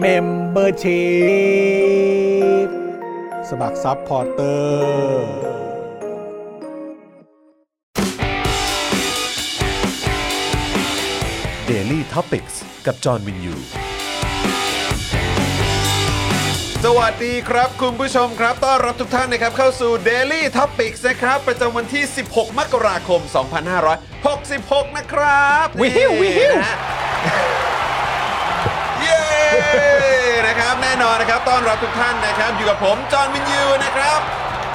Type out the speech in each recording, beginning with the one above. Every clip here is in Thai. เมมเบอร์ชีพสมัครซัพพอร์เตอร์ Daily t o p i c กกับจอห์นวินยู สวัสดีครับคุณผู้ชมครับ ต้อนรับทุกท่านนะครับเข้าสู่ Daily Topics นะครับ ประจำวันที่ 16 มกราคม 2566 นะครับ วิววิว นะฮะ เย้ นะครับแน่นอนนะครับต้อนรับทุกท่านนะครับ อยู่กับผมจอห์นวินยูนะครับ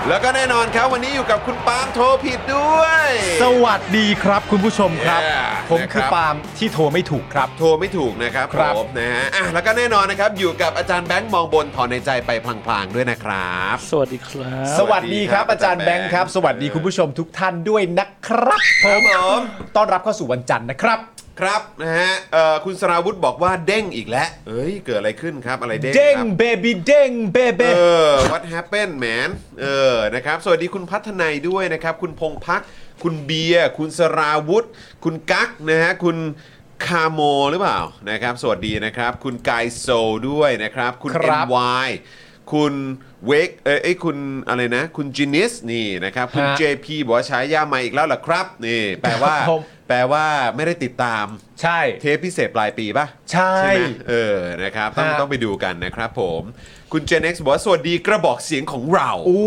แล้วก็แน่นอนครับวันนี้อยู่กับคุณปาล์มโทรผิดด้วย สวัสดีครับคุณผู้ชมครับ Yeah ผมคือ นะครับ ปาล์มที่โทรไม่ถูกครับ โทรไม่ถูกนะครับ ครับ ผมนะฮะอ่ะแล้วก็แน่นอนนะครับ อยู่กับอาจารย์แบงค์มองบนถอนในใจไปพลางๆด้วยนะครับ สวัสดีครับ สวัสดีครับอาจารย์แบงค์ครับ สวัสดีคุณผู้ชมทุกท่านด้วยนะครับคผมรับผม ต้อนรับเข้าสู่วันจันทร์นะครับ ครับนะฮะเอ่อคุณสราวุธบอกว่าเด้งอีกแล้ว เอ้ย เกิดอะไรขึ้นครับ อะไรเด้ง เด้ง ครับ เบบีเด้งเบเบ เออ what happened man เออนะครับ สวัสดีคุณพัฒนัยด้วยนะครับ คุณพงพัก คุณเบียร์คุณสราวุธ คุณกั๊กนะฮะคุณคาโมหรือเปล่านะครับ สวัสดีนะครับ คุณกายโซด้วยนะครับ คุณ ครับ NY คุณเวกเอ้ยเอ้ยคุณอะไรนะ คุณจินิสนี่นะครับ คุณ ฮะ JP บอกว่าฉายาใหม่อีกแล้วเหรอครับนี่แปลว่า ครับผม แปลว่าไม่ได้ติดตาม ใช่ เทปพิเศษปลายปีป่ะ ใช่ ไหมเออนะครับต้อง ฮะ ต้องไปดูกันนะครับผมคุณ Gen X บอกว่าสวัสดีกระบอกเสียงของเรา โอ้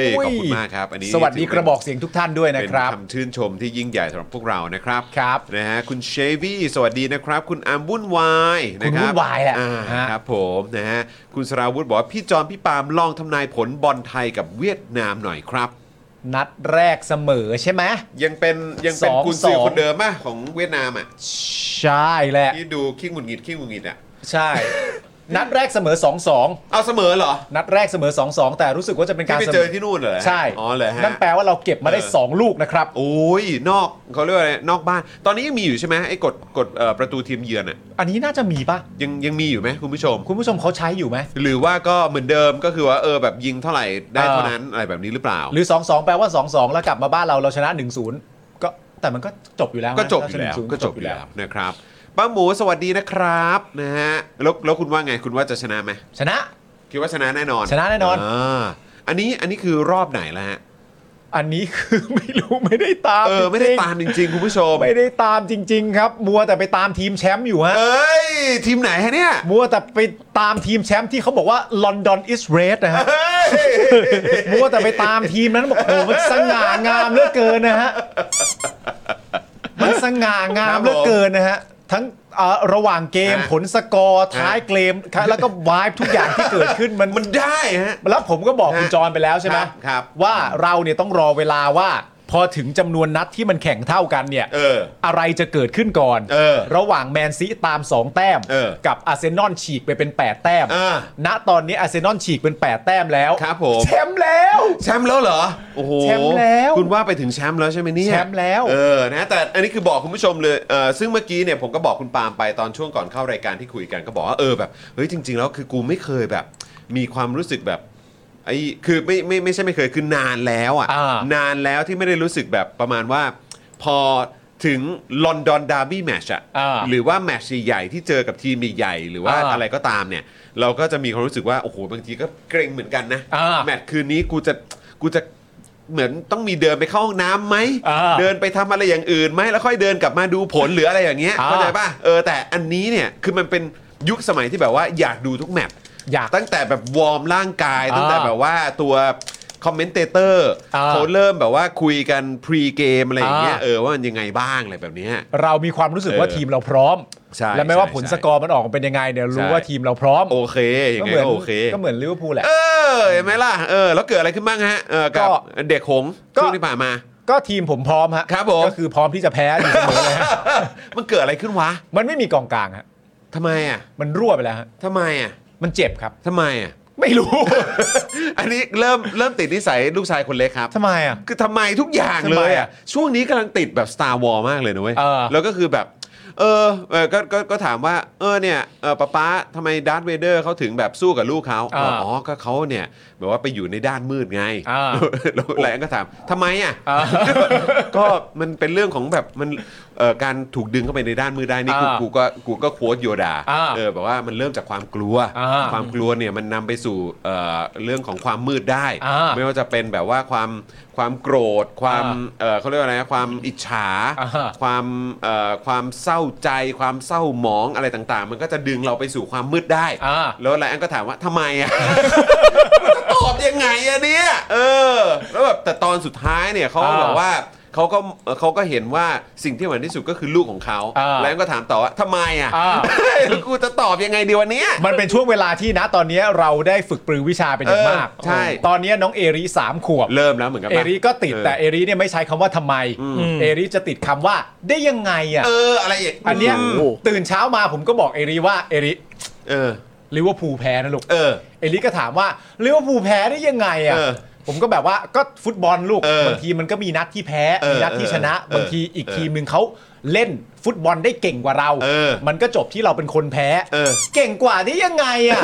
ย ย ขอบคุณมากครับ อันนี้ สวัสดี ถื กระบอกเสียงทุกท่านด้วยนะ เป็น ครับ คำชื่นชมที่ยิ่งใหญ่สำหรับพวกเรานะครับ ครับ นะฮะคุณเชวี่สวัสดีนะครับ คุณอามวุ่นวายนะค คุณวุ่ รับ นวายแหละ อ่ ฮะ ครับผมนะฮะคุณสราวุธบอกว่าพี่จอมพี่ปาล์มลองทำนายผลบอลไทยกับเวียดนามหน่อยครับ นัดแรกเสมอใช่ไหม ยังเป็นยังเป็น สอง กุนซือ สอง คนเดิมป่ะของเวียดนามอ่ะ ใช่แหละ ที่ดูขี้หงุดหงิดขี้หงุดหงิดอ่ะ ใช่ นัดแรกเสมอ 2-2 เอาเสมอเหรอ นัดแรกเสมอ 2-2 แต่รู้สึกว่าจะเป็น ที่ การ ไป เส เจ ม อ อ ที่นู่นเหรอ ใช่ อ๋อเหรอฮะ นั่นแปลว่าเราเก็บมาได้สองลูกนะครับ โอ้ยนอกเขาเรียกว่าอะไรนอกบ้าน ตอนนี้ยังมีอยู่ใช่ไหมไอ้กฎกฎเอ่อประตูทีมเยือนอ่ะ อันนี้น่าจะมีปะ ยังยังมีอยู่ไหมคุณผู้ชม คุณผู้ชมเขาใช้อยู่ไหม หรือว่าก็เหมือนเดิมก็คือว่าเออแบบยิงเท่าไหร่ได้ เออ เท่านั้นอะไรแบบนี้หรือเปล่า หรือ 2 2 แปลว่า 2 2 แล้วกลับมาบ้านเราเราชนะ 1 0 ก็แต่มันก็จบอยู่แล้วนะ ก็จบอยู่แล้ว ถ้าชนะ1-0 ก็จบอยู่แล้วนะครับป้าหมูสวัสดีนะครับนะฮะแล้วแล้วคุณว่าไงคุณว่าจะชนะไหม ชนะ คิดว่าชนะแน่นอน ชนะแน่นอน าอันนี้อันนี้คือรอบไหนแล้วฮะ อันนี้คือ ไม่รู้ ไม่ได้ตาม เออไม่ได้ จริงๆ ตามจริงๆคุณผู้ชม ไม่ได้ตามจริง ๆ ครับ มัวแต่ไปตามทีมแชมป์อยู่ฮะ เอ้ยทีมไหนฮะเนี่ย มัวแต่ไปตามทีมแชมป์ที่เขาบอกว่าลอนดอนอิสเรดนะฮะมัวแต่ไปตามทีมนั้นบอกโอ้โหมันสง่างามเหลือเกินนะฮะมันสง่างามเหลือเกินนะฮะทั้งเอ่อระหว่างเกม ฮะ ผลสกอร์ท้ายเกมแล้วก็วายทุกอย่างที่เกิดขึ้นมัน มันได้ฮะ แล้วผมก็บอกคุณ ฮะ จรไปแล้วใช่ไหม ครับครับ ว่าเราเนี่ยต้องรอเวลาว่า พอถึงจำนวนนัดที่มันแข่งเท่ากันเนี่ย เออ อะไรจะเกิดขึ้นก่อน เออ ระหว่างแมนซีตาม 2 แต้ม เออ กับอาร์เซนอลฉีกไปเป็น 8 แต้ม อ่า ณตอนนี้อาร์เซนอลฉีกเป็น 8 แต้มแล้ว ครับผม แชมป์แล้ว แชมป์แล้วเหรอ โอ้โห แชมป์แล้ว คุณว่าไปถึงแชมป์แล้วใช่ไหมเนี่ย แชมป์แล้ว เออ นะ แต่อันนี้คือบอกคุณผู้ชมเลยเออซึ่งเมื่อกี้เนี่ยผมก็บอกคุณปาล์มไปตอนช่วงก่อนเข้ารายการที่คุยกันก็บอกว่าเออแบบ เฮ้ยจริง ๆ แล้วคือกูไม่เคยแบบ มีความรู้สึกแบบไอ้คือไม่ไม่ไม่ใช่ไม่เคยคือนานแล้วอ่ะ อ่าน านแล้วที่ไม่ได้รู้สึกแบบประมาณว่า พอถึงลอนดอนดาร์บี้แมชอะ อ่า หรือว่าแมชใหญ่ๆที่เจอกับทีมใหญ่ๆหรือว่า อ่า อะไรก็ตามเนี่ย เราก็จะมีความรู้สึกว่าโอ้โหบางทีก็เกรงเหมือนกันนะ อ่า แม แมตช์คืนนี้กูจะกูจะเหมือนต้องมีเดินไปเข้าห้องน้ำไหม อ่า เดินไปทำอะไรอย่างอื่นไหมแล้วค่อยเดินกลับมาดูผลหรืออะไรอย่างเงี้ย อ่า เข้าใจป่ะเออแต่อันนี้เนี่ยคือมันเป็นยุคสมัยที่แบบว่าอยากดูทุกแมตช์ อยาก ตั้งแต่แบบวอร์มร่างกาย อ่า ตั้งแต่แบบว่าตัวคอมเมนเตเตอร์ อ่า เขาเริ่มแบบว่าคุยกันพรีเกมอะไรอย่างเงี้ย อ่า เออว่ามันยังไงบ้างอะไรแบบเนี้ย เรามีความรู้สึก เออ ว่าทีมเราพร้อม ใช่ และไม่ว่าผล ใช่ สกอร์มันออกมาเป็นยังไงเนี่ยรู้ ใช่ ว่าทีมเราพร้อม โอเคยังไง เหมืน ก็โอเค ก็เหมือนลิเวอร์พูลแหละ เออเห็นไหมล่ะเออแล้วเกิดอะไรขึ้นบ้างฮะเออกับ ก็ เด็กหงส์ ก็ ช่วงที่ผ่านมา ก็ทีมผมพร้อมฮะ ครับผม ก็คือพร้อมที่จะแพ้อยู่เสมอเลย ฮะ มันเกิดอะไรขึ้นวะ มันไม่มีกองกลางฮะ ทำไมอ่ะ มันรั่วไปแล้วฮะ ทำไมอ่ะ มันเจ็บครับ ทำไมอ่ะ ไม่รู้ อันนี้เริ่มเริ่มติดนิสัยลูกชายคนเล็กครับ ทำไมอ่ะ คือทำไมทุกอย่าง ทำไม เลยอ่ะ อะ ช่วงนี้กำลังติดแบบ Star War มากเลยนะเว้ย เออ แล้วก็คือแบบ เออเออก็ก็ก็ถามว่า เออเนี่ยเออป้าป๊าทำไมดาร์ธเวเดอร์เขาถึงแบบสู้กับลูกเขา เออ อ๋อก็เขาเนี่ยแบบว่าไปอยู่ในด้านมืดไง อ่า แล้วแล้วแล้วก็ถามทำไมอ่ะ อ่า ก็มันเป็นเรื่องของแบบมันเออการถูกดึงเข้าไปในด้านมืดได้นี่คือ อ่า กูก็กูก็โค้ดโยดา อ่า เออแบบว่ามันเริ่มจากความกลัว อ่า ความกลัวเนี่ยมันนำไปสู่เออเรื่องของความมืดได้ อ่า ไม่ว่าจะเป็นแบบว่าความความโกรธ ความ อ่า เอ่อเขาเรียกว่าอะไรนะความอิจฉา อ่าฮะ ความเอ่อความเศร้าใจ ความเศร้าหมองอะไรต่างๆ มันก็จะดึงเราไปสู่ความมืดได้ อ่า แล้วไลอันก็ถามว่าทำไม อ่ะ มันจะตอบยังไงอ่ะเนี่ยเออ แล้วแบบแต่ตอนสุดท้ายเนี่ยเขาก็ อ่า บอกว่าเขาก็เอ่อเขาก็เห็นว่าสิ่งที่หวานที่สุดก็คือลูกของเขา อ่า แล้วอันก็ถามต่อว่าทำไมอ่ะ อ่า แล้วกูจะตอบยังไงดีวันเนี้ย มันเป็นช่วงเวลาที่นะตอนนี้เราได้ฝึกปรือวิชาเป็นอย่างมาก เออใช่ ตอนนี้น้องเอริสามขวบ เริ่มแล้วเหมือนกัน เอ ปะ ริก็ติด เออ แต่เอริเนี่ยไม่ใช้คำว่าทำไม เอริจะติดคำว่าได้ยังไงอ่ะ เอออะไรอย่าง อันเนี้ย ม ตื่นเช้ามาผมก็บอกเอริว่าเอริ เออ ลิเวอร์พูลแพ้นะลูก เออ เอลิก็ถามว่าลิเวอร์พูลแพ้ได้ยังไงอ่ะ เออ ผมก็แบบว่าก็ฟุตบอลลูก เออบ างทีมันก็มีนัดที่แพ้ เออ มีนัดที่ชนะ เออบ างทีอีก เออ ทีมหนึ่งเขาเล่นฟุตบอลได้เก่งกว่าเรา เออ มันก็จบที่เราเป็นคนแพ้ เออ เก่งกว่าได้ยังไงอ่ะ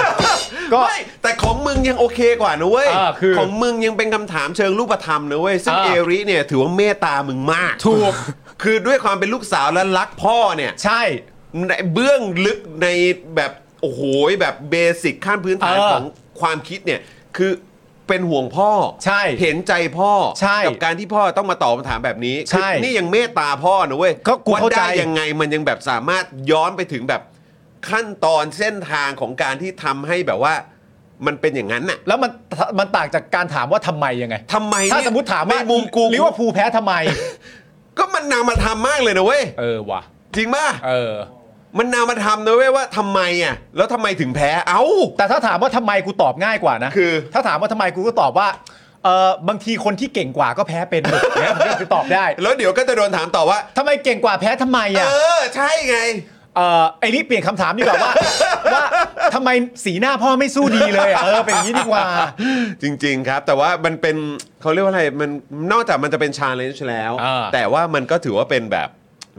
ก็ ไม่แต่ของมึงยังโอเคกว่านะเว้ย อ่าคือ ของมึงยังเป็นคำถามเชิงรูปธรรมนะเว้ยซึ่ง อ่า เอริเนี่ยถือว่าเมตตามึงมาก ถูก คือด้วยความเป็นลูกสาวและรักพ่อเนี่ย ใช่ ในเบื้องลึกในแบบโอ้โหแบบเบสิกขั้นพื้นฐาน เออ ของความคิดเนี่ยคือเป็นห่วงพ่อ ใช่ เห็นใจพ่อ ใช่ กัการที่พ่อต้องมาตอบคำถามแบบนี้คือ ใช่ นี่ยังเมตตาพ่อนะเว้ย ก็กู ว่า เข้าใจ ได้ยังไงมันยังแบบสามารถย้อนไปถึงแบบขั้นตอนเส้นทางของการที่ทำให้แบบว่ามันเป็นอย่างนั้นน่ะ แล้วมันมันต่างจากการถามว่าทำไมยังไง ทำไม ถ้า เนี่ย สมมติถามว่า ในมุมกู ลิเวอร์พูลแพ้ทำไม ก็มันนามาทำมากเลยนะเว้ย เออว่ะ จริงป่ะ เออ มันนามาทำนะเว้ยว่าทำไมอ่ะ แล้วทำไมถึงแพ้ เอ้า แต่ถ้าถามว่าทำไมกูตอบง่ายกว่านะ คือ ถ้าถามว่าทำไมกูก็ตอบว่าเออบางทีคนที่เก่งกว่าก็แพ้เป็นหมดเนี่ยมันก็จะตอบ ได้ แล้วเดี๋ยวก็จะโดนถามต่อว่า ทำไมเก่งกว่าแพ้ทำไม เอ อ่ะ อ ใช่ไง เออไอ้นี่เปลี่ยนคำถามดีกว่า ว่า ว่าทำไมสีหน้าพ่อไม่สู้ดีเลยอ่ะเออเป็นอย่างนี้ดีกว่า จริง ๆ ครับ แต่ว่ามันเป็นเขาเรียกว่าอะไร มันนอกจากมันจะเป็นชาเลนจ์แล้ว อ่า แต่ว่ามันก็ถือว่าเป็นแบบ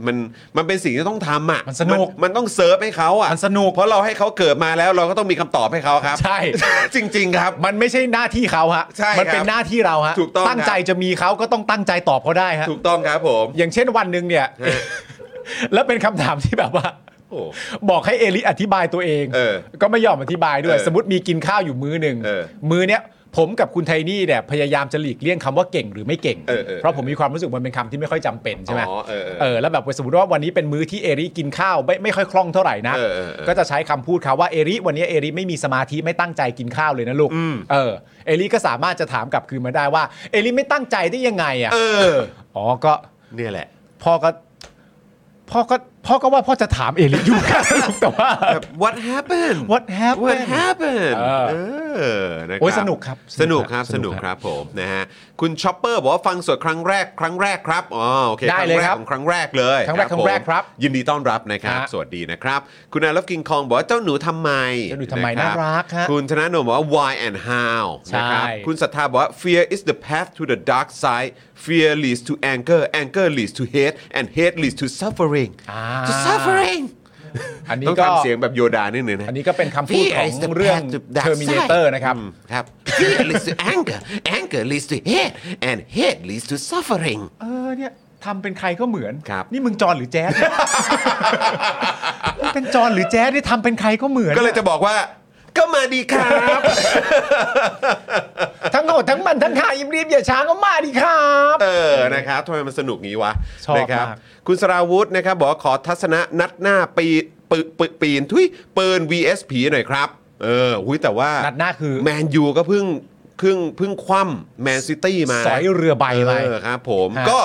มันมันเป็นสิ่งที่ต้องทำอ่ะ มันสนุก มันต้องเซิร์ฟให้เขาอ่ะ มันสนุก เพราะเราให้เขาเกิดมาแล้วเราก็ต้องมีคำตอบให้เขาครับ ใช่ จริง ๆ ครับ มันไม่ใช่หน้าที่เขาฮะ ใช่ครับ มันเป็นหน้าที่เราฮะ ถูกต้อง ตั้ง ครับ ใจจะมีเขาก็ต้องตั้งใจตอบเขาได้ฮะ ถูกต้องครับผม อย่างเช่นวันหนึ่งเนี่ย ฮะ แล้วเป็นคำถามที่แบบว่า โอ้ บอกให้เอลิอธิบายตัวเอง เออ ก็ไม่ยอมอธิบายด้วย เออ สมมติมีกินข้าวอยู่มื้อหนึ่ง เออ มื้อเนี้ยผมกับคุณไทนี่เนี่ยพยายามจะหลีกเลี่ยงคำว่าเก่งหรือไม่เก่ง เออเออ เพราะผมมีความรู้สึกมันเป็นคำที่ไม่ค่อยจำเป็นใช่ไหม อ๋อเออเออ เออแล้วแบบสมมติว่าวันนี้เป็นมื้อที่เอริกินข้าวไม่ไม่ค่อยคล่องเท่าไหร่นะ เออเออเออ ก็จะใช้คำพูดเขาว่าเอริวันนี้เอริไม่มีสมาธิไม่ตั้งใจกินข้าวเลยนะลูก อืม เออเอริก็สามารถจะถามกลับคืนมาได้ว่าเอริไม่ตั้งใจได้ยังไงอ่ะ เออ อ๋อก็ เนี่ยแหละ พ่อก็พ่อก็พ่อก็ว่าพ่อจะถามเอลิอยู่กัน แต่ว่า แบบ what happened what what happened happened เออ เออะค โอ้ รับ ยสนุกครับ สนุกครับส สนุนุก ก ค ครั รับบ ผมนะฮะคุณช็อปเปอร์บอกว่าฟังสดครั้งแรกครั้งแรกครับอ๋อโอเค ได้เลยครัครั้บงแรกของครั้งแรกเลย ครั้งแรก ผม ครั้งแรกครับ ยินดีต้อนรับนะครับ ฮะ สวัสดีนะครับ คุณอาลัฟกิงคองบอกว่าเจ้าหนูทำไม เจ้าหนูทำไม ะคบ น่ารักฮะ คุณธนาโนมบอกว่า why and how ใช่ นะครับคุณศรัทธาบอกว่า fear is the path to the dark side fear leads to anger anger leads to hate and hate leads to suffering อ่า to suffering อันนี้ ต้อง ก็ ทำเสียงแบบโยดานิดนึงนะ อันนี้ก็เป็นคำพูดของเรื่อง Terminator นะครับ ครับ Fear leads to anger anger leads to hate and hate leads to suffering เออเนี่ยทำเป็นใครก็เหมือน ครับ นี่มึงจอนหรือแจ๊ด มึงเป็นจอนหรือแจ๊ดที่ทำเป็นใครก็เหมือน ก็เลยจะบอกว่า ก็มาดีครับ ทั้งโหดทั้งมันทั้งข่ายิ้มรีบอย่าช้างก็มาดีครับ เออ นะครับทำไมมันสนุกงี้วะ ชอบ นะครั มาก คุณสราวุธนะครับ บอกว่าขอทัศนะนัดหน้าปีปึปึปีนทุยปืน vs ผีหน่อยครับ เออหุยแต่ว่า นัดหน้าคือ แมนยูก็เพิ่งเพิ่งเพิ่งคว่ำแมนซิตี้มานะ สอยเรือใบไป เออครับผม ฮะ ก็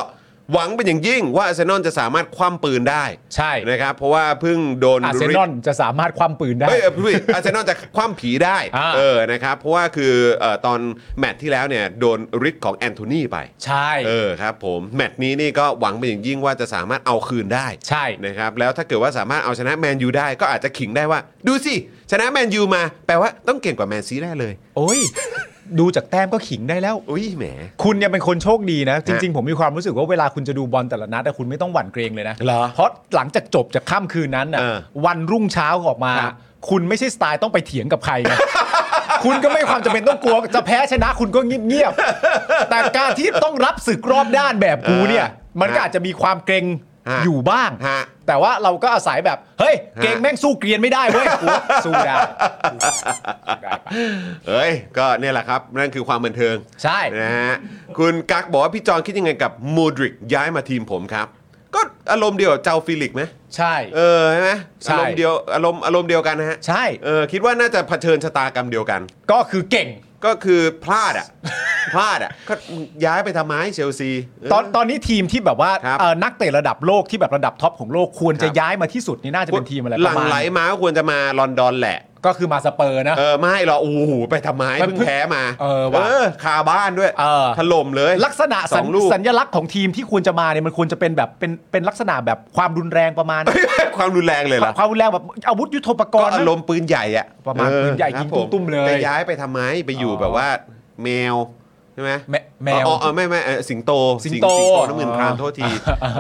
หวังเป็นอย่างยิ่งว่าอาร์เซนอลจะสามารถคว่ำปืนได้ ใช่ นะครับเพราะว่าเพิ่งโดน อาร์เซนอลจะสามารถคว่ำปืนได้ เฮ้ยเออพี่อาร์เซนอลจะคว่ำผีได้ อ่า เออนะครับเพราะว่าคือเอ่อตอนแมตช์ที่แล้วเนี่ยโดนฤทธิ์ของแอนโทนีไป ใช่ เออครับผมแมตช์นี้นี่ก็หวังเป็นอย่างยิ่งว่าจะสามารถเอาคืนได้ ใช่ นะครับแล้วถ้าเกิดว่าสามารถเอาชนะแมนยูได้ก็อาจจะขิงได้ว่า ดูสิ ชนะแมนยูมาแปลว่าต้องเก่งกว่าแมนซีได้เลย โอ้ย ดูจากแต้มก็ขิงได้แล้ว อุ้ยแหม คุณเนี่ยเป็นคนโชคดีนะ จริง ฮะ ๆ ผมมีความรู้สึกว่าเวลาคุณจะดูบอลแต่ละนัดแต่คุณไม่ต้องหวั่นเกรงเลยนะ เหรอ เพราะหลังจากจบจากค่ำคืนนั้นน่ะ เออ วันรุ่งเช้าออกมา ครับ คุณไม่ใช่สไตล์ต้องไปเถียง กับใครนะ คุณก็ไม่ความจำเป็นต้องกลัวจะแพ้ชนะคุณก็เงียบๆแต่การที่ต้องรับศึกรอบด้านแบบกูเนี่ย มันก็อาจจะมีความเกรง ฮะ อยู่บ้าง ฮะ แต่ว่าเราก็อาศัยแบบเฮ้ยเกรงแม่งสู้เกรียนไม่ได้เว้ยกูสู้ได้ได้ปะ เอ้ยก็เนี่ยแหละครับนั่นคือความบันเทิง ใช่ นะฮะคุณกักบอกว่าพี่จอนคิดยังไงกับมูดริกย้ายมาทีมผมครับ ก็อารมณ์เดียวกับเจ้าฟิลิกไหม ใช่ เออใช่ไหม ใช่ อารมณ์เดียวอารมณ์อารมณ์เดียวกันนะฮะ ใช่ เออคิดว่าน่าจะเผชิญชะตากรรมเดียวกัน ก็คือเก่ง ก็คือพลาดอ่ะ พลาดอ่ะก็ย้ายไปทำไมเชลซีเ ตอนตอนนี้ทีมที่แบบว่า ครับ เอ่อนักเตะระดับโลกที่แบบระดับท็อปของโลกควรจะ ครับ ย้ายมาที่สุดนี่น่าจะเป็นทีมอะไร ห ป ลั ระ ง มาณ ไหลมาก็ควรจะมาลอนดอนแหละ ก็คือมาสเปอร์นะ เออไม่หรอกโอ้โหไปทำไม มัน เพิ่งแพ้มา เออว่ะ คาบ้านด้วย เออ ถล่มเลย ลักษณะ ส สั อ ญ งลูก สัญลักษณ์ของทีมที่ควรจะมาเนี่ยมันควรจะเป็นแบบเป็นเป็นลักษณะแบบความรุนแรงประมาณ ความรุนแรงเลยล่ะ ความรุนแรงแบบอาวุธยุทโธปก ก็ รณ์ อารมณ์ปืนใหญ่อ่ะ ประมาณ เออ ปืนใหญ่ ครับ ยิง ผม ตุ้มๆเลย แต่ย้ายไปทำไมไปอยู่ อ๋อ แบบว่าแมวใช่ไหม แมแมว อ๋ออ๋อไม่ไม่เอ่อสิงโต สิงโต สิงโตน้ำเงิน อ๋อ ครามโทษที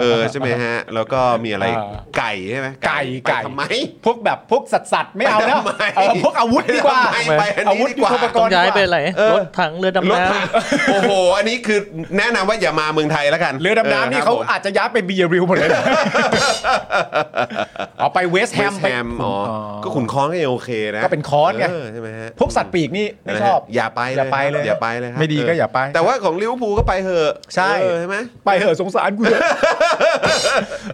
เออใช่ไหมฮะ แล้วก็มีอะไร อ่า ไก่ใช่ไหม ไก่ไก่ ปทำไม พวกแบบพวกสัตว์สัตว์ไม่เอาแล้ว ทำไม เออพวกอาวุธดีกว่า ทำไมไปอันนี้ อาวุธ ดี ยุ ก ท ว่า โธปก ต้อ รง ณ์ ย้ายไป ดีกว่ ไหน เออ รถถังเรือดำ รถ น้ ถังโอ้โห อันนี้คือแนะนำว่าอย่ามาเมืองไทยแล้วกัน เรือดำน้ำนี่เขา อัด อาจจะย้ายไปบียริวหมด เลยนะ เอาไปเวสต์ แฮ แฮ ม ม แฮ ไป มอ๋อก็ขุนค้อนก็ยังโอเคนะ ก็เป็นค้อนไง เใช่ไหมฮะ พวกสัตว์ปีกนี่ไม่ชอบ อย่าไป อย่าไปเลย อย่าไปเลยครับ ไม่ดีก็ เ อย่าไป แต่ว่าของลิเวอร์พูลก็ไปเถอะ ใช่ เออใช่ไหม ไปเหอะสงสารกูเถ อะ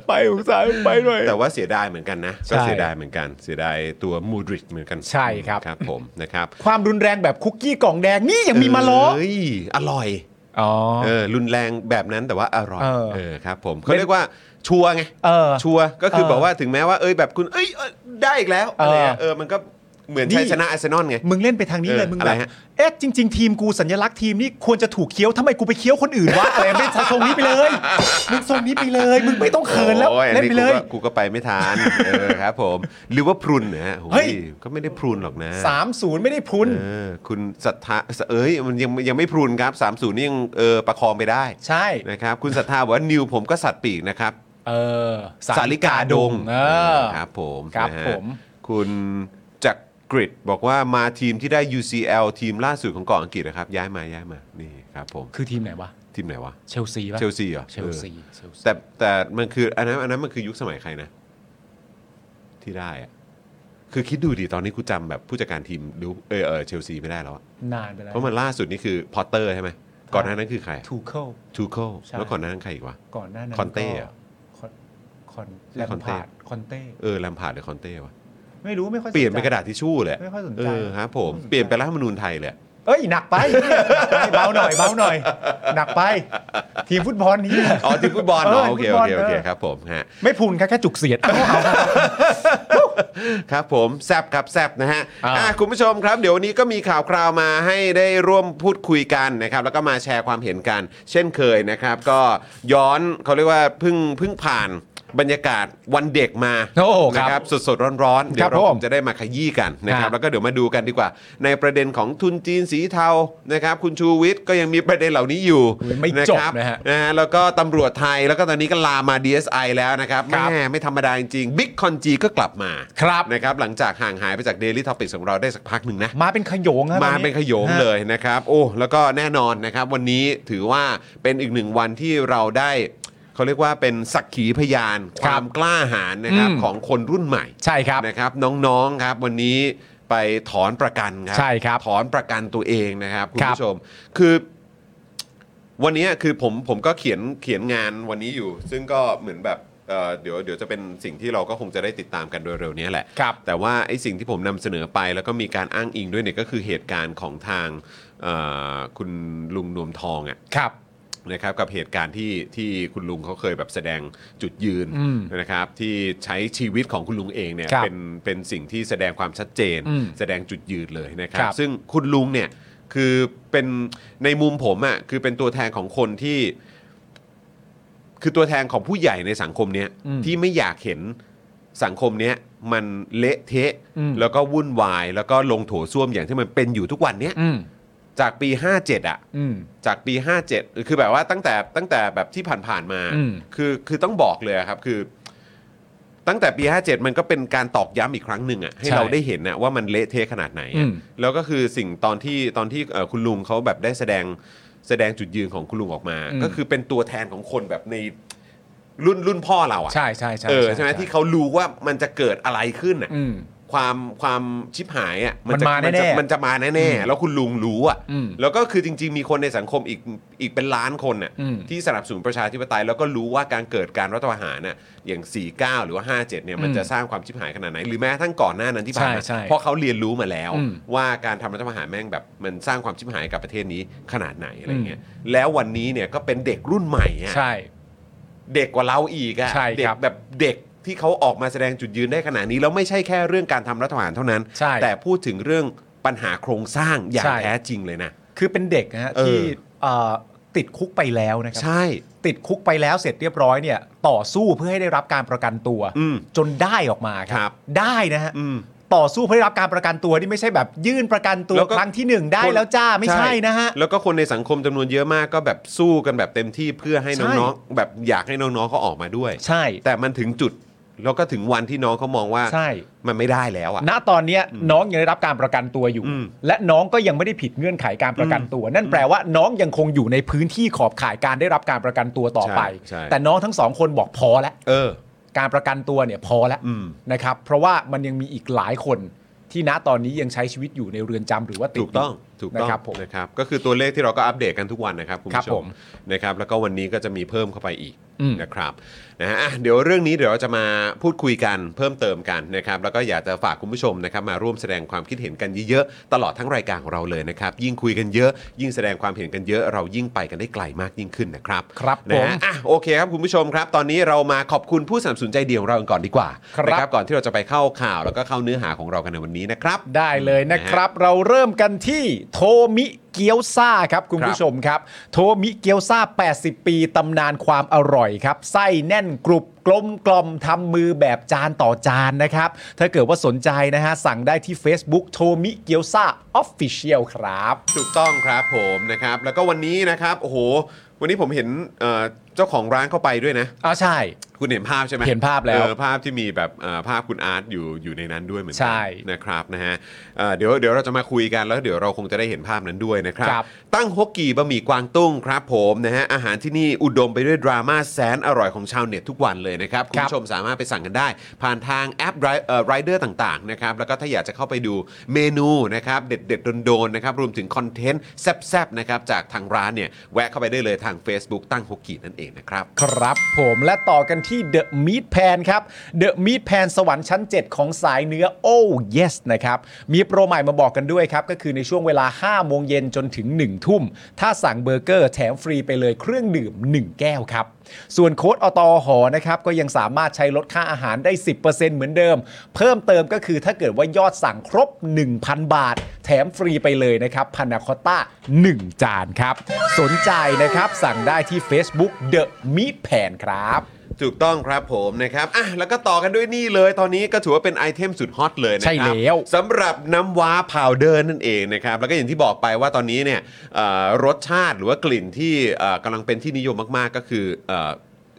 ไปสงสารไปหน่อย แต่ว่าเสียดายเหมือนกันนะ ใช่ ก็เสียดายเหมือนกันเสียดายตัวมูดริชเหมือนกัน ใช่ครับ ครับผมนะครับ ความรุนแรงแบบคุกกี้กล่องแดงนี่ยังมีมาล้อ เอ้ยอร่อย อ๋อ เออรุนแรงแบบนั้นแต่ว่าอร่อย เออ เออครับผมเขาเรียกว่าชัวร์ไง เออ ชัวร์ก็คือ เออ บอกว่าถึงแม้ว่าเอ้ยแบบคุณเอ้ยเอ้ยได้อีกแล้วอะไรอ่ะ เออ เออมันก็เหมือน นี่ ชัยชนะอาร์เซนอลไง มึงเล่นไปทางนี้เลย เออ มึง อะ แบ ไร บ ฮะ เอ๊ะจริง ๆ ทีมกูสัญลักษณ์ทีมนี่ควรจะถูกเคี้ยวทำไมกูไปเคี้ยวคนอื่นวะ อะไรไม่ทรงนี้ไปเลยมึงทรงนี้ไปเลย มึงไม่ต้องเขินแล้ว โอ้ยอั เล่นไปเลย กูก็กูก็ไปไม่ทันเออครับผมหรือว่าพรุนนะฮะโอ้ เฮ้ย ก็ไม่ได้พรุนหรอกนะ สามศูนย์ไม่ได้พรุน เออคุณศรัทธาเอ้ยมันยังยังไม่พรุนครับ 30 นี่ยังเออประคองไปได้ ใช่ นะครับคุณศรัทธาบอกว่านิวผมก็สัตว์ปีกนะครับ เออ สาริกาดง เออ ครับผม ครับ นะฮะ ผม คุณจักกริดบอกว่ามาทีมที่ได้ UCL ทีมล่าสุดของเกาะอังกฤษนะครับ ย้ายมาย้ายมานี่ครับผม คือทีมไหนวะ ทีมไหนวะ เชลซีปะ เชลซีเหรอ เชลซี เออ เชลซี แต่แต่มันคืออันนั้นอันนั้นมันคือยุคสมัยใครนะ ที่ได้อะคือคิดดูดิตอนนี้กูจำแบบผู้จัดการทีมลิเวอร์เออเออเชลซีไม่ได้แล้วอะ นานไปแล้ว เพราะมันล่าสุดนี่คือพอตเตอร์ใช่ไหม ก่อนหน้านั้นคือใคร ทูเคิล ทูเคิล ใช่ แล้วก่อนหน้านั้นใครอีกวะ ก่อนหน้านั้น คอนเต้ ก็ เหรอ คอนคอน ใช่ แลม คอนเต้ พาร์ดคอนเต้ เออแลมพาร์ดหรือคอนเต้วะ ไม่รู้ไม่ค่อยสใจ เปลี่ยนเป็นกระดาษทิชชู่เลย ไม่ค่อยสนใจ เออครับผม ไม่สนใจ เปลี่ยนเป็นรัฐธรรมนูญไทยเลย เอ้ย หนักไปเบาหน่อยเบาหน่อย หนักไป ทีมฟุตบอลนี้ อ๋อที่ฟุตบอล เออ เนาะโอเค โอเค ฟุตบอล โอเค เออ ครับผมฮะ ไม่พูนแค่แค่จุกเสียด ครับผม แซบครับแซบนะฮะ อ่า อ่ะคุณผู้ชมครับ เดี๋ยววันนี้ก็มีข่าวคราวมาให้ได้ร่วมพูดคุยกันนะครับ แล้วก็มาแชร์ความเห็นกัน เช่นเคยนะครับ ก็ย้อนเขาเรียกว่าเพิ่งเพิ่งผ่านบรรยากาศวันเด็กมา โอ้ครับ นะสดสดๆร้อนๆ เดี๋ยวเรา ผม คงจะได้มาขยี้กันนะครับ ฮะ แล้วก็เดี๋ยวมาดูกันดีกว่า ในประเด็นของทุนจีนสีเทานะครับ คุณชูวิทย์ก็ยังมีประเด็นเหล่านี้อยู่ อุ๊ยไม่จบนะฮะ นะฮะแล้วก็ตำรวจไทยแล้วก็ตอนนี้ก็ลามมา DSI แล้วนะครับ ครับ แม่ไม่ธรรมดาจริงๆบิ๊กคอนจีก็กลับมา ครับ นะครับหลังจากห่างหายไปจาก Daily Topics ของเราได้สักพักหนึ่งนะ มาเป็นขโยงครับ มา วันนี้ เป็นขโยงเลยนะครับ โอ้แล้วก็แน่นอนนะครับ วันนี้ถือว่าเป็นอีกหนึ่งวันที่เราได้เขาเรียกว่าเป็นสักขีพยาน ค ครับ วามกล้าหาญนะครับ อืม ของคนรุ่นใหม่ ใช่ครับ นะครับน้องๆครับวันนี้ไปถอนประกันครั ใช่ครับ ถอนประกันตัวเองนะครับ คุณ ครับ ผู้ชม คือ วันนี้คือผมผมก็เขียนเขียนงานวันนี้อยู่ ซึ่งก็เหมือนแบบ เอ่อเดี๋ยวเดี๋ยวจะเป็นสิ่งที่เราก็คงจะได้ติดตามกันโดยเร็วนี้แหละ ครับ แต่ว่าไอ้สิ่งที่ผมนำเสนอไปแล้วก็มีการอ้างอิงด้วยเนี่ยก็คือเหตุการณ์ของทางเอ่อคุณลุงนวมทองอ่ะ ครับ นะครับกับเหตุการณ์ที่ที่คุณลุงเขาเคยแบบแสดงจุดยืน อืม นะครับที่ใช้ชีวิตของคุณลุงเองเนี่ย ครับ เป็นเป็นสิ่งที่แสดงความชัดเจน อืม แสดงจุดยืนเลยนะครับ ครับ ซึ่งคุณลุงเนี่ยคือเป็นในมุมผมอะ่ะคือเป็นตัวแทนของคนที่ คือตัวแทนของผู้ใหญ่ในสังคมเนี้ย อืม ที่ไม่อยากเห็นสังคมเนี้ยมันเละเทะ อืม แล้วก็วุ่นวาย แล้วก็ลงโถส้วมอย่างที่มันเป็นอยู่ทุกวันเนี้ย อืม จากปี 57อ่ะ อืม จากปี 57 คือแบบว่าตั้งแต่ตั้งแต่แบบที่ผ่านๆมา อืม คือคือต้องบอกเลยอะครับคือ ตั้งแต่ปี 57 มันก็เป็นการตอกย้ำอีกครั้งหนึ่งอะให้เราได้เห็นนะว่ามันเละเทะขนาดไหน อื อะ ม แล้วก็คือสิ่งตอนที่ตอนที่เอ่อคุณลุงเขาแบบได้แสดงแสดงจุดยืนของคุณลุงออกมา อืม ก็คือเป็นตัวแทนของคนแบบในรุ่นรุ่นพ่อเราอะ ใช่ใช่ใช่ เออใช่ไหมที่เขารู้ว่ามันจะเกิดอะไรขึ้นอะ อืม ความความชิบหายอะ มั จะ นมาแน่ๆ มันจะมาแน่ๆแล้วคุณลุงรู้อะ อืม แล้วก็คือจริง ๆ มีคนในสังคมอีกอีกเป็นล้านคนน่ะ อืม ที่สนับสนุนประชาธิปไตยแล้วก็รู้ว่าการเกิดการรัฐประหารน่ะอย่าง 49 หรือว่า 57 เนี่ยมัน อืม จะสร้างความชิบหายขนาดไหน หรือแม้กระทั้งก่อนหน้านั้นที่ผ่านมา ใช่ใช่ เพราะเขาเรียนรู้มาแล้ว อืม ว่าการทำรัฐประหารแม่งแบบมันสร้างความชิบหายกับประเทศนี้ขนาดไหนอะไรเงี้ยแล้ววันนี้เนี่ยก็เป็นเด็กรุ่นใหม่อะ ใช่ เด็กกว่าเราอีกอะ ใช่ เด็ ครั ก บ แบบเด็กที่เขาออกมาแสดงจุดยืนได้ขนาดนี้แล้วไม่ใช่แค่เรื่องการทำรัฐประหารเท่านั้น ใช่ แต่พูดถึงเรื่องปัญหาโครงสร้างอย่าง ใช่ แท้จริงเลยนะ คือเป็นเด็กนะฮะ เออ ที่เอ่อติดคุกไปแล้วนะครั ใช่ ติดคุกไปแล้วเสร็จเรียบร้อยเนี่ย ต่อสู้เพื่อให้ได้รับการประกันตัว อืม จนได้ออกมาค ครั รับ ได้นะฮะ อืม ต่อสู้เพื่อได้รับการประกันตัวนี่ไม่ใช่แบบยื่นประกันตัว แล้วก็ ครั้งที่หนึ่งได้แล้วจ้าไม่ใช่นะฮะ แล้วก็คนในสังคมจำนวนเยอะมากก็แบบสู้กันแบบเต็มที่เพื่อให้ ใช่ น้องๆ แบบอยากให้น้องๆเขาออกมาด้วย ใช่ แต่มันถึงจุดแล้วก็ถึงวันที่น้องเขามองว่า ใช่ มันไม่ได้แล้วอ่ะ ณตอนเนี้ยน้องยังได้รับการประกันตัวอยู่ อืม และน้องก็ยังไม่ได้ผิดเงื่อนไขการประกันตัว นั่นแปลว่าน้องยังคงอยู่ในพื้นที่ขอบข่ายการได้รับการประกันตัวต่อไป ใช่ใช่ แต่น้องทั้งสองคนบอกพอแล้ว เออ การประกันตัวเนี่ยพอแล้ว อืม นะครับ เพราะว่ามันยังมีอีกหลายคนที่ณตอนนี้ยังใช้ชีวิตอยู่ในเรือนจำหรือว่าติด ถูกต้องถูกต้อง นะครับผม นะครับก็คือตัวเลขที่เราก็อัปเดตกันทุกวันนะครับคุณ ครับ ผู้ช ผม ม นะครับแล้วก็วันนี้ก็จะมีเพิ่มเข้าไปอีก อืม นะครับนะฮะอ่ะเดี๋ยวเรื่องนี้เดี๋ยวเราจะมาพูดคุยกันเพิ่มเติมกันนะครับแล้วก็อยากจะฝากคุณผู้ชมนะครับมาร่วมแสดงความคิดเห็นกันเยอะๆตลอดทั้งรายการของเราเลยนะครับยิ่งคุยกันเยอะ ยิ่งแสดงความเห็นกันเยอะ เรายิ่งไปกันได้ไกลมากยิ่งขึ้นนะครับ ครับ นะ ผม ฮะอ่ะโอเคครับคุณผู้ชมครับ ตอนนี้เรามาขอบคุณผู้สนับสนุนใจเดียวของเรากันก่อนดีกว่า ครับ นะก่อนที่เราจะไปเข้าข่าวแล้วก็เข้าเนื้อหาของเรากันในวันนี้นะครับ ได้เลยนะครับ เราเริ่มกันที่โทมิเกียวซาครับคุณ ครับ ผู้ชมครับ โทมิเกียวซา80 ปีตำนานความอร่อยครับ ไส้แน่นกรุบกลมกลอมทำมือแบบจานต่อจานนะครับ ถ้าเกิดว่าสนใจนะฮะ สั่งได้ที่ Facebook โทมิเกียวซาออฟฟิเชียลครับ ถูกต้องครับผมนะครับ แล้วก็วันนี้นะครับโอ้โห วันนี้ผมเห็นเอ่อเจ้าของร้านเข้าไปด้วยนะ อ้าวใช่ คุณเห็นภาพใช่ไหม เห็นภาพแล้ว ออภาพที่มีแบบเอ่อภาพคุณอาร์ตอยู่อยู่ในนั้นด้วยเหมือนกั ใช่ นะครับนะฮะเอ่อเดี๋ยวเดี๋ยวเราจะมาคุยกันแล้วเดี๋ยวเราคงจะได้เห็นภาพนั้นด้วยนะครับ ครับ ตั้งฮกกีบะหมี่กวางตุ้งครับผมนะฮะอาหารที่นี่อุดมไปด้วยดราม่าแสนอร่อยของชาวเน็ตทุกวันเลยนะครับ คุณผู้ชมสามารถไปสั่งกันได้ ผ่านทางแอปไรเดอร์ต่างๆนะครับแล้วก็ถ้าอยากจะเข้าไปดูเมนูนะครับเด็ดๆโดนๆนะครับรวมถึงคอนเทนต์แซ่บๆนะครับจากทางร้านเนี่ยแวะเข้าไปได้เลยทาง Facebook ตั้งฮกกีนั่นเองนะครับ ครับผมและต่อกันที่ The Meat Pan ครับ The Meat Pan สวรรค์ชั้น 7 ของสายเนื้อ Oh Yes นะครับ มีโปรใหม่มาบอกกันด้วยครับ ก็คือในช่วงเวลา 5 โมงเย็นจนถึง 1 ทุ่ม ถ้าสั่งเบอร์เกอร์แถมฟรีไปเลยเครื่องดื่ม 1 แก้วครับ ส่วนโค้ดอตอหอนะครับ ก็ยังสามารถใช้ลดค่าอาหารได้ 10%เหมือนเดิม เพิ่มเติมก็คือถ้าเกิดว่ายอดสั่งครบ 1,000 บาท แถมฟรีไปเลยนะครับพานาคอตต้า 1 จานครับ สนใจนะครับสั่งได้ที่ Facebook The Meat Pan ครับ ถูกต้องครับผมนะครับอ่ะแล้วก็ต่อกันด้วยนี่เลยตอนนี้ก็ถือว่าเป็นไอเทมสุดฮอตเลยนะครั ใช่แล้ว สำหรับน้ำว้าพาวเดอร์นั่นเองนะครับแล้วก็อย่างที่บอกไปว่าตอนนี้เนี่ยเอ่อรสชาติหรือว่ากลิ่นที่เอ่อกำลังเป็นที่นิยมมากๆก็คือ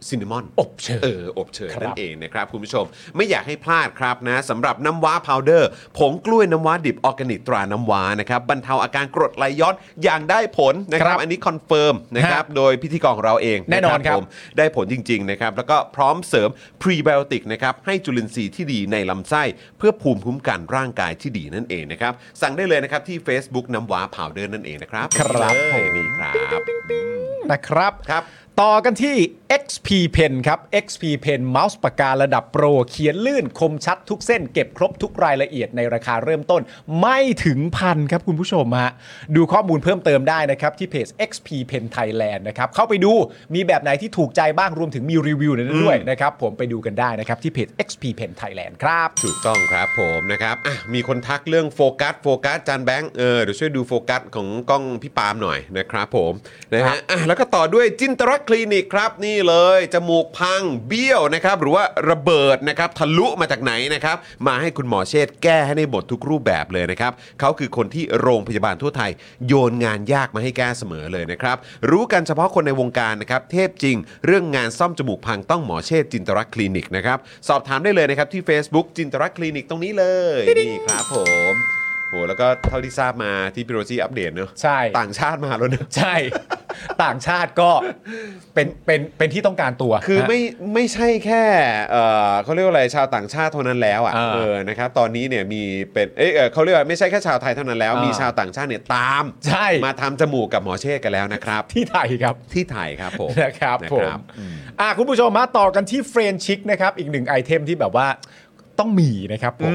ซินนามอน อบเชย เอออบเชย ครับ นั่นเองนะครับ คุณผู้ชมไม่อยากให้พลาดครับนะสำหรับน้ำว้าพาวเดอร์ผงกล้วยน้ำว้าดิบออร์แกนิกตราน้ำว้านะครับบรรเทาอาการกรดไหลย้อนอย่างได้ผลนะค ค รั รับ บ อันนี้คอนเฟิร์มนะครับโดยพิธีกรของเราเอง แน่นอนครับ ผมได้ผลจริง ๆ นะครับ แล้วก็พร้อมเสริมพรีไบโอติกนะครับให้จุลินทรีย์ที่ดีในลำไส้ เพื่อภูมิคุ้มกันร่างกายที่ดีนั่นเองนะครับสั่งได้เลยนะครับที่ Facebook น้ำว้าพาวเดอร์นั่นเองนะครับ ครับ เลย ผม นี่ครับ นะครับ ครับ ต่อกันที่ XP Pen ครับ XP Pen เมาส์ปากการะดับโปร เขียนลื่นคมชัดทุกเส้นเก็บครบทุกรายละเอียดในราคาเริ่มต้น ไม่ถึงพันครับคุณผู้ชมฮะดูข้อมูลเพิ่มเติมได้นะครับ ที่เพจ XP Pen Thailand นะครับ เข้าไปดูมีแบบไหนที่ถูกใจบ้างรวมถึงมีรีวิวในนั้นด้วยนะครับ ผมไปดูกันได้นะครับที่เพจ XP Pen Thailand ครับ ถูกต้องครับผมนะครับอ่ะมีคนทักเรื่องโฟกัสโฟกัสจานแบงค์เออเดี๋ยวช่วยดูโฟกัสของกล้องพี่ปาล์มหน่อยนะครับผมนะฮะอ่ะแล้วก็ต่อด้วยจินตรักษณ์คลินิกครับนี่เลย จมูกพังเบี้ยวนะครับ หรือว่าระเบิดนะครับทะลุมาจากไหนนะครับ มาให้คุณหมอเชษฐ์แก้ให้ในบททุกรูปแบบเลยนะครับเขาคือคนที่โรงพยาบาลทั่วไทย โยนงานยากมาให้แก้เสมอเลยนะครับ รู้กันเฉพาะคนในวงการนะครับ เทพจริง เรื่องงานซ่อมจมูกพังต้องหมอเชษฐ์จินตรักษณ์คลินิกนะครับ สอบถามได้เลยนะครับ ที่ Facebook จินตรักษณ์คลินิกตรงนี้เลย นี่ครับผมโหแล้วก็เท่าที่ทราบมาที่พี่โรซี่อัปเดตเนอะ ใช่ ต่างชาติมาแล้วเนอะ ใช่ ต่างชาติก็เป็นเป็นเป็นที่ต้องการตัว คือไม่ไม่ใช่แค่เอ่อเขาเรียกว่าอะไรชาวต่างชาติเท่านั้นแล้วอ่ะ อ่า เออนะครับตอนนี้เนี่ยมีเป็นเอยเอ่อเขาเรียกว่าไม่ใช่แค่ชาวไทยเท่านั้นแล้ว อ่ามี มีชาวต่างชาติเนี่ยตาม ใช่ มาทำจมูกกับหมอเชษฐ์กันแล้วนะครับ ที่ไทยครับ ที่ไทยครับผม นะครับ นะคผม รับ อ่ะคุณผู้ชมมาต่อกันที่เฟรนชิกนะครับ อีกหนึ่งไอเทมที่แบบว่าต้องมีนะครับผม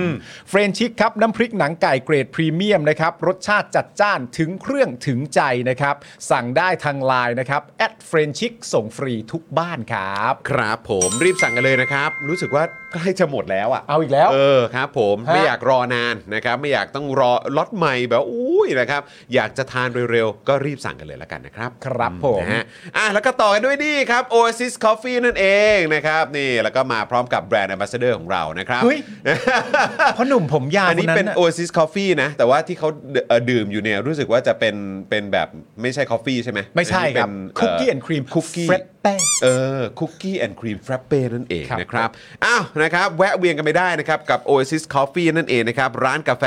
เฟรนชิกครับ น้ำพริกหนังไก่เกรดพรีเมียมนะครับ รสชาติจัดจ้านถึงเครื่องถึงใจนะครับ สั่งได้ทางไลน์นะครับแอดเฟรนชิกส่งฟรีทุกบ้านครับ ครับผมรีบสั่งกันเลยนะครับ รู้สึกว่าใกล้จะหมดแล้วอ่ะ เอาอีกแล้ว เออครับผม ฮะ ไม่อยากรอนานนะครับ ไม่อยากต้องรอล็อตใหม่แบบอุ้ยนะครับ อยากจะทานเร็วๆ ก็รีบสั่งกันเลยละกันนะครับ ครับ อื ผม นะฮะอ่ะแล้วก็ต่อกันด้วยนี่ครับ Oasis Coffee นั่นเองนะครับนี่แล้วก็มาพร้อมกับแบรนด์ Ambassador ของเรานะครับ เฮ้ยเพราะหนุ่มผมยาว อันนี้ ค เป็น ะ Oasis Coffee นะ แต่ว่าที่เขาเอ่อดื่มอยู่เนี่ยรู้สึกว่าจะเป็นเป็นแบบไม่ใช่ coffee ใช่ไหม ไม่ใช่ครับ อันนี้เป็น คุกกี้ เ แอนด์ครีม คุกกี้ เฟรชแป้ง เออคุกกี้แอนด์ครีมฟรัปเป้นั่นเอง ครับ นะครับ อ้าว นะครับ แวะเวียนกันไปได้นะครับ กับ Oasis Coffee นั่นเองนะครับ ร้านกาแฟ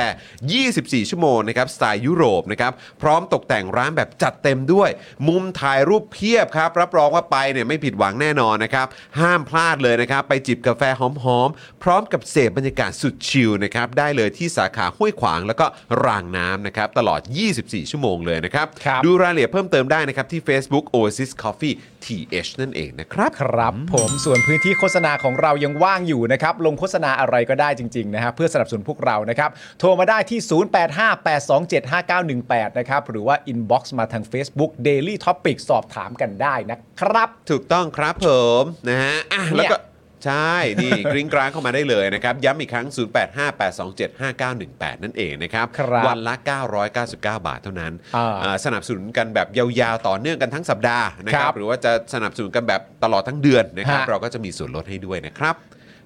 24 ชั่วโมงนะครับ สไตล์ยุโรปนะครับ พร้อมตกแต่งร้านแบบจัดเต็มด้วย มุมถ่ายรูปเพียบครับ รับรองว่าไปเนี่ยไม่ผิดหวังแน่นอนนะครับ ห้ามพลาดเลยนะครับ ไปจิบกาแฟหอมๆ พร้อมกับเสพบรรยากาศสุดชิลนะครับ ได้เลยที่สาขาห้วยขวางแล้วก็รางน้ำนะครับตลอด 24 ชั่วโมงเลยนะครับ ครับ ดูรายละเอียดเพิ่มเติมได้นะครับที่ Facebook Oasis Coffee TH นั่นเองนะครับ ครับผมส่วนพื้นที่โฆษณาของเรายังว่างอยู่นะครับ ลงโฆษณาอะไรก็ได้จริง ๆ นะฮะเพื่อสนับสนุนพวกเรานะครับ โทรมาได้ที่ 0858275918 นะครับ หรือว่า inbox มาทาง Facebook Daily Topic สอบถามกันได้นะครับ ถูกต้องครับผมนะฮะอ่ะ เนี่ย แล้วก็ใช่ นี่ กริ้งกรางเข้ามาได้เลยนะครับ ย้ำอีกครั้ง 0858275918 นั่นเองนะครับ ครับ วันละ 999 บาทเท่านั้น อ่า อ่าสนับสนุนกันแบบยาวๆ ต่อเนื่องกันทั้งสัปดาห์นะค ค รั รับ บ หรือว่าจะสนับสนุนกันแบบตลอดทั้งเดือนนะครับ ฮะ เราก็จะมีส่วนลดให้ด้วยนะครับ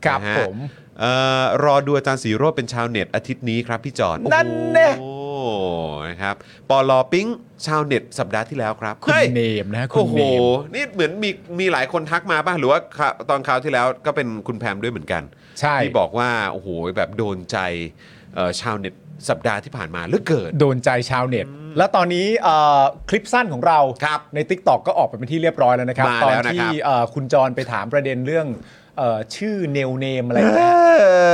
ครับ นะฮะ ผม เอ่อรอดูอาจารย์สีโรจน์เป็นชาวเน็ตอาทิตย์นี้ครับพี่จอน นั่นแน่ โอ้โหนะครับปอลอปิ้งชาวเน็ตสัปดาห์ที่แล้วครับ คุณ ฮ้ย เนมนะฮะคุ โอ้ ณ โห เนม นี่เหมือนมีมีหลายคนทักมาป่ะ หรือว่าคราวตอนคราวที่แล้วก็เป็นคุณแพมด้วยเหมือนกัน ใช่ ที่บอกว่า โอ้โห แบบโดนใจเอ่อชาวเน็ตสัปดาห์ที่ผ่านมาเหลือเกิน โดนใจชาวเน็ต แล้วตอนนี้เอ่อคลิปสั้นของเรา ครับ ใน t ิ k t o k ก็ออกไปเป็นที่เรียบร้อยแล้วนะครับ มา ตอน แล้วนะครั ที่ บ เอ่อคุณจรไปถามประเด็นเรื่องเอ่อชื่อเนลเนมอะไรนะฮะ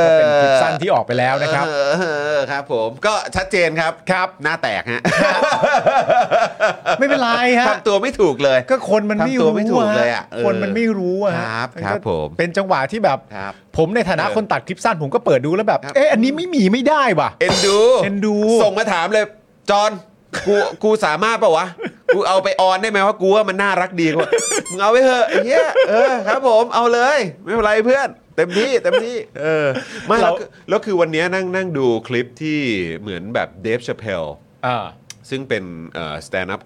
ก็ เป็นคลิปสั้นที่ออกไปแล้วนะครับ ครับผม ก็ชัดเจนครับ ครับ หน้าแตกฮะ ไม่เป็นไรฮะ ทำตัวไม่ถูกเลย ก็คนมันไม่ ทำตัว รู้ ไม่ถูกเลยอะเออ คนมันไม่รู้อะฮะ ครับ น ครั ก็ บผม เป็นจังหวะที่แบบ ครับ ผมในฐานะ เออ คนตัดคลิปสั้นผมก็เปิดดูแล้วแบบ ครับ เอ๊ะอันนี้ไม่มีไม่ได้ว่ะ เอ็นดู เอ็นดู ส่งมาถามเลย จอน กู กูสามารถปะวะ กูเอาไปออนได้ไหมว่ากูว่ามันน่ารักดีกว่ามึงเอาไปเถอะไอ้เฮียเออครับผม เอาเลย ไม่เป็นไรเพื่อน เต็มที่เต็มที่ เออ ไม่แล้วคือแล้วคือวันเนี้ยนั่งนั่งดูคลิปที่เหมือนแบบเดฟชาเพล อ่า ซึ่งเป็นสแตนด์อัพ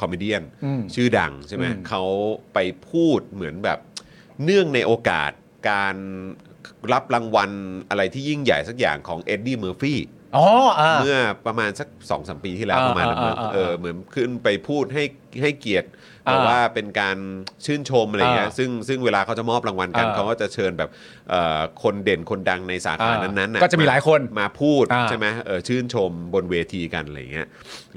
คอมเมดี้ อืม ชื่อดังใช่ไหม อืม เขาไปพูดเหมือนแบบเนื่องในโอกาสการรับรางวัลอะไรที่ยิ่งใหญ่สักอย่างของเอ็ดดี้เมอร์ฟี่ ๋ออ่า เมื่อประมาณสัก2อสปีที่แล้ว อ่า ประมาณนั้นมั้ง อ่าอ่า เออเหมือนขึ้นไปพูดให้ให้เกียรติ อ่า แต่ว่าเป็นการชื่นชมอะไรอย่างเงี้ย อ่า ซึ่งซึ่งเวลาเขาจะมอบรางวัลกัน อ่า เขาก็จะเชิญแบบเอ่อคนเด่นคนดังในสาขา อ่า นั้นๆน ก็จะมีหลายคน มาพูด อ่า ใช่ไหมเออชื่นชมบนเวทีกันอะไรอย่างเงี้ย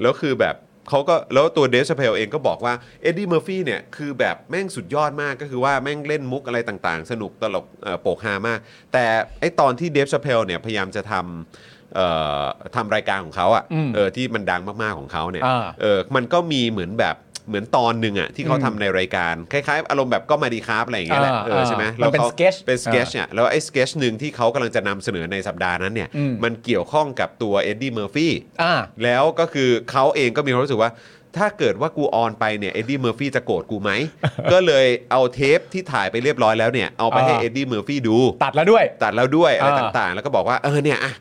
แล้วคือแบบเขาก็แล้วตัวเดฟชาเพลเองก็บอกว่าเอ็ดดี้เมอร์ฟี่เนี่ยคือแบบแม่งสุดยอดมากก็คือว่าแม่งเล่นมุกอะไรต่างๆ สนุกตลกเอ่อโปกฮามาก แต่ไอตอนที่เดฟชาเพลเนี่ยพยายามจะทำเอ่อทำรายการของเขาอะ อืม เออที่มันดังมากๆของเขาเนี่ย อ่า เออมันก็มีเหมือนแบบ เหมือนตอนหนึ่งอ่ะที่เขาทำในรายการ คล้ายๆ อารมณ์แบบก็มาดีครับอะไรอย่างเงี้ยแหละ อ่า เออใช่ไหม อ่า แล้ว มันเป็น ขา sketch เป็นสเกจเนี่ยแล้วไอ้สเกจหนึ่งที่เขากำลังจะนำเสนอในสัปดาห์นั้นเนี่ย อืม มันเกี่ยวข้องกับตัวเอ็ดดี้เมอร์ฟี่ อ่า แล้วก็คือเขาเองก็มีความรู้สึกว่า ถ้าเกิดว่ากูออนไปเนี่ยเอ็ดดี้เมอร์ฟี่จะโกรธกู ไหม ก็เลยเอาเทปที่ถ่ายไปเรียบร้อยแล้วเนี่ยเอาไปให้ อ่า เอ็ดดี้เมอร์ฟี่ดู ตัดแล้วด้วย ตัดแล้วด้วยอะไร อ่า ต่างๆ แล้วก็บอกว่าเออเนี่ยอ่ะ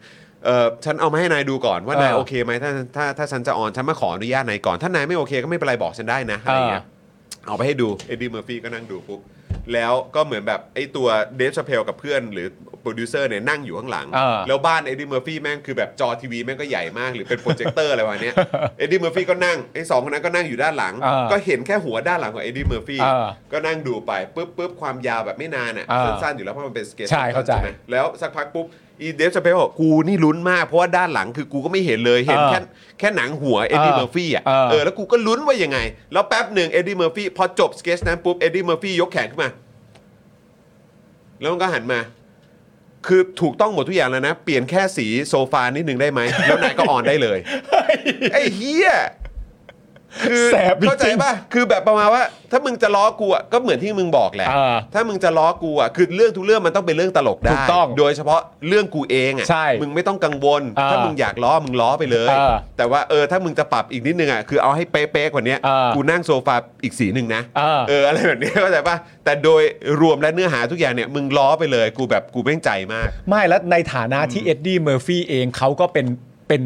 เออฉันเอามาให้นายดูก่อนว่านาย เออ โอเคไหมถ้าถ้าถ้าฉันจะออนฉันมาขออนุญาตนายก่อน ถ้านายไม่โอเคก็ไม่เป็นไรบอกฉันได้นะอะไรเงี้ย เอ เอาไปให้ดูเอ็ดดี้เมอร์ฟี่ก็นั่งดูปุ๊บแล้วก็เหมือนแบบไอ้ตัวเดฟชาเพลกับเพื่อนหรือโปรดิวเซอร์เนี่ยนั่งอยู่ข้างหลัง เออ แล้วบ้านเอ็ดดี้เมอร์ฟี่แม่งคือแบบจอทีวีแม่งก็ใหญ่มากหรือเป็นโปรเจคเตอร์อะไรประมาณเนี้ย เอ็ดดี้เมอร์ฟี่ก็นั่งไอ้สองคนนั้นก็นั่งอยู่ด้านหลัง เออ ก็เห็นแค่หัวด้านหลังของเอ็ดดี้เมอร์ฟี่ เออ ก็นั่งดูไปปุ๊บปุ๊บความยาวแบบไม่นานอ่ะ เออ สั้นๆอยู่แล้วเพราะมันเป็นสเกจ ใช่เข้าใจ ไหม แล้วสักพักปุ๊บอีเดฟจะไปบอกกูนี่ลุ้นมากเพราะว่าด้านหลังคือกูก็ไม่เห็นเลยเห็น เออ แค่แค่หนังหัวเอ็ดดี้ เออ เมอร์ฟี่อ่ะ เออ เออแล้วกูก็ลุ้นว่ายังไง แล้วแป๊บหนึ่งเอ็ดดี้เมอร์ฟี่พอจบสเกจนั้นปุ๊บเอ็ดดี้เมอร์ฟี่ยกแขนขึ้นมา แล้วมันก็หันมา คือถูกต้องหมดทุกอย่างแล้วนะ เปลี่ยนแค่สีโซฟานิดหนึ่งได้ไหมแล้วนายก็อ อนได้เลย ไอ้เฮียคือ แสบจริง เข้าใจป่ะ คือแบบประมาณว่า ถ้ามึงจะล้อกูอ่ะก็เหมือนที่มึงบอกแหละ เออ ถ้ามึงจะล้อกูอ่ะคือเรื่องทุกเรื่องมันต้องเป็นเรื่องตลกได้ ถูกต้อง โดยเฉพาะเรื่องกูเองอ่ะ ใช่ มึงไม่ต้องกังวล เออ ถ้ามึงอยากล้อมึงล้อไปเลย เออ แต่ว่าเออถ้ามึงจะปรับอีกนิดนึงอ่ะคือเอาให้เป๊ะๆกว่านี้ เออ กูนั่งโซฟาอีกสีหนึ่งนะ เออ เอออะไรแบบนี้เข้าใจป่ะแต่โดยรวมและเนื้อหาทุกอย่างเนี่ยมึงล้อไปเลย กูแบบกูแม่งใจมาก ไม่แล้วในฐานะที่เอ็ดดี้เมอร์ฟี่เองเขาก็เป็นเป็น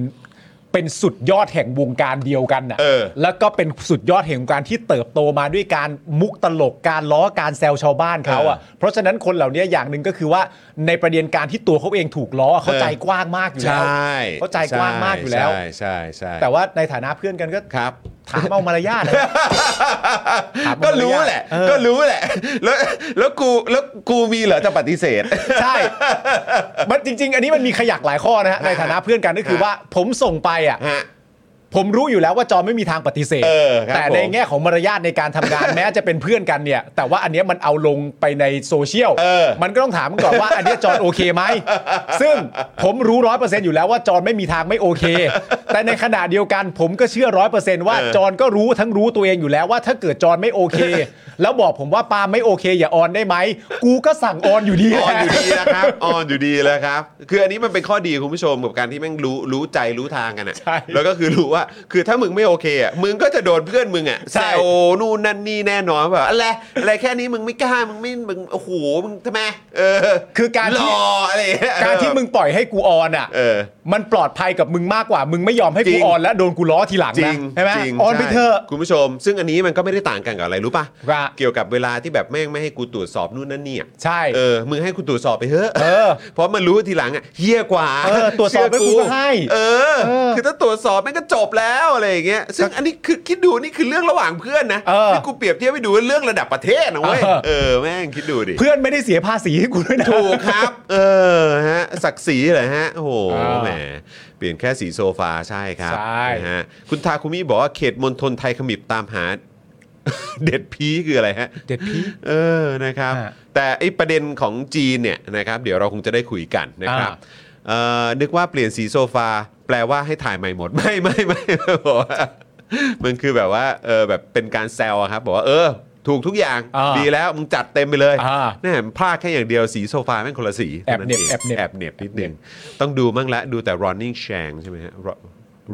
เป็นสุดยอดแห่งวงการเดียวกันน่ะ เออ แล้วก็เป็นสุดยอดแห่งวงการที่เติบโตมาด้วยการมุกตลกการล้อการแซวชาวบ้านเขาอ่ะ เออ เพราะฉะนั้นคนเหล่านี้อย่างหนึ่งก็คือว่าในประเด็นการที่ตัวเขาเองถูกล้อเขา เออ ใจกว้างมากอยู่ ใช แล้ว ่ เข้าใจกว้างมากอยู่แล้ว ใช่ใช่ใช่ แต่ว่าในฐานะเพื่อนกันก็ ครับ ถามเอามารยาทนะ ถาม ก็รู้แหละ เออ ก็รู้แหละ แล้วแล้วกูแล้วกูมีเหรอจะปฏิเสธ ใช่ มันจริง ๆ อันนี้มันมีขยักหลายข้อนะฮะในฐานะเพื่อนกันก็คือว่าผมส่งไปอ่ะ ฮะ ผมรู้อยู่แล้วว่าจอมไม่มีทางปฏิเสธ เออครับ แต่ ผม ในแง่ของมารยาทในการทำงาน แม้จะเป็นเพื่อนกันเนี่ย แต่ว่าอันเนี้ยมันเอาลงไปในโซเชียล เออ มันก็ต้องถามก่อนว่า อันเนี้ยจอนโอเคไหม ซึ่งผมรู้ร้อยเปอร์เซ็นต์อยู่แล้วว่าจอนไม่มีทางไม่โอเค แต่ในขณะเดียวกันผมก็เชื่อร้อยเปอร์เซ็นต์ว่า เออ จอนก็รู้ทั้งรู้ตัวเองอยู่แล้วว่าถ้าเกิดจอนไม่โอ เค แล้วบอกผมว่าปาล์มไม่โอเค อย่าออนได้ไหม กูก็สั่งออนอยู่ดี ออนอยู่ดีนะครับออนอยู่ดีแล้วครับ คืออันนี้มันเป็นข้อดีคุณผู้ชมกับการที่แม่งรู้รู้ใจรู้ทางกันอ่ะ ใช่ แล้วก็คือรู้ว่าคือถ้ามึงไม่โอเคอ่ะมึงก็จะโดนเพื่อนมึงอ่ะ ใช่ แซวนู่นนั่นนี่แน่นอนแบบอะไรอะไรแค่นี้มึงไม่กล้ามึงไม่มึงโอ้โหมึงทำไมเออ คือการที่ หล่ออะไรอย่เย การที่มึงปล่อยให้กูออนอ่ะ เออ มันปลอดภัยกับมึงมากกว่า มึงไม่ยอมให้ จริ กู ง ออนและโดนกูล้อทีหลัง จริ นะ ง ใช่ไหม จริง ออนไป ใช่ เถอะ คุณผู้ชม ซึ่งอันนี้มันก็ไม่ได้ต่างกันกับอะไรรู้ป่ะ ว่า เกี่ยวกับเวลาที่แบบแม่งไม่ให้กูตรวจสอบนู่นนั่นนี่อะ ใช่ เออมึงให้กูตรวจสอบไปเถอะ เออ เพราะมันรู้ทีหลังอ่ะเฮี้ยกว่า เออตรวจสอบไปกูก็ให้ เออ เออ คือถ้าตรวจสอบแม่งก็จบแล้วอะไรอย่างเงี้ยซึ่งอันนี้คือคิดดูนี่คือเรื่องระหว่างเพื่อนนะ เออ ที่กูเปรียบเทียบไปดูว่าเรื่องระดับประเทศนะเว้ย เออ เออแม่งคิดดูดิ เพื่อนไม่ได้เสียภาษีให้กูด้วยนะ ถูกครับ เออฮะศักดิ์ศรีเหรอฮะโอ้โห เออ แหมเปลี่ยนแค่สีโซฟาใช่ครับ ใช่ นะฮะคุณทาคุมิบอกว่าเขตมณฑลไทยขมิบตามห า เด็ดพีคืออะไรฮะ เด็ดพี่ เออ นะครับ ฮะ แต่ไอประเด็นของจีนเนี่ยนะครับ เดี๋ยวเราคงจะได้คุยกันนะครับ อ่า เอ่อนึกว่าเปลี่ยนสีโซฟา แปลว่าให้ถ่ายใหม่หมด ไม่ไม่ไม่ไม่บอกว่ามันคือแบบว่าเออแบบเป็นการแซวอะครับ บอกว่าเออ ถูกทุกอย่าง อ่า ดีแล้วมึงจัดเต็มไปเลย อ่า แนี่พลาดแค่อย่างเดียวสีโซฟาแม่งคนละสี แอบเหน็บ ท่า แอบเหน็บ แอบเหน็บนิดนึงต้องดูมั่งละดูแต่ Running Shang ใช่ไหมฮะ Ro-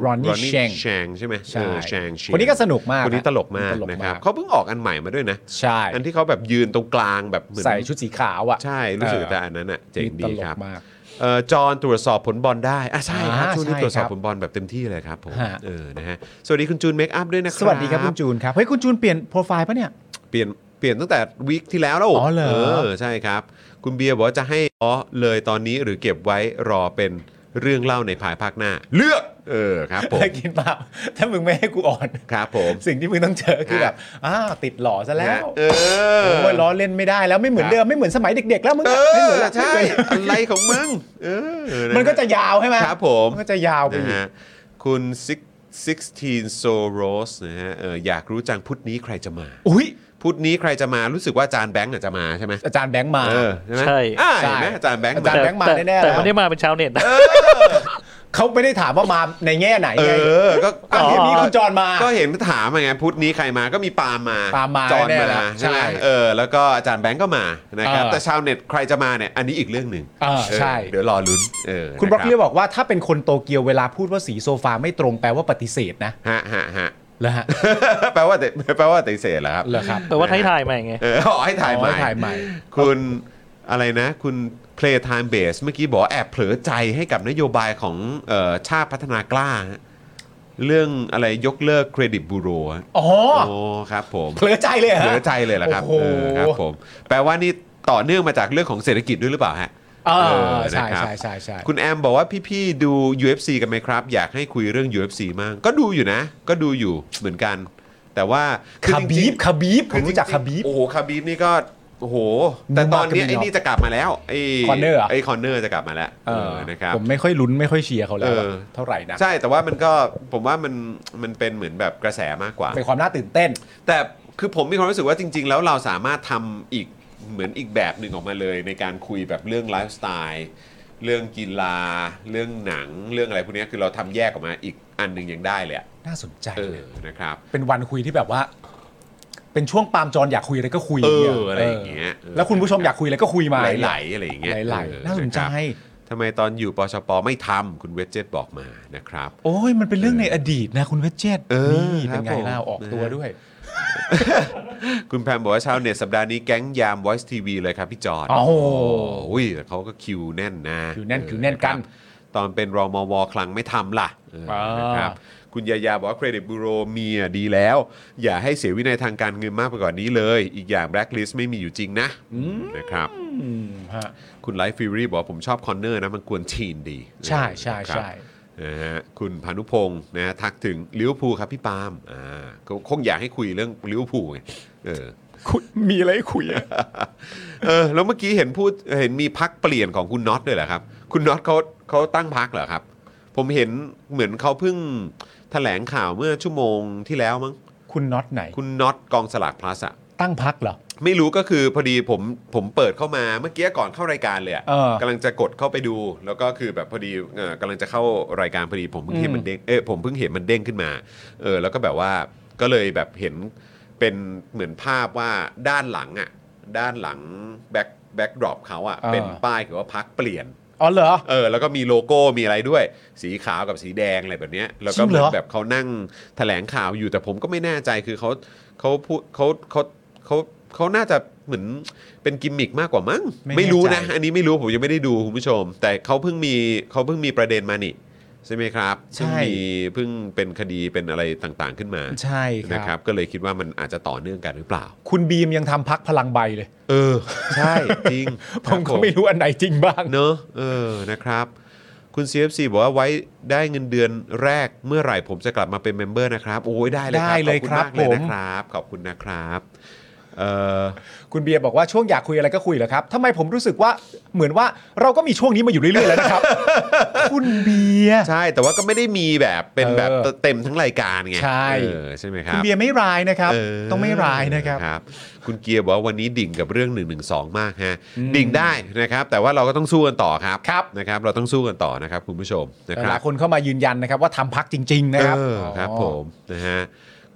Ronnie Chang Chang ใช่ไหม ใช่ เออ Chang Chang คนนี้ก็สนุกมาก คนนี้ตลกมา ค ก นนี้ตลกมาก นะครับเขาเพิ่งออกอันใหม่มาด้วยนะ ใช่ อันที่เขาแบบยืนตรงกลางแบบเหมือน ใส่ชุดสีขาวอ่ะ ใช่รู้สึก เออ แต่อันนั้นอ่ะเจ๋งดี นี่ตลก ครับ มาก เอ่อจอห์นตรวจสอบผลบอลได้อ่ะใช่ครับ อ่า ช่วงนี้ ใช่ ตรวจสอบ ครับ ผลบอลแบบเต็มที่เลยครับผม ฮะ เออนะฮะสวัสดีคุณจูนเมคอัพด้วยนะครับ สวัสดีครับคุณจูนครับ เฮ้ย คุณจูนเปลี่ยนโปรไฟล์ปะเนี่ย เปลี่ยนเปลี่ยนตั้งแต่วีคที่แล้วแล้ว อ๋อเหรอ ใช่ครับ คุณเบียร์บอกว่าจะให้อ๋อเลยตอนนี้หรือเก็บไว้รอเป็นเรื่องเล่าในภายภาคหน้า เลือกเออครับผม ได้กินเปล่าถ้ามึงไม่ให้กูอ่อน ครับผม สิ่งที่มึงต้องเจอคือแบบอ้าวติดหล่อซะแล้ ฮะ ว เออ โอ้ยล้อเล่นไม่ได้แล้วไม่เหมือน ครับ เดิมไม่เหมือนสมัยเด็ก ๆ แล้วมึง เอ อะไม่เหมื อน แล้ว ใช่อะไรของมึงเออฮ มันก็จะยาวใช่ไหม ครับผม นก็จะยาวไป นะ อีก ฮะคุณ16 s o r o s นะฮะเอออยากรู้จังพุธนี้ใครจะมา อุ้ย พุธนี้ใครจะมารู้สึกว่าอาจารย์แบงค์น่ะจะมาใช่ไหม อาจารย์แบงค์มา เออใช่ไหม ใช่ อ่าเห็นไหมอาจารย์แบงค์ อาจารย์ ม แบงค์มาแน่ๆ แต่ แล้ว ไม่ได้มาเป็นชาวเน็ตนะ เขาไม่ได้ถามว่ามาในแง่ไหน เอ ไง อ ก็ก็ ก็ เห็ เห็ น น มี มี คุ คุณ ณ จ จ อ อน น มา มา ก็เห็นถามมาไงพุธนี้ใครมาก็มีปาล์มมา ปาล์มมา จอน แน่ๆ มา ละ ใช่ไหม ใช่ เออ แล้วก็อาจารย์แบงก์ก็มานะครับ เออ แต่ชาวเน็ตใครจะมาเนี่ยอันนี้อีกเรื่องหนึ่ง เออใช่ เออเดี๋ยวรอลุ้นเออ คุณบล็อกเกอ นะ ร์บอกว่าถ้าเป็นคนโตเกียวเวลาพูดว่าสีโซฟาไม่ตรงแปลว่าปฏิเสธนะ ฮะฮะฮะ เหรอฮะ แปลว่าแต่แปลว่าแต่เสธเหรอครับ เหรอครับ แปลว่าไทยถ่ายใหม่ไง เอออ๋อให้ถ่ายใหม่ อ๋อถ่ายใหม่ คุณอะไรนะ คุณ Playtime Base เมื่อกี้บอกว่าแอบเผลอใจให้กับนโยบายของเอ่อชาติพัฒนากล้าฮะเรื่องอะไรยกเลิกเครดิตบูโรฮะ อ๋อ โอ้ครับผม เผลอใจเลย เห ฮะ ลือใจเลยเหรอครับ โอ้โห เออครับผม แปลว่านี่ต่อเนื่องมาจากเรื่องของเศรษฐกิจด้วยหรือเปล่าฮะ เอ เอ อ อ ใช่ นะครับ ใช่ใช่ใช่ คุณแอมบอกว่าพี่ๆดู UFC กันไหมครับ อยากให้คุยเรื่อง UFC มากก็ดูอยู่นะ ก็ดูอยู่เหมือนกัน แต่ว่าอ คา จงๆ บีบคาบีบผ อ มรู้จัก งๆ คาบีบ โอ้โหคาบีบนี่ก็โอ้โห แต่ตอนเนี้ยไอ้นี่จะกลับมาแล้วไอ้ คอนเนอร์เหรอ ไอ้คอนเนอร์จะกลับมาแล้วเออนะครับ ผมไม่ค่อยลุ้นไม่ค่อยเชียร์เขาแล้วอะ เออ เท่าไหร่นะ ใช่แต่ว่ามันก็ผมว่ามันมันเป็นเหมือนแบบกระแสมากกว่า เป็นความน่าตื่นเต้น แต่คือผมมีความรู้สึกว่าจริง ๆ แล้วเราสามารถทำอีกเหมือนอีกแบบหนึ่งออกมาเลย ในการคุยแบบเรื่องไลฟ์สไตล์เรื่องกีฬา เรื่องหนังเรื่องอะไรพวกเนี้ยคือเราทำแยกออกมาอีกอันหนึ่งยังได้เลยอะ น่าสนใจ เออ นะ นะครับ เป็นวันคุยที่แบบว่า เป็นช่วงปาล์มจรอยากคุยอะไรก็คุย เอ เงี้ย ออะไรอย่างเงี้ย ออแล้วคุณผู้ชมอยากคุยอะไรก็คุยมา ไหลๆอะไรอย่างเงี้ย ไหล เออ ๆน่าสนใจ ะครับทำไมตอนอยู่ปชปไม่ทำคุณเวจเจตบอกมานะครับ โอ้ยมันเป็นเรื่องในอดีตนะ คุณเพชรเจต เออ นี่ ครั เป็ บ นไงล่า ผม ออกตัวด้วย คุณแพมบอกว่าชาวเน็ตสัปดาห์นี้แก๊งยาม Voice TV เลยครับพี่จอร์ด โอ้โห อุ้ยแต่เขาก็คิวแน่นนะ คิวแน่น เออ คิวแน่นกันะครับ ตอนเป็นรอมวคลังไม่ทำล่ะเออ อ่าน นะครับคุณยายาบอกว่าเครดิตบูโรมีอ่ะดีแล้ว อย่าให้เสียวินัยทางการเงินมากไปกว่านนี้เลย อีกอย่างแบล็คลิสต์ไม่มีอยู่จริงนะนะครับ อืมฮะ คุณไลฟ์ฟิรีบอกว่าผมชอบคอนเนอร์นะ มันกวนทีนดี ใช่ใช่ ครับ ใช่ นะฮะคุณพานุพงศ์นะฮะทักถึงลิเวอร์พูลครับพี่ปาล์มอ่าเขาคงอยากให้คุยเรื่องลิเวอร์พูลไงเออ คุณมีอะไรให้คุยอะ เออแล้วเมื่อกี้เห็นพูดเห็นมีพักเปลี่ยนของคุณน็อตด้วยเหรอครับ คุณน็อตเขาเขาตั้งพักเหรอครับ ผมเห็นเหมือนเขาเพิ่งแถลงข่าวเมื่อชั่วโมงที่แล้วมั้ง คุณน็อตไหน คุณน็อตกองสลากพลัสอะ ตั้งพักเหรอ ไม่รู้ก็คือพอดีผมผมเปิดเข้ามาเมื่อกี้ก่อนเข้ารายการเลยอะ เออก ำลังจะกดเข้าไปดู แล้วก็คือแบบพอดีเออกำลังจะเข้ารายการพอดีผมเพิ่งเห็น อืม มันเด้งเออผมเพิ่งเห็นมันเด้งขึ้นมาเออแล้วก็แบบว่าก็เลยแบบเห็นเป็นเหมือนภาพว่าด้านหลังอะด้านหลังแบ็คแบ็คดรอปเขาอะ เออ เป็นป้ายคือว่าพักเปลี่ยน อ๋อเหรอ เออแล้วก็มีโลโก้มีอะไรด้วย สีขาวกับสีแดงอะไรแบบเนี้ยแล้วก็ จริง เห เหร มื อ อนแบบเขานั่งแถลงข่าวอยู่แต่ผมก็ไม่แน่ใจคือเขาเขาพูดเขาเขาเขาเขาน่าจะเหมือนเป็นกิมมิกมากกว่ามั้ง ไม่ รู้ แน่ นะ ใจ อันนี้ไม่รู้ผมยังไม่ได้ดูคุณผู้ชม แต่เขาเพิ่งมีเขาเพิ่งมีประเด็นมานี่ใช่ไหมครับซึ่งมีเพิ่งเป็นคดีเป็นอะไรต่างๆขึ้นมา ใช่ นะค ค รั รับ บ ก็เลยคิดว่ามันอาจจะต่อเนื่องกันหรือเปล่า คุณบีมยังทำพักพลังใบเลย เออ ใช่จริง ผ ครับ มก็ไม่รู้อันไหนจริงบ้าง เนอะเออนะครับ คุณ CFC บอกว่าไว้ได้เงินเดือนแรกเมื่อไหร่ผมจะกลับมาเป็นเมมเบอร์นะครับ โอ้ยได้เลยครั ได้เลขอบยคุณมากเลย ครับผม นะครับ ขอบคุณนะครับเออ คุณเบียร์บอกว่าช่วงอยากคุยอะไรก็คุยเหรอครับทำไมผมรู้สึกว่าเหมือนว่าเราก็มีช่วงนี้มาอยู่เรื่อยๆแล้ว นะครับ คุณเบียร์ ใช่แต่ว่าก็ไม่ได้มีแบบเป็น เออ แบบเต็มทั้งรายการไง ใช่ เออใช่ไหมค คุณ รับ เบียร์ไม่ร้ายนะครับ เ ต้องไม่ร้ายนะครับ คุณเกียร์บอกว่าวันนี้ดิ่งกับเรื่อง 1 1 2 มากฮะดิ่งได้นะครับ แต่ว่าเราก็ต้องสู้กันต่อครับ ครับ นะครับ เราต้องสู้กันต่อนะครับคุณผู้ชมนะค ห รั ลา บ ยคนเข้ามายืนยันนะครับว่าทำพักจริง ๆ นะครับ เออครับผมนะฮะ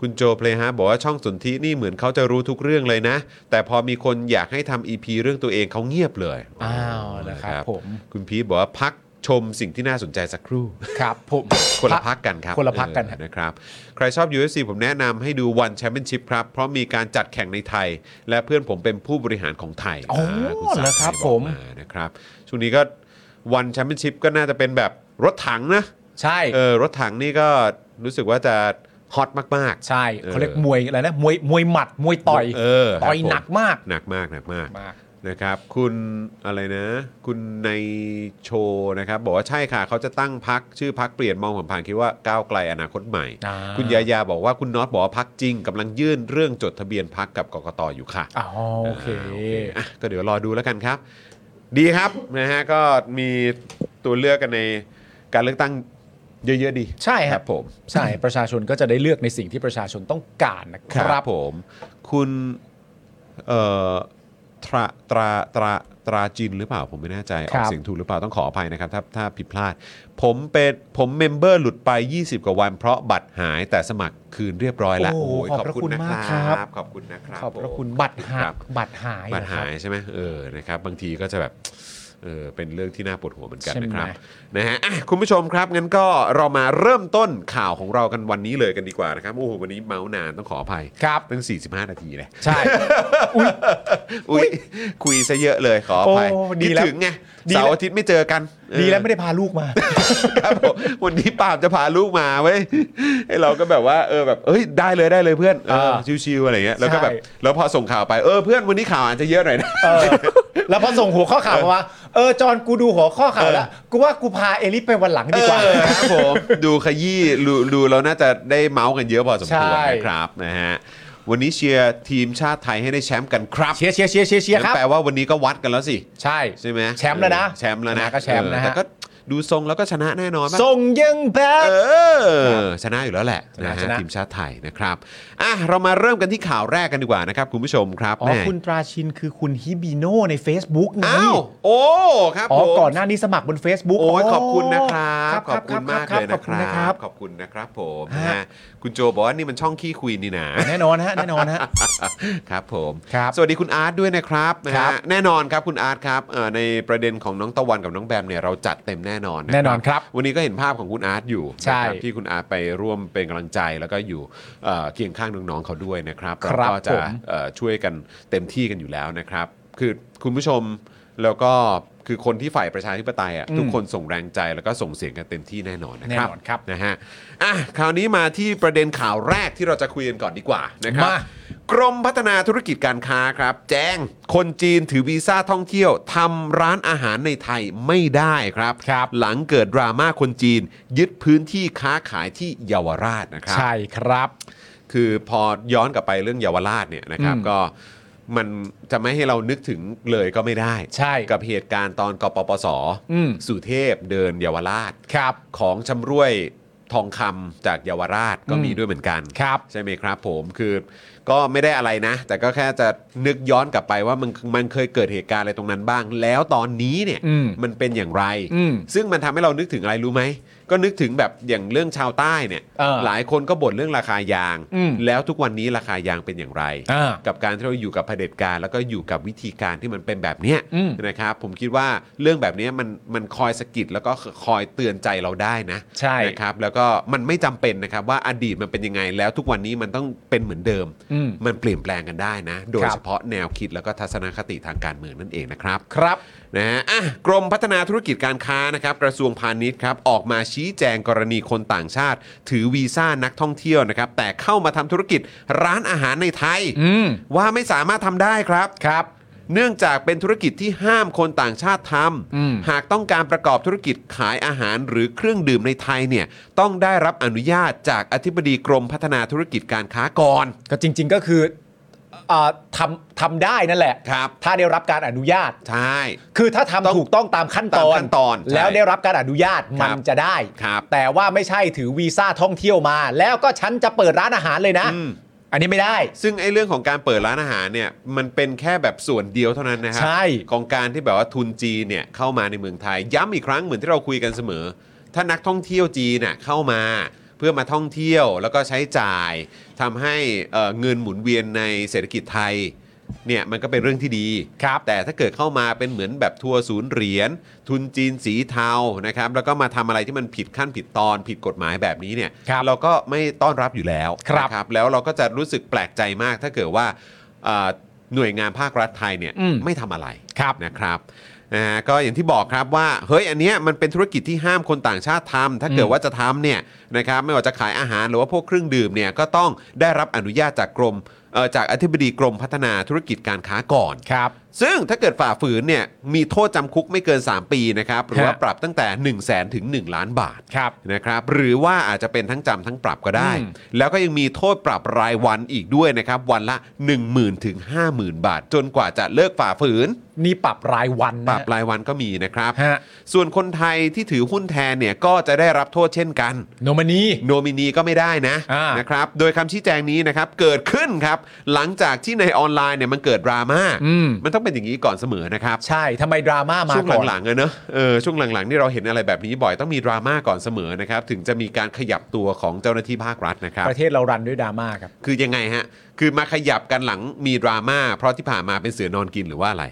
คุณโจเพลฮะบอกว่าช่องสนธินี่เหมือนเขาจะรู้ทุกเรื่องเลยนะ แต่พอมีคนอยากให้ทำ EP เรื่องตัวเองเขาเงียบเลย อ้าวนะครับผม คุณพีทบอกว่าพักชมสิ่งที่น่าสนใจสักค รู่ ครับผม คนละพักกันครับ คนละพรรคกัน เอ ฮะ อนะครับ ใครชอบ UFC ผมแนะนำให้ดูวันแชมเปี้ยนชิพครับ เพราะมีการจัดแข่งในไทย และเพื่อนผมเป็นผู้บริหารของไทย อ๋ออ่ าคุณสา เหรอครับ ไทย ผม อกานะครับช่วงนี้ก็วันแชมเปี้ยนชิพก็น่าจะเป็นแบบรถถังนะ ใช่ เออรถถังนี่ก็รู้สึกว่าจะฮอตมาก ใช่ เออ เขาเรียกมวยอะไรนะมวยมวยหมัดมวย ๆ ต่อย เออ ต่อคยรับผม หนักมาก หนักมากหนักมาก มาก นะครับ คุณอะไรนะ คุณในโชว์นะครับ บอกว่าใช่ค่ะเขาจะตั้งพักชื่อพักเปลี่ยนมองผ่านๆคิดว่าก้าวไกลอนาคตใหม่ อ่า คุณยายาบอกว่าคุณน็อตบอกว่าพักจริงกำลังยื่นเรื่องจดทะเบียนพักกับกกตอยู่ค่ะ อ๋อโอเค อ่ะก็เดี๋ยวรอดูแล้วกันครับ ดีครับนะฮะก็มีตัวเลือกกันในการเลือกตั้งเยอะๆดี ใช่คครับรับผม ใช่ประชาชนก็จะได้เลือกในสิ่งที่ประชาชนต้องการนะคครั รั บบ ผม คุณเอ่อตราตราตรา ตราจินหรือเปล่าผมไม่แน่ใจอ ครั อก บ เสียงถูกหรือเปล่าต้องขออภัยนะครับถ้าถ้าผิดพลาด ผมเป็นผมเมมเบอร์หลุดไป 20 กว่าวัน เพราะบัตรหายแต่สมัครคืนเรียบร้อยแล้ว โอ้โห โอ้ย ขอบพระคุณ นะ มาก ค ครั รับ บ ขอบคุณนะครับ ขอบพระ ผม คุณบัตรหา ครั ย บ บัตรหาย บัตรหาย นะค ใช่ไหมเออนะครับบางทีก็จะแบบเออเป็นเรื่องที่น่าปวดหัวเหมือนกัน ใช่ไหม นะครับนะฮะอ่ะคุณผู้ชมครับงั้นก็เรามาเริ่มต้นข่าวของเรากันวันนี้เลยกันดีกว่านะครับโอ้โหวันนี้เมาส์นานต้องขออภัย ครับ ตั้ง 45 นาที เลย ใช่ อุ้ยคุยซะเยอะเลยขออภัย โอ้ดี คิด แล้ว ถึงไง ดีแล้ว เสาร์อาทิตย์ไม่เจอกันเออ ดีแล้วไม่ได้พาลูกมา ครับผมวันนี้ปาล์มจะพาลูกมาเว้ยไอ้เราก็แบบว่าเออแบบเอ้ยได้เลยได้เลยเพื่อนเออ เออ ชิวๆอะไรเงี้ยแล้วก็แบบ ใช่ แล้วพอส่งข่าวไปเออเพื่อนวันนี้ข่าวอาจจะเยอะหน่อยนะ เออแล้วพอส่งหัวข้อข่าวมาว่าเออจอนกูดูหัวข้อข่าวแล้วกูว่ากูพาเอลิสไปวันหลังดีกว่า เออครับผมดูขยี้ดูดูเราน่าจะได้เมาส์กันเยอะพอสมควร ใช่ นะครับนะฮะวันนี้เชียร์ทีมชาติไทยให้ได้แชมป์กันครับ เชียร์เชียร์เชียร์เชียร์เชียร์ครับ งั้นแปลว่าวันนี้ก็วัดกันแล้วสิ ใช่ ใช่ไหม แชมป์แล้วนะ แชมป์แล้วนะ ก็แชมป์นะฮะ แต่ก็ดูทรงแล้วก็ชนะแน่นอนปะ ส่งยังแบด เออชนะอยู่แล้วแหละ ชนะ นะฮะ ชนะ ทีมชาติไทยนะครับอ่ะเรามาเริ่มกันที่ข่าวแรกกันดีกว่านะครับ คุณผู้ชมครับ อ๋อ แม่ คุณตราชินคือคุณฮิบิโน่ใน Facebook ไง อ้าวโอ้ครับ อ๋อ ผม ก่อนหน้านี้สมัครบน Facebook โอ้ยขอบคุณนะครับ ขอบ รั คุณมาก รั เลย ข นะ อบ ค คุณนะค รั รั บบ ขอบคุณนะครับผม ฮะ นะฮะคุณโจบอกว่านี่มันช่องขี้คุยนี่นะ แน่นอนฮะแน่นอนฮะ ครับผม ครับ สวัสดีคุณอาร์ตด้วยนะครับนะ ครั ฮะ บ แน่นอนครับคุณอาร์ตครับเอ่อในประเด็นของน้องตะวันกับน้องแบมเนี่ยเราจัดเต็มแน่นอนนะ แน่นอนครับ วันนี้ก็เห็นภาพของคุณอาร์ตอยู่นะใช่ครับที่คุณอาร์ตไปร่วมเป็นกำลังใจแล้วก็อยู่เอ่อเคียงข้างน้องๆเขาด้วยนะครับ ครับ เราก็จะ ผม เอ่อช่วยกันเต็มที่กันอยู่แล้วนะครับ คือคุณผู้ชมแล้วก็คือคนที่ฝ่ายประชาธิปไตยอ่ะ อืม ทุกคนส่งแรงใจแล้วก็ส่งเสียงกันเต็มที่แน่นอนนะครั แน่นอนครับ นะฮะอ่ะคราวนี้มาที่ประเด็นข่าวแรกที่เราจะคุยกันก่อนดีกว่านะครับ มา กรมพัฒนาธุรกิจการค้าครับ แจ้งคนจีนถือวีซ่าท่องเที่ยวทำร้านอาหารในไทยไม่ได้ครับ ครับ หลังเกิดดราม่าคนจีน ยึดพื้นที่ค้าขายที่เยาวราชนะครับ ใช่ครับ คือพอย้อนกลับไปเรื่องเยาวราชเนี่ยนะครับ อืม ก็มันจะไม่ให้เรานึกถึงเลยก็ไม่ได้ ใช่ กับเหตุการณ์ตอนกปปส อืม สุเทพเดินเยาวราช ครับ ของชำร่วยทองคำจากเยาวราชก็ อืม มีด้วยเหมือนกัน ครับ ใช่ไหมครับผมคือก็ไม่ได้อะไรนะ แต่ก็แค่จะนึกย้อนกลับไปว่ามันมันเคยเกิดเหตุการณ์อะไรตรงนั้นบ้าง แล้วตอนนี้เนี่ย อืม มันเป็นอย่างไร อืม ซึ่งมันทำให้เรานึกถึงอะไรรู้ไหม ก็นึกถึงแบบอย่างเรื่องชาวใต้เนี่ย เออ หลายคนก็บ่นเรื่องราคายาง อืม แล้วทุกวันนี้ราคายางเป็นอย่างไร อ่า กับการที่เราอยู่กับเผด็จการ แล้วก็อยู่กับวิธีการที่มันเป็นแบบเนี้ย อืม นะครับผมคิดว่าเรื่องแบบเนี้ยมันมันคอยสะกิดแล้วก็คอยเตือนใจเราได้นะ ใช่ นะครับ ครับแล้วก็มันไม่จำเป็นนะครับว่าอดีตมันเป็นยังไงแล้วทุกวันนี้มันต้องเป็นเหมือนเดิม อืม มันเปลี่ยนแปลงกันได้นะ โดย ครับ เฉพาะแนวคิดแล้วก็ทัศนคติทางการเมืองนั่นเองนะครับ ครับ นะฮะอ่ะกรมพัฒนาธุรกิจการค้านะครับกระทรวงพาณิชย์ครับออกมาชี้แจงกรณีคนต่างชาติ ถือวีซ่านักท่องเที่ยวนะครับแต่เข้ามาทำธุรกิจร้านอาหารในไทย อืม ว่าไม่สามารถทำได้ครับ ครับ เนื่องจากเป็นธุรกิจที่ห้ามคนต่างชาติท อืม ำ หากต้องการประกอบธุรกิจขายอาหารหรือเครื่องดื่มในไทยเนี่ยต้องได้รับอนุญาตจากอธิบดีกรมพัฒนาธุรกิจการค้าก่อน ก็จริง ๆก็คืออ่าทำทำได้นั่นแหละ ครับ ถ้าได้รับการอนุญาต ใช่ คือถ้าทำถูกต้องตามขั้นตอ ตามขั้นตอนใช่ แล้วได้รับการอนุญาต ครับมันจะได้ ครับ แต่ว่าไม่ใช่ถือวีซ่าท่องเที่ยวมา แล้วก็ฉันจะเปิดร้านอาหารเลยนะ อืม อันนี้ไม่ได้ ซึ่งไอ้เรื่องของการเปิดร้านอาหารเนี่ยมันเป็นแค่แบบส่วนเดียวเท่านั้นนะครั ใช่ ของการที่แบบว่าทุนจีนเนี่ยเข้ามาในเมืองไทย ย้ำอีกครั้งเหมือนที่เราคุยกันเสมอ ถ้านักท่องเที่ยวจีนน่ะเข้ามาเพื่อมาท่องเที่ยวแล้วก็ใช้จ่ายทำให้เอ่อเงินหมุนเวียนในเศรษฐกิจไทยเนี่ยมันก็เป็นเรื่องที่ดี ครับ แต่ถ้าเกิดเข้ามาเป็นเหมือนแบบทัวร์ศูนย์เหรียญทุนจีนสีเทานะครับแล้วก็มาทำอะไรที่มันผิดขั้นผิดตอนผิดกฎหมายแบบนี้เนี่ย ครับ เราก็ไม่ต้อนรับอยู่แล้ว ครับ นะครับแล้วเราก็จะรู้สึกแปลกใจมากถ้าเกิดว่าเอ่อหน่วยงานภาครัฐไทยเนี่ย อืม ไม่ทำอะไร ครับ นะครับนะฮะก็อย่างที่บอกครับว่าเฮ้ยอันเนี้ยมันเป็นธุรกิจที่ห้ามคนต่างชาติทำถ้าเกิด อืม ว่าจะทำเนี่ยนะครับไม่ว่าจะขายอาหารหรือว่าพวกเครื่องดื่มเนี่ยก็ต้องได้รับอนุญาตจากกรมเอ่อจากอธิบดีกรมพัฒนาธุรกิจการค้าก่อน ครับ ซึ่งถ้าเกิดฝ่าฝืนเนี่ยมีโทษจำคุกไม่เกิน 3 ปีนะครับหรือว่า ฮะ ปรับตั้งแต่ 1 0 0 0 0แสนถึง 1 ล้านบาท ครับ นะครับหรือว่าอาจจะเป็นทั้งจำทั้งปรับก็ได้ อืม แล้วก็ยังมีโทษปรับรายวันอีกด้วยนะครับ วันละ 1 0,000 ถึง 50,000 บาท จนกว่าจะเลิกฝ่าฝืน นี่ปรับรายวัน ป นะ รับรายวันก็มีนะครับ ฮะ ส่วนคนไทยที่ถือหุ้นแทนเนี่ยก็จะได้รับโทษเช่นกัน โนมานี โนมินีก็ไม่ได้นะ อ่าน นะครับ โดยคำชี้แจงนี้นะครับ เกิดขึ้นครับ หลังจากที่ในออนไลน์เนี่ยมันเกิดดราม่า อืม มันต้องเป็นอย่างนี้ก่อนเสมอนะครับ ใช่ทำไมดราม่ามา ช่วง ก่อน หลังๆอะเนอะเออช่วงหลังๆนี่เราเห็นอะไรแบบนี้บ่อยต้องมีดราม่าก่อนเสมอนะครับ ถึงจะมีการขยับตัวของเจ้าหน้าที่ภาครัฐนะครับ ประเทศเรารันด้วยดราม่าครับ คือยังไงฮะ คือมาขยับกันหลังมีดราม่าเพราะที่ผ่านมาเป็นเสือนอนกินหรือว่า อะไร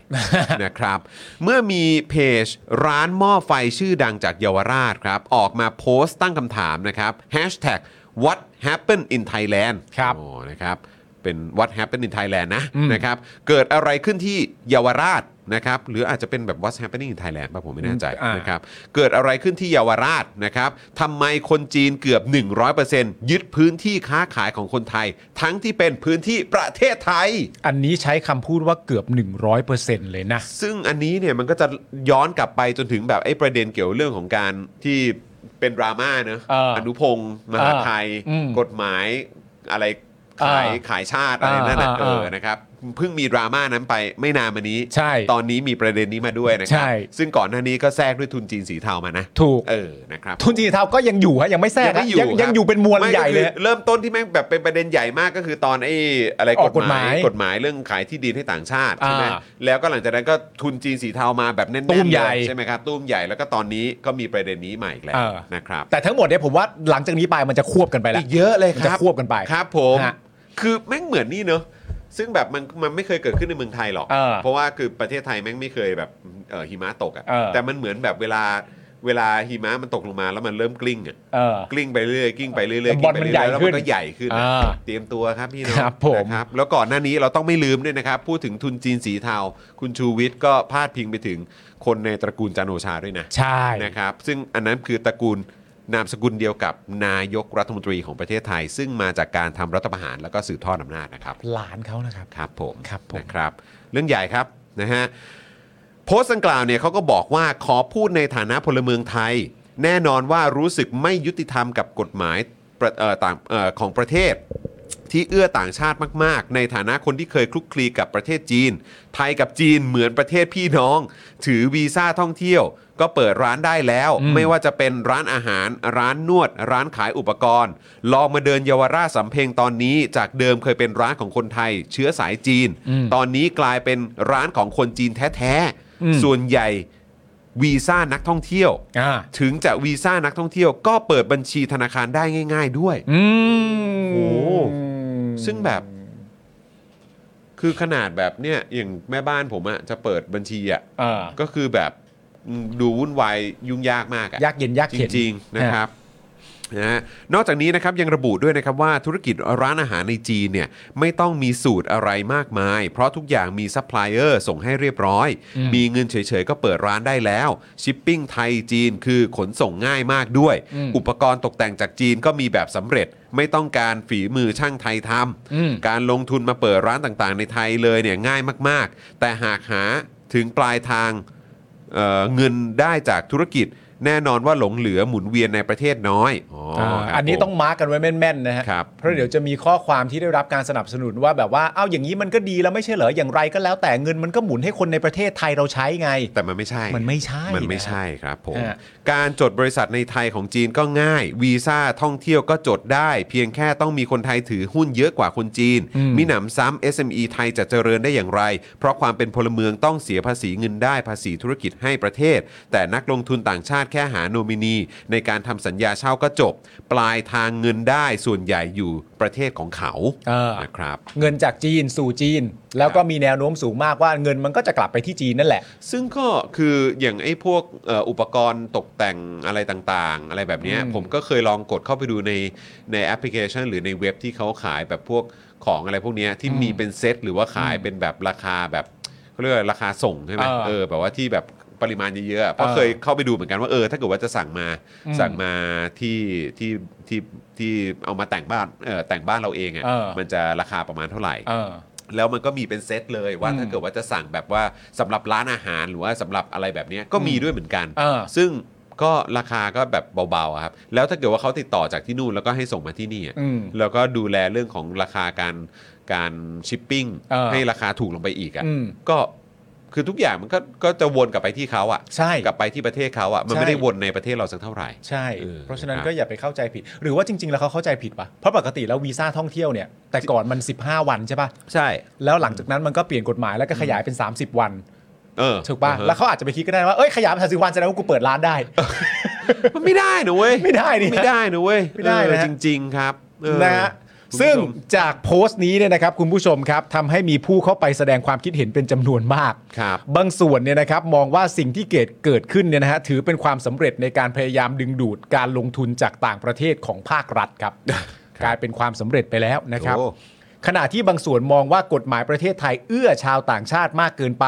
นะครับ เมื่อมีเพจร้านหม้อไฟชื่อดังจากเยาวราชครับ ออกมาโพสต์ตั้งคำถามนะครับ Hashtag what happened in Thailand ครับ โอ้นะครับ เป็น what happened in Thailand นะ อืม นะครับ เกิดอะไรขึ้นที่เยาวราชนะครับ หรืออาจจะเป็นแบบ what's happening in Thailand ป่ะผมไม่แน่ใจ อ่าน นะครับ เกิดอะไรขึ้นที่เยาวราชนะครับทำไมคนจีนเกือบ 100%ยึดพื้นที่ค้าขายของคนไทย ทั้งที่เป็นพื้นที่ประเทศไทย อันนี้ใช้คำพูดว่าเกือบ 100%เลยนะ ซึ่งอันนี้เนี่ยมันก็จะย้อนกลับไปจนถึงแบบไอ้ประเด็นเกี่ยวเรื่องของการที่เป็นดราม่าเนอะ เอออ นุพงศ์มหาไทย เอออืม กฎหมายอะไรขาย เออ ขายชาติอะไรนั่นนะ เอ เอ อเออ อนะครับเพิ่งมีดราม่านั้นไปไม่นานมานี้ ใช่ ตอนนี้มีประเด็นนี้มาด้วยนะครั ใช่ ซึ่งก่อนหน้านี้ก็แทรกด้วยทุนจีนสีเทามานะ ถูก เออนะครับ ทุนจีนเทาก็ยังอยู่ฮะยังไม่แทรก ยังไม่ ฮะ อยู่ ยังยัคงรับ อยู่เป็นมวล ไ ใหญ่เลย ก็คือเริ่มต้นที่แม่งแบบเป็นประเด็นใหญ่มากก็คือตอนไอ้อะไร ออก ก ฎหมาก ฎหมาย ย กฎหมายเรื่องขายที่ดินให้ต่างชาติใช่ไหม อ่า แล้วก็หลังจากนั้นก็ทุนจีนสีเทามาแบบแน่นๆ ตุ้มใหญ่ เลยใช่ไหมครับตุ้มใหญ่แล้วก็ตอนนี้ก็มีประเด็นนี้ใหม่อีกแล้ว เออ นะครับ แต่ทั้งหมดเนี่ยผมว่าหลังจากนี้ไปมันจะควบกันไปแล้ว อีกเยอะเลย มัน ค จะ รับ ควบกันไป ครับผม ฮะ คือแม่งเหมือนนี่เนอะซึ่งแบบมันมันไม่เคยเกิดขึ้นในเมืองไทยหรอก เออ ราะว่าคือประเทศไทยแม่งไม่เคยแบบเอ่อหิมะตก เออ อะ่ะแต่มันเหมือนแบบเวลาเวลาหิมะมันตกลงมาแล้วมันเริ่มกลิ้งอ่ะ เออ กลิ้งไปเรื่อยกลิ้งไปเรื่อย บอลกมันลิ้งไปเรื่ย ใหญ่ แล้ว ขึ้ มัน นก็ใหญ่ขึ้นนะ อ่า เตรียมตัวครับพี่น้อง ครับผม นะครับแล้วก่อนหน้านี้เราต้องไม่ลืมด้วยนะครับ พูดถึงทุนจีนสีเทา คุณชูวิทย์ก็พาดพิงไปถึงคนในตระกูลจันทร์โอชาด้วยนะ ใช่ นะครับ ซึ่งอันนั้นคือตระกูลนามสกุลเดียวกับนายกรัฐมนตรีของประเทศไทย ซึ่งมาจากการทำรัฐประหารแล้วก็สืบทอดอำนาจนะครับ หลานเขานะครับ ครับผม ครับผม นะครับ เรื่องใหญ่ครับนะฮะโพสต์ดังกล่าวเนี่ยเขาก็บอกว่าขอพูดในฐานะพลเมืองไทย แน่นอนว่ารู้สึกไม่ยุติธรรมกับกฎหมายประเอ่อต่างเอ่อของประเทศ ที่เอื้อต่างชาติมาก ๆ ในฐานะคนที่เคยคลุกคลีกับประเทศจีน ไทยกับจีนเหมือนประเทศพี่น้อง ถือวีซ่าท่องเที่ยว ก็เปิดร้านได้แล้ว ไม่ว่าจะเป็นร้านอาหาร ร้านนวด ร้านขายอุปกรณ์ ลองมาเดินเยาวราชสำเพ็งตอนนี้ จากเดิมเคยเป็นร้านของคนไทย เชื้อสายจีน ตอนนี้กลายเป็นร้านของคนจีนแท้ อืม ๆ ส่วนใหญ่วีซ่านักท่องเที่ยว อ่า ถึงจะวีซ่านักท่องเที่ยว ก็เปิดบัญชีธนาคารได้ง่าย ๆ ด้วย อืม โอ้ ซึ่งแบบ คือขนาดแบบเนี่ยอย่างแม่บ้านผมอะจะเปิดบัญชีอะ เออ ก็คือแบบอืมดูวุ่นวายยุ่งยากมากอะ ยากเย็นยาก จ เข็น ริง ๆ นะครับนะฮะนอกจากนี้นะครับยังระบุด้วยนะครับว่าธุรกิจร้านอาหารในจีนเนี่ยไม่ต้องมีสูตรอะไรมากมาย เพราะทุกอย่างมีซัพพลายเออร์ส่งให้เรียบร้อย อืม มีเงินเฉยๆ ก็เปิดร้านได้แล้วชิปปิ้งไทยจีนคือขนส่งง่ายมากด้วย อุปกรณ์ตกแต่งจากจีนก็มีแบบสำเร็จ ไม่ต้องการฝีมือช่างไทยทำ อืม การลงทุนมาเปิดร้านต่างๆ ในไทยเลยเนี่ยง่ายมากๆ แต่หากหาถึงปลายทางเอ่อเงินได้จากธุรกิจ แน่นอนว่าหลงเหลือหมุนเวียนในประเทศน้อยอ๋ออครับ อันนี้ ผม ต้องมาร์กกันไว้แม่นๆนะฮะ ครับ เพราะเดี๋ยวจะมีข้อความที่ได้รับการสนับสนุนว่าแบบว่า เอ้าอย่างนี้มันก็ดีแล้วไม่ใช่เหรอ อย่างไรก็แล้วแต่เงินมันก็หมุนให้คนในประเทศไทยเราใช้ไง แต่มันไม่ใช่ มันไม่ใช่ มันไม่ นะ ใช่ครับผม ฮะ การจดบริษัทในไทยของจีนก็ง่าย วีซ่าท่องเที่ยวก็จดได้ เพียงแค่ต้องมีคนไทยถือหุ้นเยอะกว่าคนจีน อืม มีหนำซ้ำ SME ไทยจะเจริญได้อย่างไร เพราะความเป็นพลเมืองต้องเสียภาษีเงินได้ภาษีธุรกิจให้ประเทศ แต่นักลงทุนต่างชาติแค่หาโนมินี ในการทำสัญญาเช่าก็จบ ปลายทางเงินได้ส่วนใหญ่อยู่ประเทศของเขา เออ นะครับ เงินจากจีนสู่จีน แล้วก็มีแนวโน้มสูงมากว่าเงินมันก็จะกลับไปที่จีนนั่นแหละ ซึ่งก็คืออย่างไอ้พวกเอ่ออุปกรณ์ตกแต่งอะไรต่างๆ อะไรแบบเนี้ย อืม ผมก็เคยลองกดเข้าไปดูในในแอปพลิเคชัน หรือในเว็บที่เขาขายแบบพวกของอะไรพวกเนี้ยที่ อืม มีเป็นเซตหรือว่าขายเป็นแบบราคาแบบเขาเรียกว่าราคาส่งใช่ไหม เออ เออแบบว่าที่แบบปริมาณเยอะๆอะเพราะ เออ เคยเข้าไปดูเหมือนกันว่าเออถ้าเกิดว่าจะสั่งมา อืม สั่งมาที่ที่ที่ที่เอามาแต่งบ้านเออแต่งบ้านเราเอง เออ อะ่ะมันจะราคาประมาณเท่าไหร่ เออ แล้วมันก็มีเป็นเซตเลยว่า อืม ถ้าเกิดว่าจะสั่งแบบว่าสำหรับร้านอาหารหรือว่าสำหรับอะไรแบบเนี้ยก็มีด้วยเหมือนกัน เออ ซึ่งก็ราคาก็แบบเบาๆอะครับ แล้วถ้าเกิดว่าเขาติดต่อจากที่นู่นแล้วก็ให้ส่งมาที่นี่อะ อืม แล้วก็ดูแลเรื่องของราคาการการชิปปิ้ง เออ ให้ราคาถูกลงไปอีกอ่ะ อืม ก็ คือทุกอย่างมันก็ก็จะวนกลับไปที่เขาอ่ะ ใช่ กลับไปที่ประเทศเขาอ่ะมันไม่ ใช่ ได้วนในประเทศเราสักเท่าไหร่ ใช่ เออ เพราะฉะนั้น ครับ ก็อย่าไปเข้าใจผิด หรือว่าจริง ๆ แล้วเขาเข้าใจผิดปะเพราะปกติแล้ววีซ่าท่องเที่ยวเนี่ย แต่ก่อนมัน 15 วันใช่ปะ ใช่ แล้วหลังจากนั้นมันก็เปลี่ยนกฎหมายแล้วก็ขยายเป็น 30 วัน เออ ถูกปะ อือฮ แล้วเขาอาจจะไปคิดก็ได้ว่า เอ้ย ขยายเป็น30วันแสดงว่ากูเปิดร้านได้ มันไม่ได้นะเว้ย ไม่ได้ดิ ไม่ได้นะเว้ย ไม่ได้นะ เออจริง ๆ ครับเออ นะฮะ คุณผู้ ซึ่ง ชม จากโพสต์นี้เนี่ยนะครับคุณผู้ชมครับทำให้มีผู้เข้าไปแสดงความคิดเห็นเป็นจำนวนมาก ครับ บางส่วนเนี่ยนะครับมองว่าสิ่งที่เกิดเกิดขึ้นเนี่ยนะฮะถือเป็นความสำเร็จในการพยายามดึงดูดการลงทุนจากต่างประเทศของภาครัฐ ครับ กลายเป็นความสำเร็จไปแล้วนะครับ โอ้ ขณะที่บางส่วนมองว่ากฎหมายประเทศไทยเอื้อชาวต่างชาติมากเกินไป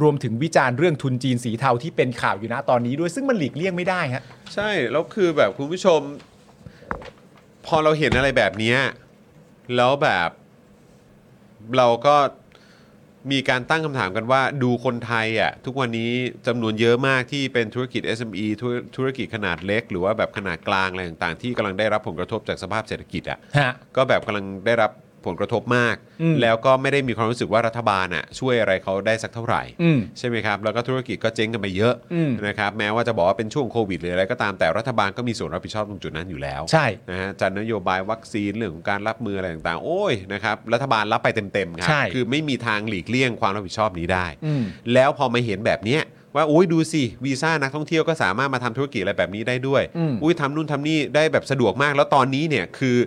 รวมถึงวิจารณ์เรื่องทุนจีนสีเทาที่เป็นข่าวอยู่นะตอนนี้ด้วยซึ่งมันหลีกเลี่ยงไม่ได้ฮะ ใช่แล้วคือแบบคุณผู้ชม พอเราเห็นอะไรแบบเนี้ยแล้วแบบ เราก็มีการตั้งคำถามกันว่า ดูคนไทยอ่ะทุกวันนี้จำนวนเยอะมากที่เป็นธุรกิจ SME ธุรธุรกิจขนาดเล็ก หรือว่าแบบขนาดกลางอะไรต่างๆ ที่กำลังได้รับผลกระทบจากสภาพเศรษฐกิจอ่ะ ก็แบบกำลังได้รับผลกระทบมาก อืม แล้วก็ไม่ได้มีความรู้สึกว่ารัฐบาลอ่ะช่วยอะไรเขาได้สักเท่าไหร่ อืม ใช่ไหมครับแล้วก็ธุรกิจก็เจ๊งกันไปเยอะ อืม นะครับแม้ว่าจะบอกว่าเป็นช่วงโควิดหรืออะไรก็ตามแต่รัฐบาลก็มีส่วนรับผิดชอบตรงจุดนั้นอยู่แล้ว ใช่ นะฮะจัดนโยบายวัคซีนเรื่องของการรับมืออะไรต่างๆ โอ้ยนะครับรัฐบาลรับไปเต็มๆครั ใช่ คือไม่มีทางหลีกเลี่ยงความรับผิดชอบนี้ได้ อืม แล้วพอมาเห็นแบบเนี้ยว่าโอ้ยดูสิวีซ่านักท่องเที่ยวก็สามารถมาทำธุรกิจอะไรแบบนี้ได้ด้วย อืม อุ้ยทำนู่นทำนี่ได้แบบสะดวกมาก แล้วตอนนี้เนี่ยคือ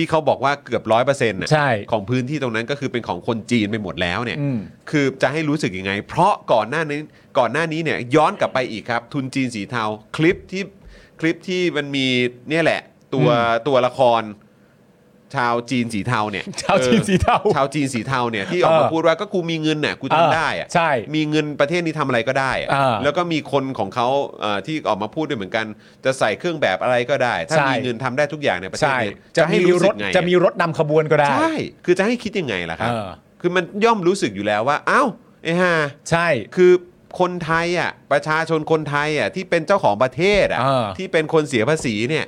ที่เขาบอกว่าเกือบร้อยเปอร์เซ็นต์ ใช่ ของพื้นที่ตรงนั้นก็คือเป็นของคนจีนไปหมดแล้วเนี่ย อืม คือจะให้รู้สึกยังไง เพราะก่อนหน้านี้ก่อนหน้านี้เนี่ยย้อนกลับไปอีกครับ ทุนจีนสีเทาคลิปที่คลิปที่มันมีเนี่ยแหละ ตัวตัวละคร ชาวจีนสีเทาเนี่ย ชาวจีนสีเทา เออชาวจีนสีเทาเนี่ยที่ออกมา เออ พูดว่าก็กูมีเงินน่ะกู เออ ทำได้อะ ใช่ มีเงินประเทศนี้ทำอะไรก็ได้อะ เออ แล้วก็มีคนของเขาเอ่อที่ออกมาพูดด้วยเหมือนกัน จะใส่เครื่องแบบอะไรก็ได้ ถ้า ใช่ มีเงินทำได้ทุกอย่างในประเทศ ใช่ นี้ จะ ให้ มี รู้ ร สึ ถ กไงอ จะมีรถนำขบวนก็ได้ ใช่คือจะให้คิดยังไงล่ะครับ เออ คือมันย่อมรู้สึกอยู่แล้วว่าอ้าวไอ้ห่า ใช่ คือคนไทยอ่ะประชาชนคนไทยอ่ะที่เป็นเจ้าของประเทศอ่ะ เออ ที่เป็นคนเสียภาษีเนี่ย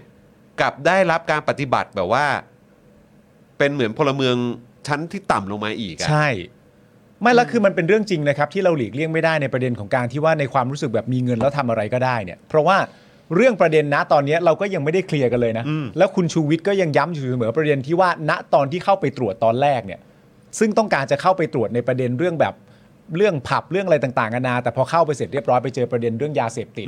กลับได้รับการปฏิบัติแบบว่า เป็นเหมือนพลเมืองชั้นที่ต่ำลงมาอีกอะ ใช่ ไม่และคือมันเป็นเรื่องจริงนะครับ ที่เราหลีกเลี่ยงไม่ได้ในประเด็นของการที่ว่าในความรู้สึกแบบมีเงินแล้วทำอะไรก็ได้เนี่ย เพราะว่าเรื่องประเด็นนะตอนเนี้ยเราก็ยังไม่ได้เคลียร์กันเลยนะ อืม แล้วคุณชูวิทย์ก็ยังย้ำอยู่เสมอประเด็นที่ว่าณตอนที่เข้าไปตรวจตอนแรกเนี่ย ซึ่งต้องการจะเข้าไปตรวจในประเด็นเรื่องแบบเรื่องผับเรื่องอะไรต่างๆนานาแต่พอเข้าไปเสร็จเรียบร้อยไปเจอประเด็นเรื่องยาเสพติด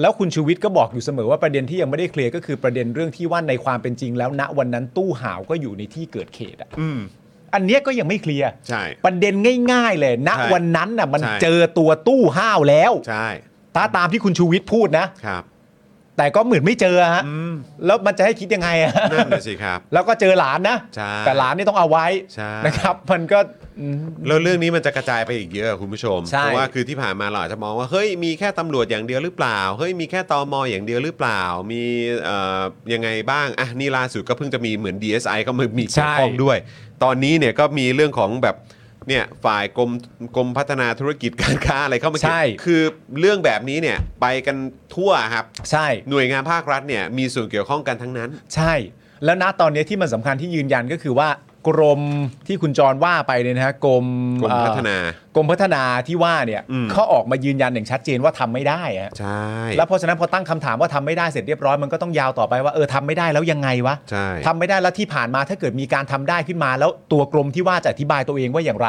แล้วคุณชูวิทย์ก็บอกอยู่เสมอว่าประเด็นที่ยังไม่ได้เคลียร์ก็คือประเด็นเรื่องที่ว่าในความเป็นจริงแล้วณวันนั้นตู้ห่าวก็อยู่ในที่เกิดเขตอะ อืม อันเนี้ยก็ยังไม่เคลียร์ ใช่ ประเด็นง่าย ๆ เลย ณ ใช่ วันนั้นน่ะมัน ใช่ เจอตัวตู้ห้าวแล้ว ใช่ ถ้าตามที่คุณชูวิทย์พูดนะ ครับ แต่ก็เหมือนไม่เจอฮะ แล้วมันจะให้คิดยังไงอะ นั่นน่ะสิครับ แล้วก็เจอหลานนะ ใช่ แต่หลานนี่ต้องเอาไว้ ใช่ นะครับ มันก็อืม แล้วเรื่องนี้มันจะกระจายไปอีกเยอะคุณผู้ชม ใช่ เพราะว่าคือที่ผ่านมาเราอาจจะมองว่าเฮ้ยมีแค่ตำรวจอย่างเดียวหรือเปล่าเฮ้ยมีแค่ตมอย่างเดียวหรือเปล่า มีเอ่อยังไงบ้างอ่ะนี่ล่าสุดก็เพิ่งจะมีเหมือน DSI ก็มามีเกี่ยวข้อง ใช่ ด้วย ตอนนี้เนี่ยก็มีเรื่องของแบบเนี่ยฝ่ายกรมกรมพัฒนาธุรกิจการค้าอะไรเข้ามาเกี่ยว ใช่ คือเรื่องแบบนี้เนี่ยไปกันทั่วครับ ใช่ หน่วยงานภาครัฐเนี่ยมีส่วนเกี่ยวข้องกันทั้งนั้น ใช่ แล้วณตอนนี้ที่มันสำคัญที่ยืนยันก็คือว่ากรมที่คุณจรว่าไปเนี่ยนะฮะกรม กรมพัฒนา เอ่อกรมพัฒนาที่ว่าเนี่ย อืม เขาออกมายืนยันอย่างชัดเจนว่าทำไม่ได้อะ ใช่ แล้วเพราะฉะนั้นพอตั้งคำถามว่าทำไม่ได้เสร็จเรียบร้อยมันก็ต้องยาวต่อไปว่าเออทำไม่ได้แล้วยังไงวะ ใช่ ทำไม่ได้แล้วที่ผ่านมาถ้าเกิดมีการทำได้ขึ้นมา แล้วตัวกรมที่ว่าจะอธิบายตัวเองว่าอย่างไร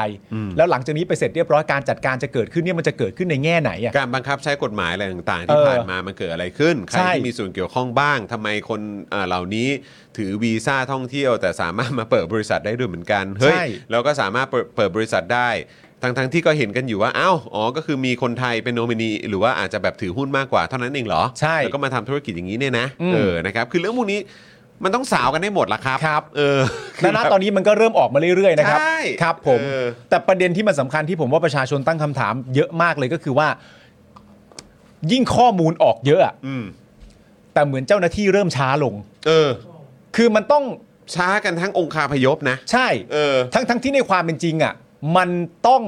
แล้วหลังจากนี้ไปเสร็จเรียบร้อยการจัดการจะเกิดขึ้นเนี่ยมันจะเกิดขึ้นในแง่ไหนอ่ะ การบังคับใช้กฎหมายอะไรต่างๆ เอ ที่ อ ผ่านมามันเกิดอะไรขึ้น ใคร ใช่ ที่มีส่วนเกี่ยวข้องบ้างทำไมคนเอ่อเหล่านี้ถือวีซ่าท่องเที่ยว แต่สามารถมาเปิดบริษัทได้ด้วยเหมือนกันเฮ้ย ใช่ เราก็สามารถเปิดเปิดบริษัทได้ทั้งๆที่ก็เห็นกันอยู่ว่าอ้าวอ๋อก็คือมีคนไทยเป็นโนมินีหรือว่าอาจจะแบบถือหุ้นมากกว่าเท่านั้นเองเหรอ ใช่ แล้วก็มาทำธุรกิจอย่างนี้เนี่ยนะ อืม เออนะครับคือเรื่องพวกนี้มันต้องสาวกันให้หมดละครับ ครับ เออคื แล้วณ แบบ ตอนนี้มันก็เริ่มออกมาเรื่อยๆนะครับ ใช่ ครับผม เออ แต่ประเด็นที่มันสำคัญที่ผมว่าประชาชนตั้งคำถาม เยอะมากเลยก็คือว่า ยิ่งข้อมูลออกเยอะอะ อืม แต่เหมือนเจ้าหน้าที่เริ่มช้าลง เออ คือมันต้อง ช้ากันทั้งองคาพยพนะ ใช่ เออ ทั้งทั้งที่ในความเป็นจริงอ่ะมันต้อง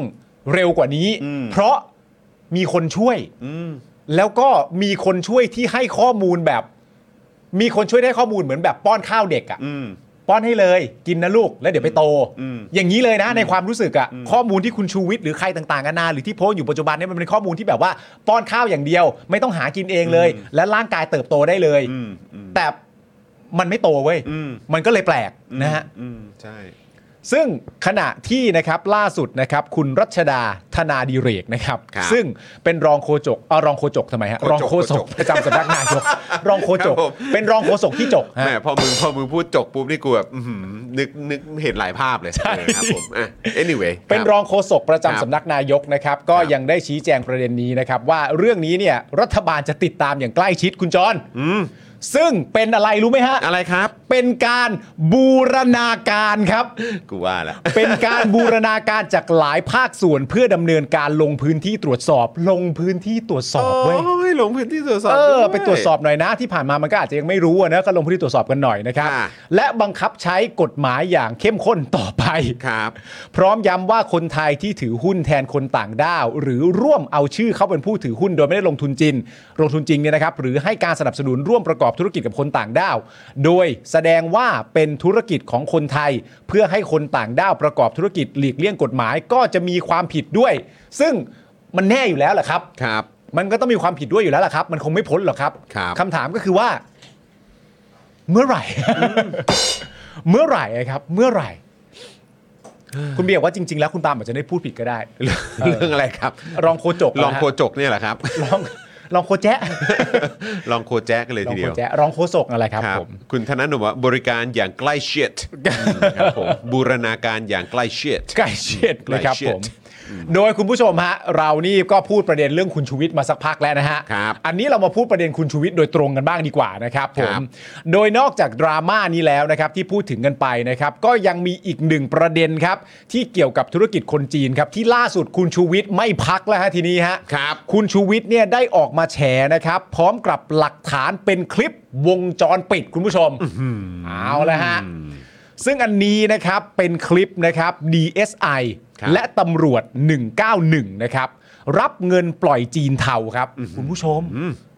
เร็วกว่านี้ อืม เพราะมีคนช่วย อืม แล้วก็มีคนช่วยที่ให้ข้อมูลแบบ มีคนช่วยได้ข้อมูลเหมือนแบบป้อนข้าวเด็กอ่ะ อืม ป้อนให้เลยกินนะลูกแล้วเดี๋ยวไปโต อืม อย่างนี้เลยนะในความรู้สึกอะข้อมูลที่คุณชูวิทย์หรือใครต่างๆกันานาหรือที่โพสต์อยู่ปัจจุบันเนี่ยมันเป็นข้อมูลที่แบบว่า ป้อนข้าวอย่างเดียว ไม่ต้องหากินเองเลย อืม และร่างกายเติบโตได้เลย อืมอืม แต่มันไม่โตเว้ย อืม มันก็เลยแปลก อืม นะฮะ อืมใช่ ซึ่งขณะที่นะครับล่าสุดนะครับคุณรัชดาธนาดิเรกนะครับ ครับ ซึ่งเป็นรองโคจกเออรองโคจกทำไมฮะ โคจก รองโค โค จ จ ก ก ประจำสำนักนาย ก รองโคจครักบผม เป็นรองโคจกที่จกฮะ แหม่พอมึงพอมึงพูดจบปุ๊บนี่กูแบบอื้อหือนึกนึกเห็นหลายภาพเลย ใช่ เออครับผมอ่ะ anyway คบ เป็นรองโฆษกประจำ ครับ สำนักนายกนะครับ ก็ ครับ ยังได้ชี้แจงประเด็นนี้นะครับ ว่าเรื่องนี้เนี่ยรัฐบาลจะติดตามอย่างใกล้ชิดคุณจร อืม ซึ่งเป็นอะไรรู้ไหมฮะ อะไรครับ เป็นการบูรณาการครับ กูว่าละ เป็นการบูรณาการจากหลายภาคส่วนเพื่อดำเนินการลงพื้นที่ตรวจสอบ ลงพื้นที่ตรวจสอบเว้ย โอ้ยลงพื้นที่ตรวจสอบ เออ ด้ย ไปตรวจสอบหน่อยนะที่ผ่านมามันก็อาจจะยังไม่รู้อะนะก็ลงพื้นที่ตรวจสอบกันหน่อยนะครับ ค่ะ และบังคับใช้กฎหมายอย่างเข้มข้นต่อไป ครับ พร้อมย้ำว่าคนไทยที่ถือหุ้นแทนคนต่างด้าว หรือร่วมเอาชื่อเขาเป็นผู้ถือหุ้นโดยไม่ได้ลงทุนจริงลงทุนจริงเนี่ยนะครับ หรือให้การสนับสนุนร่วมประกอบธุรกิจกับคนต่างด้าว โดยแสดงว่าเป็นธุรกิจของคนไทย เพื่อให้คนต่างด้าวประกอบธุรกิจหลีกเลี่ยงกฎหมายก็จะมีความผิดด้วย ซึ่งมันแน่อยู่แล้วแหละครับ ครับ มันก็ต้องมีความผิดด้วยอยู่แล้วล่ะครับ มันคงไม่พ้นหรอกครับ ครับ ถามก็คือว่า เมื่อไหร่ เมื่อไหร่อะครับ เมื่อไหร่ คุณเบียร์บอกว่าจริง ๆ แล้วคุณปาล์มอาจจะได้พูดผิดก็ได้ เรื่องอะไรครับ รองโคจก ลองโค นะฮะ จกเนี่ยแหละครับ รองรองโคแจ๊ะ ลองโคแจ๊กกันเลย ร อที ง เดี โค ยว แจ๊ะรองโคศกอะไรครับ ผม คุณธนาหนุ่มว่าบริการอย่างใกล้ชิดครับผมบูรณาการอย่างใกล้ชิด ใกล้เช็ดเลยครับ ใกล้เช็ ผ ด ม โดยคุณผู้ชมฮะ เรานี่ก็พูดประเด็นเรื่องคุณชูวิทย์มาสักพักแล้วนะฮะ ครับ อันนี้เรามาพูดประเด็นคุณชูวิทย์โดยตรงกันบ้างดีกว่านะครับผ ค ม รับ โดยนอกจากดราม่านี้แล้วนะครับที่พูดถึงกันไปนะครับ ก็ยังมีอีกหนึ่งประเด็นครับ ที่เกี่ยวกับธุรกิจคนจีนครับ ที่ล่าสุดคุณชูวิทย์ไม่พักแล้วฮะทีนี้ฮะ ครับ คุณชูวิทย์เนี่ยได้ออกมาแฉนะครับ พร้อมกับหลักฐานเป็นคลิปวงจรปิดคุณผู้ชมเอาละฮะ ซึ่งอันนี้นะครับเป็นคลิปนะครับ DSI ครับ และตำรวจ 191 นะครับ รับเงินปล่อยจีนเทาครับ คุณผู้ชม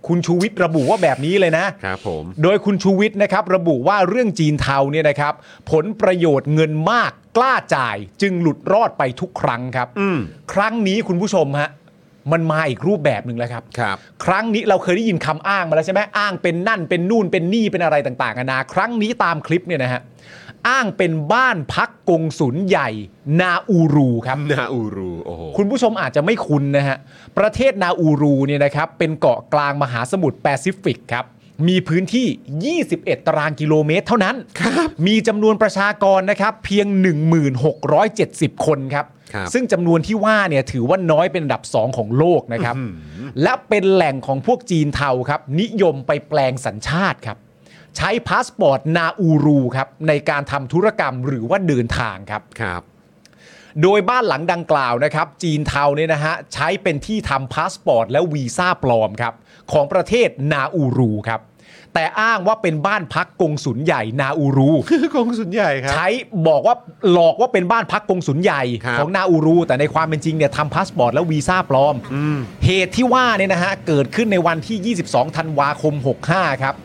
คุณชูวิทย์ระบุว่าแบบนี้เลยนะ ครับผม โดยคุณชูวิทย์นะครับระบุว่าเรื่องจีนเทาเนี่ยนะครับผลประโยชน์เงินมากกล้าจ่ายจึงหลุดรอดไปทุกครั้งครับ อืม ครั้งนี้คุณผู้ชมฮะมันมาอีกรูปแบบหนึ่งแล้วครับ ครับ ครั้งนี้เราเคยได้ยินคำอ้างมาแล้วใช่ไหมอ้างเป็นนั่นเป็นนู่นเป็นนี่เป็นอะไรต่างๆนานาครั้งนี้ตามคลิปเนี่ยนะฮะอ้างเป็นบ้านพักกงสุนใหญ่นาอูรูครับ นาอูรูโอ้โห คุณผู้ชมอาจจะไม่คุ้นนะฮะ ประเทศนาอูรูเนี่ยนะครับ เป็นเกาะกลางมหาสมุทรแปซิฟิกครับ มีพื้นที่ 21 ตารางกิโลเมตรเท่านั้น มีจำนวนประชากรนะครับ เพียง 1670 คนครับ ครับ ซึ่งจำนวนที่ว่าเนี่ยถือว่าน้อยเป็นอันดับ 2 ของโลกนะครับ และเป็นแหล่งของพวกจีนเทาครับ นิยมไปแปลงสัญชาติครับ ใช้พาสปอร์ตนาอูรูครับในการทำธุรกรรมหรือว่าเดินทางครับ ครับ โดยบ้านหลังดังกล่าวนะครับ จีนเทาเนี่ยนะฮะใช้เป็นที่ทำพาสปอร์ตและวีซ่าปลอมครับของประเทศนาอูรูครับ แต่อ้างว่าเป็นบ้านพักกงสุลใหญ่นาอูรู กงสุนใหญ่ครับ ใช้บอกว่าหลอกว่าเป็นบ้านพักกงสุลใหญ่ ครับ ของนาอูรู แต่ในความเป็นจริงเนี่ยทำพาสปอร์ตและวีซ่าปลอม เหตุที่ว่าเนี่ยนะฮะเกิดขึ้นในวันที่ 22 ธันวาคม 65 ครับ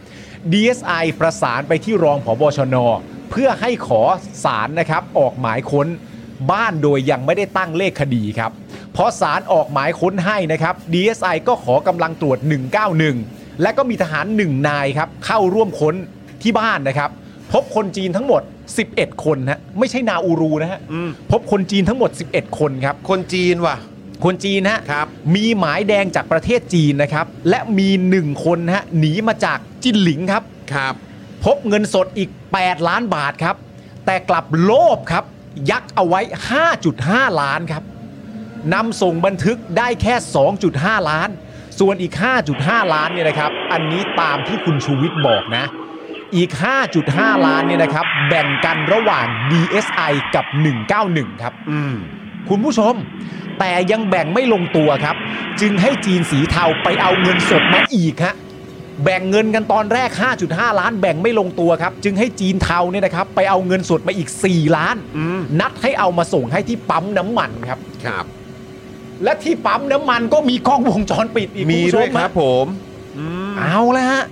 DSI ประสานไปที่รองผบชน เพื่อให้ขอสารนะครับออกหมายค้นบ้านโดยยังไม่ได้ตั้งเลขคดีครับพอสารออกหมายค้นให้นะครับ DSI ก็ขอกำลังตรวจ 191 และก็มีทหาร 1 นายครับเข้าร่วมค้นที่บ้านนะครับ พบคนจีนทั้งหมด 11 คนฮะไม่ใช่นาอูรูนะฮะ อืม พบคนจีนทั้งหมด 11 คนครับ คนจีนว่ะ คนจีนฮะ ครับ มีหมายแดงจากประเทศจีนนะครับ และมีหนึ่งคนฮะหนีมาจากจินหลิงครับ ครับ พบเงินสดอีก 8 ล้านบาทครับ แต่กลับโลภครับ ยักเอาไว้ 5.5 ล้านครับนำส่งบันทึกได้แค่ 2.5 ล้าน ส่วนอีก 5.5 ล้านเนี่ยนะครับ อันนี้ตามที่คุณชูวิทย์บอกนะ อีก 5.5 ล้านเนี่ยนะครับ แบ่งกันระหว่าง DSI กับ 191 ครับ อืม คุณผู้ชม แต่ยังแบ่งไม่ลงตัวครับ จึงให้จีนสีเทาไปเอาเงินสดมาอีกฮะแบ่งเงินกันตอนแรก 5.5 ล้าน แบ่งไม่ลงตัวครับ จึงให้จีนเทาเนี่ยนะครับ ไปเอาเงินสดมาอีก 4 ล้าน อืม นัดให้เอามาส่งให้ที่ปั๊มน้ำมันครับ ครับ และที่ปั๊มน้ำมันก็มีกล้องวงจรปิดอีก มี คุณผู้ช ด้วยครับ ฮะ ผมอืม เอาแล้วฮะ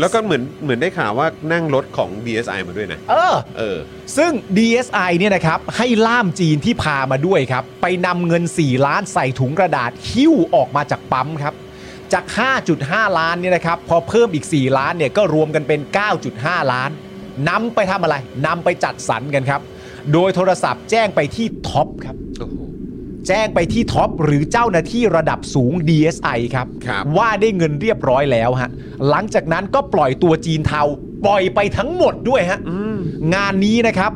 แล้วก็เหมือนเหมือนได้ข่าวว่านั่งรถของ DSI มาด้วยนะ เออ เออ ซึ่ง DSI เนี่ยนะครับ ให้ล่ามจีนที่พามาด้วยครับ ไปนำเงิน 4 ล้านใส่ถุงกระดาษหิ้วออกมาจากปั๊มครับ จาก 5.5 ล้านเนี่ยนะครับ พอเพิ่มอีก 4 ล้านเนี่ยก็รวมกันเป็น 9.5 ล้านนำไปทำอะไรนำไปจัดสรรกันครับ โดยโทรศัพท์แจ้งไปที่ท็อปครับ แจ้งไปที่ท็อปหรือเจ้าหน้าที่ระดับสูง DSI ครับ ครับ ว่าได้เงินเรียบร้อยแล้วฮะ หลังจากนั้นก็ปล่อยตัวจีนเทาปล่อยไปทั้งหมดด้วยฮะ งานนี้นะครับ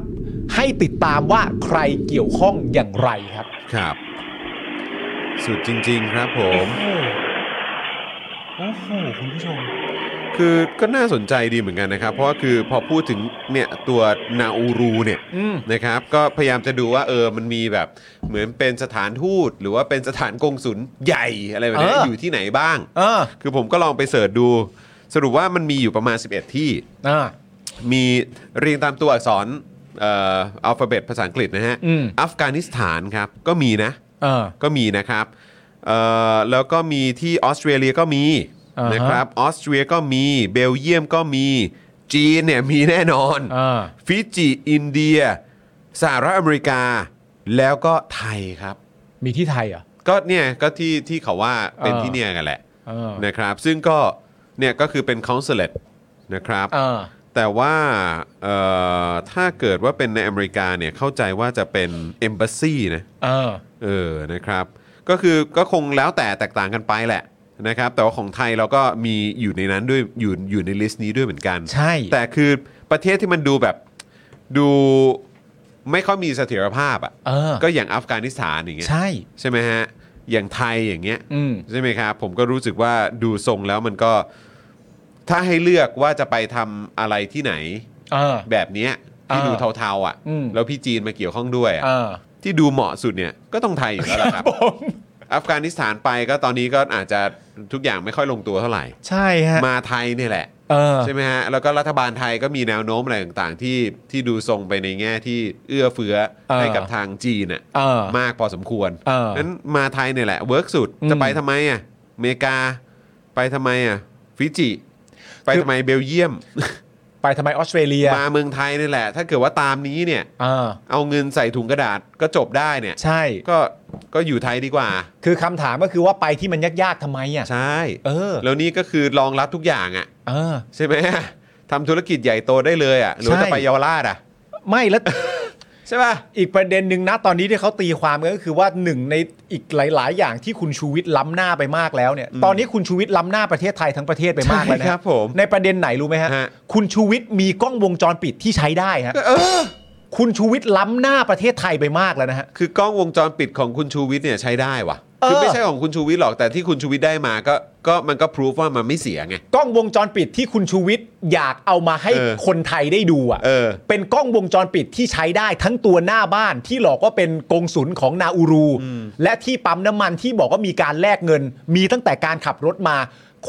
ให้ติดตามว่าใครเกี่ยวข้องอย่างไรครับ ครับ สุดจริง ๆ ครับผม โอ้โห คุณผู้ชม คือก็น่าสนใจดีเหมือนกันนะครับ เพราะว่าคือพอพูดถึงเนี่ยตัวนาอูรูเนี่ย อืม นะครับ ก็พยายามจะดูว่าเออมันมีแบบเหมือนเป็นสถานทูต หรือว่าเป็นสถานกงศุลใหญ่อะไรแบบนี้ เออ อ อ ยู่ที่ไหนบ้าง เออ คือผมก็ลองไปเสิร์ชดู สรุปว่ามันมีอยู่ประมาณ 11 ที่ เออ มีเรียงตามตัวอักษรเอ่ออัลฟาเบตภาษาอังกฤษนะฮะ อืม อัฟกานิสถานครับ ก็มีนะ เออ ก็มีนะครับเอ่อแล้วก็มีที่ออสเตรเลียก็มี อ่าฮะ นะครับออสเตรียก็มีเบลเยียมก็มีจีนเนี่ยมีแน่นอน เออ ฟิจิอินเดียสหรัฐอเมริกา แล้วก็ไทยครับ มีที่ไทยเหรอ่ะ ก็เนี่ยก็ที่ที่เขาว่าเป็น อ่า ที่เนี่ยกันแหละ เออ นะครับ ซึ่งก็เนี่ยก็คือเป็น consulate นะครับ เออ แต่ว่าเอ่อถ้าเกิดว่าเป็นในอเมริกาเนี่ยเข้าใจว่าจะเป็น embassy นะ เออ เออ นะครับ ก็คือก็คงแล้วแต่แตกต่างกันไปแหละนะครับ แต่ว่าของไทยเราก็มีอยู่ในนั้นด้วยอยู่อยู่ในลิสต์นี้ด้วยเหมือนกัน ใช่ แต่คือประเทศที่มันดูแบบดูไม่ค่อยมีเสถียรภาพอ่ะ เออ ก็อย่างอัฟกานิสถานอย่างเงี้ย ใช่ ใช่ไหมฮะ อย่างไทยอย่างเงี้ย อืม ใช่ไหมครับ ผมก็รู้สึกว่าดูทรงแล้วมันก็ถ้าให้เลือกว่าจะไปทำอะไรที่ไหน เออ แบบเนี้ยที่ เออ ดูเทาๆอ่ะ อืม แล้วพี่จีนมาเกี่ยวข้องด้วยอะ เออ ที่ดูเหมาะสุดเนี่ยก็ต้องไทยอยู่แล้ว ล่ะครับ อัฟกานิสถานไปก็ตอนนี้ก็อาจจะทุกอย่างไม่ค่อยลงตัวเท่าไหร่ ใช่ฮะ มาไทยเนี่ยแหละ เออ ใช่ไหมฮะ แล้วก็รัฐบาลไทยก็มีแนวโน้มอะไรต่างๆ ที่ที่ดูทรงไปในแง่ที่เอื้อเฟื้อ เออ ให้กับทางจีนน่ะ เออ มากพอสมควร เออ นั้นมาไทยเนี่ยแหละเวิร์กสุด อืม จะไปทำไมอ่ะอเมริกาไปทำไมอ่ะฟิจิ ไป คือ ทำไมเบลเยียม ไปทำไมออสเตรเลีย มาเมืองไทยนี่แหละ ถ้าเกิดว่าตามนี้เนี่ย เออ เอาเงินใส่ถุงกระดาษก็จบได้เนี่ย ใช่ ก็ก็อยู่ไทยดีกว่า คือคำถามก็คือว่าไปที่มันยากๆทำไมอ่ะ ใช่ เออ แล้วนี่ก็คือรองรับทุกอย่างอะ่ะ เออ ใช่ไหม ทำธุรกิจใหญ่โตได้เลยอะ่ะหรือว่า ใช่ จะไปเยาวราชอะ่ะ ไม่แล้ว ใช่ป่ะ อีกประเด็นหนึ่งนะตอนนี้ที่เขาตีความกันก็คือว่าหนึ่งในอีกหลาย ๆ อย่างที่คุณชูวิทย์ล้ำหน้าไปมากแล้วเนี่ยตอนนี้คุณชูวิทย์ล้ำหน้าประเทศไทยทั้งประเทศไปมากแล้วนะ ใช่ครับผม ในประเด็นไหนรู้ไหมฮะ ฮะ คุณชูวิทย์มีกล้องวงจรปิดที่ใช้ได้ฮะ เออ คุณชูวิทย์ล้ำหน้าประเทศไทยไปมากแล้วนะฮะ คือกล้องวงจรปิดของคุณชูวิทย์เนี่ยใช้ได้ว่ะ เออ คือไม่ใช่ของคุณชูวิทย์หรอกแต่ที่คุณชูวิทย์ได้มาก็ก็มันก็พิสูจว่ามันไม่เสียไง กล้องวงจรปิดที่คุณชูวิทย์อยากเอามาให้ เออ คนไทยได้ดูอ่ะ เออ เป็นกล้องวงจรปิดที่ใช้ได้ทั้งตัวหน้าบ้านที่หลอกว่าเป็นกงสุลของนาอูรู และที่ปั๊มน้ำมันที่บอกว่ามีการแลกเงิน มีตั้งแต่การขับรถมา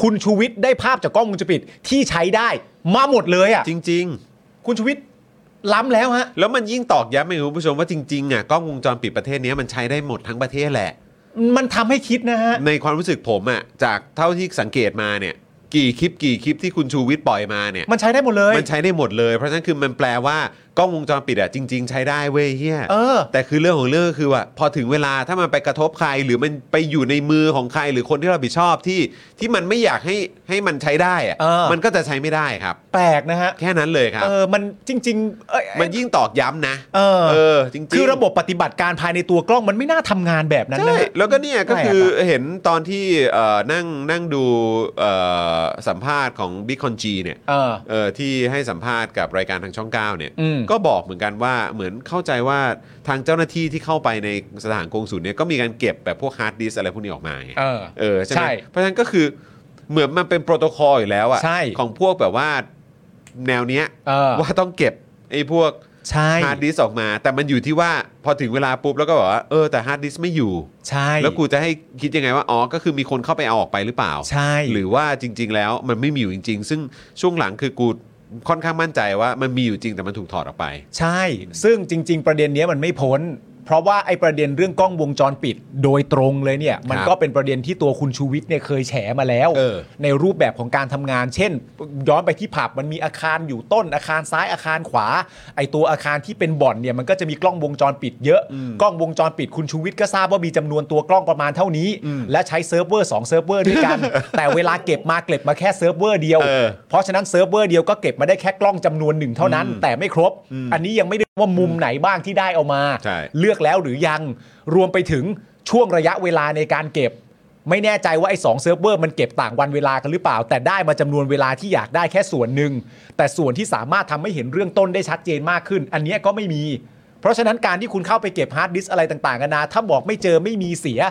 คุณชูวิทย์ได้ภาพจากกล้องวงจรปิดที่ใช้ได้มาหมดเลยอ่ะ จริง คุณชูวิทย์ล้ำแล้วฮะ ๆ แล้วมันยิ่งตอกย้ำให้คุณผู้ชมว่าจริงๆอ่ะกล้องวงจรปิดประเทศเนี้ยมันใช้ได้หมดทั้งประเทศแหละ มันทำให้คิดนะฮะ ในความรู้สึกผมอ่ะจากเท่าที่สังเกตมาเนี่ย กี่คลิปกี่คลิปที่คุณชูวิทย์ปล่อยมาเนี่ย มันใช้ได้หมดเลย มันใช้ได้หมดเลย เพราะฉะนั้นคือมันแปลว่ากล้องวงจรปิดอะจริง ๆ ใช้ได้เว้ยเฮีย เออ แต่คือเรื่องของเรื่องก็คือว่า พอถึงเวลาถ้ามันไปกระทบใคร หรือมันไปอยู่ในมือของใครหรือคนที่รับผิดชอบที่ที่มันไม่อยากให้ให้มันใช้ได้อะ เออ มันก็จะใช้ไม่ได้ครับ แปลกนะฮะ แค่นั้นเลยครับ เออมันจริงๆเอ้ย มันยิ่งตอกย้ำนะ เออ จริงๆ คือระบบปฏิบัติการภายในตัวกล้องมันไม่น่าทำงานแบบนั้นนะ ใช่ ฮะ แล้วก็เนี่ยก็ แปลก คือเห็นตอนที่เอ่อนั่งนั่งดูเอ่อสัมภาษณ์ของบิ๊กคอนจีเนี่ย เออ เอ่อที่ให้สัมภาษณ์กับรายการทางช่อง9เนี่ย อืม ก็บอกเหมือนกันว่าเหมือนเข้าใจว่าทางเจ้าหน้าที่ที่เข้าไปในสถานกงสุลเนี่ยก็มีการเก็บแบบพวกฮาร์ดดิสก์อะไรพวกนี้ออกมาไง เออ เออใช่ไหม ใช่ เพราะฉะนั้นก็คือเหมือนมันเป็นโปรโตคอลอยู่แล้วอะ ใช่ ของพวกแบบว่าแนวเนี้ย เออ ว่าต้องเก็บไอ้พวก ใช่ ฮาร์ดดิสก์ออกมา แต่มันอยู่ที่ว่าพอถึงเวลาปุ๊บแล้วก็บอกว่าเออแต่ฮาร์ดดิสก์ไม่อยู่ ใช่ แล้วกูจะให้คิดยังไงว่าอ๋อก็คือมีคนเข้าไปเอาออกไปหรือเปล่า ใช่ หรือว่าจริง ๆ แล้วมันไม่มีอยู่จริง ๆ ซึ่งช่วงหลังคือกูค่อนข้างมั่นใจว่ามันมีอยู่จริงแต่มันถูกถอดออกไป ใช่ ซึ่งจริง ๆ ประเด็นเนี้ยมันไม่พ้น เพราะว่าไอ้ประเด็นเรื่องกล้องวงจรปิดโดยตรงเลยเนี่ย มัน ครับ ก็เป็นประเด็นที่ตัวคุณชูวิทย์เนี่ยเคยแฉมาแล้ว เออ ในรูปแบบของการทำงาน เช่น ย้อนไปที่ผับมันมีอาคารอยู่ต้นอาคารซ้ายอาคารขวา ไอตัวอาคารที่เป็นบ่อนเนี่ยมันก็จะมีกล้องวงจรปิดเยอะ กล้องวงจรปิดคุณชูวิทย์ก็ทราบว่ามีจำนวนตัวกล้องประมาณเท่านี้ และใช้เซิร์ฟเวอร์สองเซิร์ฟเวอร์ด้วย กัน แต่เวลาเก็บมาเก็บมาแค่เซิร์ฟเวอร์เดียว เออ เพราะฉะนั้นเซิร์ฟเวอร์เดียวก็เก็บมาได้แค่กล้องจำนวนหนึ่งเท่านั้น แต่ไม่ครบ อันนี้ยังไม่ได้ว่ามุมไหนบ้างที่ได้เอามา ใช่ เลือกแล้วหรือยังรวมไปถึงช่วงระยะเวลาในการเก็บ ไม่แน่ใจว่าไอ้สองเซิร์ฟเวอร์มันเก็บต่างวันเวลากันหรือเปล่า แต่ได้มาจำนวนเวลาที่อยากได้แค่ส่วนหนึ่ง แต่ส่วนที่สามารถทำให้เห็นเรื่องต้นได้ชัดเจนมากขึ้น อันเนี้ยก็ไม่มี เพราะฉะนั้นการที่คุณเข้าไปเก็บฮาร์ดดิสก์อะไรต่างๆกันานาถ้าบอกไม่เจอไม่มีเสีย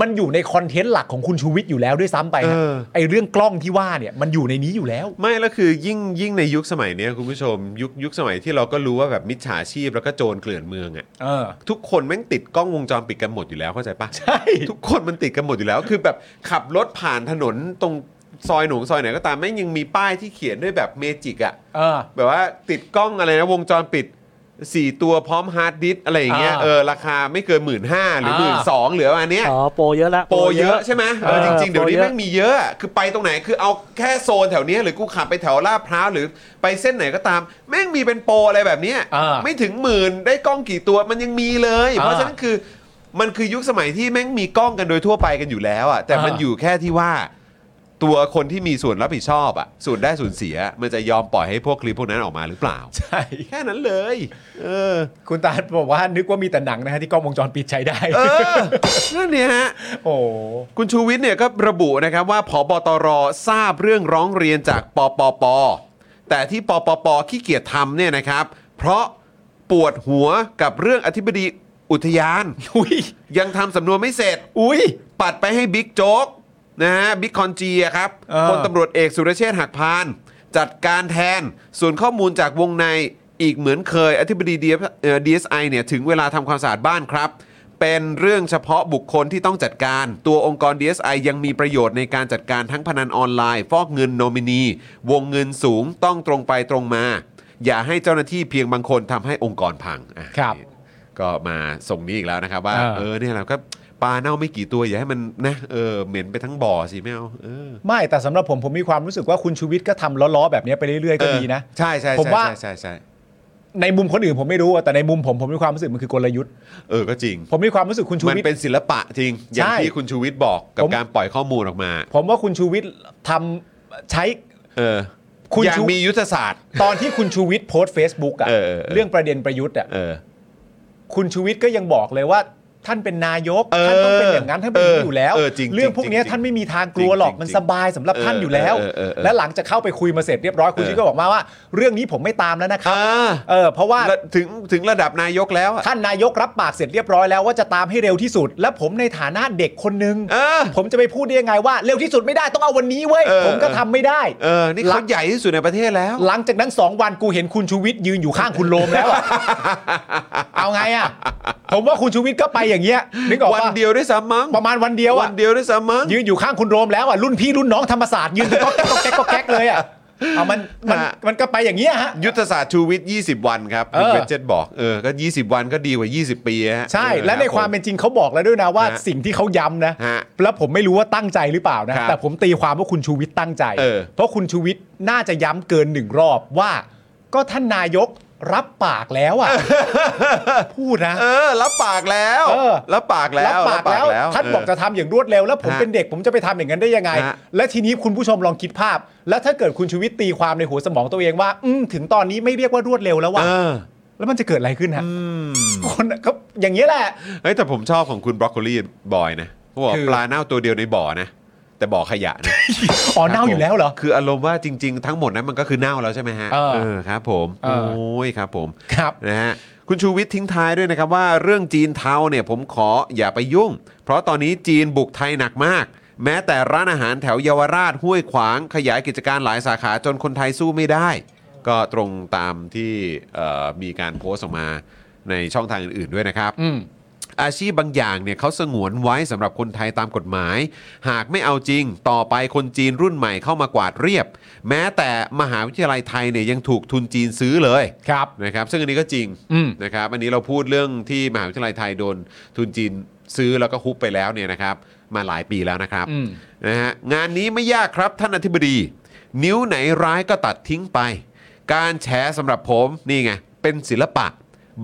มันอยู่ในคอนเทนต์หลักของคุณชูวิทย์อยู่แล้วด้วยซ้ำไปนะ เออ ไอ้เรื่องกล้องที่ว่าเนี่ยมันอยู่ในนี้อยู่แล้ว ไม่แล้วคือยิ่งยิ่งในยุคสมัยเนี้ยคุณผู้ชม ยุคยุคสมัยที่เราก็รู้ว่าแบบมิจฉาชีพแล้วก็โจรเกลื่อนเมืองอะ เออ ทุกคนแม่งติดกล้องวงจรปิดกันหมดอยู่แล้วเข้าใจปะ ใช่ ทุกคนมันติดกันหมดอยู่แล้ว คือแบบขับรถผ่านถนนตรงซอยหนงซอยไหนก็ตามแม่งยังมีป้ายที่เขียนด้วยแบบเมจิกอะ เออ แบบว่าติดกล้องอะไรนะวงจรปิด 4 ตัวพร้อมฮาร์ดดิสก์อะไรอย่างเงี้ย อ่า เออราคาไม่เกินหมื่นห้าหรือหมื่น อ่า สองหรือประมาณเนี้ย อ๋อโปรเยอะละ โปรเยอะใช่ไหมเออ เออ จริงๆ เดี๋ยวนี้ โปรเยอะ แม่งมีเยอะอะคือไปตรงไหนคือเอาแค่โซนแถวเนี้ยหรือกูขับไปแถวลาดพร้าวหรือไปเส้นไหนก็ตาม แม่งมีเป็นโปรอะไรแบบเนี้ย อ่า ไม่ถึงหมื่นได้กล้องกี่ตัวมันยังมีเลย อ่า เพราะฉะนั้นคือมันคือยุคสมัยที่แม่งมีกล้องกันโดยทั่วไปกันอยู่แล้วอ่ะแต่มัน อ่า อยู่แค่ที่ว่าตัวคนที่มีส่วนรับผิดชอบอ่ะส่วนได้ส่วนเสีย มันจะยอมปล่อยให้พวกคลิปพวกนั้นออกมาหรือเปล่า ใช่ แค่นั้นเลย เออ คุณตาลบอกว่านึกว่ามีแต่หนังนะฮะที่กล้องวงจรปิดใช้ได้ เออนั่นเนี่ยฮะ โอ้ คุณชูวิทย์เนี่ยก็ระบุนะครับว่าผบตรทราบเรื่องร้องเรียนจากปปป แต่ที่ปปปขี้เกียจทำเนี่ยนะครับ เพราะปวดหัวกับเรื่องอธิบดีอุทยาน อุ้ย ยังทำสำนวนไม่เสร็จ อุ้ย ปัดไปให้บิ๊กโจ๊กนะฮะบิ๊กคอนจีอะครับ เออ พลตำรวจเอกสุรเชษฐ์หักพาน จัดการแทนส่วนข้อมูลจากวงในอีกเหมือนเคย อธิบดีดีเอสไออ DSI เนี่ยถึงเวลาทำความสะอาดบ้านครับ เป็นเรื่องเฉพาะบุคคลที่ต้องจัดการ ตัวองค์กร DSI ยังมีประโยชน์ในการจัดการทั้งพนันออนไลน์ ฟอกเงินโนมินี วงเงินสูงต้องตรงไปตรงมา อย่าให้เจ้าหน้าที่เพียงบางคนทำให้องค์กรพังอ่ะ ครับ นี่ก็มาส่งนี้อีกแล้วนะครับว่า เออ เออ เออเนี่ยเราก็ปลาเน่าไม่กี่ตัว อย่าให้มันนะเออเหม็นไปทั้งบ่อสิไม่เอาเออ ไม่แต่สำหรับผมผมมีความรู้สึกว่าคุณชูวิทย์ก็ทำล้อๆแบบเนี้ยไปเรื่อยๆก็ดีนะ ใช่ใช่ ผมว่า ใช่ใช่ใช่ ในมุมคนอื่นผมไม่รู้อะแต่ในมุมผมผมมีความรู้สึกมันคือกลยุทธ์ เออก็จริง ผมมีความรู้สึกคุณชู มัน วิทย์ เป็นศิลปะจริง อย่าง ใช่ ที่คุณชูวิทย์บอกกับ ผม การปล่อยข้อมูลออกมา ผมว่าคุณชูวิทย์ทำใช้ เออ คุณ อย่าง ชู มียุทธศาสตร์ ตอนที่คุณชูวิทย์โพสต์ Facebook อะ เออเออเออ เรื่องประเด็นประยุทธ์อะ เออ คุณชูวิทย์ก็ยังบอกเลยว่า ท่านเป็นนายก เออ ท่านต้องเป็นอย่างนั้นท่านเป็นอย่างนี้อยู่แล้ว เออเออจริง เรื่องพวกเนี้ย จริง ท่านไม่มีทางกลัวหรอก จริง มันสบายสำหรับท่านอยู่แล้ว เออเออเออเออ และหลังจากเข้าไปคุยมาเสร็จเรียบร้อยคุณ เออ ชูวิทย์ก็บอกมาว่า เรื่องนี้ผมไม่ตามแล้วนะครับ อ่า เออเพราะว่า ระถึงถึงระดับนายกแล้วอะ ท่านนายกรับปากเสร็จเรียบร้อยแล้วว่าจะตามให้เร็วที่สุด และผมในฐานะเด็กคนหนึง เออ ผมจะไปพูดได้ยังไงว่า เร็วที่สุดไม่ได้ต้องเอาวันนี้เว้ย เออ ผมก็ทำไม่ได้ เออนี่เขาใหญ่ที่สุดในประเทศแล้ว หลังจากนั้น 2 วันกูเห็นคุณชูวิทย์ยืนอยู่ข้างคุณโลมแล้วอะ เอาไงอะผมว่าคุณชูวิทย์ก็ไปอย่างเงี้ยนึกออก วัน ปะ เดียวด้วยซ้ำมั้ง ประมาณวันเดียว วั อะ นเดียวด้วยซ้ำมั้ง ยืนอยู่ข้างคุณโรมแล้วอะรุ่นพี่รุ่นน้องธรรมศาสตร์ยืนก็แก๊กก็แก๊กก็แก๊กเลยอะเอามันมัน ฮะ มันก็ไปอย่างเงี้ยฮะ ยุทธศาสตร์ชูวิทย์20 วันครับคุณ เออ เวจเจตบอกเออก็20 วันก็ดีกว่า 20 ปีฮะ ใช่ ออ และใน รับ ความ ผ เป็นจริงเขาบอกแล้วด้วยนะว่า ฮะ สิ่งที่เขาย้ำนะ ฮะ แล้วผมไม่รู้ว่าตั้งใจหรือเปล่านะครับ แต่ผมตีความว่าคุณชูวิทย์ตั้งใจ เออ ราะคุณชูวิทย์น่าจะย้ำเกินหนึ่งรอบว่า ก็ท่านนายกรับปากแล้ว อ่ะ พูดนะ เออรับปากแล้ว เออ รับปากแล้ว รับปากแล้ว ท่าน เ บอกจะทำอย่างรวดเร็ว แล้วผม ฮะ เป็นเด็กผมจะไปทำอย่างนั้นได้ยังไง ฮะ และทีนี้คุณผู้ชมลองคิดภาพ แล้วถ้าเกิดคุณชูวิทย์ตีความในหัวสมองตัวเองว่า อืมถึงตอนนี้ไม่เรียกว่ารวดเร็วแล้วว่ะ เออ แล้วมันจะเกิดอะไรขึ้นฮะคนก็อย่างนี้ยแหละ เฮ้ยแต่ผมชอบของคุณบรอกโคลีบอยนะเขาบอก คือ ปลาเน่าตัวเดียวในบ่อนะ แต่บ่อขยะนะ อ๋อเน่าอยู่แล้วเหรอ คืออารมณ์ว่าจริง ๆ ทั้งหมดนั้นมันก็คือเน่าแล้วใช่ไหมฮะ เออ ครับผม เออ โอ้ยครับผม ครับ นะฮะคุณชูวิทย์ทิ้งท้ายด้วยนะครับว่าเรื่องจีนเทาเนี่ยผมขออย่าไปยุ่ง เพราะตอนนี้จีนบุกไทยหนักมาก แม้แต่ร้านอาหารแถวเยาวราชห้วยขวาง ขยายกิจการหลายสาขาจนคนไทยสู้ไม่ได้ ก็ตรงตามที่เอ่อมีการโพสต์ออกมาในช่องทางอื่นๆด้วยนะครับ อืม อาชีพบางอย่างเนี่ยเขาสงวนไว้สำหรับคนไทยตามกฎหมาย หากไม่เอาจริง ต่อไปคนจีนรุ่นใหม่เข้ามากวาดเรียบ แม้แต่มหาวิทยาลัยไทยเนี่ยยังถูกทุนจีนซื้อเลย ครับ นะครับซึ่งอันนี้ก็จริง อืม นะครับอันนี้เราพูดเรื่องที่มหาวิทยาลัยไทยโดนทุนจีนซื้อแล้วก็ฮุบไปแล้วเนี่ยนะครับมาหลายปีแล้วนะครับ อืม นะฮะงานนี้ไม่ยากครับท่านอธิบดี นิ้วไหนร้ายก็ตัดทิ้งไป การแฉสำหรับผมนี่ไงเป็นศิลปะ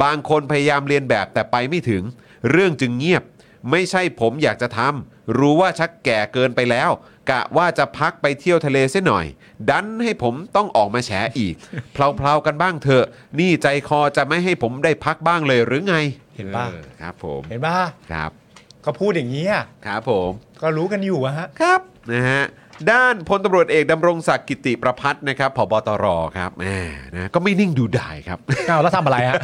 บางคนพยายามเรียนแบบแต่ไปไม่ถึง เรื่องจึงเงียบ ไม่ใช่ผมอยากจะทำรู้ว่าชักแก่เกินไปแล้ว กะว่าจะพักไปเที่ยวทะเลเสียหน่อย ดันให้ผมต้องออกมาแฉอีก เพลาๆกันบ้างเถอะ นี่ใจคอจะไม่ให้ผมได้พักบ้างเลยหรือไง เห็นปะ ออครับผม เห็นป่ะ ครับ ก็พูดอย่างนี้อะ ครับผม ก็รู้กันอยู่อะฮะ ครับนะฮะด้านพลตำรวจเอกดำรงศักดิ์กิติประพัฒนะครับผบตรครับแหมนะก็ไม่นิ่งดูดายครับ อ้าวแล้วทำอะไรฮะ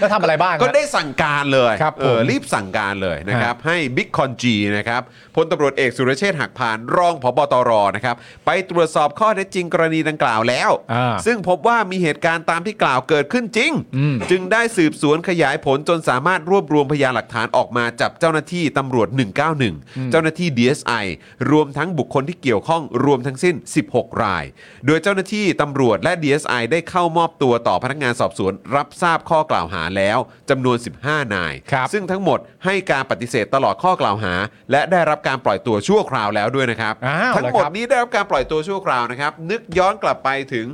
แล้วทำอะไรบ้างฮะ ก็ได้สั่งการเลย ครับผม เออรีบสั่งการเลยนะครับ ให้บิ๊กคอนจีนะครับพลตำรวจเอกสุรเชษฐ์หักพานรองผบตรนะครับไปตรวจสอบข้อเท็จจริงกรณีดังกล่าวแล้ว อ่า ซึ่งพบว่ามีเหตุการณ์ตามที่กล่าวเกิดขึ้นจริง อืม จึงได้สืบสวนขยายผลจนสามารถรวบรวมพยานหลักฐานออกมาจับเจ้าหน้าที่ตำรวจ 191 เจ้าหน้าที่ DSI รวมทั้งบุคคลที่เกี่ยวข้องรวมทั้งสิ้น 16 ราย โดยเจ้าหน้าที่ตำรวจและ DSI ได้เข้ามอบตัวต่อพนักงานสอบสวน รับทราบข้อกล่าวหาแล้วจำนวน 15 นาย ครับ ซึ่งทั้งหมดให้การปฏิเสธตลอดข้อกล่าวหา และได้รับการปล่อยตัวชั่วคราวแล้วด้วยนะครับ อ้าว ทั้งหมด เหรอครับ นี้ได้รับการปล่อยตัวชั่วคราวนะครับ นึกย้อนกลับไปถึง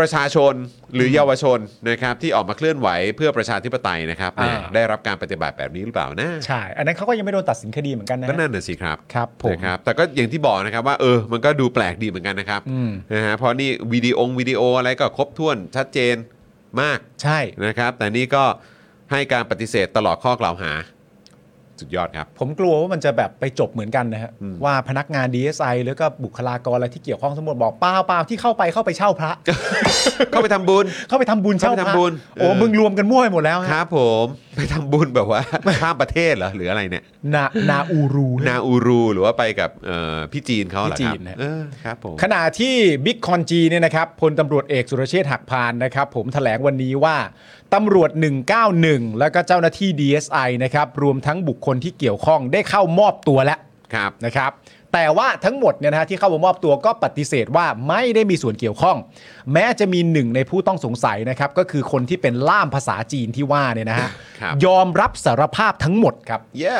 ประชาชนหรือเยาวชนนะครับ ที่ออกมาเคลื่อนไหวเพื่อประชาธิปไตยนะครับ อ่า แหมได้รับการปฏิบัติแบบนี้หรือเปล่านะ ใช่ อันนั้นเขาก็ยังไม่โดนตัดสินคดีเหมือนกันนะ ก็ ฮะ นั่นน่ะสิครับ ครับผม นะครับแต่ก็อย่างที่บอกนะครับว่าเออมันก็ดูแปลกดีเหมือนกันนะครับ อืม นะฮะเพราะนี่วิดีโอวิดีโออะไรก็ครบถ้วนชัดเจนมาก ใช่ นะครับ แต่นี่ก็ให้การปฏิเสธตลอดข้อกล่าวหา สุดยอด ครับ ผมกลัวว่ามันจะแบบไปจบเหมือนกันนะฮะ อืม ว่าพนักงาน DSI หรือก็บุคลากรอะไรที่เกี่ยวข้องทั้งหมดบอกเปล่าเปล่าที่เข้าไปเข้าไปเช่าพระ เข้าไปทำบุญ เข้าไปทำบุญเช่าพระ เข้าไปทำบุญ โอ้ เออ มึงรวมกันมั่วไปหมดแล้ว ค ฮะ รับผมไปทำบุญแบบว่าข้ามประเทศเหรอหรืออะไรเนี่ย นานาอูรู นาอูรูหรือว่าไปกับเอ่อพี่จีนเขาเหรอคพี่จีรับ นนะ เออครับผม ขณะที่บิ๊กคอนจีเนี่ยนะครับพลตำรวจเอกสุรเชษฐ์หักพานนะครับผมแถลงวันนี้ว่าตำรวจ 191 แล้วก็เจ้าหน้าที่ DSI นะครับรวมทั้งบุคคลที่เกี่ยวข้องได้เข้ามอบตัวแล้ว ครับ นะครับ แต่ว่าทั้งหมดเนี่ยนะฮะที่เข้ามามอบตัวก็ปฏิเสธว่าไม่ได้มีส่วนเกี่ยวข้อง แม้จะมีหนึ่งในผู้ต้องสงสัยนะครับก็คือคนที่เป็นล่ามภาษาจีนที่ว่าเนี่ยนะฮะ ครับ ยอมรับสารภาพทั้งหมดครับ เย่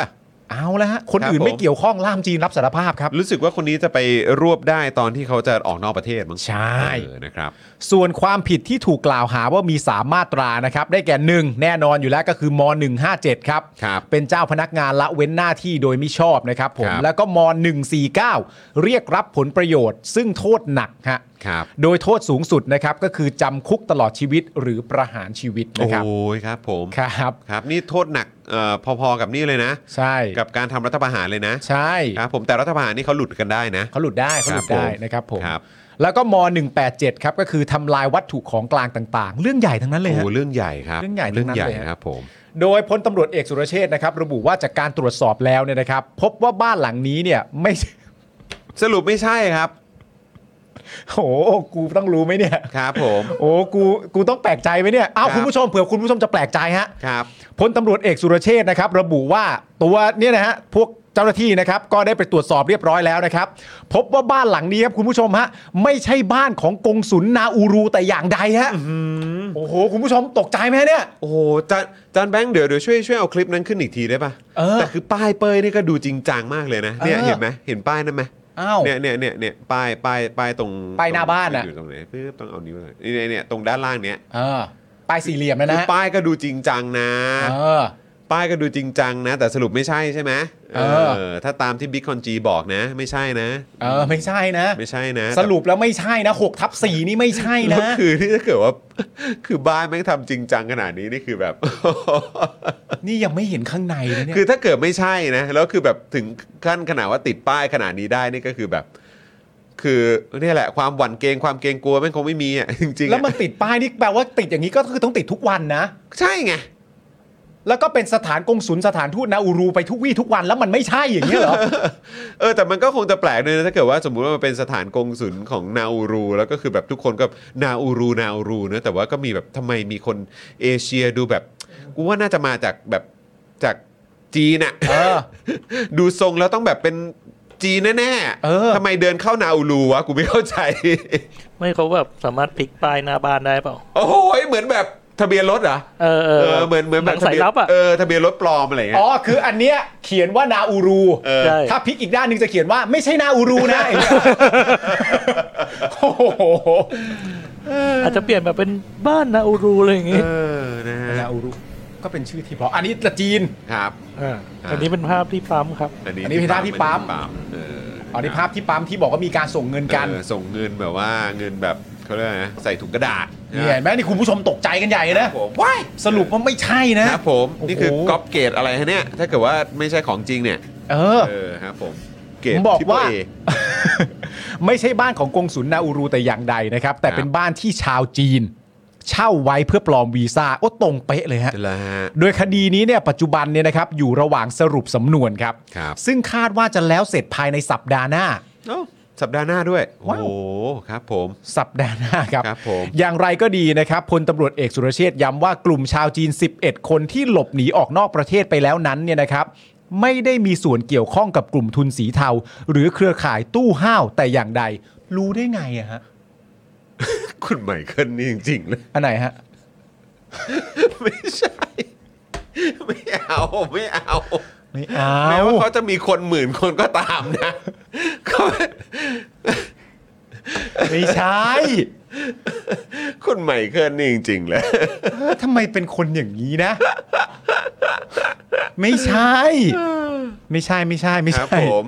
เอาละฮะคน ครับ อื่นไม่ ผม เกี่ยวข้องล่ามจีนรับสารภาพครับ รู้สึกว่าคนนี้จะไปรวบได้ตอนที่เขาจะออกนอกประเทศมั้ง ใช่ เออนะครับ ส่วนความผิดที่ถูกกล่าวหาว่ามีสามมาตรานะครับ ได้แก่หนึ่งแน่นอนอยู่แล้วก็คือม 157 ครับ ครับ เป็นเจ้าพนักงานละเว้นหน้าที่โดยมิชอบนะครับผม ครับ แล้วก็ม 149 เรียกรับผลประโยชน์ ซึ่งโทษหนักฮะ ครับ โดยโทษสูงสุดนะครับก็คือจำคุกตลอดชีวิตหรือประหารชีวิต โอ้ นะครับ ยครับผม ครับ ครับ นี่โทษหนักเอ่อพอๆกับนี่เลยนะ ใช่ กับการทำรัฐประหารเลยนะ ใช่ ครับผมแต่รัฐประหารนี่เขาหลุดกันได้นะ เขาหลุดได้เขาหลุดคได้รับผม นะครับผม ครับ แล้วก็ม 187 ครับก็คือทำลายวัตถุของกลางต่างๆ เรื่องใหญ่ทั้งนั้นเลยฮะ โอ้เรื่องใหญ่ครับ เรื่องใหญ่ทั้ เรื่อง ง นั้น ใหญ่ เลยฮะ ครับผม โดยพลตำรวจเอกสุรเชษฐ์นะครับ ระบุว่าจากการตรวจสอบแล้วเนี่ยนะครับ พบว่าบ้านหลังนี้เนี่ย ไม่ สรุปไม่ใช่ครับ โอ้กูต้องรู้ไหมเนี่ย ครับผม โอ้กูกูต้องแปลกใจไหมเนี่ยอ้าควรับ คุณผู้ชมเผื่อคุณผู้ชมจะแปลกใจฮะ ครับ พลตำรวจเอกสุรเชษฐ์นะครับ ระบุว่าตัวเนี่ยนะฮะพวกเจ้าหน้าที่นะครับ ก็ได้ไปตรวจสอบเรียบร้อยแล้วนะครับ พบว่าบ้านหลังนี้ครับคุณผู้ชมฮะไม่ใช่บ้านของกงสุลนาอูรูแต่อย่างใดฮะโอ้โหคุณผู้ชมตกใจไหมเนี่ย โอ้โหจานจานแบงค์เดี๋ยวเดี๋ยวช่วยช่วยเอาคลิปนั้นขึ้นอีกทีได้ปะ เออ แต่คือป้ายเป้ยนี่ก็ดูจริงจังมากเลยนะเนี่ย เออ เห็นไหมเห็นป้ายนั้นไหม อ้าว เนี่ยเนี่ยเนี่ยเนี่ยป้ายป้ายป้ายตรง ป้ายหน้าบ้านน่ะ อยู่ตรงไหนปึ๊บต้องเอานิ้วหน่อยนี่เนี่ยเนี่ยตรงด้านล่างเนี่ย เออปลายสี่เหลี่ยมแล้คืวนะ อ ฮะ ป้ายก็ดูจริงจังนะ เออ ป้ายก็ดูจริงจังนะ แต่สรุปไม่ใช่ใช่ไหม เออ ถ้าตามที่บิ๊กคอนจีบอกนะ ไม่ใช่นะ เออไม่ใช่นะ ไม่ใช่นะ สรุปแล้วไม่ใช่นะ6ทับ4นี่ไม่ใช่ แล้ว นะ คือที่ถ้าเกิดว่า คือบ้านแม่งทำจริงจังขนาดนี้นี่คือแบบ นี่ยังไม่เห็นข้างในเลยเนี่ย คือถ้าเกิดไม่ใช่นะ แล้วคือแบบถึงขั้นขนาดว่าติดป้ายขนาดนี้ได้นี่ก็คือแบบ คือเนี่ยแหละความหวั่นเกรงความเกรงกลัวมันคงไม่มีอ่ะ จริงๆ แล้วมัน อะ ติดป้ายนี่แปลว่าติดอย่างนี้ก็คือต้องติดทุกวันนะ ใช่ไง แล้วก็เป็นสถานกงศุลสถานทูตนาอูรูไปทุกวี่ทุกวันแล้วมันไม่ใช่อย่างนี้ยเหร อ เออแต่มันก็คงจะแปลกเลยนะถ้าเกิดว่าสมมุติว่ามันเป็นสถานกงศุลของนาอูรู แล้วก็คือแบบทุกคนก็นาอูรูนาอูรูนะแต่ว่าก็มีแบบทำไมมีคนเอเชียดูแบบกูว่าน่าจะมาจากแบบ จากจีนอะ เออ ดูทรงแล้วต้องแบบเป็นจีนแน่ เออ ทำไมเดินเข้านาอูรูวะ กูไม่เข้าใจ ไม่เขาแบบสามารถพลิกป้ายหน้าบ้านได้เปล่า โอ้โหเหมือนแบบทะเบียนรถเหรอ เออเอ เอ อ อเหมือนเหมือน ห แบ นั บ งสายลับอ่ะ เออทะเบียนรถปลอมอะไรอย่างเงี้ อ๋ ย อคืออันเนี้ยเขียนว่านาอูรู เออ ใช่ ถ้าพลิกอีกด้านหนึงจะเขียนว่าไม่ใช่นาอูรู นะ โอ้โห อาจจะเปลี่ยนแบบเป็นบ้านนาอูรูอะไรอย่างงี้ เออนะฮะ นาอูรูก็เป็นชื่อที่เพออันนี้ละจีน ครับ าอันนี้เป็นภาพที่ปั๊มครับ อันนี้ อันนี้พี่ท่าพี่ปั๊ม อันนี้พี่ปั๊มเออ อันนี้ภาพที่ปั๊มที่บอกว่ามีการส่งเงินกัน เออส่งเงินแบบว่าเงินแบบเขาเรียกอะไรนะใส่ถุงกระดาษ เนี่ยเห็นไหมนี่คุณผู้ชมตกใจกันใหญ่เลย นะ นะ ผมว้าย สรุปว่าไม่ใช่นะ ครับผม โอ้โห นี่คือก๊อปเกรดอะไรฮะเนี่ย ถ้าเกิดว่าไม่ใช่ของจริงเนี่ย เออ เออครับผมเกรด ผมบอก triple ว่า A ไม่ใช่บ้านของกงสุลนาอูรูแต่อย่างใดนะครับ แต่เป็นบ้านที่ชาวจีน เช่าไว้เพื่อปลอมวีซ่าโอ้ตรงเป๊ะเลยฮะ จะละฮะ โดยคดีนี้เนี่ยปัจจุบันเนี่ยนะครับอยู่ระหว่างสรุปสำนวนครับ ครับ ซึ่งคาดว่าจะแล้วเสร็จภายในสัปดาห์หน้า เอ้าสัปดาห์หน้าด้วย โอ้ ว้าว โหครับผม สัปดาห์หน้าครับ ครับผม อย่างไรก็ดีนะครับพลตำรวจเอกสุรเชษฐ์ย้ำว่ากลุ่มชาวจีน 11 คนที่หลบหนีออกนอกประเทศไปแล้วนั้นเนี่ยนะครับ ไม่ได้มีส่วนเกี่ยวข้องกับกลุ่มทุนสีเทา หรือเครือข่ายตู้ห้าวแต่อย่างใด รู้ได้ไงอะฮะ คุณใหม่เคิลนี่จริงๆเลย อันไหนฮะ ไม่ใช่ ไม่เอาไม่เอา ไม่เอา แม้ว่าเขาจะมีคนหมื่นคนก็ตามนะ เขา ไม่ใช่ คุณใหม่เคิลนี่จริงๆเลย เออทำไมเป็นคนอย่างนี้นะ ไม่ใช่ ไม่ใช่ไม่ใช่ไม่ ครับ ใช่ ผม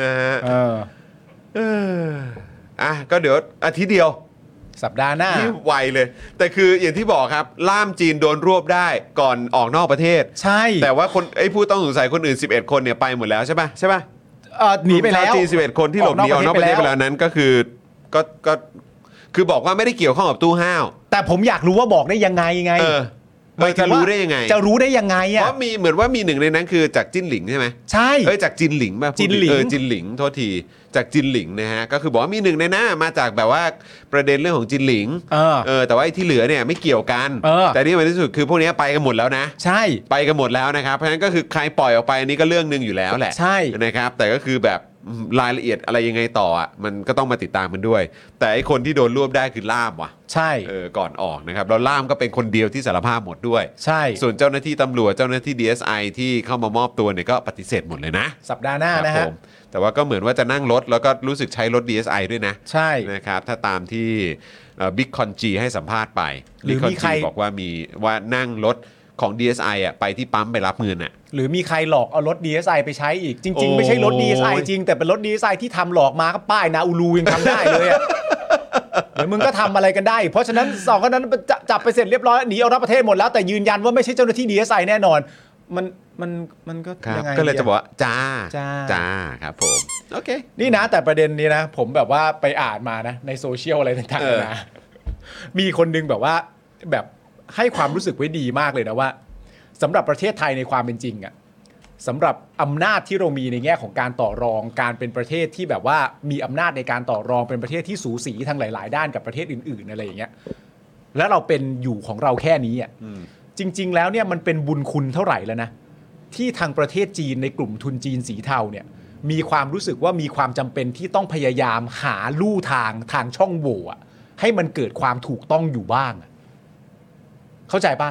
นะฮะ เออ เอออ่ะก็เดี๋ยวอาทิตย์เดียว สัปดาห์หน้า ที่ไวเลย แต่คืออย่างที่บอกครับ ล่ามจีนโดนรวบได้ก่อนออกนอกประเทศ ใช่ แต่ว่าคนไอ้ผู้ต้องสงสัยคนอื่น 11 คนเนี่ยไปหมดแล้วใช่ปะใช่ปะ เอ่อหนีไปแล้ว ชาวจีน11 คนที่หลบหนีออกนอกประเทศไปแล้วนั้นก็คือก็ก็คือบอกว่าไม่ได้เกี่ยวข้องกับตู้ห้าว แต่ผมอยากรู้ว่าบอกได้ยังไงไง เออ หาย จะ ถึงว่า รู้ได้ยังไง จะรู้ได้ยังไง เพ อ่ะ ราะมีเหมือนว่ามีหนึ่งในนั้นคือจากจิ้นหลิงใช่ไหม ใช่ เอ้ยจากจินหลิงป่ะ จินหลิง เออจินหลิงโทษทีจากจินหลิงนะฮะก็คือบอกว่ามีหนึ่งในหน้ามาจากแบบว่าประเด็นเรื่องของจินหลิง เออ เออแต่ว่าไอ้ที่เหลือเนี่ยไม่เกี่ยวกัน เออ แต่ที่มันที่สุดคือพวกเนี้ยไปกันหมดแล้วนะ ใช่ ไปกันหมดแล้วนะครับเพราะฉะนั้นก็คือใครปล่อยออกไปอันนี้ก็เรื่องหนึ่งอยู่แล้วแหละ ใช่ นะครับแต่ก็คือแบบอืมรายละเอียดอะไรยังไงต่ออ่ะมันก็ต้องมาติดตามมันด้วย แต่ไอ้คนที่โดนรวบได้คือล่ามว่ะ ใช่ เออก่อนออกนะครับแล้วล่ามก็เป็นคนเดียวที่สารภาพหมดด้วย ใช่ ส่วนเจ้าหน้าที่ตำรวจเจ้าหน้าที่ DSI ที่เข้ามามอบตัวเนี่ยก็ปฏิเสธหมดเลยนะ สัปดาห์หน้านะ ครั ฮะ บผมแต่ว่าก็เหมือนว่าจะนั่งรถ แล้วก็รู้สึกใช้รถ DSI ด้วยนะ ใช่ นะครับถ้าตามที่บิ๊กคอนจีให้สัมภาษณ์ไป หรื บิ๊ อคอนกมีใคร จีบอกว่ามีว่านั่งรถของ DSI อ่ะไปที่ปั๊มไปรับเงินอ่ะ หรือมีใครหลอกเอารถ DSI ไปใช้อีก จริง โอ้ ๆ ไม่ใช่รถ DSI จริง แต่เป็นรถ DSI ที่ทำหลอกมาก็ป้ายนาอูรูยังทำได้เลย อะ เดี๋ยวมึงก็ทำอะไรกันได้ เพราะฉะนั้นสองคนนั้นจะจับไปเสร็จเรียบร้อยหนีออกนอกประเทศหมดแล้วแต่ยืนยันว่าไม่ใช่เจ้าหน้าที่ DSI แน่นอน มันมันมันก็ ครับ ยังไง ก็เลยจะ ดี บอกว่าจ้า จ้า ครับผม โอเค นี่นะแต่ประเด็นนี้นะ ผมแบบว่าไปอ่านมานะ ในโซเชียลอะไรต่าง เออ ๆนะ มีคนนึงแบบว่าแบบให้ความรู้สึกไว้ดีมากเลยนะว่าสำหรับประเทศไทยในความเป็นจริงอะสำหรับอำนาจที่เรามีในแง่ของการต่อรอง การเป็นประเทศที่แบบว่ามีอำนาจในการต่อรองเป็นประเทศที่สูสีทางหลาย ๆ ด้านกับประเทศอื่น ๆ อะไรอย่างเงี้ยแล้วเราเป็นอยู่ของเราแค่นี้อะ อืม จริง ๆ แล้วเนี่ยมันเป็นบุญคุณเท่าไหร่แล้วนะ ที่ทางประเทศจีนในกลุ่มทุนจีนสีเทาเนี่ย มีความรู้สึกว่ามีความจำเป็นที่ต้องพยายามหาลู่ทางทางช่องโหว่อะให้มันเกิดความถูกต้องอยู่บ้างอะเข้าใจปะ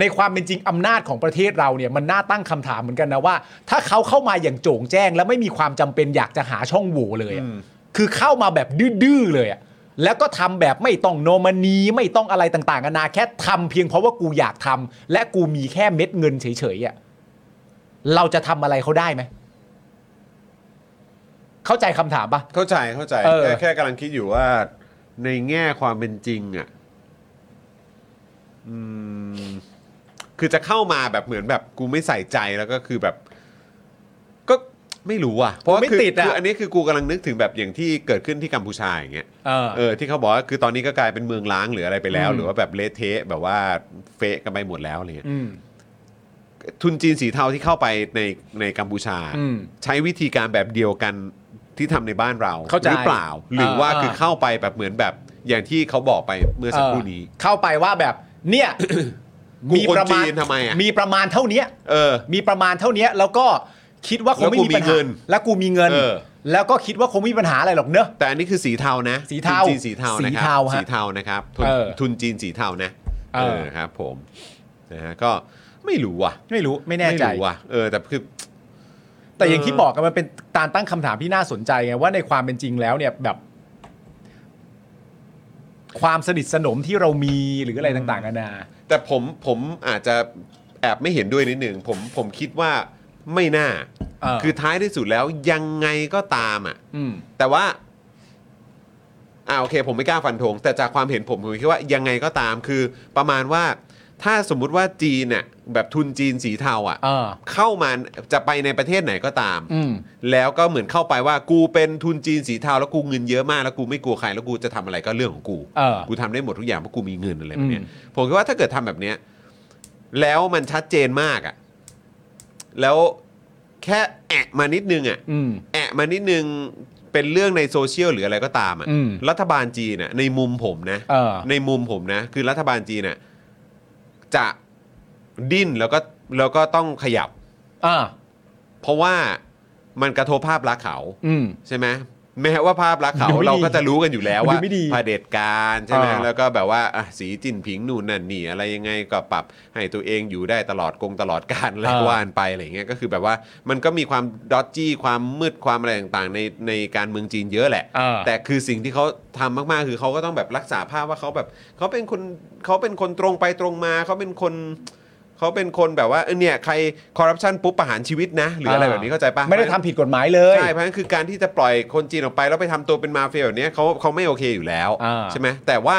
ในความเป็นจริงอำนาจของประเทศเราเนี่ยมันน่าตั้งคำถามเหมือนกันนะว่า ถ้าเขาเข้ามาอย่างโจ่งแจ้ง แล้วไม่มีความจำเป็นอยากจะหาช่องโหว่เลยอะ คือเข้ามาแบบดื้อๆเลยอะแล้วก็ทำแบบไม่ต้องโนมานีไม่ต้องอะไรต่างๆนานาแค่ทำเพียงเพราะว่ากูอยากทำและกูมีแค่เม็ดเงินเฉยๆอะเราจะทำอะไรเขาได้ไหม เข้าใจคำถามปะ เข้าใจเข้าใจ เออ แค่แค่กำลังคิดอยู่ว่าในแง่ความเป็นจริงอ่ะอืมคือจะเข้ามาแบบเหมือนแบบกูไม่ใส่ใจแล้วก็คือแบบ ก็ไม่รู้อ่ะเพราะว่า ไม่ คือ ติดอะ คืออันนี้คือกูกำลังนึกถึงแบบอย่างที่เกิดขึ้นที่กัมพูชาอย่างเงี้ย เออ เออที่เขาบอกว่าคือตอนนี้ก็กลายเป็นเมืองล้างหรืออะไรไปแล้ว อืม หรือว่าแบบเละเทะแบบว่าเฟะกันไปหมดแล้วอะไรเงี้ย อืม ทุนจีนสีเทาที่เข้าไปในในกัมพูชา อืม ใช้วิธีการแบบเดียวกันที่ทำในบ้านเรา เข้าใจ หรือเปล่า หรือว่า อ่า คือเข้าไปแบบเหมือนแบบอย่างที่เขาบอกไปเมื่อสักครู่นี้ เข้าไปว่าแบบ เนี่ย กูคนจีนทำไมอ่ะ มีประมาณเท่าเนี้ย เออ มีประมาณเท่าเนี้ยแล้วก็คิดว่าคงไม่มีปัแล้วกูญมี หา เงิน แล้วกูมีเงิน เออ แล้วก็คิดว่าคงไม่มีปัญหาอะไรหรอกเนอะ แต่อันนี้คือสีเทานะ สีเทา ทุนจีนสีเทานะค สีเทา รับ ฮะ สีเทานะครับทุน เออ ทุนจีนสีเทานะ เออ ครับ ผมนะฮะก็ไม่รู้ว่ะ ไม่รู้ไม่แน่ใจ รู้ว่ะเออแต่คือ แต่อย่างที่บอกกันมันเป็นการตั้งคำถามที่น่าสนใจไงว่าในความเป็นจริงแล้วเนี่ยแบบ ความสนิทสนมที่เรามีหรืออะไรต่างๆกันานา แต่ผมผมอาจจะแอบไม่เห็นด้วยนิดหนึ่งผมผมคิดว่าไม่น่า เออ คือท้ายที่สุดแล้วยังไงก็ตามอ่ะ อืม แต่ว่าอ่าโอเค ผมไม่กล้าฟันธงแต่จากความเห็นผมผมคิดว่ายังไงก็ตามคือประมาณว่า ถ้าสมมุติว่าจีนน่ะแบบทุนจีนสีเทาอ่ะ เออ เข้ามาจะไปในประเทศไหนก็ตาม อืม แล้วก็เหมือนเข้าไปว่ากูเป็นทุนจีนสีเทาแล้วกูเงินเยอะมากแล้วกูไม่กลัวใครแล้วกูจะทำอะไรก็เรื่องของกู เออ กูทำได้หมดทุกอย่างเพราะกูมีเงินอะไรแบบเนี้ย อืม ผมคิดว่าถ้าเกิดทำแบบเนี้ยแล้วมันชัดเจนมากอะ่ะแล้วแค่แอะมานิดนึงอ่ะ อืม แอะมานิดนึงเป็นเรื่องในโซเชียลหรืออะไรก็ตามอะ อืม รัฐบาลจีนน่ะในมุมผมนะ เออ ในมุมผมนะ คือรัฐบาลจีนน่ะจะดิ้นแล้วก็แล้วก็ต้องขยับ อ่า เพราะว่ามันกระทบภาพลักษณ์เขา อืม ใช่ไหมแม้ว่าภาพลักษณ์เขา ดูไม่ดี เราก็จะรู้กันอยู่แล้วว่า ดูไม่ดี เผด็จการใช่ไหม อ่า แล้วก็แบบว่าอ่ะสีจิ้นผิงนู่นนั่นนี่อะไรยังไงก็ปรับให้ตัวเองอยู่ได้ตลอดกงตลอดการอะไร อ่า ก็ว่านไปอะไรอย่างเงี้ยก็คือแบบว่ามันก็มีความดอ d จี้ความมืดความอะไรต่างๆ ในในการเมืองจีนเยอะแหละ อ่า แต่คือสิ่งที่เขาทำมากๆ คือเขาก็ต้องแบบรักษาภาพว่าเขาแบบเขาเป็นคนเขาเป็นคนตรงไปตรงมาเขาเป็นคนเขาเป็นคนแบบว่าเออเนี่ยใครคอร์รัปชันปุ๊บประหารชีวิตนะหรืออะไรแบบนี้เข้าใจปะ ไม่ได้ทำผิดกฎหมายเลย ใช่เพราะฉะนั้นคือการที่จะปล่อยคนจีนออกไปแล้วไปทำตัวเป็นมาเฟียแบบเนี้ยเขาเขาไม่โอเคอยู่แล้ว อ่า ใช่ไหมแต่ว่า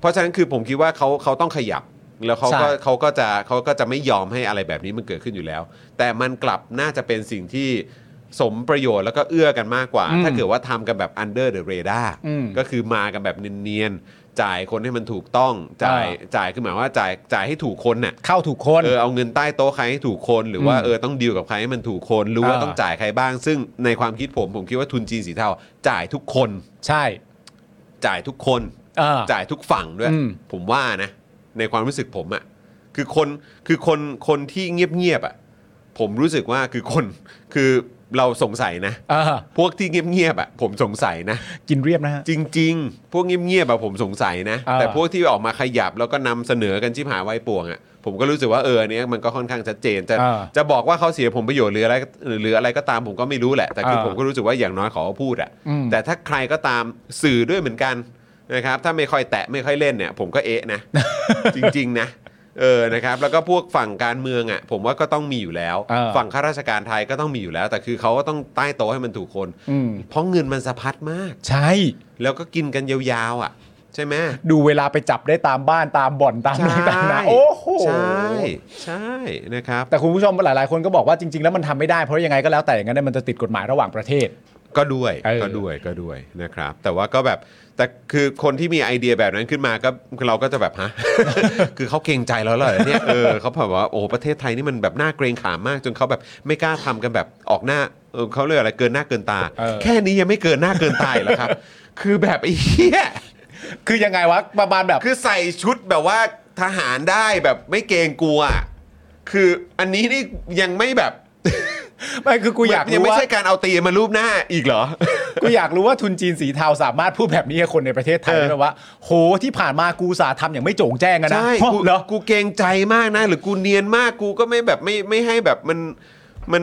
เพราะฉะนั้นคือผมคิดว่าเขาเขาต้องขยับ แล้วเขาก็ ใช่ เขาก็จะเขาก็จะไม่ยอมให้อะไรแบบนี้มันเกิดขึ้นอยู่แล้ว แต่มันกลับน่าจะเป็นสิ่งที่สมประโยชน์แล้วก็เอื้อกันมากกว่า อืม ถ้าเกิดว่าทำกันแบบ under the radar อืม ก็คือมากันแบบเนียนๆจ่ายคนให้มันถูกต้องจ่าย อ่า จ่ายคือหมายว่าจ่ายจ่ายให้ถูกคนน่ะ เข้าถูกคน เออเอาเงินใต้โต๊ะใครให้ถูกคนหรือว่า อืม เออต้องดีลกับใครให้มันถูกคนรู้ว่า อ่า ต้องจ่ายใครบ้าง ซึ่งในความคิดผมผมคิดว่าทุนจีนสีเทาจ่ายทุกคน ใช่ จ่ายทุกคน อ่า จ่ายทุกฝั่งด้วย อืม ผมว่านะ ในความรู้สึกผมอะ่ะคือคนคือคนคนที่เงียบๆอะ่ะผมรู้สึกว่าคือคนคือเราสงสัยนะ อ่า พวกที่เงียบๆอะ่ะผมสงสัยนะ กินเรียบนะฮะ จริง ๆ พวกเงียบๆแบบผมสงสัยนะ เออ แต่พวกที่ออกมาขยับแล้วก็นำเสนอกันชิบหายไว้ป่วงอะ่ะผมก็รู้สึกว่าเอออนเนี้ยมันก็ค่อนข้างชัดเจนจะ เออ จะบอกว่าเขาเสียผมประโยชน์หรืออะไรหรืออะไรก็ตามผมก็ไม่รู้แหละ แต่คือ เออ ผมก็รู้สึกว่าอย่างน้อยเขาก็พูดอะ่ะ อืม แต่ถ้าใครก็ตามสื่อด้วยเหมือนกันนะครับถ้าไม่ค่อยแตะไม่ค่อยเล่นเนี่ย ผมก็เอะนะ จริง ๆ นะ เออนะครับแล้วก็พวกฝั่งการเมืองอ่ะผมว่าก็ต้องมีอยู่แล้ว เออ ฝั่งข้าราชการไทยก็ต้องมีอยู่แล้ว แต่คือเขาก็ต้องใต้โต๊ะให้มันถูกคน อืม เพราะเงินมันสะพัดมาก ใช่ แล้วก็กินกันยาวๆอ่ะ ใช่ไหม ดูเวลาไปจับได้ตามบ้านตามบ่อนตามอะไรต่างๆนะโอ้โห ใช่ ใช่นะครับ แต่คุณผู้ชมหลายๆ คนก็บอกว่าจริง ๆ แล้วมันทำไม่ได้เพราะยังไงก็แล้วแต่อย่างนั้นเนยมันจะติดกฎหมายระหว่างประเทศ ก็ด้วย เออ ก็ด้วยก็ด้วยนะครับ แต่ว่าก็แบบแต่คือคนที่มีไอเดียแบบนั้นขึ้นมาก็เราก็จะแบบ ฮะ คือเขาเกรงใจเราแล้วเหรอเนี่ยเออเขาแบบว่าโอ้ประเทศไทยนี่มันแบบน่าเกรงขามมาก จนเขาแบบไม่กล้าทำกันแบบออกหน้าเออเขาเรียกอะไรเกินหน้าเกินตา เออ แค่นี้ยังไม่เกินหน้าเกินตายแล้วครับ คือแบบไอ้เหี้ย คือยังไงวะประมาณแบบ คือใส่ชุดแบบว่าทหารได้แบบไม่เกรงกลัวอะคืออันนี้นี่ยังไม่แบบ ไม่คือกูอยาก ยัง รู้ ไม่ ว่า ใช่การเอาตีนมารูปหน้าอีกเหรอ กูอยากรู้ว่าทุนจีนสีเทาสามารถพูดแบบนี้กับคนในประเทศไทย เออ ได้ไหมว่าโหที่ผ่านมากูสาทำอย่างไม่โจ่งแจ้งอะนะ ใช่ ฮะ กู เหรอ กูเกรงใจมากนะ หรือกูเนียนมากกูก็ไม่แบบไม่ไม่ให้แบบมันมัน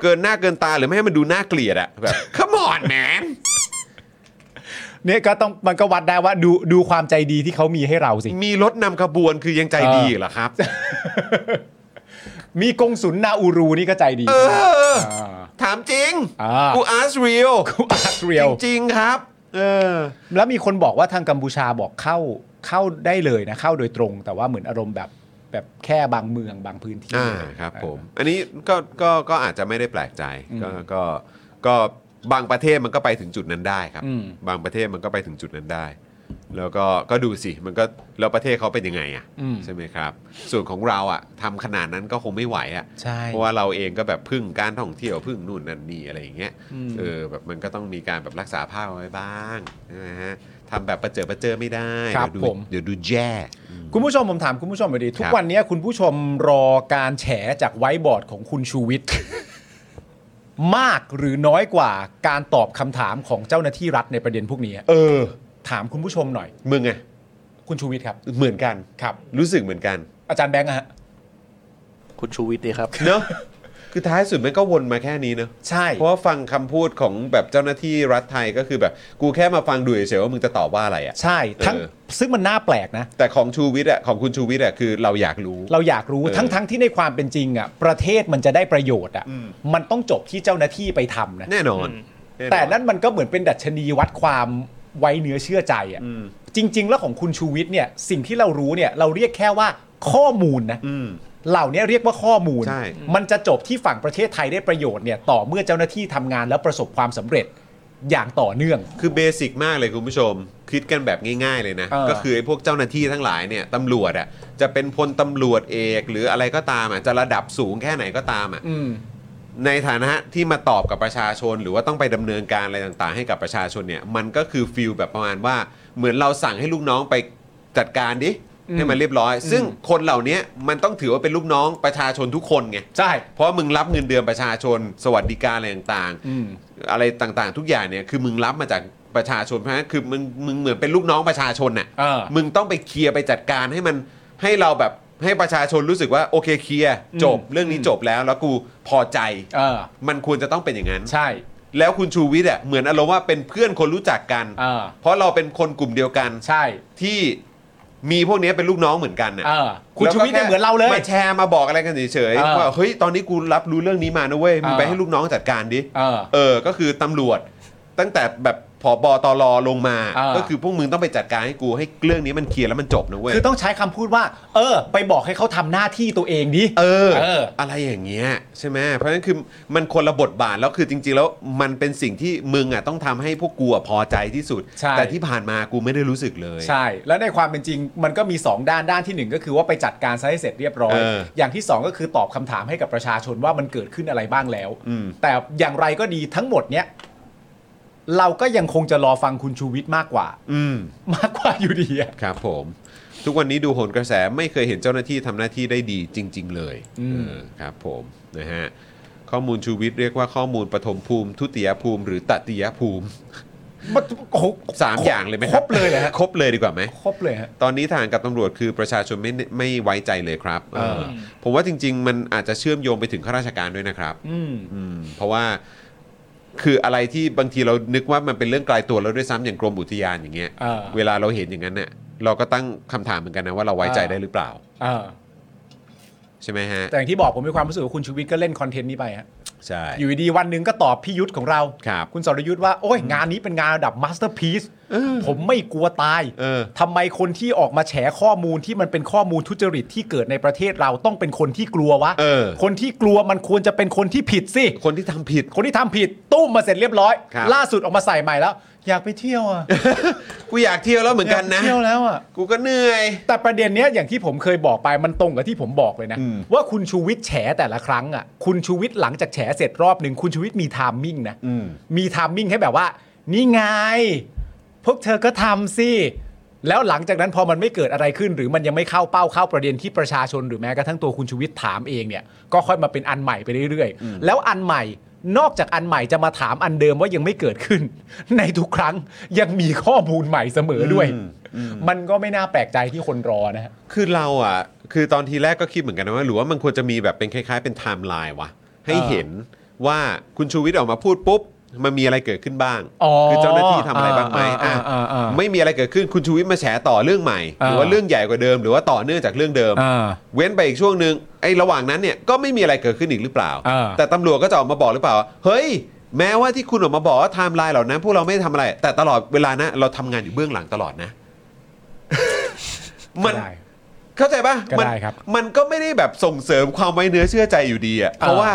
เกินหน้าเกินตาหรือไม่ให้มันดูน่าเกลียดอะแบบ come on man เนี่ยก็ต้องมันก็วัดได้ว่าดูดูความใจดีที่เขามีให้เราสิ มีรถนำขบวนคือยังใจดี เออ เหรอครับ มีกงสุนนาอูรูนี่ก็ใจดี เออ า ถามจริง อ่ากูกู ask real กูอาร์ตเรียล จริงๆครับ เออ แล้วมีคนบอกว่าทางกัมพูชาบอกเข้าเข้าได้เลยนะเข้าโดยตรง แต่ว่าเหมือนอารมณ์แบบแบบแค่บางเมืองบางพื้นที่ อ่าครับผมอันนี้ก็ก็ก็อาจจะไม่ได้แปลกใจก็ก็ก็บางประเทศมันก็ไปถึงจุดนั้นได้ครับ บางประเทศมันก็ไปถึงจุดนั้นได้ แล้วก็ก็ดูสิมันก็แล้วประเทศเขาเป็นยังไงอ่ะใช่ไหมครับ ส่วนของเราอ่ะทำขนาดนั้นก็คงไม่ไหวอ่ะ ใช่ เพราะว่าเราเองก็แบบพึ่งการท่องเที่ยวพึ่งนู่นนั่นนี่อะไรอย่างเงี้ยเออแบบมันก็ต้องมีการแบบรักษาภาพเอาไว้บ้างนะฮะ ทำแบบประเจอประเจอไม่ได้ ครับ เดี๋ยวดู ผม เดี๋ยวดูแย่ คุณผู้ชมผมถามคุณผู้ชมหน่อยดี ทุ ค ก รับ วันนี้คุณผู้ชมรอการแฉจากไว้บอร์ดของคุณชูวิทย์ มากหรือน้อยกว่าการตอบคำถามของเจ้าหน้าที่รัฐในประเด็นพวกนี้ เออ ถามคุณผู้ชมหน่อย มึงไง คุณชูวิทย์ครับ เหมือนกัน ครับ รู้สึกเหมือนกัน อาจารย์แบงค์อะฮะ คุณชูวิทย์ดีครับ เนอะคือท้ายสุดมันก็วนมาแค่นี้เนอะ ใช่ เพราะว่าฟังคำพูดของแบบเจ้าหน้าที่รัฐไทยก็คือแบบ กูแค่มาฟังดูเฉยๆว่ามึงจะตอบว่าอะไรอะ ใช่ทั้ง เออ ซึ่งมันน่าแปลกนะ แต่ของชูวิทย์อะของคุณชูวิทย์อะคือเราอยากรู้ เราอยากรู้ เออ ทั้งทั้งที่ในความเป็นจริงอ่ะประเทศมันจะได้ประโยชน์อ่ะ อืม มันต้องจบที่เจ้าหน้าที่ไปทำนะ แน่นอน อืม แน่นอน แต่นั่นมันก็เหมือนเป็นดัชนีวัดความไว้เนื้อเชื่อใจอ่ะ อืม จริง ๆ แล้วของคุณชูวิทย์เนี่ยสิ่งที่เรารู้เนี่ยเราเรียกแค่ว่าข้อมูลนะ อืม เหล่านี้เรียกว่าข้อมูล ใช่ มันจะจบที่ฝั่งประเทศไทยได้ประโยชน์เนี่ยต่อเมื่อเจ้าหน้าที่ทำงานแล้วประสบความสำเร็จอย่างต่อเนื่อง คือเบสิกมากเลยคุณผู้ชม คิดกันแบบง่าย ๆ เลยนะ เออ ก็คือไอ้พวกเจ้าหน้าที่ทั้งหลายเนี่ยตำรวจอ่ะจะเป็นพลตำรวจเอกหรืออะไรก็ตามอ่ะจะระดับสูงแค่ไหนก็ตามอ่ะ อืม ในฐานะที่มาตอบกับประชาชน หรือว่าต้องไปดำเนินการอะไรต่างๆ ให้กับประชาชนเนี่ยมันก็คือฟิลแบบประมาณว่าเหมือนเราสั่งให้ลูกน้องไปจัดการดิ อืม ให้มันเรียบร้อย อืม ซึ่งคนเหล่านี้มันต้องถือว่าเป็นลูกน้องประชาชนทุกคนไง ใช่ เพราะมึงรับเงินเดือนประชาชน สวัสดิการอะไรต่างๆ อืม อะไรต่างๆ ทุกอย่างเนี่ยคือมึงรับมาจากประชาชนเพราะฉะนั้นคือมึงมึงเหมือนเป็นลูกน้องประชาชนน่ะ เออ มึงต้องไปเคลียร์ไปจัดการให้มันให้เราแบบให้ประชาชนรู้สึกว่าโอเคเคลียร์จบ อืม เรื่องนี้จบแล้วแล้วกูพอใจ เออ มันควรจะต้องเป็นอย่างนั้น ใช่ แล้วคุณชูวิทย์อ่ะเหมือนอารมณ์ว่าเป็นเพื่อนคนรู้จักกัน เออ เพราะเราเป็นคนกลุ่มเดียวกัน ใช่ ที่มีพวกเนี้ยเป็นลูกน้องเหมือนกันน่ะ เออคุณชูวิทย์เนี่ยเหมือนเราเลย มาแชร์มาบอกอะไรกันเฉย เออ ๆว่าเฮ้ยตอนนี้กูรับรู้เรื่องนี้มานะเว้ยมึง เออ ไปให้ลูกน้องจัดการดิ เออ เออก็คือตำรวจ ตั้งแต่แบบผอบอตรลงมา เออ ก็คือพวกมึงต้องไปจัดการให้กูให้เรื่องนี้มันเคลียร์แล้วมันจบนะเว้ย คือต้องใช้คำพูดว่า เออ ไปบอกให้เขาทำหน้าที่ตัวเองดิ เออ เออ อะไรอย่างเงี้ยใช่ไหมเพราะฉะนั้นคือมันคนละบทบาทแล้วคือจริง ๆ แล้วมันเป็นสิ่งที่มึงอ่ะต้องทำให้พวกกูอ่ะพอใจที่สุด ใช่ แต่ที่ผ่านมากูไม่ได้รู้สึกเลย ใช่ แล้วในความเป็นจริงมันก็มี 2 ด้านด้านทีหนึ่1 ก็คือว่าไปจัดการซะให้เสร็จเรียบร้อย เออ อย่างที่ 2 ก็คือตอบคำถามให้กับประชาชนว่ามันเกิดขึ้นอะไรบ้างแล้ว อืม แต่อย่างไรก็ดีทั้งหมดเนี้ยเราก็ยังคงจะรอฟังคุณชูวิทย์มากกว่า อืม มากกว่าอยู่ดีอะ ครับผม ทุกวันนี้ดูโหนกระแสไม่เคยเห็นเจ้าหน้าที่ทำหน้าที่ได้ดีจริง ๆ เลย อืม เออครับผมนะฮะข้อมูลชูวิทย์เรียกว่าข้อมูลปฐมภูมิ ทุติยภูมิ หรือตติยภูมิ มันโอ้โห สามอย่างเลยไหม ครบเลยเหรอฮะ ครบเลยดีกว่าไหม ครบเลยฮะ ตอนนี้ทหารกับตำรวจคือประชาชนไม่ไม่ไว้ใจเลยครับเออ เออ ผมว่าจริง ๆ มันอาจจะเชื่อมโยงไปถึงข้าราชการด้วยนะครับ อืม อืมเพราะว่าคืออะไรที่บางทีเรานึกว่ามันเป็นเรื่องไกลตัวแล้วด้วยซ้ำอย่างกรมอุทยานอย่างเงี้ย เออ เวลาเราเห็นอย่างนั้นเนี่ยเราก็ตั้งคำถามเหมือนกันนะว่าเราไว้ใจได้หรือเปล่า เออ ใช่ไหมฮะ แต่อย่างที่บอกผมมีความรู้สึกว่าคุณชูวิทย์ก็เล่นคอนเทนต์นี้ไปฮะ ใช่ อยู่ดีๆวันหนึ่งก็ตอบพี่ยุทธของเรา ครับ คุณสรยุทธ์ว่า โอ้ยงานนี้เป็นงานระดับมาสเตอร์พีซผมไม่กลัวตาย เออ ทำไมคนที่ออกมาแฉข้อมูลที่มันเป็นข้อมูลทุจริตที่เกิดในประเทศเราต้องเป็นคนที่กลัววะ เออ คนที่กลัวมันควรจะเป็นคนที่ผิดสิ คนที่ทำผิด คนที่ทำผิดตุ้มมาเสร็จเรียบร้อย ครับ ล่าสุดออกมาใส่ใหม่แล้ว อยากไปเที่ยวอ่ะ กูอยากเที่ยวแล้วเหมือน กัน ยา นะ ไปเที่ยวแล้วอ่ะ กูก็เหนื่อย แต่ประเด็นเนี้ยอย่างที่ผมเคยบอกไปมันตรงกับที่ผมบอกเลยนะ อืม ว่าคุณชูวิทย์แฉแต่ละครั้งอ่ะคุณชูวิทย์หลังจากแฉเสร็จรอบหนึ่งคุณชูวิทย์มีไทามมิ่งนะ อืม มีไทามมิ่งให้แบบว่า นี่ไง พวกเธอก็ทำสิ แล้วหลังจากนั้นพอมันไม่เกิดอะไรขึ้น หรือมันยังไม่เข้าเป้าเข้าประเด็นที่ประชาชนหรือแม้กระทั่งตัวคุณชูวิทย์ถามเองเนี่ย ก็ค่อยมาเป็นอันใหม่ไปเรื่อยๆ แล้วอันใหม่นอกจากอันใหม่จะมาถามอันเดิมว่ายังไม่เกิดขึ้น ในทุกครั้งยังมีข้อมูลใหม่เสมอด้วย มันก็ไม่น่าแปลกใจที่คนรอนะฮะ คือเราอ่ะ คือตอนทีแรกก็คิดเหมือนกันนะว่า หรือว่ามันควรจะมีแบบเป็นคล้ายๆ เป็นไทม์ไลน์วะ ให้เห็นว่าคุณชูวิทย์ออกมาพูดปุ๊บ มันมีอะไรเกิดขึ้นบ้าง อ๋อ คือเจ้าหน้าที่ทำอะไรบ้างไหม อ่า อ่ะ อ่าอ่า ไม่มีอะไรเกิดขึ้น คุณชูวิทย์มาแฉต่อเรื่องใหม่ หรือว่า อ่า เรื่องใหญ่กว่าเดิม หรือว่าต่อเนื่องจากเรื่องเดิม อ่า เว้นไปอีกช่วงหนึ่งไอ้ระหว่างนั้นเนี่ยก็ไม่มีอะไรเกิดขึ้นอีกหรือเปล่า เออ แต่ตำรวจก็จะออกมาบอกหรือเปล่าว่าเฮ้ย แม้ว่าที่คุณออกมาบอกว่าไทม์ไลน์เหล่านั้น พวกเราไม่ทำอะไร แต่ตลอดเวลานะเราทำงานอยู่เบื้องหลังตลอด นะ มัน ก็ได้ เข้าใจปะ ก็ได้ มัน ครับ มันก็ไม่ได้แบบส่งเสริมความไว้เนื้อเชื่อใจอยู่ดีอะเพราะ เออ ว่า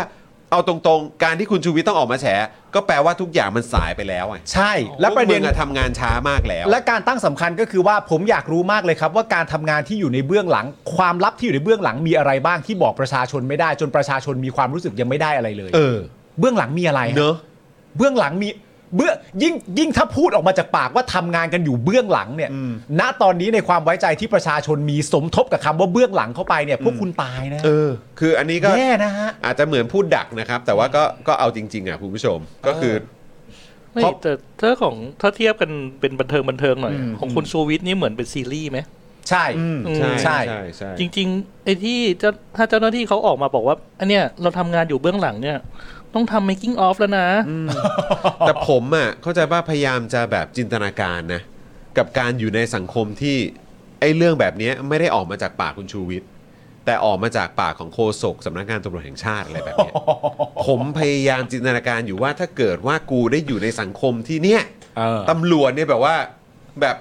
เอาตรงๆ การที่คุณชูวิทย์ต้องออกมาแฉก็แปลว่าทุกอย่างมันสายไปแล้วไง ใช่และประเด็น พวกมึงอทำงานช้ามากแล้ว และการตั้งสำคัญก็คือว่าผมอยากรู้มากเลยครับว่าการทำงานที่อยู่ในเบื้องหลัง ความลับที่อยู่ในเบื้องหลังมีอะไรบ้างที่บอกประชาชนไม่ได้ จนประชาชนมีความรู้สึกยังไม่ได้อะไรเลย เออ เบื้องหลังมีอะไรฮะ เนอะ เบื้องหลังมี เบื้องยิ่งยิ่งถ้าพูดออกมาจากปากว่าทำงานกันอยู่เบื้องหลังเนี่ยณตอนนี้ในความไว้ใจที่ประชาชนมีสมทบกับคำว่าเบื้องหลังเข้าไปเนี่ยพวกคุณตายนะ เออ คืออันนี้ก็ แย่นะฮะ อาจจะเหมือนพูดดักนะครับ แต่ว่าก็ก็เอาจริง ๆ อ่ะคุณผู้ชมก็คือ ไม่ เพราะ แต่ถ้าของถ้าเทียบกันเป็นบันเทิงบันเทิงหน่อย ของคุณชูวิทย์นี่เหมือนเป็นซีรีส์ไหม ใช่ อืม ใช่ ใช่ใช่ใช่ จริงๆไอ้ที่เจ้าถ้าเจ้าหน้าที่เขาออกมาบอกว่าอันเนี้ยเราทำงานอยู่เบื้องหลังเนี่ย ต้องทำ making off แล้วนะ แต่ผมอ่ะเข้าใจว่าพยายามจะแบบจินตนาการนะ กับการอยู่ในสังคมที่ไอ้เรื่องแบบเนี้ยไม่ได้ออกมาจากปากคุณชูวิทย์แต่ออกมาจากปากของโฆษกสำนักงานตำรวจแห่งชาติอะไรแบบเนี้ย ผมพยายามจินตนาการอยู่ว่าถ้าเกิดว่ากูได้อยู่ในสังคมที่เนี้ยตำรวจเนี่ยแบบว่าแบบ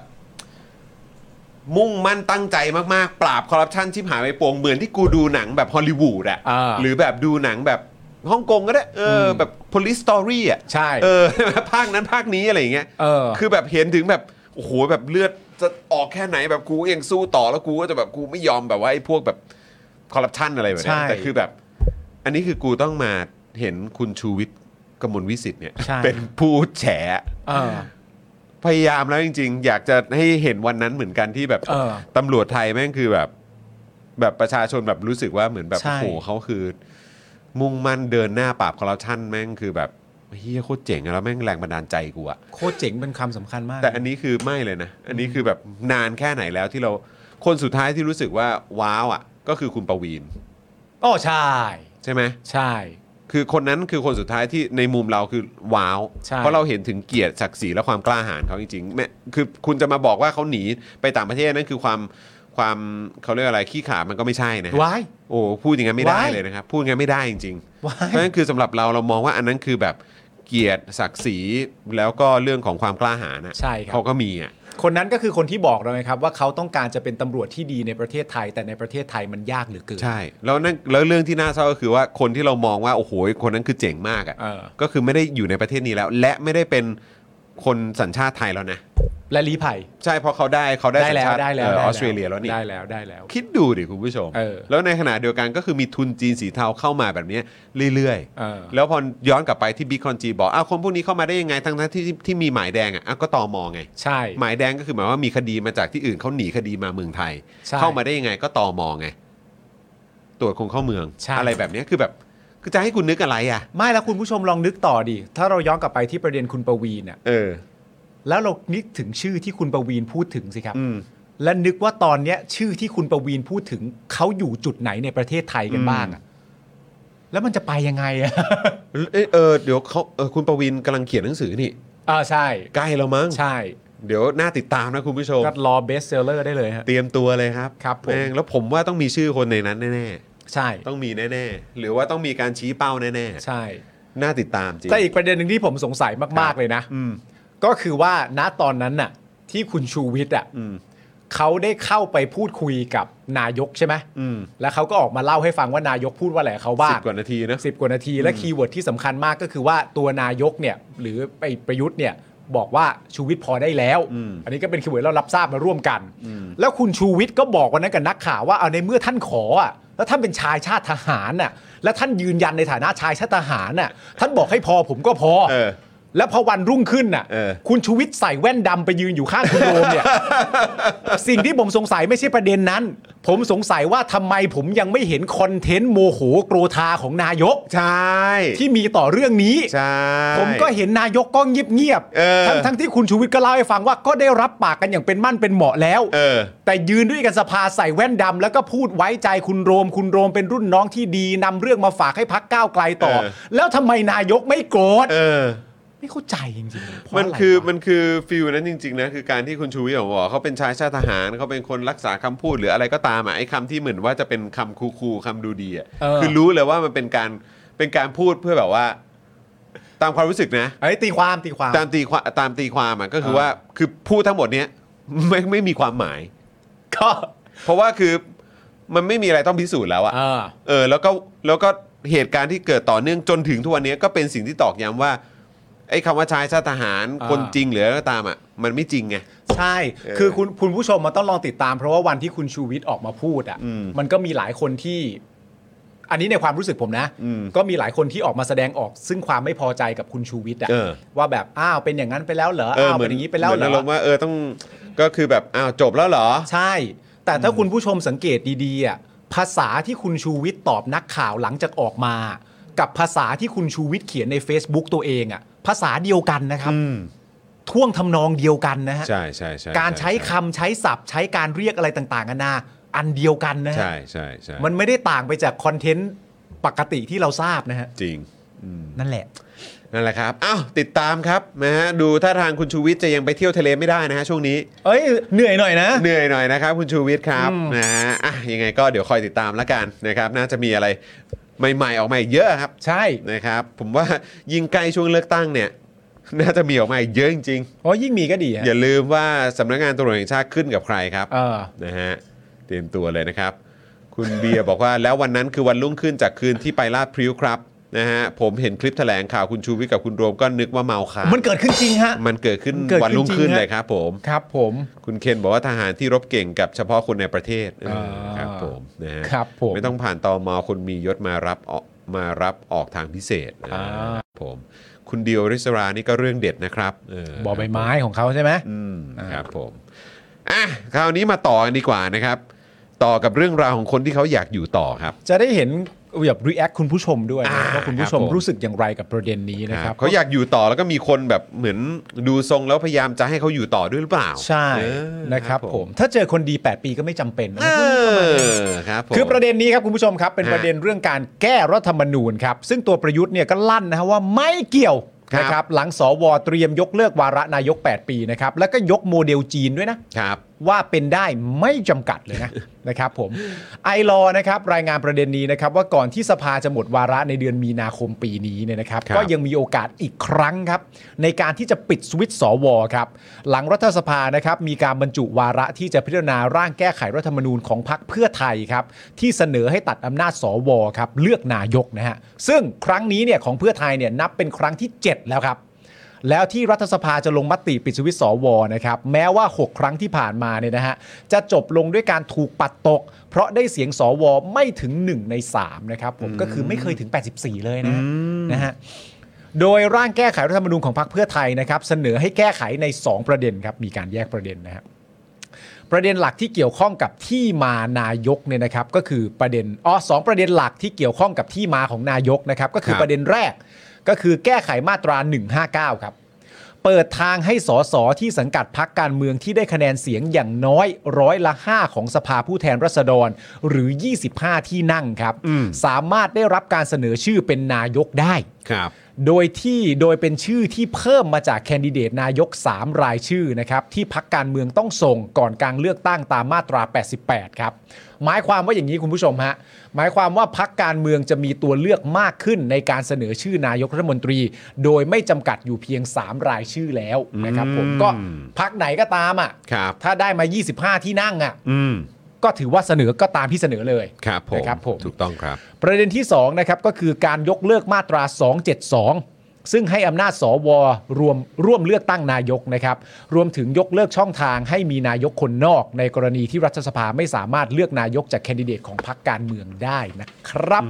มุ่งมั่นตั้งใจมากๆ ปราบคอร์รัปชันที่หายไปปวงเหมือนที่กูดูหนังแบบฮอลลีวูดอะ อ่า หรือแบบดูหนังแบบฮ่องกงก็ได้เอออแบบ police story อะ ใช่ เออ ภาคนั้นภาคนี้อะไรอย่างเงี้ย เออ คือแบบเห็นถึงแบบโอ้โหแบบเลือดจะออกแค่ไหนแบบกูก็ยังสู้ต่อแล้วกูก็จะแบบกูไม่ยอมแบบว่าไอ้พวกแบบคอร์รัปชันอะไรแบบเนี้ย ใช่ แต่คือแบบ อันนี้คือกูต้องมาเห็นคุณชูวิทย์กมลวิสิทธิ์เนี่ย ใช่ เป็นผู้แฉ เออ พยายามแล้วจริง ๆ อยากจะให้เห็นวันนั้นเหมือนกันที่แบบ เออ ตำรวจไทยแม่งคือแบบ แบบประชาชนแบบรู้สึกว่าเหมือนแบบ ใช่ โอ้โหเขาคือ มุ่งมั่นเดินหน้าปราบคอร์รัปชันแม่งคือแบบเฮียโคตรเจ๋งอะแล้วแม่งแรงบันดาลใจกูอะ โคตรเจ๋งเป็นคำสำคัญมาก แต่อันนี้คือไม่เลยนะ อันนี้คือแบบนานแค่ไหนแล้วที่เราคนสุดท้ายที่รู้สึกว่าว้าวอ่ะ ก็คือคุณประวีน อ๋อใช่ ใช่ไหม ใช่ คือคนนั้นคือคนสุดท้ายที่ในมุมเราคือว้าว ใช่ เพราะเราเห็นถึงเกียรติศักดิ์ศรีและความกล้าหาญเขาจริงๆแม่คือคุณจะมาบอกว่าเขาหนีไปต่างประเทศนั่นคือความความเขาเรียกอะไรขี้ขลาดมันก็ไม่ใช่นะฮะ ว้าย โอ้พูดอย่างนั้นไม่ได้ ว้าย เลยนะครับพูดอย่างนั้นไม่ได้จริง ๆ ว้า เพราะฉะ ย นั้นคือสำหรับเราเรามองว่าอันนั้นคือแบบเกียรติศักดิ์ศรีแล้วก็เรื่องของความกล้าหาญอะ ใช่ครับ เขาก็มีอ่ะ คนนั้นก็คือคนที่บอกเราไงครับ ว่าเขาต้องการจะเป็นตำรวจที่ดีในประเทศไทย แต่ในประเทศไทยมันยากเหลือเกิน ใช่แล้วนั่นแล้วเรื่องที่น่าเศร้าก็คือว่าคนที่เรามองว่าโอ้โหคนนั้นคือเจ๋งมาก เออ อะ่ะก็คือไม่ได้อยู่ในประเทศนี้แล้ว และไม่ได้เป็นคนสัญชาติไทยแล้วนะ และลีภัย ใช่เพราะเขาได้เขาได้ ได้ สัญ แล้ว ชาติ ได้แล้ว เออ ได้ อ แว อสเตรเลียแล้วนี่ ได้แล้วได้แล้ว คิดดูดิคุณผู้ชม เออ แล้วในขณะเดียวกันก็คือมีทุนจีนสีเทาเข้ามาแบบเนี้ยเรื่อย เออ ๆ แล้วพอย้อนกลับไปที่บิ๊กคอนจีบอกอ้าวคนพวกนี้เข้ามาได้ยังไงทั้งๆที่ที่ที่มีหมายแดงอ่ะอ้าวก็ตอมองไง ใช่ หมายแดงก็คือหมายว่ามีคดีมาจากที่อื่นเขาหนีคดีมาเมืองไทย ใช่ เข้ามาได้ยังไงก็ตอมองไง ตรวจคงเข้าเมือง ใช่ อะไรแบบเนี้ยคือแบบคือจะให้คุณนึกอะไรอ่ะ ไม่แล้วคุณผู้ชมลองนึกต่อดิ ถ้าเราย้อนกลับไปที่ประเด็นคุณประวีนน่ะ เออ แล้วเรานึกถึงชื่อที่คุณประวีนพูดถึงสิครับ อืม และนึกว่าตอนเนี้ยชื่อที่คุณประวีนพูดถึงเขาอยู่จุดไหนในประเทศไทยกันบ้างอะแล้วมันจะไปยังไงอะ เอ้ยเออเดี๋ยวเขาเออคุณประวินกำลังเขียนหนังสือนี่ อ่าใช่ ใกล้แล้วมั้ง ใช่ เดี๋ยวน่าติดตามนะคุณผู้ชม ก็รอเบสเซลเลอร์ได้เลยฮะ เตรียมตัวเลยครับ ครับผม แม่งแล้วผมว่าต้องมีชื่อคนในนั้นแน่ ใช่ ๆ ต้องมีแน่ๆ หรือว่าต้องมีการชี้เป้าแน่ ใช่ ๆ น่าติดตามจริง แต่อีกประเด็นหนึ่งที่ผมสงสัยมาก ครับ ๆ เลยนะ อืม ก็คือว่าณตอนนั้นน่ะ ที่คุณชูวิทย์อ่ะ อืม เขาได้เข้าไปพูดคุยกับนายกใช่ไหม อืม แล้วเขาก็ออกมาเล่าให้ฟังว่านายกพูดว่าอะไรกับเขาบ้า สิ ง บกว่านาทีนะ สิบกว่านาทีและคีย์เวิร์ดที่สำคัญมากก็คือว่าตัวนายกเนี่ย หรือไปประยุทธ์เนี่ย บอกว่าชูวิทย์พอได้แล้ว อืม อันนี้ก็เป็นคีย์เวิร์ดเรารับทราบมาร่วมกัน แล้วคุณชูวิทย์ก็บอกวันนั้นกับนักข่าวว่าเอาในเมื่อท่านขออ่ะแล้วท่านเป็นชายชาติทหารน่ะและท่านยืนยันในฐานะชายชาติทหารน่ะท่านบอกให้พอผมก็พอ เออ แล้วพอวันรุ่งขึ้นน่ะ เออ คุณชูวิทย์ใส่แว่นดำไปยืนอยู่ข้างคุณโรมเนี่ย สิ่งที่ผมสงสัยไม่ใช่ประเด็นนั้น ผมสงสัยว่าทำไมผมยังไม่เห็นคอนเทนต์โมโหโกรธาของนายก ใช่ ที่มีต่อเรื่องนี้ ใช่ ผมก็เห็นนายกก็เงียบเงียบๆ เออ ทั้งทั้งที่คุณชูวิทย์ก็เล่าให้ฟังว่าก็ได้รับปากกันอย่างเป็นมั่นเป็นเหมาะแล้ว เออ แต่ยืนด้วยกันสภาใส่แว่นดำแล้วก็พูดไว้ใจคุณโรม คุณโรมเป็นรุ่นน้องที่ดีนำเรื่องมาฝากให้พักก้าวไกลต่อ เออ แล้วทำไมนายกไม่โกรธ เออ ไม่เข้าใจจริงๆเพราะ มัน อะไร คือ วะ มันคือฟิลนั้นจริงๆนะคือการที่คุณชูวิทย์บอกว่าเขาเป็นชายชาติทหารเขาเป็นคนรักษาคำพูดหรืออะไรก็ตามอ่ะไอ้คำที่เหมือนว่าจะเป็นคำคูลๆคำดูดีอ่ะ เออ คือรู้เลยว่ามันเป็นการเป็นการพูดเพื่อแบบว่า ตามความรู้สึกนะ เอ้ยตีความตีความ ตามตีความตามตีความอ่ะก็คือ เออ ว่าคือพูดทั้งหมดเนี้ยไม่ไม่มีความหมาย ก็ เพราะว่าคือมันไม่มีอะไรต้องพิสูจน์แล้วอ่ะ เออ เออแล้วก็แล้วก็เหตุการณ์ที่เกิดต่อเนื่องจนถึงทุกวันนี้ก็เป็นสิ่งที่ตอกย้ำว่าไอ้คำว่าชายชาติทหาร อ่า คนจริงหรืออะไรก็ตามอ่ะมันไม่จริงไง ใช่ คือคุณคุณผู้ชมมันต้องลองติดตาม เพราะว่าวันที่คุณชูวิทย์ออกมาพูดอ่ะ มันก็มีหลายคนที่ อันนี้ในความรู้สึกผมนะ อืม ก็มีหลายคนที่ออกมาแสดงออก ซึ่งความไม่พอใจกับคุณชูวิทย์อะ เออ ว่าแบบอ้าวเป็นอย่างนั้นไปแล้วเหรออ้าวเป็นอย่างนี้ไปแล้ว เห เหร มือน อ อารมณ์ว่าเออต้องก็คือแบบอ้าวจบแล้วเหรอ ใช่ แต่ถ้าคุณผู้ชมสังเกตดีๆอ่ะภาษาที่คุณชูวิทย์ตอบนักข่าวหลังจากออกมา กับภาษาที่คุณชูวิทย์เขียนใน Facebook ตัวเองอ่ะภาษาเดียวกันนะครับ อืม ท่วงทำนองเดียวกันนะฮะ ใช่ใช่ใช่ การใช้คำใช้ศัพท์ ใช้การเรียกอะไรต่างๆกันานาอันเดียวกันนะฮะ ใช่ใช่ใช่ มันไม่ได้ต่างไปจากคอนเทนต์ปกติที่เราทราบนะฮะ จริง นั่นแหละ นั่นแหละครับ อ้าว ติดตามครับนะฮะ ดูท่าทางคุณชูวิทย์จะยังไปเที่ยวทะเลไม่ได้นะฮะช่วงนี้ เอ้ยเหนื่อยหน่อยนะ เหนื่อยหน่อยนะครับคุณชูวิทย์ครับ อืม นะฮะ อ่ะ ยังไงก็เดี๋ยวคอยติดตามแล้วกันนะครับ น่าจะมีอะไรใหม่ๆออกมาอีกเยอะครับ ใช่ นะครับ ผมว่ายิ่งใกล้ช่วงเลือกตั้งเนี่ย น่าจะมีออกมาอีกเยอะจริง เพราะยิ่งมีก็ดี ๆ ฮะ อย่าลืมว่าสำนักงานตำรวจแห่งชาติขึ้นกับใครครับ เออ นะฮะเตรียมตัวเลยนะครับ คุณเบียร์บอกว่าแล้ววันนั้นคือวันรุ่งขึ้นจากคืนที่ไปลาดพริ้วครับนะฮะผมเห็นคลิปแถลงข่าวคุณชูวิทย์กับคุณโรมก็นึกว่าเมาค้าง มันเกิดขึ้นจริงฮะ มันเกิดขึ้น มันเกิดขึ้น วันรุ่งขึ้น จริงฮะ เลยครับผม ครับผม คุณเคนบอกว่าทหารที่รบเก่งกับเฉพาะคนในประเทศเออคอ่ารับผมนะฮะ ครับผม ไม่ต้องผ่านตอมอคนมียศมารับออกมารับออกทางพิเศษ อ่า ครับผม คุณเดียวริศรานี่ก็เรื่องเด็ดนะครับเ บอใบไม้ของเขาใช่ไหม อืม อ่า ครับผมอ่ะคราวนี้มาต่อกันดีกว่านะครับ ต่อกับเรื่องราวของคนที่เขาอยากอยู่ต่อครับ จะได้เห็นแบบรีแอคคุณผู้ชมด้วยนะ อ่า ว่าคุณผู้ชม ครับผม รู้สึกอย่างไรกับประเด็นนี้นะครับ เขาอยากอยู่ต่อแล้วก็มีคนแบบเหมือนดูทรงแล้วพยายามจะให้เขาอยู่ต่อด้วยหรือเปล่า ใช่ เออ นะครับผม ถ้าเจอคนดี 8 ปีก็ไม่จำเป็นนะ เออครับผม คือประเด็นนี้ครับคุณผู้ชมครับ เป็น ฮะ ประเด็นเรื่องการแก้รัฐธรรมนูญครับ ซึ่งตัวประยุทธ์เนี่ยก็ลั่นนะฮะว่าไม่เกี่ยว ครับ นะครับหลังสวเตรียมยกเลิกวาระนายก 8 ปีนะครับแล้วก็ยกโมเดลจีนด้วยนะ ครับ ว่าเป็นได้ไม่จำกัดเลยนะ นะครับผมไอรอนะครับรายงานประเด็นนี้นะครับว่าก่อนที่สภาจะหมดวาระในเดือนมีนาคมปีนี้เนี่ยนะครับ ครับ ก็ยังมีโอกาสอีกครั้งครับ ในการที่จะปิดสวิตช์สวครับ หลังรัฐสภานะครับมีการบรรจุวาระที่จะพิจารณาร่างแก้ไขรัฐธรรมนูญของพรรคเพื่อไทยครับ ที่เสนอให้ตัดอำนาจสวครับเลือกนายกนะฮะซึ่งครั้งนี้เนี่ยของเพื่อไทยเนี่ยนับเป็นครั้งที่ 7 แล้วครับ แล้วที่รัฐสภาจะลงมติปิดสวิตช์สวนะครับ แม้ว่า 6 ครั้งที่ผ่านมาเนี่ยนะฮะ จะจบลงด้วยการถูกปัดตก เพราะได้เสียงสวไม่ถึง 1 ใน 3 นะครับ ผมก็คือไม่เคยถึง 84 เลยนะฮะนะฮะ โดยร่างแก้ไขรัฐธรรมนูญของพรรคเพื่อไทยนะครับ เสนอให้แก้ไขใน 2 ประเด็นครับ มีการแยกประเด็นนะครับ ประเด็นหลักที่เกี่ยวข้องกับที่มานายกเนี่ยนะครับ ก็คือประเด็นอ๋อสองประเด็นหลักที่เกี่ยวข้องกับที่มาของนายกนะครับ ก็คือ ครับ ประเด็นแรกก็คือแก้ไขมาตรา 159 ครับ เปิดทางให้สสที่สังกัดพักการเมืองที่ได้คะแนนเสียงอย่างน้อยร้อยละ 5 ของสภาผู้แทนราษฎร หรือ 25 ที่นั่งครับ สามารถได้รับการเสนอชื่อเป็นนายกได้ ครับ โดยที่โดยเป็นชื่อที่เพิ่มมาจากแคนดิเดตนายก 3 รายชื่อนะครับ ที่พักการเมืองต้องส่งก่อนการเลือกตั้งตามมาตรา 88 ครับ หมายความว่าอย่างนี้คุณผู้ชมฮะหมายความว่าพักการเมืองจะมีตัวเลือกมากขึ้นในการเสนอชื่อนายกรัฐมนตรี โดยไม่จำกัดอยู่เพียง 3 รายชื่อแล้วนะครับ ผม อืม ก็พักไหนก็ตามอ่ะ ครับ ถ้าได้มา 25 ที่นั่งอ่ะ อืม ก็ถือว่าเสนอก็ตามที่เสนอเลย ครับผม นะครับผม ถูกต้องครับ ประเด็นที่2นะครับก็คือการยกเลิกมาตรา 272 ซึ่งให้อำนาจสวรวมร่วมเลือกตั้งนายกนะครับ รวมถึงยกเลิกช่องทางให้มีนายกคนนอก ในกรณีที่รัฐสภาไม่สามารถเลือกนายกจากแคนดิเดตของพรรคการเมืองได้นะครับ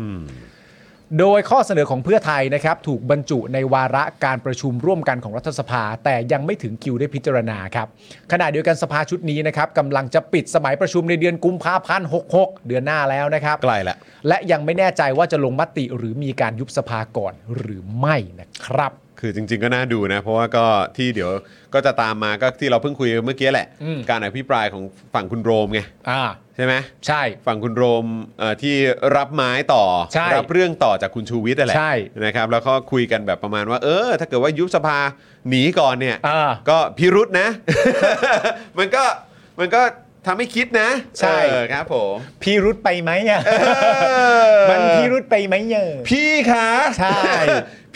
โดยข้อเสนอของเพื่อไทยนะครับ ถูกบรรจุในวาระการประชุมร่วมกันของรัฐสภา แต่ยังไม่ถึงคิวได้พิจารณาครับขณะเดียวกันสภาชุดนี้นะครับกำลังจะปิดสมัยประชุมในเดือนกุมภาพันธ์66 เดือนหน้าแล้วนะครับ ใกล้ละ และยังไม่แน่ใจว่าจะลงมติหรือมีการยุบสภาก่อนหรือไม่นะครับ คือจริง ๆ ก็น่าดูนะ เพราะว่าก็ที่เดี๋ยวก็จะตามมาก็ที่เราเพิ่งคุยกันเมื่อกี้แหละ อืม การอภิปรายของฝั่งคุณโรมไง อ่า ใช่ไหม ใช่ ฝั่งคุณโรมเอ่อที่รับไม้ต่อ ใช่ รับเรื่องต่อจากคุณชูวิทย์นั่นแหละ ใช่ นะครับ แล้วก็คุยกันแบบประมาณว่า เออ ถ้าเกิดว่ายุบสภาหนีก่อนเนี่ย อ่า ก็พิรุษนะ มันก็มันก็ทำให้คิดนะ ใช่ เออครับผม พี่รุดไปไหมอ่ะ เออ มันพี่รุดไปไหมเยอะ พี่คะ ใช่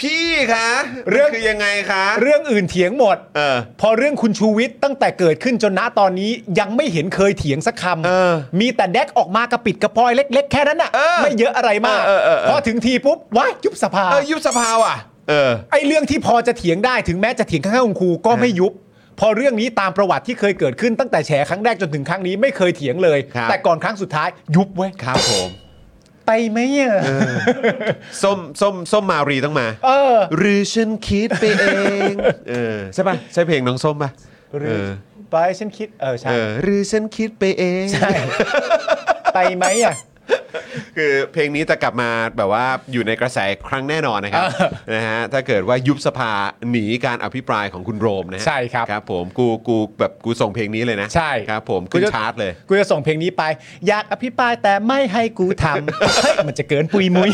พี่คะ เรื่อง คือยังไงคะ เรื่องอื่นเถียงหมด เออ พอเรื่องคุณชูวิทย์ตั้งแต่เกิดขึ้นจนณตอนนี้ยังไม่เห็นเคยเถียงสักค เออ ำมีแต่แดกออกมากระปิดกระปอยเล็ก ๆ แค่นั้นน่ะ เออ ไม่เยอะอะไรมาก เออเออเออ พอถึงทีปุ๊บว้ายยุบสภา เออยุบสภาว่ะ เออ ไอ้เรื่องที่พอจะเถียงได้ถึงแม้จะเถียงข้างๆองครูก็ไม่ยุบ พอเรื่องนี้ตามประวัติที่เคยเกิดขึ้นตั้งแต่แฉครั้งแรกจนถึงครั้งนี้ไม่เคยเถียงเลย ครับ แต่ก่อนครั้งสุดท้ายยุบเว้ย ครับผม ไปไหมอ่ะ ส้มส้มส้มมารีต้องมา เออ หรือฉันคิดไปเองเออใช่ป่ะใช่เพลงน้องส้มป่ะ ห เอ รือ อ ไปฉันคิดเออใช่ เออหรือฉันคิดไปเอง ใช่ไปไหมอ่ะ คือเพลงนี้จะกลับมาแบบว่าอยู่ในกระแสครั้งแน่นอนนะครับนะฮะถ้าเกิดว่ายุบสภาหนีการอภิปรายของคุณโรมนะฮะ ใช่ครับ ครับผมกูกูแบบกูส่งเพลงนี้เลยนะ ใช่ ครับผมขึ้นชาร์ตเลย กูจะส่งเพลงนี้ไป อยากอภิปรายแต่ไม่ให้กูทำ เฮ้ยมันจะเกินปุยมุย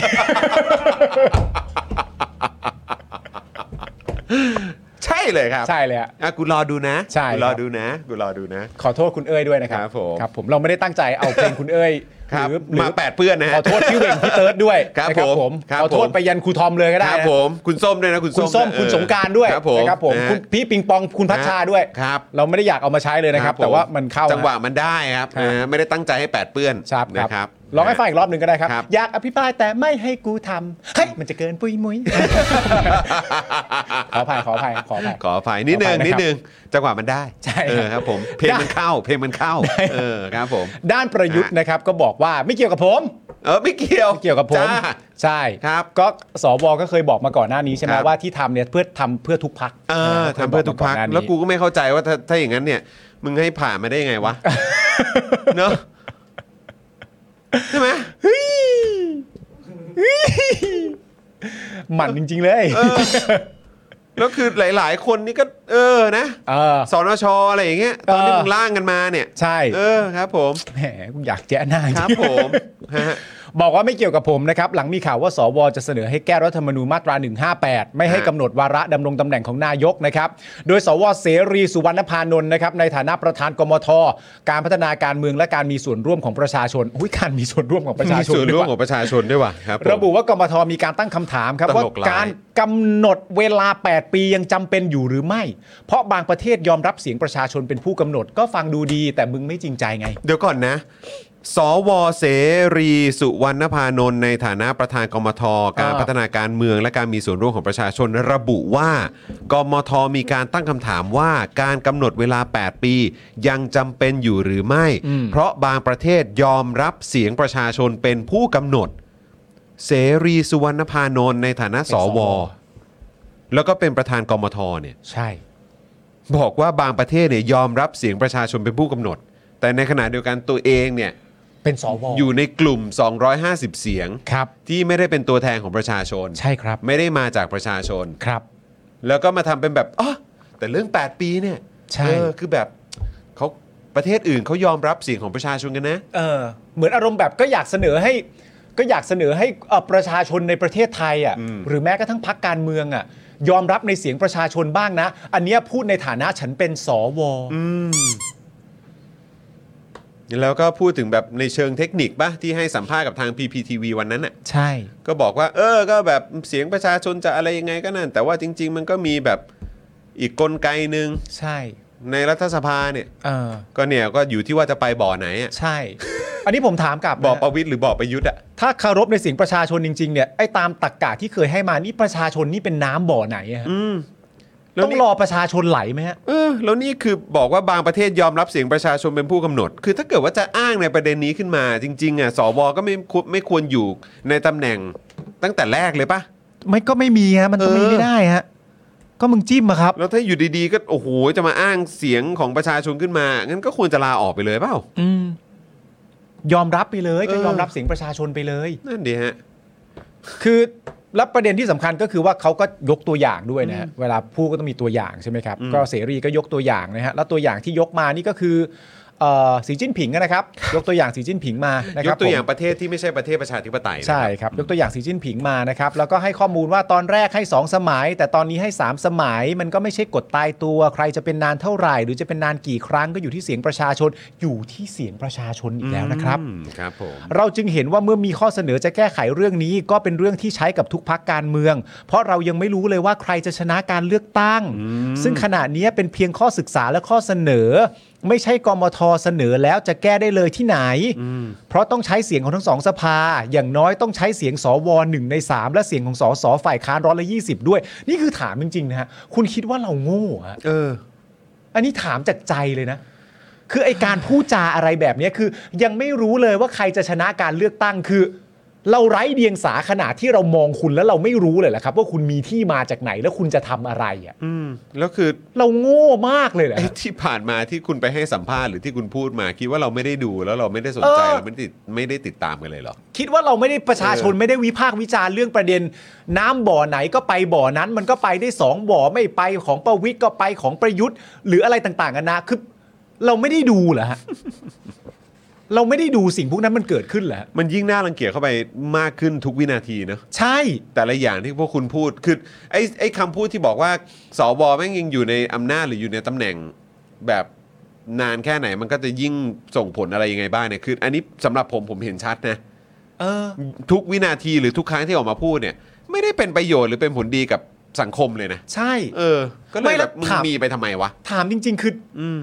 ใช่เลยครับ ใช่เลยอะ อ่ะกูรอดูนะ ใช่ กูรอ ครับ ดูนะกูรอดูนะ ขอโทษคุณเอ้ยด้วยนะครับ ครับผม ครับผมเราไม่ได้ตั้งใจเอาเพลงคุณเอ้ย ครับ หรือหรือ มาแปดเปื้อนนะฮะ ขอโทษพี่เวงพี่เติร์ดด้วย ครับ นะ ผมครับ ขอโทษ ผม ไปยันครูทอมเลยก็ได้ ครับ นะ ผมคุณส้มด้วยนะคุณ คุณส้ม นะ คุณ เออ สงกรารด้วย ครับผม นะครับผม นะฮะ คุณพี่ปิงปองคุณพัชชาด้วย ครับ เราไม่ได้อยากเอามาใช้เลยนะครับ แต่ว่ามันเข้า จังหวะมันได้ครับ ครับ นะฮะไม่ได้ตั้งใจให้แปดเปื้อน ครับ นะครับ ครับ ลองให้ฟังอีกรอบหนึ่งก็ได้ครับ ครับ อยากอภิปรายแต่ไม่ให้กูทำเฮ้ยมันจะเกินปุยมุย ขออภัยขออภัยขออภัย ขออภัยนิดนึง ขออภัยนะครับ นิดนึงจังหวะมันได้ ใช่ เออครับผมเพลง ได้ มันเข้า เพลงมันเข้าเออครับผม ด้านประยุทธ์นะครับก็บอกว่าไม่เกี่ยวกับผม เออไม่เกี่ยว ไม่เกี่ยวกับผม จ้า ใช่ ครับ ก็สวก็เคยบอกมาก่อนหน้านี้ใช่ไหม ครับ ว่าที่ทำเนี่ยเพื่อทำเพื่อทุกพัก เออทำเพื่อทุกพักแล้วกูก็ไม่เข้าใจว่าถ้าถ้าอย่างนั้นเนี่ย มึงให้ผ่านมาได้ยังไงวะ เนอะใช่ไหม หมั่นจริง ๆ เลย เออแล้วคือหลาย ๆ คนนี่ก็ เออนะ เออ สนชอะไรอย่างเงี้ยตอนที่มึงล่างกันมาเนี่ย ใช่ เออครับ ผม แหมกูอยากแจ้หน้าจง ครับผมฮะ บอกว่าไม่เกี่ยวกับผมนะครับ หลังมีข่าวว่าสวจะเสนอให้แก้รัฐธรรมนูญมาตรา 158 ไม่ให้ ฮะ กำหนดวาระดำรงตำแหน่งของนายกนะครับ โดยสวเสรีสุวรรณพานนท์นะครับในฐานะประธานกมท การพัฒนาการเมืองและการมีส่วนร่วมของประชาชนอุ้ยการมีส่วนร่วมของประชา มี ชน ส่วน ด้ ร่ว ว ม ย ของประชาชนด้วยว่ะครับผม ระบุว่ากมทมีการตั้งคำถามครับ ตลก ว่า ร้าย การกำหนดเวลา 8 ปียังจำเป็นอยู่หรือไม่ เพราะบางประเทศยอมรับเสียงประชาชนเป็นผู้กำหนดก็ฟังดูดีแต่มึงไม่จริงใจไง เดี๋ยวก่อนนะ สวเสรีสุวรรณพานนท์ในฐานะประธานกมท การ อ่า พัฒนาการเมืองและการมีส่วนร่วมของประชาชนระบุว่ากมทมีการตั้งคำถามว่าการกำหนดเวลา 8 ปี ยังจำเป็นอยู่หรือไม่ เพราะบางประเทศยอมรับเสียงประชาชนเป็นผู้กำหนด เสรีสุวรรณพานนท์ในฐานะสว แล้วก็เป็นประธานกมทเนี่ย ใช่ บอกว่าบางประเทศเนี่ยยอมรับเสียงประชาชนเป็นผู้กำหนด แต่ในขณะเดียวกันตัวเองเนี่ย เป็นสว อยู่ในกลุ่ม 250 เสียง ครับ ที่ไม่ได้เป็นตัวแทนของประชาชน ใช่ครับ ไม่ได้มาจากประชาชน ครับ แล้วก็มาทำเป็นแบบอ๋อแต่เรื่อง 8 ปีเนี่ย ใช่ เออคือแบบเขาประเทศอื่นเขายอมรับเสียงของประชาชนกันนะ เออเหมือนอารมณ์แบบก็อยากเสนอให้ก็อยากเสนอให้เอ่อประชาชนในประเทศไทยอ่ะหรือแม้กระทั่งพักการเมืองอ่ะยอมรับในเสียงประชาชนบ้างนะ อันเนี้ยพูดในฐานะฉันเป็นสว แล้วก็พูดถึงแบบในเชิงเทคนิคปะที่ให้สัมภาษณ์กับทาง PPTV วันนั้นน่ะ ใช่ ก็บอกว่า เออ ก็แบบเสียงประชาชนจะอะไรยังไงก็นั่น แต่ว่าจริง ๆ มันก็มีแบบอีกกลไกหนึ่ง ใช่ ในรัฐสภาเนี่ย เออ ก็เนี่ยก็อยู่ที่ว่าจะไปบ่อไหนอะ ใช่ อันนี้ผมถามกลับนะ บ่อประวิตรหรือบ่อประยุทธ์อะ ถ้าคารพในเสียงประชาชนจริงๆ เนี่ย ไอ้ตามตักกะที่เคยให้มา นี่ประชาชนนี่เป็นน้ำบ่อไหนอะฮะ แล้ว ต้อง นี่ รอประชาชนไหลไหมฮะ เออแล้วนี่คือบอกว่าบางประเทศยอมรับเสียงประชาชนเป็นผู้กำหนด คือถ้าเกิดว่าจะอ้างในประเด็นนี้ขึ้นมา จริงๆอ่ะสวก็ไม่ควรไม่ควรอยู่ในตำแหน่งตั้งแต่แรกเลยปะ ไม่ก็ไม่มีฮะ มันก็ เออ มีไม่ได้ฮะ ก็มึงจิ้มมาครับ แล้วถ้าอยู่ดีๆ ก็โอ้โหจะมาอ้างเสียงของประชาชนขึ้นมา งั้นก็ควรจะลาออกไปเลยเปล่า อืม ยอมรับไปเลยก็ เออ ยอมรับเสียงประชาชนไปเลย นั่นดีฮะ คือแล้วประเด็นที่สำคัญก็คือว่าเขาก็ยกตัวอย่างด้วยนะฮะเวลาพูดก็ต้องมีตัวอย่างใช่ไหมครับ ก็เสรีก็ยกตัวอย่างนะฮะแล้วตัวอย่างที่ยกมานี่ก็คือเอ่อสีจิ้นผิงนะครับ ยกตัวอย่างสีจิ้นผิงมานะค ย รับ กตัว ผม อย่างประเทศที่ไม่ใช่ประเทศประชาธิปไตยนะ ใช่ ครับ ครับยกตัวอย่างสีจิ้นผิงมานะครับแล้วก็ให้ข้อมูลว่าตอนแรกให้ 2 สมัย แต่ตอนนี้ให้ 3 สมัย มันก็ไม่ใช่กฎตายตัว ใครจะเป็นนานเท่าไหร่ หรือจะเป็นนานกี่ครั้งก็อยู่ที่เสียงประชาชนอยู่ที่เสียงประชาชนอีกแล้วนะครับ อืมครับผม เราจึงเห็นว่าเมื่อมีข้อเสนอจะแก้ไขเรื่องนี้ก็เป็นเรื่องที่ใช้กับทุกพักการเมือง เพราะเรายังไม่รู้เลยว่าใครจะชนะการเลือกตั้ง ซึ่งขณะนี้เป็นเพียงข้อศึกษาและข้อเสนอ ไม่ใช่กมทเสนอแล้วจะแก้ได้เลยที่ไหน เพราะต้องใช้เสียงของทั้งสองสภา อย่างน้อยต้องใช้เสียงสวหนึ่งในสามและเสียงของสสฝ่ายค้านร้อยละยีด้วย นี่คือถามจริงๆนะฮะคุณคิดว่าเราโง่ฮะ เออ อันนี้ถามจากใจเลยนะ คือไอการพูดจาอะไรแบบเนี้ยคือ ยังไม่รู้เลยว่าใครจะชนะการเลือกตั้งคือ เราไร้เดียงสาขนาดที่เรามองคุณแล้วเราไม่รู้เลยเหรอครับ ว่าคุณมีที่มาจากไหนแล้วคุณจะทำอะไรอ่ะ อืมแล้วคือ เราโง่มากเลยเหรอ ไอ้ ฮะ ที่ผ่านมาที่คุณไปให้สัมภาษณ์หรือที่คุณพูดมาคิดว่าเราไม่ได้ดูแล้วเราไม่ได้สนใจ เออ เราไม่ได้ติดไม่ได้ติดตามกันเลยเหรอ คิดว่าเราไม่ได้ประชาชนไม่ได้วิพากษ์วิจารณ์เรื่องประเด็น น้ำบ่อไหนก็ไปบ่อนั้น มันก็ไปได้สองบ่อไม่ไปของประวิทย์ก็ไปของประยุทธ์ หรืออะไรต่างๆกันานะคือเราไม่ได้ดูเหรอฮะ เราไม่ได้ดูสิ่งพวกนั้นมันเกิดขึ้นเหรอฮะ มันยิ่งน่ารังเกียจเข้าไปมากขึ้นทุกวินาทีเนอะ ใช่ แต่ละอย่างที่พวกคุณพูดคือไอ้ไอ้คำพูดที่บอกว่าสวแม่งยังอยู่ในอำนาจหรืออยู่ในตำแหน่งแบบนานแค่ไหนมันก็จะยิ่งส่งผลอะไรยังไงบ้างเนี่ยคือ อันนี้สำหรับผมผมเห็นชัดนะ เออ ทุกวินาทีหรือทุกครั้งที่ออกมาพูดเนี่ย ไม่ได้เป็นประโยชน์หรือเป็นผลดีกับสังคมเลยนะ ใช่ เออ ก็เล ไม่ ย แล้ แบ ว บมึง ถาม มีไปทำไมวะ ถามจริง ๆ คือ อืม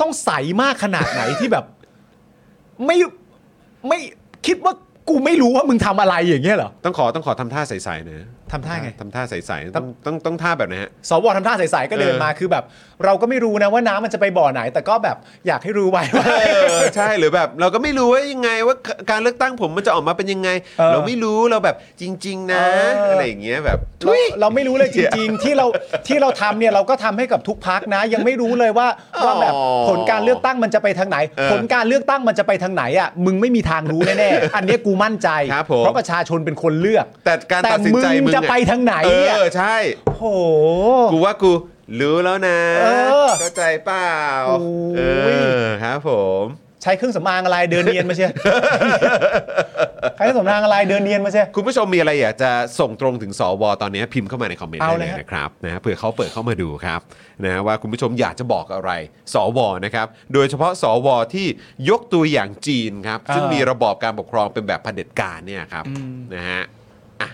ต้องใสมากขนาด ไหน ที่แบบ ไม่ไม่คิดว่ากูไม่รู้ว่ามึงทำอะไรอย่างเงี้ยเหรอ ต้องขอต้องขอทำท่าใสๆนะ ทำท่าไง ทำท่าใสๆต้องต้องต้องท่าแบบไหนฮะ สวทำท่าใสๆก็เดิน เออ มาคือแบบ เราก็ไม่รู้นะว่าน้ำมันจะไปบ่อไหน แต่ก็แบบอยากให้รู้ไว้ว่า เออใช่หรือแบบเราก็ไม่รู้ว่ายังไงว่าการเลือกตั้งผมมันจะออกมาเป็นยังไง เออ เราไม่รู้เราแบบจริง ๆ นะ เอออ อะไรอย่างเงี้ยแบบ เรา ทุย เราไม่รู้เลยจริง ๆ ที่เราที่เราทำเนี่ยเราก็ทำให้กับทุกพักนะ ยังไม่รู้เลยว่าว่าแบบ อ๋อ ผลการเลือกตั้งมันจะไปทางไหน เออ ผลการเลือกตั้งมันจะไปทางไหนอ่ะมึงไม่มีทางรู้แน่ๆอันเนี้ยกูมั่นใจ ครับผม เพราะประชาชนเป็นคนเลือก แต่การตัดสินใจ แต่มึ มึ ง ง จะไปทางไหน เอ เนี่ย อใช่ โอ้โห กูว่ากูรู้แล้วนะ เออ เข้าใจเปล่า โอ้ย เออครับผม ใช้เครื่องสำอางอะไรเดินเนียนมาเชีย ใช้เครื่องสำอางอะไรเดินเนียนมาเชีย คุณผู้ชมมีอะไรอยากจะส่งตรงถึงสวตอนนี้พิมพ์เข้ามาในคอมเมนต์ เอา ได้ เล เลย ย ฮะ นะครับนะเผื่อเขาเปิดเข้ามาดูครับนะว่าคุณผู้ชมอยากจะบอกอะไร สวนะครับ โดยเฉพาะสวที่ยกตัวอย่างจีนครับ ซึ่งมีระบอบการปกครองเป็นแบบเผด็จการเนี่ยครับนะฮะอ่ะ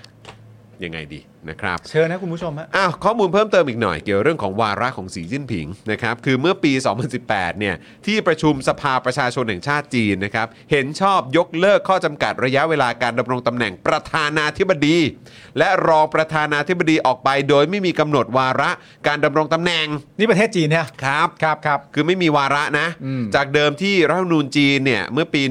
ยังไงดีนะครับ เชิญนะคุณผู้ชมฮะ อ้าวข้อมูลเพิ่มเติมอีกหน่อยเกี่ยวเรื่องของวาระของสีจิ้นผิงนะครับคือเมื่อปี 2018 เนี่ยที่ประชุมสภาประชาชนแห่งชาติจีนนะครับเห็นชอบยกเลิกข้อจำกัดระยะเวลาการดำรงตำแหน่งประธานาธิบดี และรองประธานาธิบดีออกไปโดยไม่มีกำหนดวาระการดำรงตำแหน่ง นี่ประเทศจีนเนี่ย ครับ ครับครับ คือไม่มีวาระนะ อืม จากเดิมที่รัฐธรรมนูญจีนเนี่ย เมื่อปี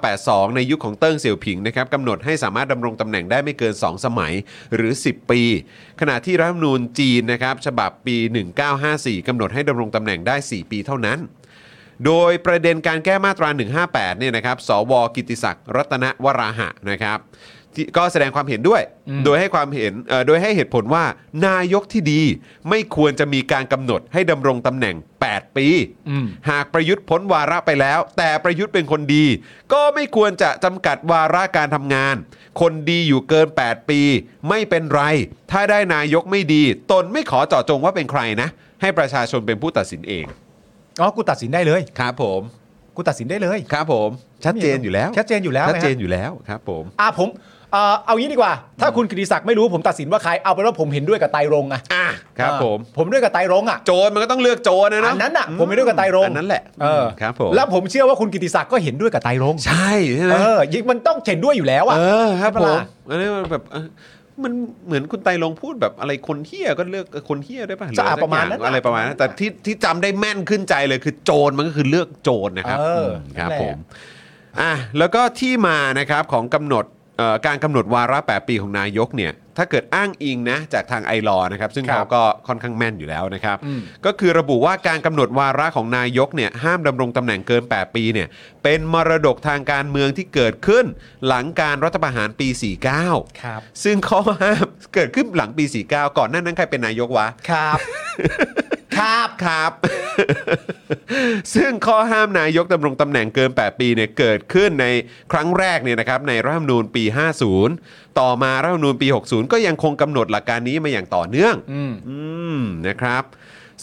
1982 ในยุคของเติ้งเสี่ยวผิงนะครับกำหนดให้สามารถดำรงตำแหน่งได้ไม่เกิน 2 สมัยหรือ 10 ปี ขณะที่รัฐธรรมนูญจีนนะครับฉบับปี 1954กำหนดให้ดำรงตำแหน่งได้ 4 ปีเท่านั้น โดยประเด็นการแก้มาตรา 158 เนี่ยนะครับ สว กิติศักดิ์รัตนวราหะนะครับที่ก็แสดงความเห็นด้วย โดยให้ความเห็นเอ่อโดยให้เหตุผลว่านายกที่ดีไม่ควรจะมีการกำหนดให้ดำรงตำแหน่ง 8 ปี อืม หากประยุทธ์พ้นวาระไปแล้ว แต่ประยุทธ์เป็นคนดี ก็ไม่ควรจะจำกัดวาระการทำงาน คนดีอยู่เกิน 8 ปี ไม่เป็นไร ถ้าได้นายกไม่ดี ตนไม่ขอเจาะจงว่าเป็นใครนะ ให้ประชาชนเป็นผู้ตัดสินเอง อ๋อกูตัดสินได้เลย ครับผม กูตัดสินได้เลย ครับผม ชัดเจนอยู่แล้ว ชัดเจนอยู่แล้ว ชัดเจน นะฮะ อยู่แล้วครับผม อ่ะผมเอ่อเอางี้ดีกว่า ถ้าคุณกฤติศักดิ์ไม่รู้ผมตัดสินว่าใครเอาเป็นว่าผมเห็นด้วยกับไตรรงค์อะ อ่ะครับ เออ ผม ผมด้วยกับไตรรงค์อะ โจรมันก็ต้องเลือกโจรนะเนาะ อันนั้นอะผมเห็นด้วยกับไตรรง อันนั้นแหละ เออ ครับผม แล้วผมเชื่อว่าคุณกิติศักดิ์ก็เห็นด้วยกับไตรรงค์ ใช่ใช่ไหม เออยิ่งมันต้องเห็นด้วยอยู่แล้วอะ เออครับ ใช่ปะ ผ ล่ะ มอันนี้มันแบบเออมันเหมือนคุณไตรลงค์พูดแบบอะไรคนเฮี้ยก็เลือกคนเฮี้ยได้วยป่ะห จะ อ อ่ะ สัก ประมาณนั้น อย่งอะไรประมาณนั้นแต่ที่ที่จำได้แม่นขึ้นใจเลยคือโจรมันก็คือเลือกโจรนะครับ เออ มครับ นั่นแหละ ผม อ่ะแล้วก็ที่มานะครับของกำหนดเอ่อการกำหนดวาระ 8 ปีของนายกเนี่ยถ้าเกิดอ้างอิงนะจากทางไอรอนะครับ ซึ่ง ครับ เขาก็ค่อนข้างแม่นอยู่แล้วนะครับ อืม ก็คือระบุว่าการกำหนดวาระของนายกเนี่ยห้ามดำรงตำแหน่งเกิน 8 ปีเนี่ยเป็นมรดกทางการเมืองที่เกิดขึ้นหลังการรัฐประหารปี 49 ครับ ซึ่งข้อห้ามเกิดขึ้นหลังปี 49 ก่อนหนั้นนั้นใครเป็นนายกวะ ครับ ครับ ครับ ซึ่งข้อห้ามนายกดำรงตำแหน่งเกิน 8 ปีเนี่ยเกิดขึ้นในครั้งแรกเนี่ยนะครับในรัฐธรรมนูญปี 50 ต่อมารัฐธรรมนูญปี 60 ก็ยังคงกำหนดหลักการนี้มาอย่างต่อเนื่อง อืม อืมนะครับ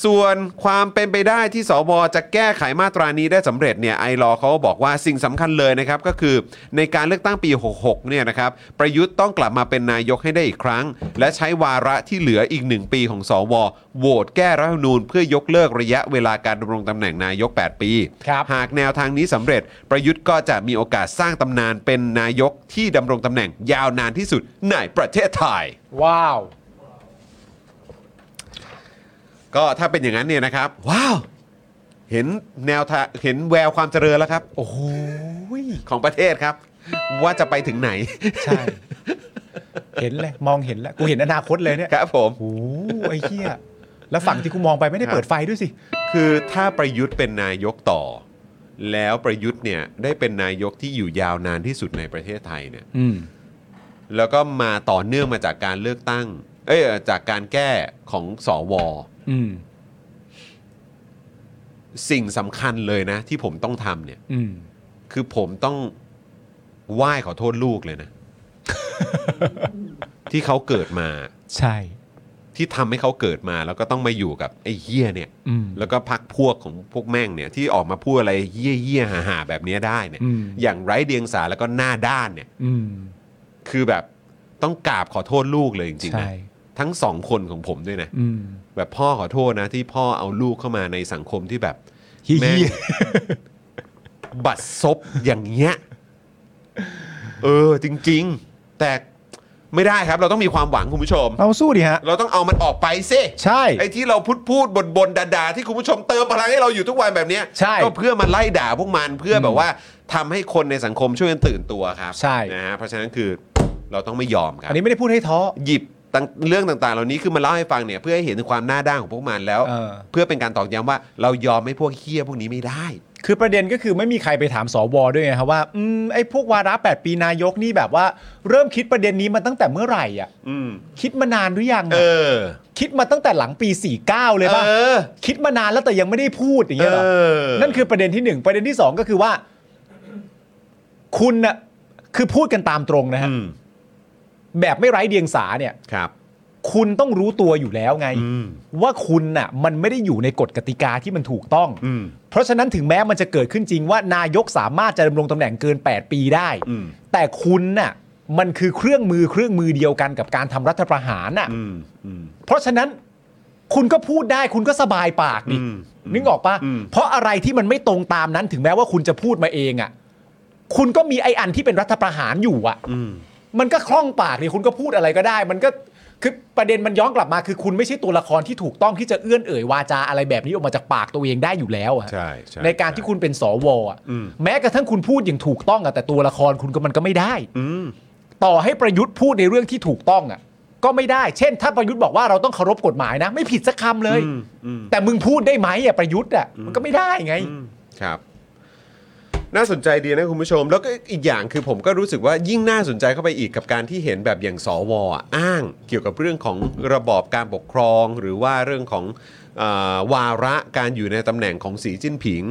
ส่วนความเป็นไปได้ที่สวจะแก้ไขมาตรานี้ได้สำเร็จเนี่ยไอรอว์เขาก็บอกว่าสิ่งสำคัญเลยนะครับ ก็คือในการเลือกตั้งปี 66เนี่ยนะครับประยุทธ์ต้องกลับมาเป็นนายกให้ได้อีกครั้ง และใช้วาระที่เหลืออีก 1 ปีของสวโหวตแก้รัฐธรรมนูญเพื่อยกเลิกระยะเวลาการดำรงตำแหน่งนายก 8 ปี ครับ หากแนวทางนี้สำเร็จ ประยุทธ์ก็จะมีโอกาสสร้างตำนานเป็นนายกที่ดำรงตำแหน่งยาวนานที่สุดในประเทศไทย ว้าว ก็ถ้าเป็นอย่างนั้นเนี่ยนะครับ ว้าว เห็นแนวทางเห็นแววความเจริญแล้วครับ โอ้โห ของประเทศครับ ว่าจะไปถึงไหน ใช่ เห็นเลยมองเห็นแล้วกูเห็นอนาคตเลยเนี่ย ครับผม โอ้โหไอ้เหี้ยแล้วฝั่งที่กูมองไปไม่ได้เปิดไฟด้วยสิ คือถ้าประยุทธ์เป็นนายกต่อ แล้วประยุทธ์เนี่ยได้เป็นนายกที่อยู่ยาวนานที่สุดในประเทศไทยเนี่ย อืม แล้วก็มาต่อเนื่องมาจากการเลือกตั้ง เอ้ยจากการแก้ของสว อืม สิ่งสำคัญเลยนะ ที่ผมต้องทำเนี่ย อืม คือผมต้องไหว้ขอโทษลูกเลยนะ ที่เขาเกิดมา ใช่ ที่ทำให้เขาเกิดมา แล้วก็ต้องมาอยู่กับไอ้เหี้ยเนี่ย อืม แล้วก็พักพวกของพวกแม่งเนี่ยที่ออกมาพูดอะไรเหี้ยเหี้ยๆหาหาๆแบบเนี้ยได้เนี่ย อืม อย่างไร้เดียงสาแล้วก็หน้าด้านเนี่ย อืม คือแบบต้องกราบขอโทษลูกเลยจริงๆ ใช่ นะทั้งสองคนของผมด้วยนะ อืม แบบพ่อขอโทษนะ ที่พ่อเอาลูกเข้ามาในสังคมที่แบบ เหี้ แม่ง ย บัตรซบอย่างเงี้ย เออ จริง ๆ แต่ไม่ได้ครับ เราต้องมีความหวังคุณผู้ชม เราสู้ดิฮะ เราต้องเอามันออกไปสิ ใช่ ไอ้ที่เราพูดพูดบนบนๆด่าๆที่คุณผู้ชมเติมพลังให้เราอยู่ทุกวันแบบเนี้ย ใช่ ก็เพื่อมาไล่ด่าพวกมันเพื่อแบบว่าทำให้คนในสังคมช่วยกันตื่นตัวครับ ใช่ นะฮะเพราะฉะนั้นคือเราต้องไม่ยอมครับ อันนี้ไม่ได้พูดให้ท้อ หยิบต่างเรื่องต่างๆ เหล่านี้ขึ้นมาเล่าให้ฟังเนี่ยเพื่อให้เห็นถึงความหน้าด้านของพวกมันแล้ว เออ อเป็นการตอกย้ำว่าเรายอมให้พวกเฮี้ยพวกนี้ไม่ได้ คือประเด็นก็คือไม่มีใครไปถามสวด้วยไงครับว่าอืมไอ้พวกวาระ8ปีนายกนี่แบบว่า เริ่มคิดประเด็นนี้มาตั้งแต่เมื่อไหร่อ่ะ อืม คิดมานานหรือยัง เอ อะ อ คิดมาตั้งแต่หลังปี 49 เลยป่ะ เออ คิดมานานแล้วแต่ยังไม่ได้พูดอย่าง เอ เงี้ยเหรอ อ นั่นคือประเด็นที่หนึ่งประเด็นที่สองก็คือว่า คุณน่ะคือพูดกันตามตรงนะฮะ อืม แบบไม่ไร้เดียงสาเนี่ย ครับ คุณต้องรู้ตัวอยู่แล้วไง อืม ว่าคุณน่ะ มันไม่ได้อยู่ในกฎกติกาที่มันถูกต้อง อืม เพราะฉะนั้นถึงแม้มันจะเกิดขึ้นจริงว่านายกสามารถจะดำรงตำแหน่งเกิน 8 ปีได้ อืม แต่คุณน่ะ มันคือเครื่องมือเครื่องมือเดียวกันกับการทำรัฐประหารน่ะ อืมอืม เพราะฉะนั้นคุณก็พูดได้คุณก็สบายปากดิ อืม นึกออกปะ อืม เพราะอะไรที่มันไม่ตรงตามนั้นถึงแม้ว่าคุณจะพูดมาเองอะ่ะ คุณก็มีไอ้อันที่เป็นรัฐประหารอยู่อะ่ะ อืม มันก็คล่องปากดิคุณก็พูดอะไรก็ได้ มันก็คือประเด็นมันย้อนกลับมาคือคุณไม่ใช่ตัวละครที่ถูกต้องที่จะเอื้อนเอ่ยวาจาอะไรแบบนี้ออกมาจากปากตัวเองได้อยู่แล้วอะ ใช่ใช่ ในการที่คุณเป็นสวอ่ะ อืม แม้กระทั่งคุณพูดอย่างถูกต้องอะแต่ตัวละครคุณก็มันก็ไม่ได้ อืม ต่อให้ประยุทธ์พูดในเรื่องที่ถูกต้องอ่ะ ก็ไม่ได้ เช่น ถ้าประยุทธ์บอกว่าเราต้องเคารพกฎหมายนะ ไม่ผิดสักคำเลย อืมอืม แต่มึงพูดได้ไหมอ่ะประยุทธ์อ่ะมันก็ไม่ได้ไง ครับ น่าสนใจดีนะคุณผู้ชม แล้วก็อีกอย่างคือผมก็รู้สึกว่ายิ่งน่าสนใจเข้าไปอีกกับการที่เห็นแบบอย่างสวอ่ะอ้างเกี่ยวกับเรื่องของระบอบการปกครอง หรือว่าเรื่องของเออวาระการอยู่ในตำแหน่งของสีจิ้นผิง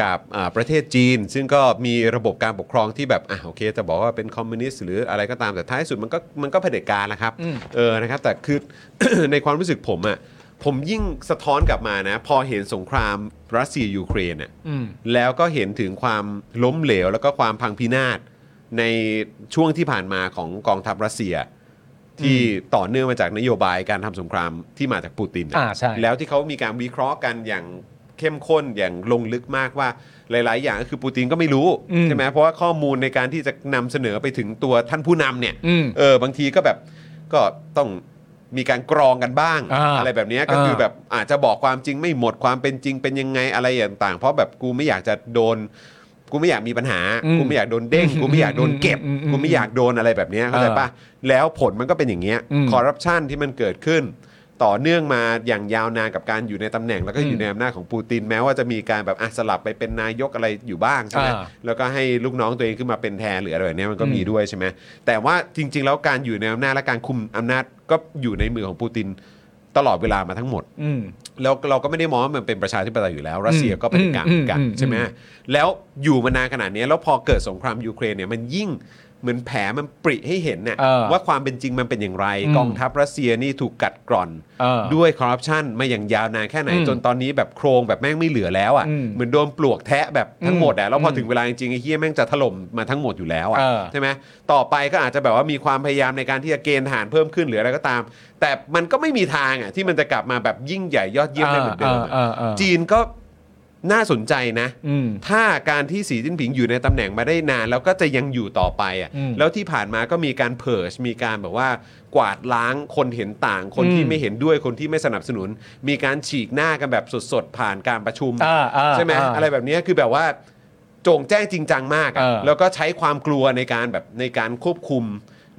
กับอ่าประเทศจีน ซึ่งก็มีระบบการปกครองที่แบบอ่ะโอเค จะบอกว่าเป็นคอมมิวนิสต์หรืออะไรก็ตามแต่ท้ายสุดมันก็มันก็เผด็จการนะครับเออนะครับ แต่คือ ในความรู้สึกผมอ่ะผมยิ่งสะท้อนกลับมานะ พอเห็นสงครามรัสเซียยูเครนเนี่ย อืม แล้วก็เห็นถึงความล้มเหลว แล้วก็ความพังพินาศในช่วงที่ผ่านมาของกองทัพรัสเซีย ที่ต่อเนื่องมาจากนโยบายการทำสงครามที่มาจากปูติน อ่าใช่ แล้วที่เขามีการวิเคราะห์กันอย่างเข้มข้นอย่างลงลึกมากว่าหลาย ๆ อย่างก็คือปูตินก็ไม่รู้ใช่ไหมเพราะว่าข้อมูลในการที่จะนำเสนอไปถึงตัวท่านผู้นำเนี่ย อืม เออบางทีก็แบบก็ต้องมีการกรองกันบ้าง อ่า ไรแบบเนี้ยก็คือ อ่า แบบอาจจะบอกความจริงไม่หมดความเป็นจริงเป็นยังไงอะไรอย่างต่าง เพราะแบบกูไม่อยากจะโดน กูไม่อยากมีปัญหา อืม กูไม่อยากโดนเด้งกูไม่อยากโดนเก็บ อืมอืมอืม กูไม่อยากโดนอะไรแบบเนี้ยเข้าใจปะแล้วผลมันก็เป็นอย่างเงี้ย อืม คอร์รัปชันที่มันเกิดขึ้น ต่อเนื่องมาอย่างยาวนานกับการอยู่ในตำแหน่งแล้วก็อยู่ในอำนาจของปูตินแม้ว่าจะมีการแบบอ่ะสลับไปเป็นนายกอะไรอยู่บ้างใช่ไหม อ่า แล้วก็ให้ลูกน้องตัวเองขึ้นมาเป็นแทนหรืออะไรแบบเนี้ยมันก็มีด้วยใช่ไหมแต่ว่าจริง ๆ แล้วการอยู่ในอำนาจและการคุมอำนาจก็อยู่ในมือของปูตินตลอดเวลามาทั้งหมด อืม แล้วเราก็ไม่ได้มองว่ามันเป็นประชาธิปไตยอยู่แล้ว รัสเซียก็เป็นกลาง อืม เหมือนกัน อืม ใช่ไหม อืม แล้วอยู่มานานขนาดนี้แล้วพอเกิดสงครามยูเครนเนี่ยมันยิ่งเหมือนแผลมันปริให้เห็นเนี่ย เออ ว่าความเป็นจริงมันเป็นอย่างไร อืม กองทัพรัสเซียนี่ถูกกัดกร่อน เออ ด้วยคอร์รัปชันมาอย่างยาวนานแค่ไหน อืม จนตอนนี้แบบโครงแบบแม่งไม่เหลือแล้ว อืม อะ่ะเหมือนโดนปลวกแทะแบบทั้งหมดอะ่ะแล้วพออ ม ถึงเวลาจริงๆไอ้เฮียแม่งจะถล่มมาทั้งหมดอยู่แล้ว เออ อะ่ะใช่ไหมต่อไปก็อาจจะแบบว่ามีความพยายามในการที่จะเกณฑ์ทหารเพิ่มขึ้นหรืออะไรก็ตาม แต่มันก็ไม่มีทางอ่ะที่มันจะกลับมาแบบยิ่งใหญ่ยอดเยี่ยมได้เหมือนเดิมอะ เออเออเออ จีนก็น่าสนใจนะ อืม ถ้าการที่สีจิ้นผิงอยู่ในตำแหน่งมาได้นาน แล้วก็จะยังอยู่ต่อไปอ่ะ อืม แล้วที่ผ่านมาก็มีการเพิร์ชมีการแบบว่ากวาดล้างคนเห็นต่าง คนที่ อืม ไม่เห็นด้วยคนที่ไม่สนับสนุน มีการฉีกหน้ากันแบบสดๆ ผ่านการประชุม อ่าอ่า ใช่ไหม า อะไรแบบเนี้ยคือแบบว่า โจงแจ้งจริงจังมากอะ เออ แล้วก็ใช้ความกลัวในการแบบในการควบคุม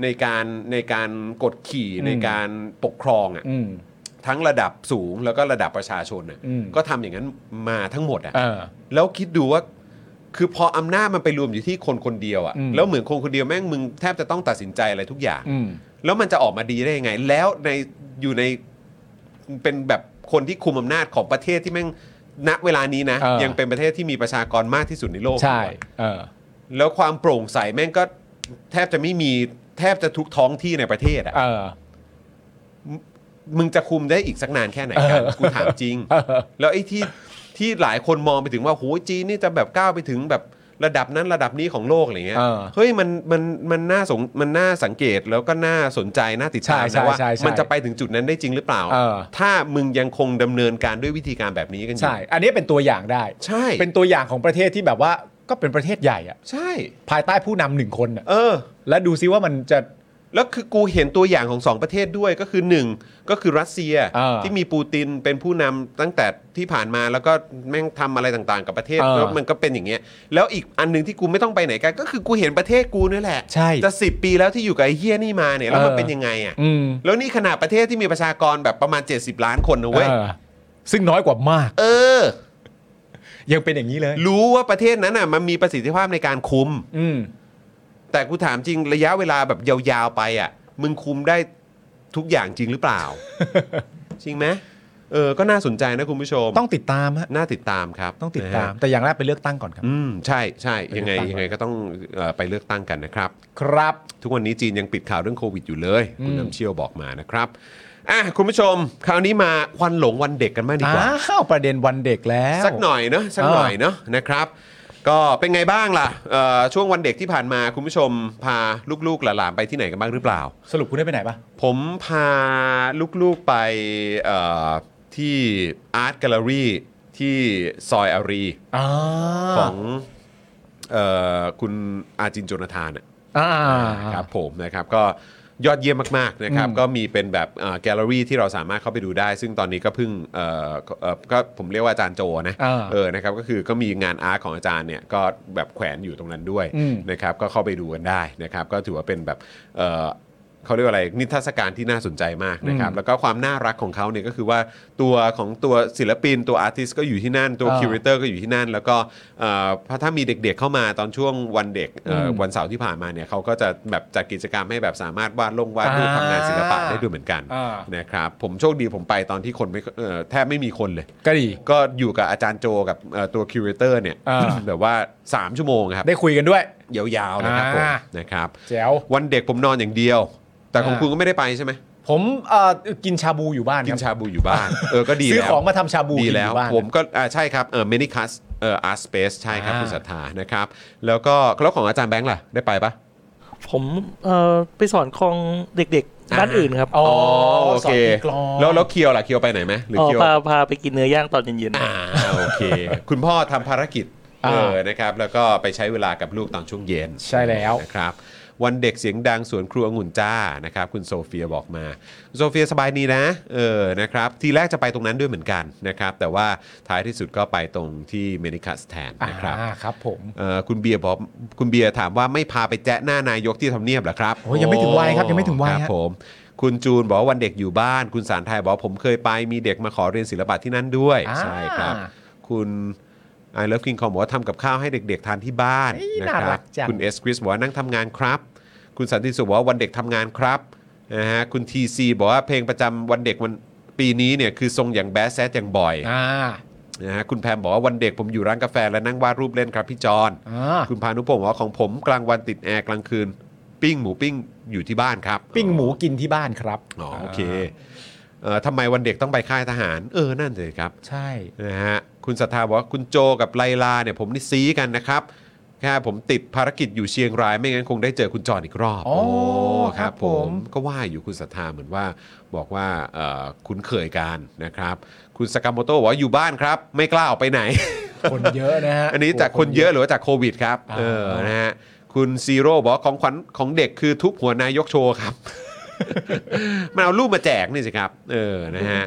ในการในการกดขี่ในการปกครองอะ อืม ทั้งระดับสูงแล้วก็ระดับประชาชนน่ะ อืม ก็ทำอย่างนั้นมาทั้งหมด เอ อ่ะ อ แล้วคิดดูว่า คือพออำนาจมันไปรวมอยู่ที่คนคนเดียวอ่ะ อืม แล้วเหมือนคนคนเดียวแม่งมึงแทบจะต้องตัดสินใจอะไรทุกอย่าง อืม แล้วมันจะออกมาดีได้ยังไง แล้วในอยู่ในเป็นแบบคนที่คุมอำนาจของประเทศที่แม่งณเวลานี้นะ เออ ยังเป็นประเทศที่มีประชากรมากที่สุดในโลก ใช่ อยู่อะ เออ แล้วความโปร่งใสแม่งก็แทบจะไม่มีแทบจะทุกท้องที่ในประเทศอ่ะ เออ มึงจะคุมได้อีกสักนานแค่ไหนกัน เออ กูถามจริง เออ แล้วไอ้ที่ที่หลายคนมองไปถึงว่าโหจีนนี่จะแบบก้าวไปถึงแบบระดับนั้นระดับนี้ของโลกอะไรเงี้ย เออ เฮ้ยมันมันมันน่าสงมันน่าสังเกตแล้วก็น่าสนใจน่าติดตาม ใช่ใช่ นะว่า ใช่ใช่ มันจะไปถึงจุดนั้นได้จริงหรือเปล่า เออ ถ้ามึงยังคงดำเนินการด้วยวิธีการแบบนี้กันอยู่ ใช่ อันนี้เป็นตัวอย่างได้ ใช่ เป็นตัวอย่างของประเทศที่แบบว่าก็เป็นประเทศใหญ่อะ ใช่ ภายใต้ผู้นำหนึ่งคนอะ เออ แล้วดูซิว่ามันจะ แล้วคือกูเห็นตัวอย่างของสองประเทศด้วยก็คือหนึ่งก็คือรัสเซีย เออ ที่มีปูตินเป็นผู้นำตั้งแต่ที่ผ่านมาแล้วก็แม่งทำอะไรต่างๆ กับประเทศ เออ แล้วมันก็เป็นอย่างเงี้ยแล้วอีกอันหนึ่งที่กูไม่ต้องไปไหนไกันก็คือกูเห็นประเทศกูนี่แหละ ใช่ จะสิปีแล้วที่อยู่กับไอ้เฮี้ยนี่มาเนี่ยแล้วมัน เออ เป็นยังไงอ่ะ อืม แล้วนี่ขนาดประเทศที่มีประชากรแบบประมาณ 70 ล้านคนนะเว้ย เออซึ่งน้อยกว่ามาก เออ ยังเป็นอย่างนี้เลย รู้ว่าประเทศนั้นอ่ะมันมีประสิทธิภาพในการคุม อืม แต่กูถามจริงระยะเวลาแบบยาวๆไปอ่ะ มึงคุมได้ทุกอย่างจริงหรือเป ล่า จริงไหมเออ ก็น่าสนใจนะคุณผู้ชม ต้องติดตามฮะ น่าติดตามครับ ต้องติดตาม นะฮะ แต่อย่างแรกไปเลือกตั้งก่อนครับ อืมใช่ใช่ยังไง ไปเลือกตั้ง ยังไงก็ต้องเอ่อไปเลือกตั้งกันนะครับ ครับ ทุกวันนี้จีนยังปิดข่าวเรื่องโควิดอยู่เลย คุณ อืม น้ำเชี่ยวบอกมานะครับอ่ะคุณผู้ชม คราวนี้มาควันหลงวันเด็กกันมากดีกว่า อ้าวประเด็นวันเด็กแล้ว สักหน่อยเนอะสักหน่อยเนอะนะครับ ก็เป็นไงบ้างล่ะเอ่อช่วงวันเด็กที่ผ่านมาคุณผู้ชมพาลูกๆหลานๆไปที่ไหนกันบ้างหรือเปล่า สรุปคุณได้ไปไหนปะ ผมพาลูกๆไปเอ่อที่อาร์ตแกลเลอรี่ที่ซอยอารี อ่า ของเออคุณอาจินโจนาธานอะ อ่า ครับผมนะครับก็ยอดเยี่ยมมากๆนะครับ อืม ก็มีเป็นแบบแกลเลอรี่อ gallery ที่เราสามารถเข้าไปดูได้ ซึ่งตอนนี้ก็เพิ่งเอ่อเอ่อก็ผมเรียกว่าอาจารย์โจนะ อ่า เออ นะครับ ก็คือก็มีงานอาร์ตของอาจารย์เนี่ย ก็แบบแขวนอยู่ตรงนั้นด้วย อืม นะครับ ก็เข้าไปดูกันได้นะครับ ก็ถือว่าเป็นแบบ เออเขาเรียกว่าอะไร นิทรรศการที่น่าสนใจมากนะครับ อืม แล้วก็ความน่ารักของเขาเนี่ยก็คือว่าตัวของตัวศิลปินตัวอาร์ติสก็อยู่ที่นั่น ตัว อ่า คิวเรเตอร์ก็อยู่ที่นั่น แล้วก็เอ่อถ้ามีเด็กๆเข้ามาตอนช่วงวันเด็กเอ่ออ ม วันเสาร์ที่ผ่านมาเนี่ยเขาก็จะแบบจัดกิจกรรมให้แบบสามารถวาดลงวาดรูป อ่า ทำงานศิลปะได้ด้วยเหมือนกัน อ่าน นะครับ ผมโชคดีผมไปตอนที่คนไม่เอ่อแทบไม่มีคนเลย ก็ดี ก็อยู่กับอาจารย์โจกับเอ่อตัวคิวเรเตอร์เนี่ย อ่า แบบว่า 3 ชั่วโมงครับ ได้คุยกันด้วย ยาวๆนะครับผม อ่า นะครับ แจ๋ว วันเด็กผมนอนอย่างเดียว แต่ของ อ่า คุณก็ไม่ได้ไปใช่ไหม ผมเอ่อกินชาบูอยู่บ้าน กิ คน รับ ชาบูอยู่บ้าน เออก็ดี ซื้อ แล้ว ของมาทำชาบู ดี กิน แล้ว อยู่บ้าน ผมก็อ่าใช่ครับเออเมนิคัสเอออาร์ตสเปซใช่ครับ อ่า คุณศรัทธานะครับ แล้วก็แล้วของอาจารย์แบงค์ล่ะ ได้ไปปะ ผมเอ่อไปสอนคองเด็กๆด้าน อ่า อื่นครับ อ๋อ โอ สอน เค ตีกลอง แล้วแล้วเคียวล่ะเคียวไปไหนไหมหรือ อ๋อ เคียว พาพาไปกินเนื้อย่างตอนเย็น อ่าโอเค คุณพ่อทำภารกิจ อ่า เออนะครับ แล้วก็ไปใช้เวลากับลูกตอนช่วงเย็น ใช่แล้ว นะครับ วันเด็กเสียงดังสวนครัวองุ่นจ้านะครับ คุณโซเฟียบอกมาโซเฟียสบายดีนะเออนะครับทีแรกจะไปตรงนั้นด้วยเหมือนกันนะครับ แต่ว่าท้ายที่สุดก็ไปตรงที่เมนิคัสแทนนะครับ าครับผม เอ่อคุณเบียร์บอกคุณเบียร์ถามว่าไม่พาไปแจ้หน้านายกที่ทำเนียบเหรอครับ โอ้ยยังไม่ถึงวัยครับยังไม่ถึงวัย ครับ ฮะ ผม คุณจูนบอกว่าวันเด็กอยู่บ้าน คุณสารไทยบอกว่าผมเคยไปมีเด็กมาขอเรียนศิลปะที่นั่นด้วย อ่า ใช่ครับ คุณไอเลิฟคิงคอมบอกว่าทำกับข้าวให้เด็กๆทานที่บ้าน เอ้ย นะ น่า ค รั รับ กจัง คุณเอสคริสบอกว่านั่งทำงานครับ คุณสันติสุขบอกว่าวันเด็กทำงานครับนะฮะคุณทีซีบอกว่าเพลงประจำวันเด็กวันปีนี้เนี่ยคือทรงอย่างแบสแซดอย่างบ่อย อ่า นะฮะคุณแพมบอกว่าวันเด็กผมอยู่ร้านกาแฟและนั่งวาดรูปเล่นครับพี่จอน อ่า คุณพานุพงศ์บอกว่าของผมกลางวันติดแอร์กลางคืน ปิ้งหมูปิ้งอยู่ที่บ้านครับ ปิ้งหมูกินที่บ้านครับ อ๋อโอเคเอ่อทำไมวันเด็กต้องไปค่ายทหาร เออ นั่นเลยครับ ใช่ นะฮะคุณศรัทธาบอกว่าคุณโจกับไลลาเนี่ยผมนี่ซีกันนะครับแค่ผมติดภารกิจอยู่เชียงราย ไม่งั้นคงได้เจอคุณจอนอีกรอบ อ๋อ ค ครั รับบ ผ ผม ม ก็ว่าอยู่คุณศรัทธาเหมือนว่าบอกว่าเอ่อคุ้นเคยกันนะครับ คุณสกามโมโตะบอกว่าอยู่บ้านครับ ไม่กล้าออกไปไหน คนเยอะนะฮะ อันนี้จากคนเยอะหรือว่าจากโควิดครับ อ่า เออนะฮะคุณซีโร่บอกว่าของขวัญของเด็กคือทุบ หัวนายกโชว์ครับ มันเอารูปมาแจกนี่สิครับ เออนะฮะ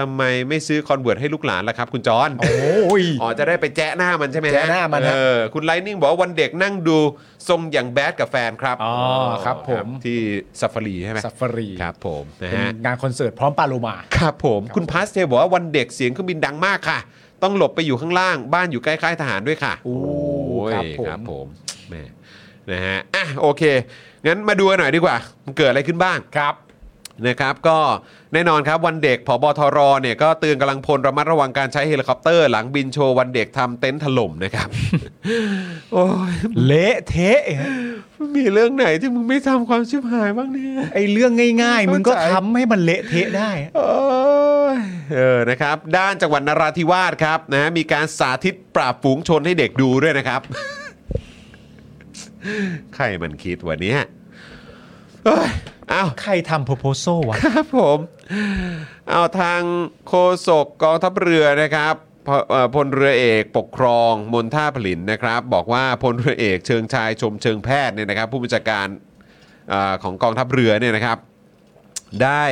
ทำไมไม่ซื้อคอนเวิร์ตให้ลูกหลานล่ะครับ คุณจอน โอ้ย อ๋อจะได้ไปแจ้หน้ามันใช่ไหมฮ แจ๊ะหน้ามันฮะ เออคุณไลนิ่งบอกว่าวันเด็กนั่งดูทรงอย่างแบดกับแฟนครับ อ๋อครับผม ที่ซัฟฟารีใช่ไหม ซัฟฟารี ครับผมนะ เป็น ฮะ งานคอนเสิร์ตพร้อมปาโลมา ครับผมคุณพาสเทลบอกว่าวันเด็กเสียงเครื่องบินดังมากค่ะ ต้องหลบไปอยู่ข้างล่างบ้านอยู่ใกล้ค่ายทหารด้วยค่ะ โอ้ ย ครับผม ครับผมแหม่นะฮะอ่ะโอเค งั้นมาดูกันหน่อยดีกว่า มันเกิดอะไรขึ้นบ้าง ครับ นะครับก็แน่นอนครับวันเด็กผบทรเนี่ยก็เตือนกำลังพลระมัดระวังการใช้เฮลิคอปเตอร์ หลังบินโชว์วันเด็กทำเต็นท์ถล่ม นะครับ โอ้ย เละเทะ มีเรื่องไหนที่มึงไม่ทำความชิบหายบ้างเนี่ย ไอ้เรื่องง่ายๆ มึงก็ทำให้มันเละเทะได้ โอ้ยเออนะครับ ด้านจังหวัดนราธิวาสครับนะฮะมีการสาธิตปราบฝูงชนให้เด็กดูด้วยนะครับ ใครมันคิดวันนี้เอ้ยอ้าว ใครทำโพโพโซวะ ครับผมเอาทางโฆษกกองทัพเรือนะครับพเอ่อพลเรือเอกปกครองมนท่าผลินนะครับ บอกว่าพลเรือเอกเชิงชายชมเชิงแพทย์เนี่ยนะครับ ผู้บัญชาการเออของกองทัพเรือเนี่ยนะครับ ได้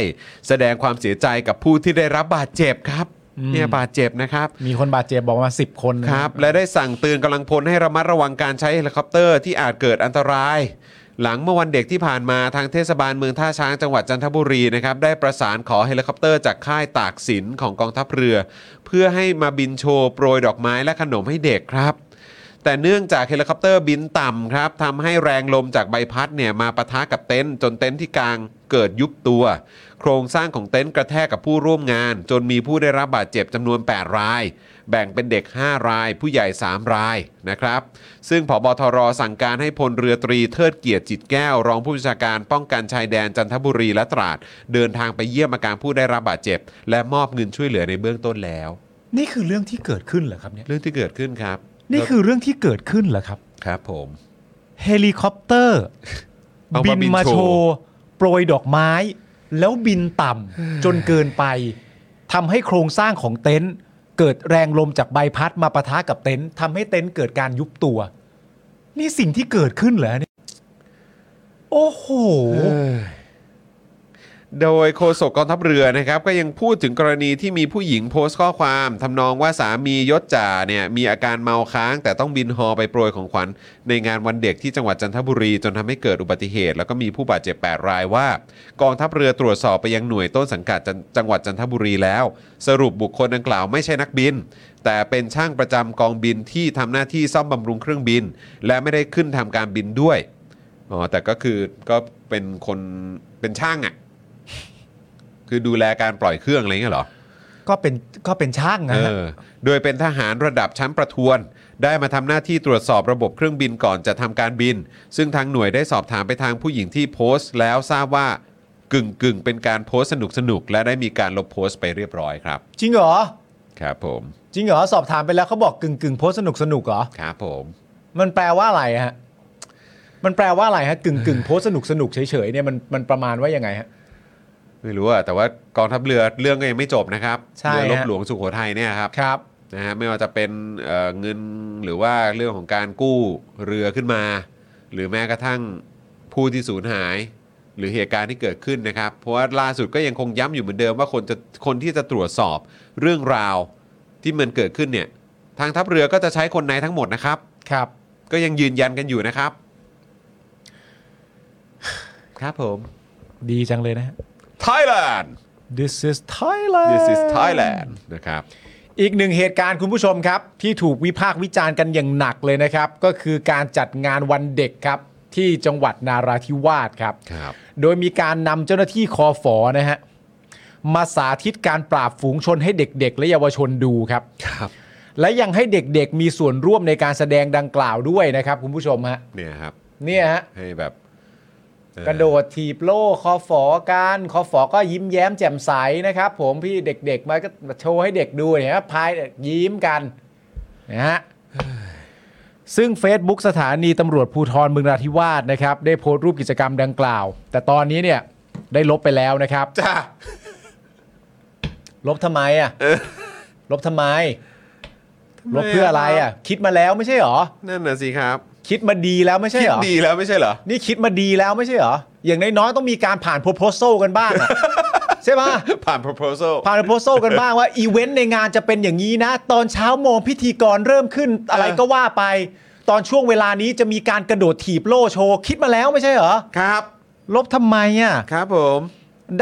แสดงความเสียใจกับผู้ที่ได้รับบาดเจ็บครับเนี่ยบาดเจ็บนะครับ มีคนบาดเจ็บบอกมา 10 คนนะครับ และได้สั่งเตือนกำลังพลให้ระมัดระวังการใช้เฮลิคอปเตอร์ที่อาจเกิดอันตราย หลังเมื่อวันเด็กที่ผ่านมาทางเทศบาลเมืองท่าช้างจังหวัดจันทบุรีนะครับได้ประสานขอเฮลิคอปเตอร์จากค่ายตากสินของกองทัพเรือ เพื่อให้มาบินโชว์โปรยดอกไม้และขนมให้เด็กครับ แต่เนื่องจากเฮลิคอปเตอร์บินต่ำครับทำให้แรงลมจากใบพัดเนี่ยมาปะทะกับเต็นท์จนเต็นท์ที่กลางเกิดยุบตัว โครงสร้างของเต็นท์กระแทกกับผู้ร่วมงาน จนมีผู้ได้รับบาดเจ็บจำนวน 8 ราย แบ่งเป็นเด็ก 5 ราย ผู้ใหญ่ 3 รายนะครับ ซึ่งผบทรสั่งการให้พลเรือตรีเทิดเกียรติจิตแก้ว รองผู้บัญชาการป้องกันชายแดนจันทบุรีและตราด เดินทางไปเยี่ยมอาการผู้ได้รับบาดเจ็บ และมอบเงินช่วยเหลือในเบื้องต้นแล้ว นี่คือเรื่องที่เกิดขึ้นเหรอครับเนี่ย เรื่องที่เกิดขึ้นครับ นี่คือเรื่องที่เกิดขึ้นเหรอครับ ครับผม เฮลิคอปเตอร์ เอามา บิน บิน มา โช โช ว์ ว์โปรยดอกไม้ แล้วบินต่ำ จนเกินไปทำให้โครงสร้างของเต็นท์เกิดแรงลมจากใบพัดมาปะทะกับเต็นท์ทำให้เต็นท์เกิดการยุบตัว นี่สิ่งที่เกิดขึ้นเหรอเนี่ยโอ้โห โดยโฆษกกองทัพเรือนะครับ ก็ยังพูดถึงกรณีที่มีผู้หญิงโพสต์ข้อความทำนองว่าสามียศจ่าเนี่ยมีอาการเมาค้าง แต่ต้องบินฮอไปโปรยของขวัญ ในงานวันเด็กที่จังหวัดจันทบุรี จนทำให้เกิดอุบัติเหตุ แล้วก็มีผู้บาดเจ็บ 8 รายว่า กองทัพเรือตรวจสอบไปยังหน่วยต้นสังกัดจันจังหวัดจันทบุรีแล้ว สรุปบุคคลดังกล่าวไม่ใช่นักบิน แต่เป็นช่างประจำกองบินที่ทำหน้าที่ซ่อมบำรุงเครื่องบิน และไม่ได้ขึ้นทำการบินด้วยอ๋อแต่ก็คือก็เป็นคนเป็นช่างอ่ะ คือดูแลการปล่อยเครื่องอะไรเงี้ยเหรอ ก็เป็นก็เป็นช่างนะ เอ ฮะ อ โดยเป็นทหารระดับชั้นประทวน ได้มาทำหน้าที่ตรวจสอบระบบเครื่องบินก่อนจะทำการบิน ซึ่งทางหน่วยได้สอบถามไปทางผู้หญิงที่โพสต์ แล้วทราบว่ากึ่งกึ่งๆเป็นการโพสต์สนุกสนุกๆและได้มีการลบโพสต์ไปเรียบร้อยครับ จริงเหรอ ครับผม จริงเหรอ สอบถามไปแล้วเขาบอกกึ่งกึ่งๆโพสต์สนุกสนุกๆเหรอ ครับผม มันแปลว่าอะไรฮะ มันแปลว่าอะไรฮะกึ่งกึ่งโพสต์สนุกสนุกเฉยๆเนี่ยมันมันประมาณว่ายังไงฮะ ไม่รู้อะแต่ว่ากองทัพเรือเรื่องก็ยังไม่จบนะครับ ใช่ฮะ เรือลบหลวงสุโขทัยเนี่ยครับ ครับ นะฮะไม่ว่าจะเป็นเอ่อเงินหรือว่าเรื่องของการกู้เรือขึ้นมา หรือแม้กระทั่งผู้ที่สูญหาย หรือเหตุการณ์ที่เกิดขึ้นนะครับ เพราะว่าล่าสุดก็ยังคงย้ำอยู่เหมือนเดิมว่าคนจะคนที่จะตรวจสอบเรื่องราวที่มันเกิดขึ้นเนี่ยทางทัพเรือก็จะใช้คนในทั้งหมดนะครับ ครับ ก็ยังยืนยันกันอยู่นะครับ ครับผม ดีจังเลยนะฮะ Thailand This is Thailand this is Thailand นะครับ อีกหนึ่งเหตุการณ์คุณผู้ชมครับ ที่ถูกวิพากษ์วิจารณ์กันอย่างหนักเลยนะครับ ก็คือการจัดงานวันเด็กครับ ที่จังหวัดนาราธิวาสครับ ครับ โดยมีการนำเจ้าหน้าที่คอฝอนะฮะมาสาธิตการปราบฝูงชนให้เด็กๆ และเยาวชนดูครับ ครับ และยังให้เด็กๆ มีส่วนร่วมในการแสดงดังกล่าวด้วยนะครับ คุณผู้ชมฮะ เนี่ยครับ เนี่ยฮะ ให้แบบเอ่อ กระโดดถีบโล่คอฝอกันคอฝอก็ยิ้มแย้มแจ่มใสนะครับ ผมพี่เด็กๆมาก็โชว์ให้เด็กดูเห็นไหมพายยิ้มกันนะฮะซึ่ง Facebook สถานีตำรวจภูธรเมืองนราธิวาสนะครับ ได้โพสต์รูปกิจกรรมดังกล่าว แต่ตอนนี้เนี่ยได้ลบไปแล้วนะครับ จ้า ลบทำไมอ่ะ เออ ลบทำไม ลบเพื่ออะไรอ่ะ คิดมาแล้วไม่ใช่เหรอ นั่นน่ะสิครับ คิดมาดีแล้วไม่ใช่ คิด เหรอ ดีแล้วไม่ใช่เหรอ นี่คิดมาดีแล้วไม่ใช่เหรอ อย่างน้อยๆต้องมีการผ่านโพโพโซกันบ้างอะ ใช่ปะ ผ่าน proposal ผ่านโพสโซกันบ้างว่า อีเวนต์ในงานจะเป็นอย่างนี้นะ ตอนเช้าโมงพิธีกรเริ่มขึ้นอะไรก็ว่าไป ตอนช่วงเวลานี้จะมีการกระโดดถีบโล่โชว์คิดมาแล้วไม่ใช่เหรอ ครับ ลบทำไมอ่ะ ครับผม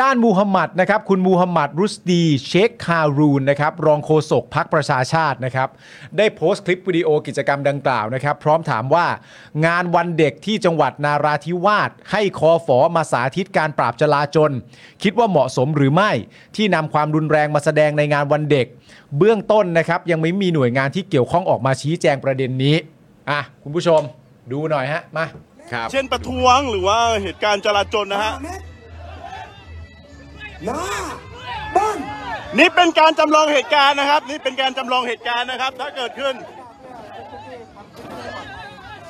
ด้านมูฮัมหมัดนะครับ คุณมูฮัมหมัดรุสดีเชคคารูนนะครับ รองโฆษกพักประชาชาตินะครับ ได้โพสต์คลิปวิดีโอกิจกรรมดังกล่าวนะครับ พร้อมถามว่า งานวันเด็กที่จังหวัดนาราธิวาสให้คอฝอมาสาธิตการปราบจลาจลคิดว่าเหมาะสมหรือไม่ ที่นำความรุนแรงมาแสดงในงานวันเด็ก เบื้องต้นนะครับ ยังไม่มีหน่วยงานที่เกี่ยวข้องออกมาชี้แจงประเด็นนี้อ่ะคุณผู้ชม ดูหน่อยฮะมา ครับ เช่นประท้วงหรือว่าเหตุการณ์จราจรนะฮะ ยาบ้าน นี่เป็นการจำลองเหตุการณ์นะครับ นี่เป็นการจำลองเหตุการณ์นะครับ ถ้าเกิดขึ้น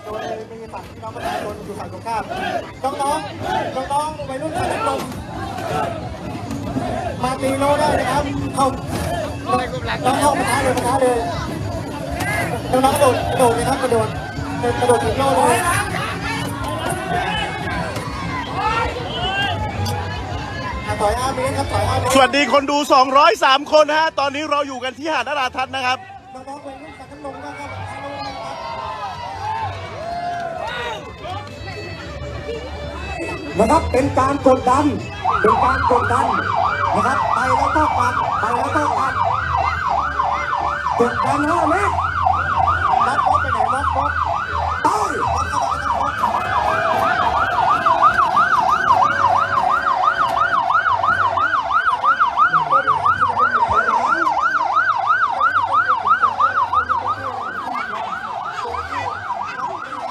โดยมีฝั่งพี่น้องประชาชนอยู่ฝั่งตรงข้ามน้องๆน้องๆวัยรุ่นฝั่งตรงข้ามมาตีโนได้นะครับ เข้าน้องเข้าประทะเลยประทะเลยน้องๆกระโดดกระโดดเลยครับกระโดดกระโดดถึงโนเลยอ่ะต่อยอ้าไปเลยครับต่อยอ้าไปเล ส ย วัสดีคนดู 203 คนนะฮะ ตอนนี้เราอยู่กันที่หาดนราทัศน์นะครับ น้องๆวัยรุ่นฝั่งตรงข้ามก็เข้าประทะโนได้นะครับ นะครับเป็นการกดดัน เป็นการกดดันนะครับไปแล้วก็ปัดไปแล้วก็ปัดกดดันห้าเมตรนัดบอลไปไหนนัดบอลไป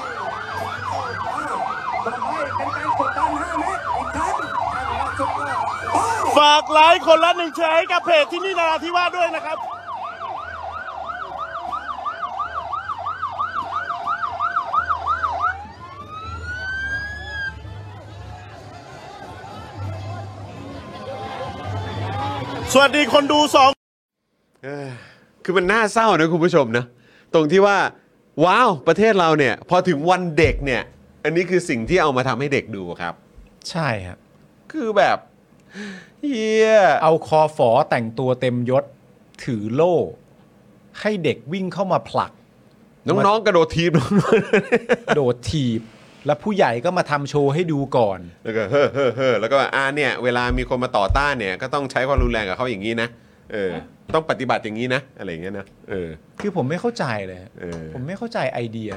บอกให้เป็นการกดดันห้าเมตรอีกครั้งไป ฝากไลค์คนละหนึ่งแชร์ให้กับเพจที่นี่นาราธิวาสด้วยนะครับ สวัสดีคนดู 2 เอ้ยคือมันน่าเศร้านะคุณผู้ชมนะ ตรงที่ว่า ว้าว ประเทศเราเนี่ย พอถึงวันเด็กเนี่ย อันนี้คือสิ่งที่เอามาทำให้เด็กดูครับ ใช่ฮะ คือแบบเฮีย เอาคอฝอแต่งตัวเต็มยศถือโล่ ให้เด็กวิ่งเข้ามาผลัก น้องๆ กระโดดทีม โดดถีบ แล้วผู้ใหญ่ก็มาทำโชว์ให้ดูก่อน แล้วก็เฮ้อเฮ้อเฮ้อแล้วก็อ่าเนี่ยเวลามีคนมาต่อต้านเนี่ย ก็ต้องใช้ความรุนแรงกับเขาอย่างนี้นะเออ ต้องปฏิบัติอย่างนี้นะ อะไรอย่างเงี้ยนะเออ คือผมไม่เข้าใจเลย เออ ผมไม่เข้าใจไอเดีย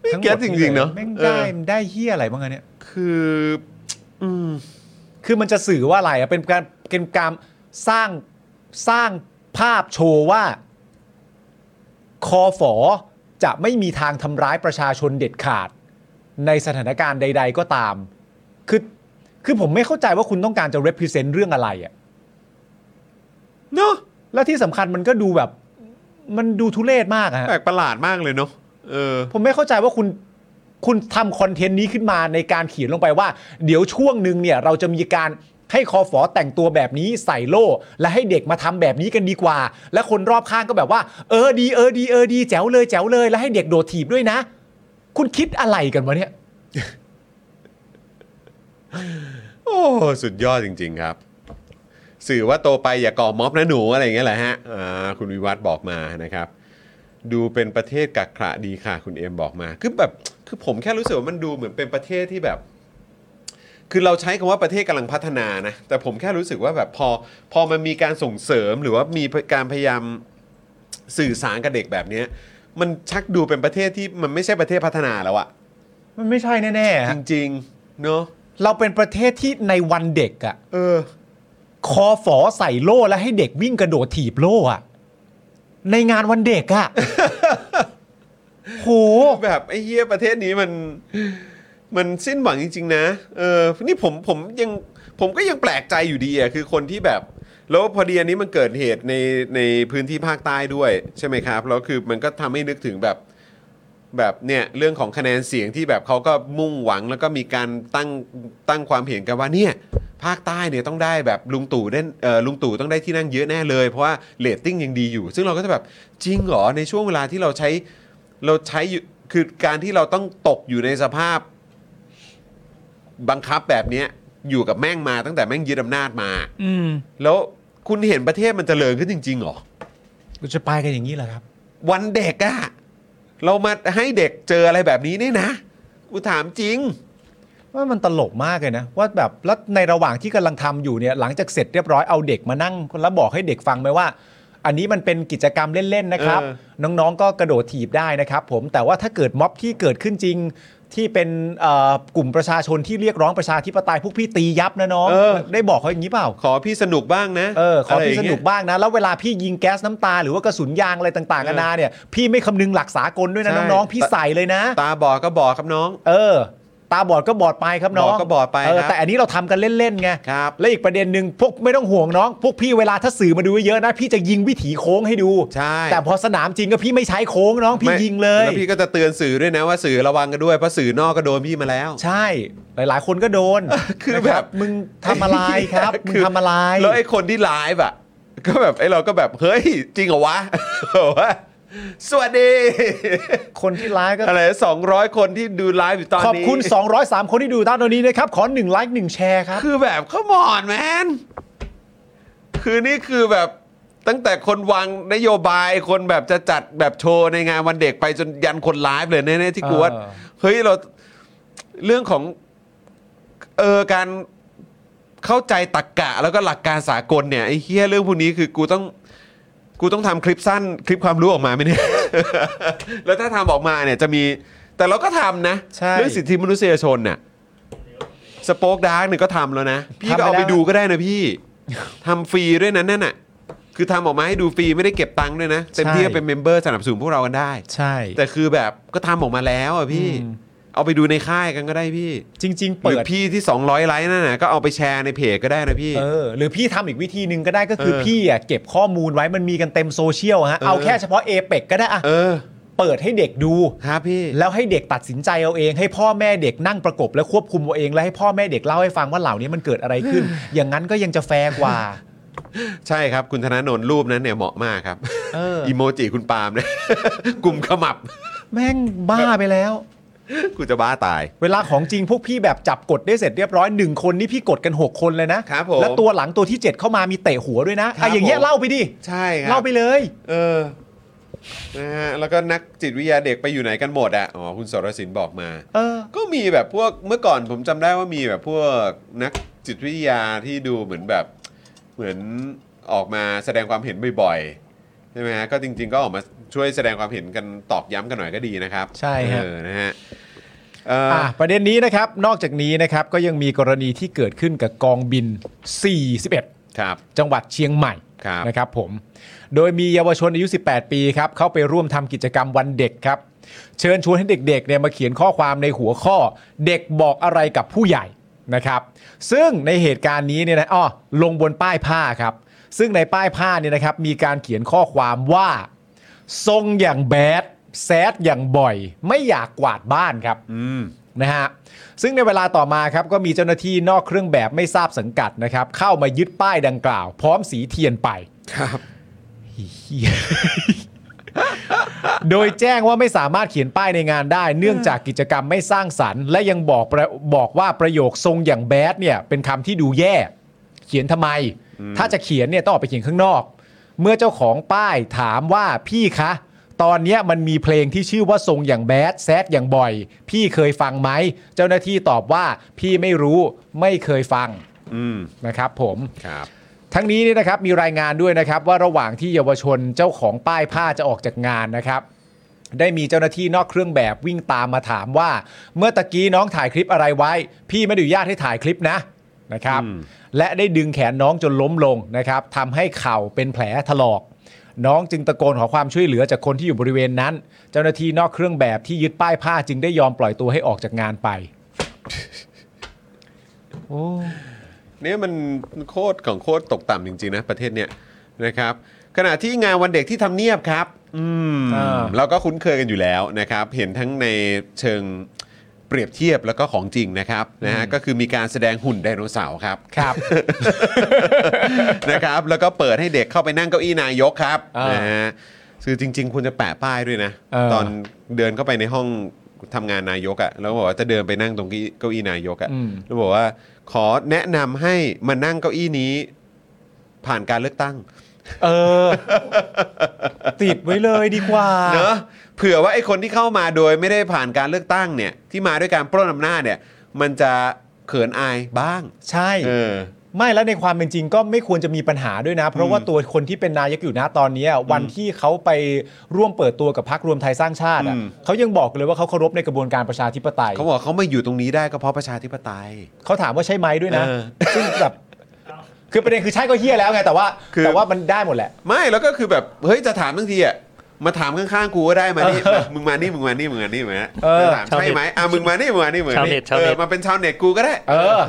ไม่เก็ตจริงๆเนอะ แม่ง เออ ได้มันได้เฮี้ยอะไรบ้างอะเนี่ย คือ อืม คือมันจะสื่อว่าอะไรอะเป็นการเป็นการสร้างสร้างภาพโชว์ว่า คอฝอจะไม่มีทางทำร้ายประชาชนเด็ดขาด ในสถานการณ์ใด ๆ ก็ตาม คือคือผมไม่เข้าใจว่าคุณต้องการจะ represent เรื่องอะไรอะ เนอะ แล้วที่สำคัญมันก็ดูแบบ มันดูทุเรศมากอะฮะ แปลกประหลาดมากเลยเนอะเออ ผมไม่เข้าใจว่าคุณคุณทำคอนเทนต์นี้ขึ้นมาในการเขียนลงไปว่า เดี๋ยวช่วงหนึ่งเนี่ยเราจะมีการให้คอฟอแต่งตัวแบบนี้ใส่โล่ และให้เด็กมาทำแบบนี้กันดีกว่า และคนรอบข้างก็แบบว่า เออดีเออดีเออดีแจ๋วเลยแจ๋วเลย แล้วให้เด็กโดดถีบด้วยนะ คุณคิดอะไรกันวะเนี่ย โอ้สุดยอดจริง ๆ ครับ สื่อว่าโตไปอย่าก่อม็อบนะหนูอะไรอย่างเงี้ยแหละฮะอ่าคุณวิวัฒน์บอกมานะครับ ดูเป็นประเทศกักขระดีค่ะ คุณเอ็มบอกมา คือแบบคือผมแค่รู้สึกว่ามันดูเหมือนเป็นประเทศที่แบบ คือเราใช้คำว่าประเทศกำลังพัฒนานะ แต่ผมแค่รู้สึกว่าแบบพอพอมันมีการส่งเสริมหรือว่ามีการพยายามสื่อสารกับเด็กแบบเนี้ยมันชักดูเป็นประเทศที่มันไม่ใช่ประเทศพัฒนาแล้วอะ มันไม่ใช่แน่จๆฮะ ริงๆเนาะ เราเป็นประเทศที่ในวันเด็กอะ เออ คอฟอใส่โล่และให้เด็กวิ่งกระโดดถีบโล่อะในงานวันเด็กอะ โห แบบไอ้เฮียประเทศนี้มันมันสิ้นหวังจริง ๆ นะ เออนี่ผมผมยังผมก็ยังแปลกใจอยู่ดีอ่ะคือคนที่แบบ แล้วพอดีอันนี้มันเกิดเหตุในในพื้นที่ภาคใต้ด้วย ใช่ไหมครับ แล้วคือมันก็ทำให้นึกถึงแบบแบบเนี่ยเรื่องของคะแนนเสียงที่แบบเขาก็มุ่งหวังแล้วก็มีการตั้งตั้งความเห็นกันว่าเนี่ย ภาคใต้เนี่ยต้องได้แบบลุงตู่ได้เอ่อลุงตู่ต้องได้ที่นั่งเยอะแน่เลย เพราะว่าเรตติ้งยังดีอยู่ ซึ่งเราก็จะแบบจริงเหรอในช่วงเวลาที่เราใช้ เราใช้อยู่คือการที่เราต้องตกอยู่ในสภาพบังคับแบบเนี้ย อยู่กับแม่งมาตั้งแต่แม่งยึดอำนาจมา อืม แล้วคุณเห็นประเทศมันเจริญขึ้นจริงๆเหรอ กูจะไปกันอย่างนี้เหรอครับ วันเด็กอะเรามาให้เด็กเจออะไรแบบนี้นี่นะกูถามจริง ว่ามันตลกมากเลยนะ ว่าแบบแล้วในระหว่างที่กำลังทำอยู่เนี่ยหลังจากเสร็จเรียบร้อยเอาเด็กมานั่งแล้วบอกให้เด็กฟังไหมว่า อันนี้มันเป็นกิจกรรมเล่น ๆ นะครับ เออ น้องๆ ก็กระโดดถีบได้นะครับผมแต่ว่าถ้าเกิดม็อบที่เกิดขึ้นจริง ที่เป็นเอ่อกลุ่มประชาชนที่เรียกร้องประชาธิปไตยพวกพี่ตียับนะน้องได้บอกเขาอย่างนี้เปล่า ขอพี่สนุกบ้างนะ เออขอะพี่ส ไรย่าง นุ เงี้ ก ย บ้างนะ แล้วเวลาพี่ยิงแก๊สน้ำตา หรือว่ากระสุนยางอะไรต่างๆ เออ กันานาเนี่ย พี่ไม่คำนึงหลักสากลด้วยนะ ใช่ น้องๆพี่ใส่เลยนะ ตาบอดก็บอดครับน้อง เออ ตาบอดก็บอดไปครับน้อง บอดก็บอดไป เอคอรับ แต่อันนี้เราทำกันเล่นๆไง ครับ และอีกประเด็นหนึ่งพวกไม่ต้องห่วงน้อง พวกพี่เวลาถ้าสื่อมาดูเยอะๆนะ พี่จะยิงวิถีโค้งให้ดู ใช่ แต่พอสนามจริงก็พี่ไม่ใช้โค้งน้องพี่ ไม่ ยิงเลย แล้วพี่ก็จะเตือนสื่อด้วยนะว่าสื่อระวังกันด้วยเพราะสื่อนอกก็โดนพี่มาแล้ว ใช่ หลายๆ คนก็โดน คือ นะ แบบ รับมึงทำอะไร ครับมึงทำอะไร แล้วไอ้คนที่ไลฟ์อะก็แบบไอ้เราก็แบบเฮ้ยจริงเหรอ วะแบบว่าสวัสดี คนที่ร้ายก็ อะไรสองร้อยคนที่ดูไลฟ์อยู่ตอนนี้ ขอบคุณ 203 คนที่ดูตอนนี้นะครับ ขอ1ไลค์1แชร์ครับ คือแบบเขามอนแมนคือนี่คือแบบตั้งแต่คนวางนโยบายคนแบบจะจัดแบบโชว์ในงานวันเด็กไปจนยันคนไลฟ์เลยเนี่ยที่กูว่า เออ เฮ้ยเราเรื่องของเออการเข้าใจตรกกะ แล้วก็หลักการสากลเนี่ยไอ้เฮี้ยเรื่องพวกนี้คือกูต้อง กูต้องทำคลิปสั้นคลิปความรู้ออกมาไหม เนี่ย แล้วถ้าทำออกมาเนี่ยจะมีแต่เราก็ทำนะ ใช่ เรื่องสิทธิมนุษยชนน่ะสป o อกดาร์กเนี่ยก็ทำแล้วนะ พี่ก็ ทำไป เอาไป แล้ว ดูก็ได้นะพี่ ทำฟรีด้วยนะนั่นน่ะ คือทำออกมาให้ดูฟรีไม่ได้เก็บตังค์ด้วยนะ เต็มที่ก็เป็นเมมเบอร์สนับสนุนพวกเรากันได้ ใช่ แต่คือแบบก็ทำออกมาแล้วอ่ะพี่ อืม เอาไปดูในค่ายกันก็ได้พี่ จริง ๆ หรื เปิ อ ด พี่ที่ 200 ไลค์นั่นน่ะก็เอาไปแชร์ในเพจก็ได้นะพี่ เออ หรือพี่ทำอีกวิธีหนึ่งก็ได้ก็คือ เออ พี่อ่ะเก็บข้อมูลไว้มันมีกันเต็มโซเชียลฮะ เออ เอาแค่เฉพาะเอเปกก็ได้อะ เออ เปิดให้เด็กดู ครับพี่ แล้วให้เด็กตัดสินใจเอาเอง ให้พ่อแม่เด็กนั่งประกบ แล้วควบคุมเอาเอง แล้วให้พ่อแม่เด็กเล่าให้ฟังว่าเหล่านี้มันเกิดอะไรขึ้น อย่างนั้นก็ยังจะแฟร์กว่า ใช่ครับ คุณธนาโนนรูปนั้นเนี่ยเหมาะมากครับ เออ อีโมจิคุณปาล์มเนี่ย กลุ่มขมับ แม่งบ้าไปแล้ว กูจะบ้าตาย เวลาของจริงพวกพี่แบบจับกดได้เสร็จเรียบร้อยหนึ่งคนนี่พี่กดกัน 6 คนเลยนะครับ ผม แล้วตัวหลังตัวที่ 7 เข้ามามีเตะหัวด้วยนะครับ อ่ะอย่างเงี้ย ผม เล่าไปดิ ใช่ครั เล่าไปเลย เออนะฮะแล้วก็นักจิตวิทยาเด็กไปอยู่ไหนกันหมดอ่ะอ๋อคุณสรศินบอกมา เออ ก็มีแบบพวกเมื่อก่อนผมจำได้ว่ามีแบบพวกนักจิตวิทยาที่ดูเหมือนแบบเหมือนออกมาแสดงความเห็นบ่อยๆใช่ไหมฮะก็จริง ๆ ก็ออกมาช่วยแสดงความเห็นกันตอกย้ำกันหน่อยก็ดีนะครับ ใช่ฮะ เออนะฮะเอออ อ่ะประเด็นนี้นะครับ นอกจากนี้นะครับก็ยังมีกรณีที่เกิดขึ้นกับกองบิน 41 ครับ จังหวัดเชียงใหม่ ครับ นะครับผม โดยมีเยาวชนอายุ 18 ปีครับเข้าไปร่วมทำกิจกรรมวันเด็กครับ เชิญชวนให้เด็กๆเนี่ยมาเขียนข้อความในหัวข้อ เด็กบอกอะไรกับผู้ใหญ่นะครับ ซึ่งในเหตุการณ์นี้เนี่ยนะอ้อลงบนป้ายผ้าครับ ซึ่งในป้ายผ้าเนี่ยนะครับมีการเขียนข้อความว่า ทรงอย่างแบดแซดอย่างบ่อย ไม่อยากกวาดบ้านครับ อืม นะฮะซึ่งในเวลาต่อมาครับก็มีเจ้าหน้าที่นอกเครื่องแบบไม่ทราบสังกัดนะครับ เข้ามายึดป้ายดังกล่าว พร้อมสีเทียนไป ครับ เหี้ย โดยแจ้งว่าไม่สามารถเขียนป้ายในงานได้ เนื่องจากกิจกรรมไม่สร้างสรรค์ และยังบอกประบอกว่าประโยคทรงอย่างแบดเนี่ยเป็นคำที่ดูแย่ เขียนทำไม ถ้าจะเขียนเนี่ยต้องออกไปเขียนข้างนอก เมื่อเจ้าของป้ายถามว่าพี่คะ ตอนเนี้ยมันมีเพลงที่ชื่อว่าทรงอย่างแบดแซดอย่างบ่อย พี่เคยฟังไหม เจ้าหน้าที่ตอบว่าพี่ไม่รู้ไม่เคยฟัง อืม นะครับผม ครับ ทั้งนี้เนี่ยนะครับมีรายงานด้วยนะครับว่าระหว่างที่เยาวชนเจ้าของป้ายผ้าจะออกจากงานนะครับ ได้มีเจ้าหน้าที่นอกเครื่องแบบวิ่งตามมาถามว่า เมื่อตะกี้น้องถ่ายคลิปอะไรไว้ พี่ไม่อนุญาตให้ถ่ายคลิปนะนะครับ อืม และได้ดึงแขนน้องจนล้มลงนะครับทำให้เข่าเป็นแผลถลอก น้องจึงตะโกนขอความช่วยเหลือจากคนที่อยู่บริเวณนั้น เจ้าหน้าที่นอกเครื่องแบบที่ยึดป้ายผ้าจึงได้ยอมปล่อยตัวให้ออกจากงานไป เนี่ยมันโคตรของโคตรตกต่ำจริง ๆ นะ ประเทศเนี่ยนะครับ ขณะที่งานวันเด็กที่ทำเนียบครับ อืม อ่า เราก็คุ้นเคยกันอยู่แล้วนะครับ เห็นทั้งในเชิงเปรียบเทียบแล้วก็ของจริงนะครับนะฮะก็คือมีการแสดงหุ่นไดโนเสาร์ครับ ครับ นะครับแล้วก็เปิดให้เด็กเข้าไปนั่งเก้าอี้นายกครับ อ่าน นะฮะคือจริง ๆควรจะแปะป้ายด้วยนะ เออ ตอนเดินเข้าไปในห้องทำงานนายกอะ่ะแล้วบอกว่าจะเดินไปนั่งตรงเก้าอี้นายก อืม อะ่ะแล้วบอกว่า ขอแนะนำให้มานั่งเก้าอี้นี้ ผ่านการเลือกตั้ง เออ ติดไว้เลยดีกว่า เนอะเผื่อว่าไอ้คนที่เข้ามาโดยไม่ได้ผ่านการเลือกตั้งเนี่ย ที่มาด้วยการปล้นอำนาจเนี่ย มันจะเขินอายบ้าง ใช่ เออ ไม่แล้วในความเป็นจริงก็ไม่ควรจะมีปัญหาด้วยนะ เพราะว่าตัวคนที่เป็นนายกอยู่นะตอนเนี้ยวันที่เขาไปร่วมเปิดตัวกับพรรครวมไทยสร้างชาติอะ อืม เขายังบอกเลยว่าเขาเคารพในกระบวนการประชาธิปไตย เขาบอกเขามาอยู่ตรงนี้ได้ก็เพราะประชาธิปไตย เขาถามว่าใช่ไหมด้วยนะ เออ ซึ่งแบบคือประเด็นคือใช่ก็เฮี้ยแล้วไงแต่ว่า คือ แต่ว่ามันได้หมดแหละ ไม่แล้วก็คือแบบเฮ้ยจะถามทั้งทีอ่ะมาถามข้างๆกูก็ได้มานี่ เออ มามึงมานี่มึงมานี่มึงมานี่มึงมา เออ จะถามใช่ไหมอ่ะมึงมานี่มึงมานี่มึงมา ชาวเน็ตชาว เอ เน็ อ ต มาเป็นชาวเน็ตกูก็ได้ เออ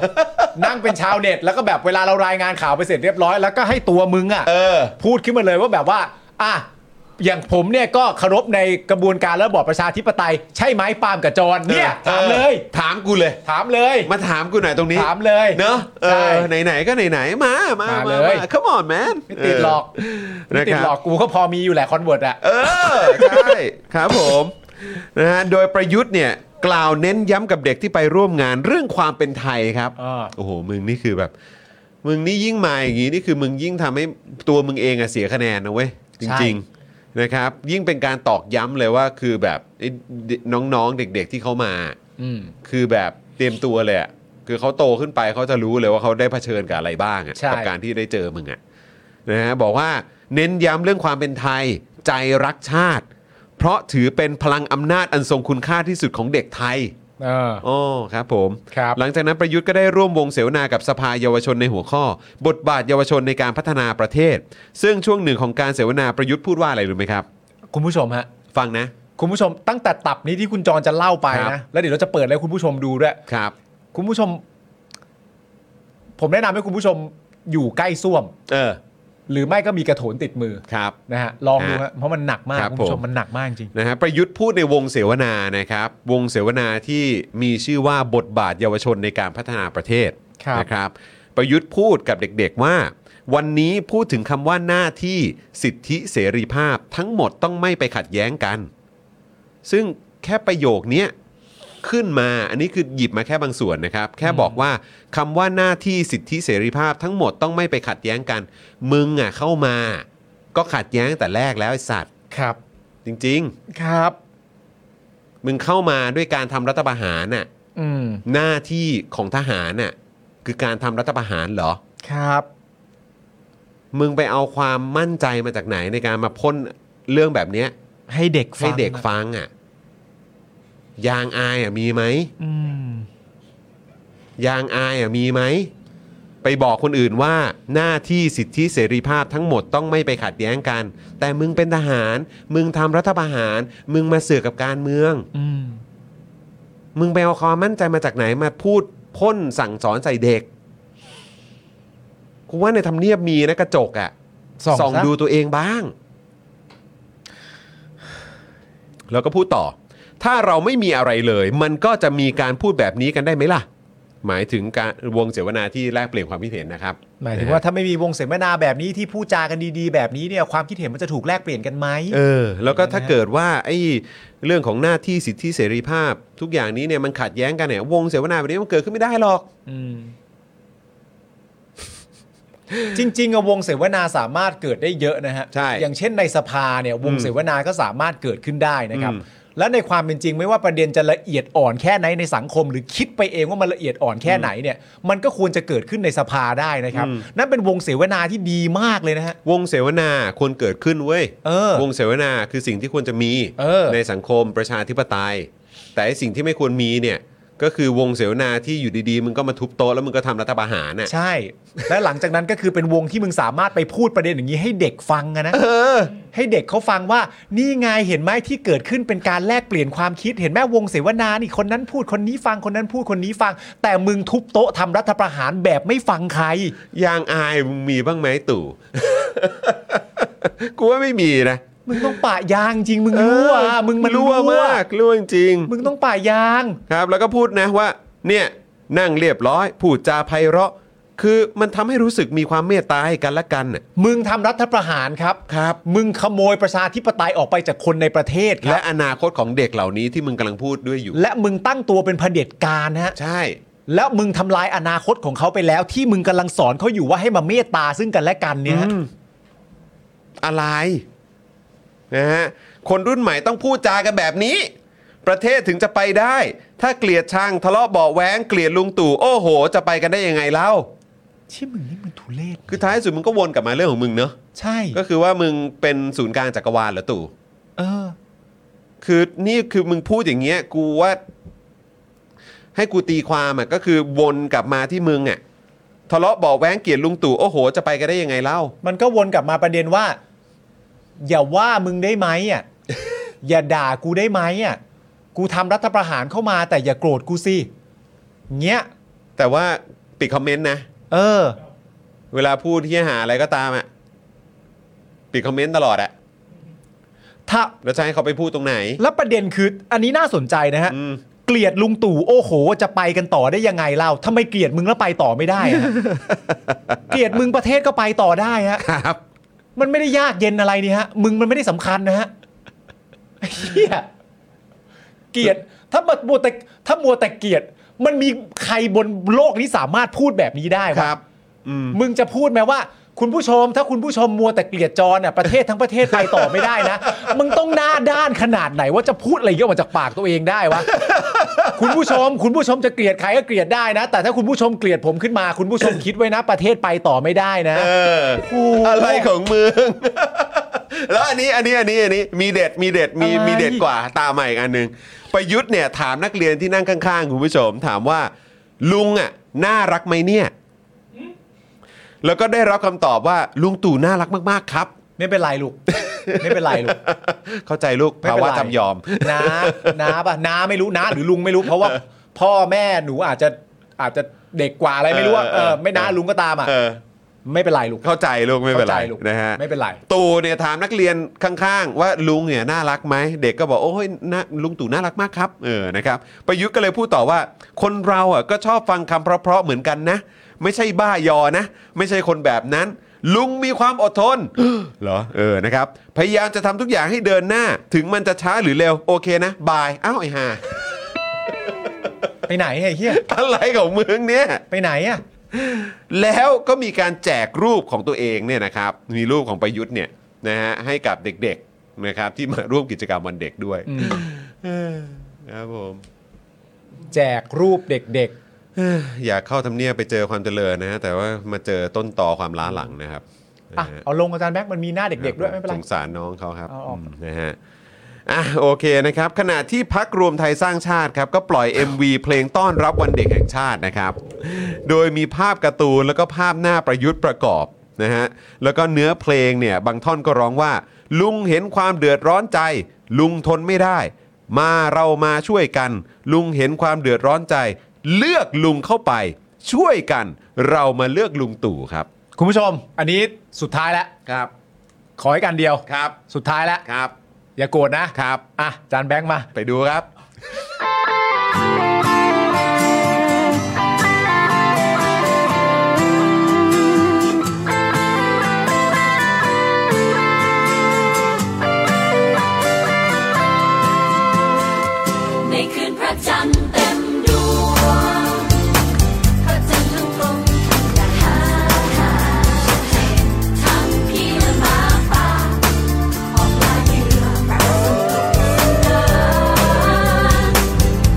นั่งเป็นชาวเน็ตแล้วก็แบบเวลาเรารายงานข่าวไปเสร็จเรียบร้อยแล้วก็ให้ตัวมึงอ่ะ เออ พูดขึ้นมาเลยว่าแบบว่า อ่ะ อย่างผมเนี่ยก็เคารพในกระบวนการระบอบประชาธิปไตย ใช่ไหมปาล์มกับจรเนี่ย ออ ถามเลย ถามกูเลย ถามเลย มาถามกูหน่อยตรงนี้ ถามเลย เนอะเอ ใช่ อไหนๆก็ไหนๆมามา มา มา เลย มา come on man ไม่ติดหลอก เออ ไม่ติดหลอก นะครับ กูก็พอมีอยู่แหละคอนเวิร์ตอะ เออ ใช่ ครับผมนะฮะโดยประยุทธ์เนี่ย กล่าวเน้นย้ำกับเด็กที่ไปร่วมงานเรื่องความเป็นไทยครับ อ่า โอ้โห มึงนี่คือแบบ มึงนี่ยิ่งมาอย่างนี้นี่คือมึงยิ่งทำให้ตัวมึงเองอะเสียคะแนนนะเว้ย จริง ๆ นะครับ ยิ่งเป็นการตอกย้ำเลยว่าคือแบบไอ้เด็กน้องๆเด็ก ๆที่เขามา อืม คือแบบเตรียมตัวเลยอะคือเขาโตขึ้นไปเขาจะรู้เลยว่าเขาได้เผชิญกับอะไรบ้างอะ ใช่ กัการที่ได้เจอมึงอะนะฮะบอกว่าเน้นย้ำเรื่องความเป็นไทย ใจรักชาติ เพราะถือเป็นพลังอำนาจอันทรงคุณค่าที่สุดของเด็กไทย เออ อ๋อครับผม ครับ หลังจากนั้นประยุทธ์ก็ได้ร่วมวงเสวนากับสภาเยาวชนในหัวข้อ บทบาทเยาวชนในการพัฒนาประเทศ ซึ่งช่วงหนึ่งของการเสวนาประยุทธ์พูดว่าอะไรรู้ไหมครับ คุณผู้ชมฮะ ฟังนะ คุณผู้ชมตั้งแต่ตับนี้ที่คุณจรจะเล่าไป ครั นะ บ แล้วเดี๋ยวเราจะเปิดให้คุณผู้ชมดูด้วย ครับ คุณผู้ชม ผมแนะนำให้คุณผู้ชมอยู่ใกล้ส้วม เออ หรือไม่ก็มีกระโถนติดมือ ครับ นะฮะ ลองดูฮะเพราะมันหนักมาก ครับ คุณผู้ช ผมม มันหนักมากจริง นะฮะประยุทธ์พูดในวงเสวนานะครับ วงเสวนาที่มีชื่อว่าบทบาทเยาวชนในการพัฒนาประเทศ ครับ นะครับ ประยุทธ์พูดกับเด็กๆว่า วันนี้พูดถึงคำว่าหน้าที่สิทธิเสรีภาพทั้งหมดต้องไม่ไปขัดแย้งกัน ซึ่งแค่ประโยคเนี้ยขึ้นมาอันนี้คือหยิบมาแค่บางส่วนนะครับ แค่บอกว่าคำว่าหน้าที่สิทธิเสรีภาพทั้งหมดต้องไม่ไปขัดแย้งกัน มึงอ่ะเข้ามา ก็ขัดแย้งแต่แรกแล้วไอ้สัตว์ ครับ จริง ๆ ครับ มึงเข้ามาด้วยการทำรัฐประหารน่ะ อืม หน้าที่ของทหารน่ะคือการทำรัฐประหารเหรอ ครับ มึงไปเอาความมั่นใจมาจากไหนในการมาพ่นเรื่องแบบเนี้ย ให้เด็กฟัง ให้เด็กฟังอ่ะยางอายอ่ะมีไหม อืม ยางอายอ่ะมีไหมไปบอกคนอื่นว่าหน้าที่สิทธิเสรีภาพทั้งหมดต้องไม่ไปขัดแย้งกัน แต่มึงเป็นทหาร มึงทำรัฐประหาร มึงมาเสือกกับการเมือง อืม มึงไปเอาความมั่นใจมาจากไหนมาพูดพ่นสั่งสอนใส่เด็กกูว่าในทำเนียบมีนะกระจกอะ่ะ ส่องซะ ดูตัวเองบ้าง แล้วก็พูดต่อ ถ้าเราไม่มีอะไรเลย มันก็จะมีการพูดแบบนี้กันได้ไหมล่ะ หมายถึงการวงเสวนาที่แลกเปลี่ยนความคิดเห็นนะครับ หมายถึงว่าถ้าไม่มีวงเสวนาแบบนี้ที่พูดจากันดีๆ แบบนี้เนี่ยความคิดเห็นมันจะถูกแลกเปลี่ยนกันไหม เออ แล้วก็ถ้า นะฮะ เกิดว่าไอ้เรื่องของหน้าที่สิทธิเสรีภาพ ทุกอย่างนี้เนี่ยมันขัดแย้งกันเนี่ยวงเสวนาแบบนี้มันเกิดขึ้นไม่ได้หรอก มจริงๆอะวงเสวนาสามารถเกิดได้เยอะนะฮะ ใช่ อย่างเช่นในสภาเนี่ยวงเสวนาก็สามารถเกิดขึ้นได้นะครับ อืม และในความเป็นจริงไม่ว่าประเด็นจะละเอียดอ่อนแค่ไหนในสังคม หรือคิดไปเองว่ามันละเอียดอ่อนแค่ไหนเนี่ย มันก็ควรจะเกิดขึ้นในสภาได้นะครับ นั่นเป็นวงเสวนาที่ดีมากเลยนะฮะ วงเสวนาควรเกิดขึ้นเว้ย เออ วงเสวนาคือสิ่งที่ควรจะมี เออ ในสังคมประชาธิปไตย แต่ไอ้สิ่งที่ไม่ควรมีเนี่ยก็คือวงเสวนาที่อยู่ดีๆมึงก็มาทุบโต๊ะแล้วมึงก็ทำรัฐประหารน่ะ ใช่ และหลังจากนั้นก็คือเป็นวงที่มึงสามารถไปพูดประเด็นอย่างนี้ให้เด็กฟังอะนะ เออ ให้เด็กเขาฟังว่า นี่ไงเห็นไหมที่เกิดขึ้นเป็นการแลกเปลี่ยนความคิดเห็นแม่วงเสวนานี่คนนั้นพูดคนนี้ฟังคนนั้นพูดคนนี้ฟัง แต่มึงทุบโต๊ะทำรัฐประหารแบบไม่ฟังใคร ยางอายมึงมีบ้างไหมตู่ กูว่าไม่มีนะ มึงต้องป่ายางจริงมึงรั่ว เออ มึงมัน รั่วมากรั่วจริงๆ มึงต้องป่ายาง ครับแล้วก็พูดนะว่าเนี่ยนั่งเรียบร้อยพูดจาไพเราะ คือมันทำให้รู้สึกมีความเมตตาให้กันและกันน่ะ มึงทำรัฐประหารครับ ครับ มึงขโมยประชาธิปไตยออกไปจากคนในประเทศค และ รับ อนาคตของเด็กเหล่านี้ที่มึงกำลังพูดด้วยอยู่ และมึงตั้งตัวเป็นเผด็จการฮะ ใช่ แล้วมึงทำลายอนาคตของเขาไปแล้ว ที่มึงกำลังสอนเขาอยู่ว่าให้มาเมตตาซึ่งกันและกันเนี่ยฮะ อะไรนะฮะคนรุ่นใหม่ต้องพูดจากันแบบนี้ ประเทศถึงจะไปได้ ถ้าเกลียดชังทะเลาะเบาะแว้งเกลียดลุงตู่โอ้โห จะไปกันได้ยังไงเล่า ชี่มึงนี่มันทุเลศ คือท้ายสุดมึงก็วนกลับมาเรื่องของมึงเนอะ ใช่ ก็คือว่ามึงเป็นศูนย์กลางจักรวาลเหรอตู่ เออ คือนี่คือมึงพูดอย่างเงี้ยกูว่า ให้กูตีความอ่ะก็คือวนกลับมาที่มึงอ่ะทะเลาะเบาะแว้งเกลียดลุงตู่โอ้โห จะไปกันได้ยังไงเล่า มันก็วนกลับมาประเด็นว่า อย่าว่ามึงได้ไหมอ่ะ อย่าด่ากูได้ไหมอ่ะ กูทำรัฐประหารเข้ามาแต่อย่าโกรธกูสิเงี้ย แต่ว่าปิดคอมเมนต์นะ เออ เวลาพูดที่หาอะไรก็ตามอ่ะปิดคอมเมนต์ตลอดอ่ะ ถ้า แล้วจะให้เขาไปพูดตรงไหน แล้วประเด็นคือ อันนี้น่าสนใจนะฮะ อืม เกลียดลุงตู่โอ้โห จะไปกันต่อได้ยังไงเล่าทำไมเกลียดมึงแล้วไปต่อไม่ได้อะ เกลียดมึงประเทศก็ไปต่อได้ฮะ ครับ มันไม่ได้ยากเย็นอะไรนี่ฮะ มึงมันไม่ได้สำคัญนะฮะเฮียเกลียดถ้ามัวแต่ถ้ามัวแต่เกลียด มันมีใครบนโลกนี้สามารถพูดแบบนี้ได้วะ ครับ อืม มึงจะพูดไหมว่า คุณผู้ชม ถ้าคุณผู้ชมมัวแต่เกลียดจรน่ะประเทศทั้งประเทศไปต่อไม่ได้นะ มึงต้องหน้าด้านขนาดไหนว่าจะพูดอะไรเยอะมาจากปากตัวเองได้วะ คุณผู้ชม คุณผู้ชมจะเกลียดใครก็เกลียดได้นะ แต่ถ้าคุณผู้ชมเกลียดผมขึ้นมา คุณผู้ชมคิดไว้นะ ประเทศไปต่อไม่ได้นะ เออ โอ้โห อะไรของมึง แล้วอันนี้อันนี้อันนี้อันนี้มีเด็ดมีเด็ดมี อะไร มีเด็ดกว่าตามมาอีกอันหนึ่งประยุทธ์เนี่ยถามนักเรียนที่นั่งข้างๆคุณผู้ชม ถามว่า ลุงอ่ะ น่ารักไหมเนี่ย แล้วก็ได้รับคำตอบว่า ลุงตู่น่ารักมากๆครับ ไม่เป็นไรลูก ไม่เป็นไรลูก เข้าใจลูก ไม่ ภา เป็น วะ ไร จำยอม น้าน้าป่ะน้าไม่รู้น้าหรือลุงไม่รู้ เพราะว่าพ่อแม่หนูอาจจะอาจจะเด็กกว่าอะไรไม่รู้อะ เออเออ เออไม่น้าลุงก็ตามอ่ะ เออ ไม่เป็นไรลูก เข้าใจลูกไม่เป็นไร ข้าใจลูก นะฮะ ไม่เป็นไร ตู่เนี่ยถามนักเรียนข้างๆ ว่าลุงเนี่ยน่ารักไหมเด็กก็บอกโอ้ยนาลุงตู่น่ารักมากครับเออนะครับประยุทธ์ก็เลยพูดต่อว่า คนเราอ่ะก็ชอบฟังคำเพราะๆเหมือนกันนะ ไม่ใช่บ้ายอนะ ไม่ใช่คนแบบนั้น ลุงมีความอดทน เหรอเออนะครับ พยายามจะทำทุกอย่างให้เดินหน้า ถึงมันจะช้าหรือเร็วโอเคนะบายอ้าวไอ้ห่า ไปไหนไอ้เฮีย อะไรของมึงเนี่ย ไปไหนอ่ะ แล้วก็มีการแจกรูปของตัวเองเนี่ยนะครับ มีรูปของประยุทธ์เนี่ยนะฮะให้กับเด็กๆนะครับที่มาร่วมกิจกรรมวันเด็กด้วยเออครับผม แจกรูปเด็ก เอ้ออยากเข้าทำเนียบไปเจอความเจริญนะฮะแต่ว่ามาเจอต้นตอความล้าหลังนะครับ ๆอ่ะ นะฮะ เอาลงอาจารย์แบงค์มันมีหน้าเด็ก ๆ ด้วยไม่เป็นไร สงสารน้องเขาครับ เอาออก มนะฮะอ่ะโอเคนะครับขณะที่พักรวมไทยสร้างชาติครับก็ปล่อย MV เพลงต้อนรับวันเด็กแห่งชาตินะครับ โดยมีภาพการ์ตูนแล้วก็ภาพหน้าประยุทธ์ประกอบนะฮะ แล้วก็เนื้อเพลงเนี่ยบางท่อนก็ร้องว่า ลุงเห็นความเดือดร้อนใจ ลุงทนไม่ได้ มาเรามาช่วยกัน ลุงเห็นความเดือดร้อนใจ เลือกลุงเข้าไป ช่วยกัน เรามาเลือกลุงตู่ครับ คุณผู้ชม อันนี้สุดท้ายแล้ว ครับ ขอให้กันเดียว ครับ สุดท้ายแล้ว ครับ อย่าโกรธนะครับ อ่ะอาจารย์แบงค์มา ไปดูครับ ในคืนพระจันทร์เต็มดวง พระจันทร์ทั้งกลมทั้งใหญ่ฮ่าฮ่าชัดเจนทั้งพี่และหมาป่าออกลาเหยื่อแบบสุดเดิน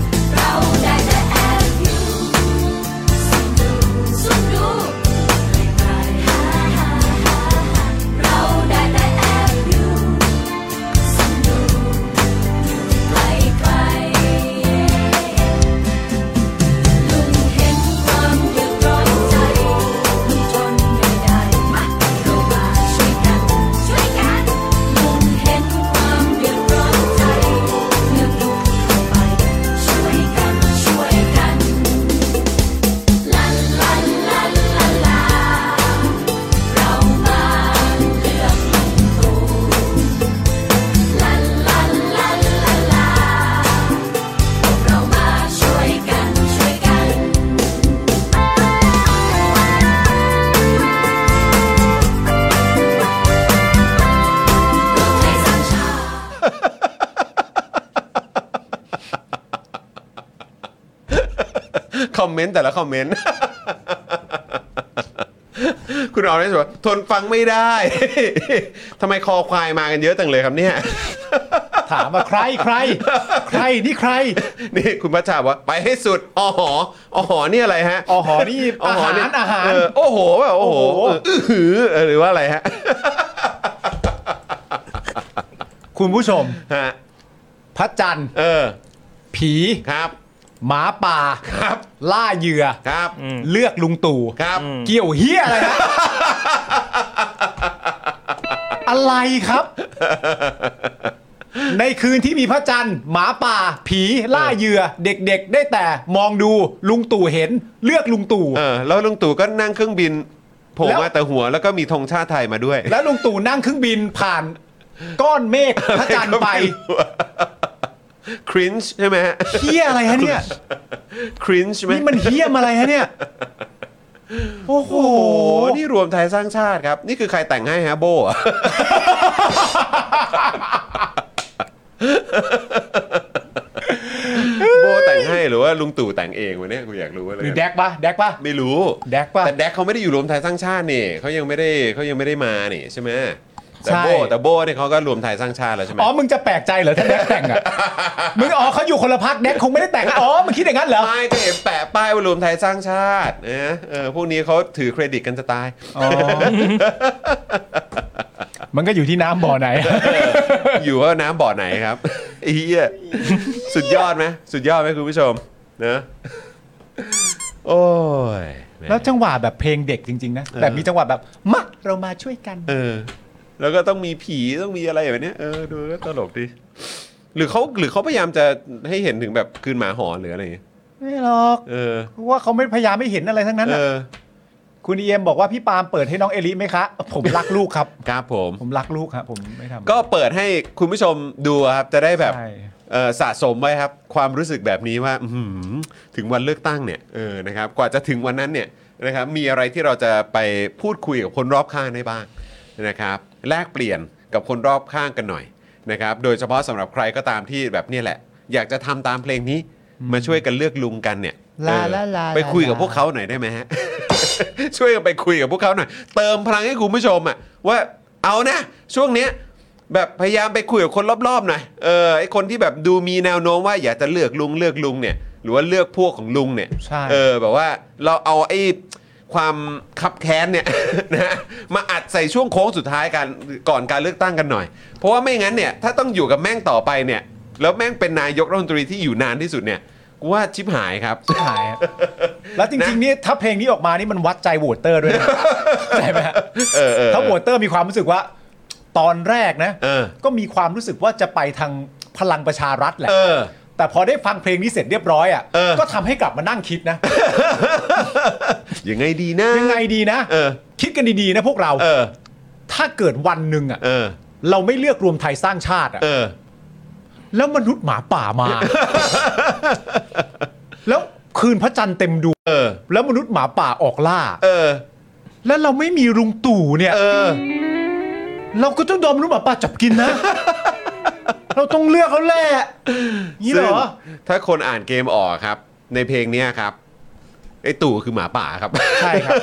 มนต์แต่ละคอมเมนต์ คุณออเรนจ์บอกว่าทนฟังไม่ได้ ทำไมคอควายมากันเยอะจังเลยครับเนี่ย ถามว่าใครใคร ใครนี่ใคร นี่คุณพัชชาบอกว่าไปให้สุดอ๋อหออ๋อหอนี่อะไรฮะ อ๋อหอนี่ เนี่ อาหารอาหาร เออโอ้โหแบบโอ้โห โอ้โห เอออื้อหือเออหรือว่าอะไรฮะ คุณผู้ชม ฮะ พระจันทร์ เออ ผี ครับ หมา ป่า ครับ ล่าเหยื่อ ครับ เลือกลุงตู่ ครับ เกี่ยวเฮียอะไร นะอะไรครับ ในคืนที่มีพระจันทร์ หมาป่า ผีล่าเหยื่อ เด็กๆ ได้แต่มองดูลุงตู่เห็น เลือกลุงตู่ เออ แล้วลุงตู่ก็นั่งเครื่องบินโผล่มาแต่หัวแล้วก็มีธงชาติไทยมาด้วย แล้วลุงตู่นั่งเครื่องบินผ่านก้อนเมฆพระจันท ร์ไป ครินช์ใช่ไหมฮะ เฮียอะไรฮะเนี่ย ครินช์ไหม นี่มันเฮี้ยมอะไรฮะเนี่ย โอ้โห โอ้โหนี่รวมไทยสร้างชาติครับ นี่คือใครแต่งให้ฮะโบอะ โบแต่งให้หรือว่าลุงตู่แต่งเองวะเนี่ยกูอยากรู้เลย หรือแดกปะแดกปะ ไม่รู้ แดกปะ แต่แดกเขาไม่ได้อยู่รวมไทยสร้างชาตินี่เขายังไม่ได้เขายังไม่ได้มานี่ใช่ไหมแต่ ใช่ โบแต่โบเนี่ยเขาก็รวมไทยสร้างชาติแล้วใช่ไหม อ๋อ มึงจะแปลกใจเหรอถ้าแดก แต่งอ่ะ มึงอ๋อเขาอยู่คนละพักแดกคงไม่ได้แต่งอะอ๋อ มึงคิดอย่างนั้นเหรอ ไม่ก็เห็นแปะป้ายว่ารวมไทยสร้างชาตินะเออพวกนี้เขาถือเครดิตกันจะตาย อ๋อ มันก็อยู่ที่น้ำบ่ อไหน อยู่ว่าน้ำบ่อไหนครับ ไอ้เหี้ยสุดยอดไหมสุดยอดไหมคุณผู้ชมนะโอ้ยหม แล้วจังหวะแบบเพลงเด็กจริง ๆ นะ แต่มีจังหวะแบบ มา เรามาช่วยกัน เออ แล้วก็ต้องมีผีต้องมีอะไรแบบเนี้ยเออดูก็ตลกดี หรือเขาหรือเขาพยายามจะให้เห็นถึงแบบคืนหมาหอนหรืออะไรอย่างเงี้ย ไม่หรอก เออ เพราะว่าเขาไม่พยายามไม่เห็นอะไรทั้งนั้น เอ อะ อ คุณเอ็มบอกว่าพี่ปาล์มเปิดให้น้องเอลิไหมคะ ผมรักลูกครับ ครับผม ผมรักลูกครับผมไม่ทำ ก็เปิดให้คุณผู้ชมดูครับจะได้แบบ ใช่ เอ่อสะสมไว้ครับ ความรู้สึกแบบนี้ว่าอื้อหือถึงวันเลือกตั้งเนี่ยเออนะครับกว่าจะถึงวันนั้นเนี่ยนะครับมีอะไรที่เราจะไปพูดคุยกับคนรอบข้างได้บ้างนะครับแลกเปลี่ยนกับคนรอบข้างกันหน่อยนะครับโดยเฉพาะสำหรับใครก็ตามที่แบบเนี่ยแหละ อยากจะทำตามเพลงนี้มาช่วยกันเลือกลุงกันเนี่ย ลา เออ ลาลา ไปคุยกับ ลา พวกเขาหน่อยได้ไหมฮะ ช่วยกันไปคุยกับพวกเขาหน่อยเติมพลังให้คุณผู้ชมอ่ะว่าเอานะ ช่วงเนี้ยแบบพยายามไปคุยกับคนรอบๆหน่อยเออไอคนที่แบบดูมีแนวโน้มว่าอยากจะเลือกลุงเลือกลุงเนี่ย หรือว่าเลือกพวกของลุงเนี่ย ใช่ เออแบบว่าเราเอาไอความขับแค้นเนี่ย นะมาอัดใส่ช่วงโค้งสุดท้ายกันก่อนการเลือกตั้งกันหน่อย เพราะว่าไม่งั้นเนี่ยถ้าต้องอยู่กับแม่งต่อไปเนี่ย แล้วแม่งเป็นนายกรัฐมนตรีที่อยู่นานที่สุดเนี่ยกูว่าชิบหายครับ หายอะแล้วจริงๆนี่ถ้าเพลงนี้ออกมานี่มันวัดใจโหวตเตอร์ ด้วยนะ ใช่ไหมฮะ เออเออ ถ้าโหวตเตอร์มีความรู้สึกว่า ตอนแรกนะ เออ ก็มีความรู้สึกว่าจะไปทางพลังประชารัฐแหละ เออ แต่พอได้ฟังเพลงนี้เสร็จเรียบร้อยอ่ะ เออ ก็ทำให้กลับมานั่งคิดนะ ยังไงดีนะ ยังไงดีนะ เออ คิดกันดีๆนะพวกเรา เออ ถ้าเกิดวันหนึ่งอ่ะ เออ เราไม่เลือกรวมไทยสร้างชาติอ่ะ เออ แล้วมนุษย์หมาป่า มา แล้วคืนพระจันทร์เต็มดวง เออ แล้วมนุษย์หมาป่าออกล่า เออ แล้วเราไม่มีลุงตู่เนี่ย เออ เราก็ต้องยอมรู้หมาป่าจับกิ นนะ เราต้องเลือกเขาแหละนี่เหรอ ซึ่งถ้าคนอ่านเกมออกครับ ในเพลงเนี้ยครับ ไอ้ตู่คือหมาป่าครับ ใช่ครับ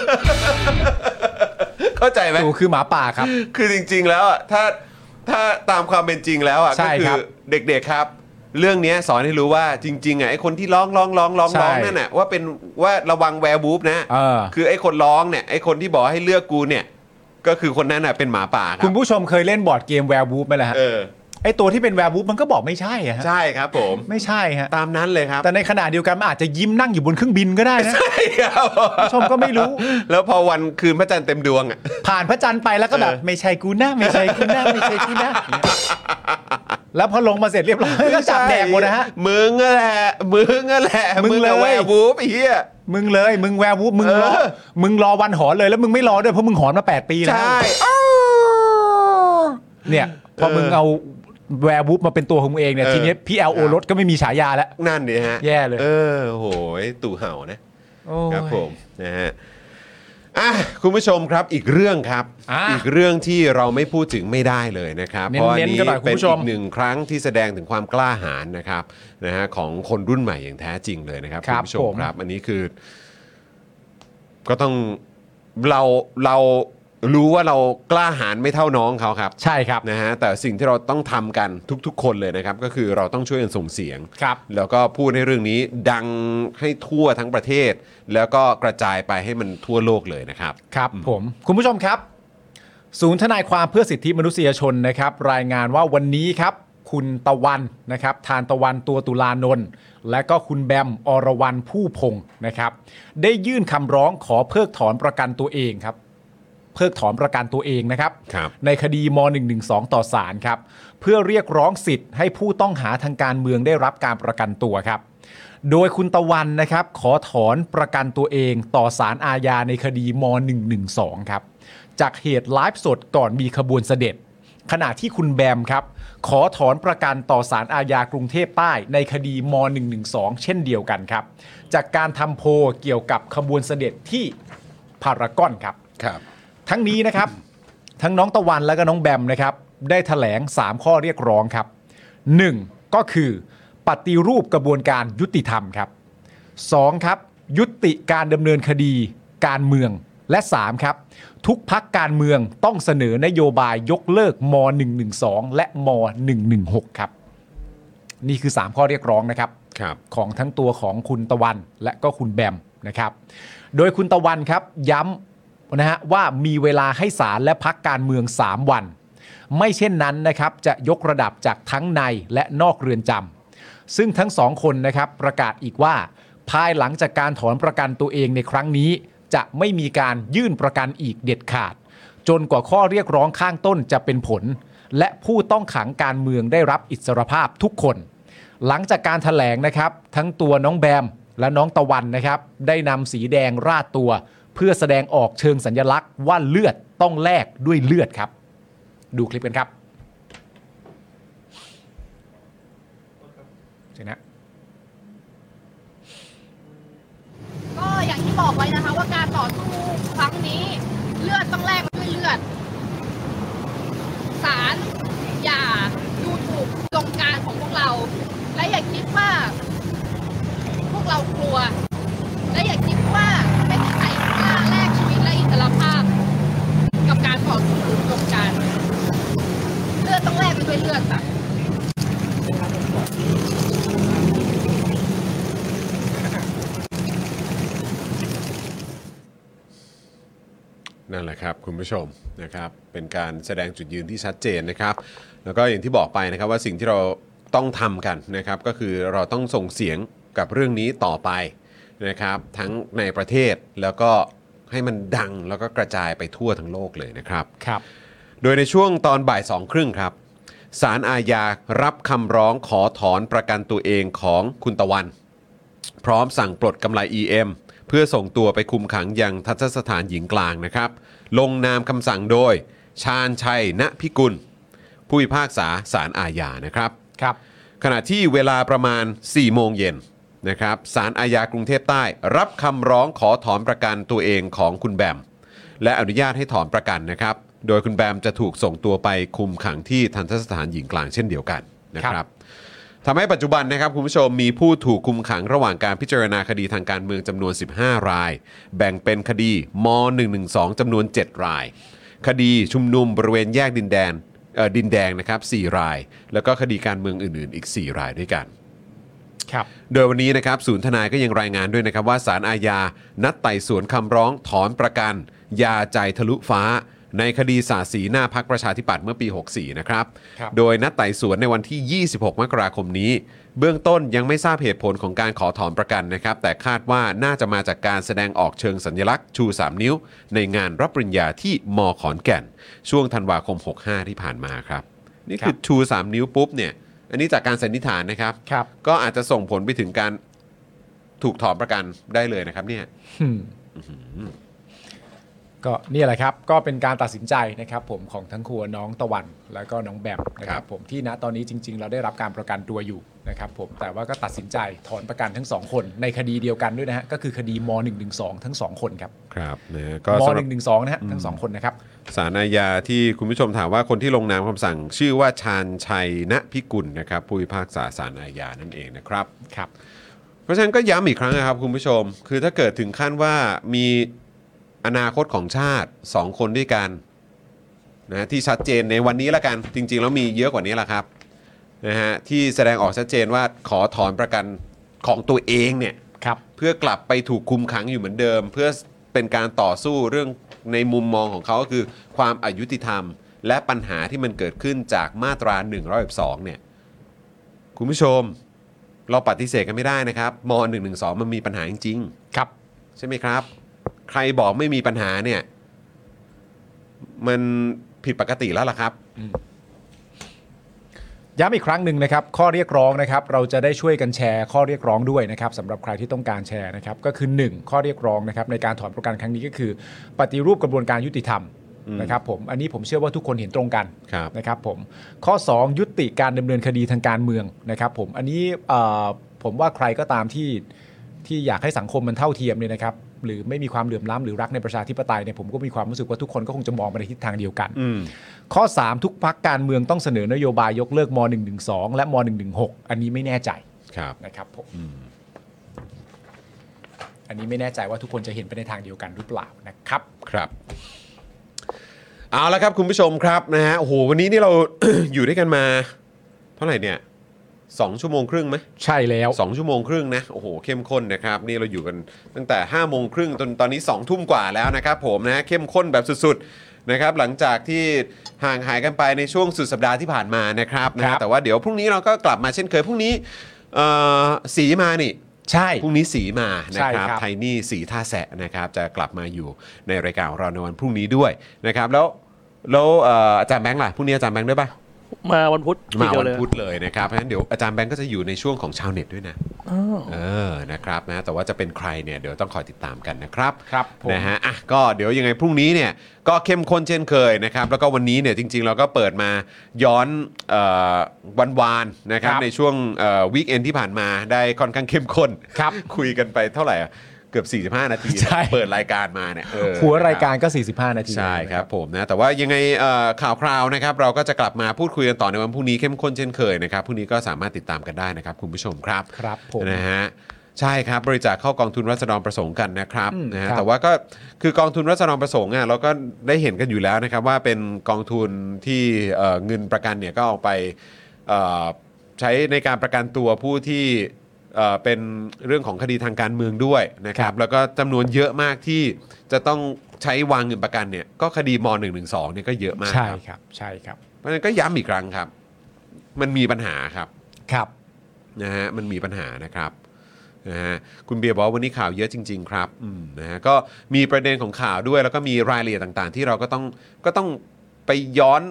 เข้าใจไหม ตู่คือหมาป่าครับ คือจริงๆแล้วอ่ะถ้าถ้าตามความเป็นจริงแล้วอ่ะ ใช่ ก็คื ค อ รับ เด็กๆครับ เรื่องเนี้ยสอนให้รู้ว่าจริงๆอ่ะไอ้คนที่ร้องร้องร้องร้องร้อง ใช่ นั่นน่ะว่าเป็นว่าระวังแวร์บูฟนะ เออ คือไอ้คนร้องเนี่ยไอ้คนที่บอกให้เลือกกูเนี่ย ก็คือคนนั้นน่ะเป็นหมาป่าครั คุ บ ณผู้ชมเคยเล่นบอร์ดเกมแวร์วูฟไหมล่ะฮะ เออ ไอตัวที่เป็นแวร์วูฟมันก็บอกไม่ใช่อะฮะ ใช่ครับผม ไม่ใช่ฮะ ตามนั้นเลยครับ แต่ในขณะเดียวกันมันอาจจะยิ้มนั่งอยู่บนเครื่องบินก็ได้นะผู้ชมก็ไม่รู้ แล้วพอวันคืนพระจันทร์เต็มดวงอ่ะ ผ่านพระจันทร์ไปแล้วก็แบบ เออ ไม่ใช่กูนะไม่ใช่กูนะไม่ใช่กู นะอย่างเงี้ยแล้วพอลงมาเสร็จเรียบร้อยก็จับแดกหมดนะฮะ มึงอะแหละมึงอะแหละ มึงเลย อะแหะบู๊บไอ้เหี้ย มึงเลยมึงแวร์วูฟมึงรอ เออ มึงรอวันหอนเลยแล้วมึงไม่รอด้วยเพราะมึงหอนมา 8 ปีแล้ว ใช่ เนี่ยพอมึงเอาแวร์วูฟมาเป็นตัวของมึงเองเนี่ยทีเนี้ยพี่แอลโอรสก็ไม่มีฉายาแล้ว นั่นเนี่ยฮะ แย่เลย เออโหยตู่เห่านะ ครับผมนะฮะ อ่ะคุณผู้ชมครับอีกเรื่องครับ อ่ะ กเรื่องที่เราไม่พูดถึงไม่ได้เลยนะครับ เน้นๆ ราะอันนี้ กันหน่อยคุณ เป็น ผู้ช อี ม กหนึ่งครั้งที่แสดงถึงความกล้าหาญนะครับนะฮะของคนรุ่นใหม่อย่างแท้จริงเลยนะครับ ครัณบผู้ชม ผม ครับ อันนี้คือ ก็ต้องเราเรารู้ว่าเรากล้าหาญไม่เท่าน้องเขาครับ ใช่ครับ นะฮะแต่สิ่งที่เราต้องทำกันทุกๆ คนเลยนะครับ ก็คือเราต้องช่วยกันส่งเสียง ครับ แล้วก็พูดในเรื่องนี้ดังให้ทั่วทั้งประเทศ แล้วก็กระจายไปให้มันทั่วโลกเลยนะครับ ครับผมคุณผู้ชมครับ ศูนย์ทนายความเพื่อสิทธิมนุษยชนนะครับ รายงานว่าวันนี้ครับ คุณตะวันนะครับ ทานตะวันตัวตุลานนท์และก็คุณแบมอรวรันผู้พงศ์นะครับ ได้ยื่นคำร้องขอเพิกถอนประกันตัวเองครับ เพิกถอนประกันตัวเองนะครับ ครับ ในคดีม .112 ต่อศาลครับ เพื่อเรียกร้องสิทธิ์ให้ผู้ต้องหาทางการเมืองได้รับการประกันตัวครับ โดยคุณตะวันนะครับ ขอถอนประกันตัวเองต่อศาลอาญาในคดีม .112 ครับ จากเหตุไลฟ์สดก่อนมีขบวนเสด็จ ขณะที่คุณแบมครับ ขอถอนประกันต่อศาลอาญากรุงเทพใต้ในคดีม .112 เช่นเดียวกันครับ จากการทำโพลเกี่ยวกับขบวนเสด็จที่พารากอนครับ ครับ ทั้งนี้นะครับ ทั้งน้องตะวันและก็น้องแบมนะครับ ได้แถลง 3 ข้อเรียกร้องครับ 1. ก็คือ ปฏิรูปกระบวนการยุติธรรมครับ 2. ครับ ยุติการดำเนินคดี การเมืองและ 3 ครับ ทุกพักการเมืองต้องเสนอนโยบายยกเลิกม .112 และม .116 ครับ นี่คือ 3 ข้อเรียกร้องนะครับ ครับ ของทั้งตัวของคุณตะวันและก็คุณแบมนะครับ โดยคุณตะวันครับย้ำนะฮะว่ามีเวลาให้ศาลและพักการเมือง 3 วัน ไม่เช่นนั้นนะครับจะยกระดับจากทั้งในและนอกเรือนจำซึ่งทั้งสองคนนะครับประกาศอีกว่า ภายหลังจากการถอนประกันตัวเองในครั้งนี้ จะไม่มีการยื่นประกันอีกเด็ดขาด จนกว่าข้อเรียกร้องข้างต้นจะเป็นผล และผู้ต้องขังการเมืองได้รับอิสรภาพทุกคน หลังจากการถแถลงนะครับ ทั้งตัวน้องแบมและน้องตะวันนะครับ ได้นำสีแดงราดตัว เพื่อแสดงออกเชิงสัญลักษณ์ว่าเลือดต้องแลกด้วยเลือดครับ ดูคลิปกันครับเจนะ ก็อย่างที่บอกไว้นะคะว่าการต่อสู้ครั้งนี้เลือดต้องแลกด้วยเลือดศาลอย่าดูถูกตรงการของพวกเรา และอย่าคิดว่าพวกเรากลัว และอย่าคิดว่าไม่มีใครกล้าแลกชีวิตและอิสรภาพ กับการต่อสู้ตรงการ เลือดต้องแลกไปด้วยเลือดค่ะ นั่นแหละครับ คุณผู้ชมนะครับเป็นการแสดงจุดยืนที่ชัดเจนนะครับ แล้วก็อย่างที่บอกไปนะครับว่าสิ่งที่เราต้องทำกันนะครับ ก็คือเราต้องส่งเสียงกับเรื่องนี้ต่อไปนะครับ ทั้งในประเทศแล้วก็ให้มันดังแล้วก็กระจายไปทั่วทั้งโลกเลยนะครับ ครับ โดยในช่วงตอนบ่ายสองครึ่งครับสารอาญารับคำร้องขอถอนประกันตัวเองของคุณตะวัน พร้อมสั่งปลดกำไร EM เพื่อส่งตัวไปคุมขังยังทัศสถานหญิงกลางนะครับ ลงนามคำสั่งโดย ชาญชัย ณพิกุล ผู้พิพากษาสารอาญานะครับ ครับ ขณะที่เวลาประมาณ 4 โมงเย็นนะครับสารอาญากรุงเทพใต้ รับคำร้องขอถอนประกันตัวเองของคุณแบม และอนุญาตให้ถอนประกันนะครับ โดยคุณแบมจะถูกส่งตัวไปคุมขังที่ทันทสถานหญิงกลางเช่นเดียวกันนะค ครั รับบ ทำให้ปัจจุบันนะครับคุณผู้ชมมีผู้ถูกคุมขังระหว่างการพิจารณาคดีทางการเมืองจำนวน 15 ราย แบ่งเป็นคดีม .112 จำนวน 7 ราย คดีชุมนุมบริเวณแยกดินแดนเอ่อดินแดงนะครับ4ราย แล้วก็คดีการเมืองอื่นๆ อีก 4 รายด้วยกัน ครับ โดยวันนี้นะครับศูนย์ทนายก็ยังรายงานด้วยนะครับว่าสารอาญา นัดไต่สวนคำร้องถอนประกัน ยาใจทะลุฟ้า ในคดีสาดสีหน้าพักประชาธิปัตย์เมื่อปี 64 นะครับ ครับ โดยนัดไต่สวนในวันที่ 26 มกราคมนี้ เบื้องต้นยังไม่ทราบเหตุผลของการขอถอนประกันนะครับ แต่คาดว่าน่าจะมาจากการแสดงออกเชิงสัญลักษณ์ชู 3 นิ้ว ในงานรับปริญญาที่มขอนแก่น ช่วงธันวาคม 65 ที่ผ่านมาครับ นี่คือชู 3 นิ้วปุ๊บเนี่ยอันนี้จากการสันนิษฐานนะครับ ครับ ก็อาจจะส่งผลไปถึงการถูกถอนประกันได้เลยนะครับเนี่ย ก็นี่แหละครับ ก็เป็นการตัดสินใจนะครับ ผมของทั้งครัวน้องตะวันแล้วก็น้องแบมนะค ครั รับบ ผมที่ณตอนนี้จริง ๆ เราได้รับการประกันตัวอยู่นะครับผมแต่ว่าก็ตัดสินใจถอนประกันทั้งสองคนในคดีเดียวกันด้วยนะฮะก็คือคดีม .112 ทั้งสองคนครับ ครับนะฮะก็ ม สำหรับ .112 นะฮะทั้งสองคนนะครับ สารอาญาที่คุณผู้ชมถามว่าคนที่ลงนามคำสั่ง ชื่อว่าชาญชัยณพิกุลนะครับผู้พิพากษาสารอาญานั่นเองนะครับ ครับ เพราะฉะนั้นก็ย้ำอีกครั้งนะครับคุณผู้ชม คือถ้าเกิดถึงขั้นว่ามีอนาคตของชาติ 2 คนด้วยกันนะที่ชัดเจนในวันนี้ละกัน จริง ๆ แล้วมีเยอะกว่านี้ละครับนะฮะที่แสดงออกชัดเจนว่าขอถอนประกันของตัวเองเนี่ย ครับ เพื่อกลับไปถูกคุมขังอยู่เหมือนเดิม เพื่อเป็นการต่อสู้เรื่องในมุมมองของเขาก็คือความอายุติธรรม และปัญหาที่มันเกิดขึ้นจากมาตรา1 1 2เนี่ยคุณผู้ชม เราปฏิเสธกันไม่ได้นะครับม .112 มันมีปัญหาจริง ครับ ๆใช่ไหมครับ ใครบอกไม่มีปัญหาเนี่ยมันผิดปกติแล้วล่ะครับ ย้ำอีกครั้งหนึ่งนะครับ ข้อเรียกร้องนะครับ เราจะได้ช่วยกันแชร์ข้อเรียกร้องด้วยนะครับสำหรับใครที่ต้องการแชร์นะครับ ก็คือ 1 ข้อเรียกร้องนะครับในการถอนประกันครั้งนี้ก็คือ ปฏิรูปกระบวนการยุติธรรม อืม นะครับผมอันนี้ผมเชื่อว่าทุกคนเห็นตรงกัน ครับ นะครับผมข้อ 2 ยุติการดำเนินคดีทางการเมืองนะครับผมอันนี้เอ่อผมว่าใครก็ตามที่ที่อยากให้สังคมมันเท่าเทียมเนี่ยนะครับหรือไม่มีความเหลื่อมล้ำหรือรักในประชาธิปไตยเนี่ยผมก็มีความรู้สึกว่าทุกคนก็คงจะมองไปในทิศทางเดียวกัน อืม ข้อ 3 ทุกพักการเมืองต้องเสนอนโยบายยกเลิกม .112 และม .116 อันนี้ไม่แน่ใจ ครับ นะครับผมอันนี้ไม่แน่ใจว่าทุกคนจะเห็นไปในทางเดียวกันหรือเปล่านะครับ ครับ เอาละครับคุณผู้ชมครับนะฮะโอ้โหวันนี้นี่เรา อยู่ด้วยกันมา เท่าไหร่เนี่ยสองชั่วโมงครึ่งไหม ใช่แล้ว สองชั่วโมงครึ่งนะโอ้โหเข้มข้นนะครับ นี่เราอยู่กันตั้งแต่5้าโมงครึ่งจนตอนนี้2องทุ่มกว่าแล้วนะครับผมนะเข้มข้นแบบสุดๆนะครับหลังจากที่ห่างหายกันไปในช่วงสุดสัปดาห์ที่ผ่านมานะครับนะ ค ฮะ รับ แต่ว่าเดี๋ยวพรุ่งนี้เราก็กลับมาเช่นเคยพรุ่งนี้เอ่อสีมานี่ ใช่ พรุ่งนี้สีมานะ ใช่ ครับ ครับ ไทนี่สีท่าแสะนะครับจะกลับมาอยู่ในรายการของเราในวันพรุ่งนี้ด้วยนะครับแล้วแล้วเอ่ออาจารย์แบงค์ล่ะพรุ่งนี้อาจารย์แบงค์ด้วยปะ มาวันพุธที มา เดีย วั วน เลย พุธเลยนะครับเพราะฉะนั้นเดี๋ยวอาจารย์แบงค์ก็จะอยู่ในช่วงของชาวเน็ตด้วยนะ อ้าว เออ นะครับนะ แต่ว่าจะเป็นใครเนี่ย เดี๋ยวต้องคอยติดตามกันนะครับ ครับผม นะฮะ อ่ะ ก็เดี๋ยวยังไงพรุ่งนี้เนี่ย ก็เข้มข้นเช่นเคยนะครับ แล้วก็วันนี้เนี่ยจริง ๆ เราก็เปิดมาย้อนเอ่อวันวานนะครับ ครับ ในช่วงวีคเอนที่ผ่านมาได้ค่อนข้างเข้มข้น ครับ คุยกันไปเท่าไหร่อะเกือบ 45 นาที ใช่ เปิดรายการมาเนี่ยเออ หัวรายการก็ 45 นาที ใช่ครับผมนะแต่ว่ายังไงเอ่อข่าวคราวนะครับ เราก็จะกลับมาพูดคุยกันต่อในวันพรุ่งนี้เข้มข้นเช่นเคยนะครับพรุ่งนี้ก็สามารถติดตามกันได้นะครับ คุณผู้ชมครับ ครับผม นะฮะใช่ครับบริจาคเข้ากองทุนรัศดรประสงค์กันนะครับ อืม นะฮะ ครับ แต่ว่าก็คือกองทุนรัศดรประสงค์อ่ะเราก็ได้เห็นกันอยู่แล้วนะครับ ว่าเป็นกองทุนที่เอ่อเงินประกันเนี่ยก็เอาไปเอ่อใช้ในการประกันตัวผู้ที่เอ่อเป็นเรื่องของคดีทางการเมืองด้วยนะครับ แล้วก็จำนวนเยอะมากที่จะต้องใช้วางเงินประกันเนี่ยก็คดีม .112 เนี่ยก็เยอะมาก ใช่ ครับ ครับ ใช่ครับ เพราะฉะนั้นก็ย้ำอีกครั้งครับ มันมีปัญหาครับ ครับ นะฮะมันมีปัญหานะครับนะฮะคุณเบียร์บอกว่าวันนี้ข่าวเยอะจริง ๆ ครับอืมนะฮะก็มีประเด็นของข่าวด้วย แล้วก็มีรายละเอียดต่างๆ ที่เราก็ต้องก็ต้องไปย้อน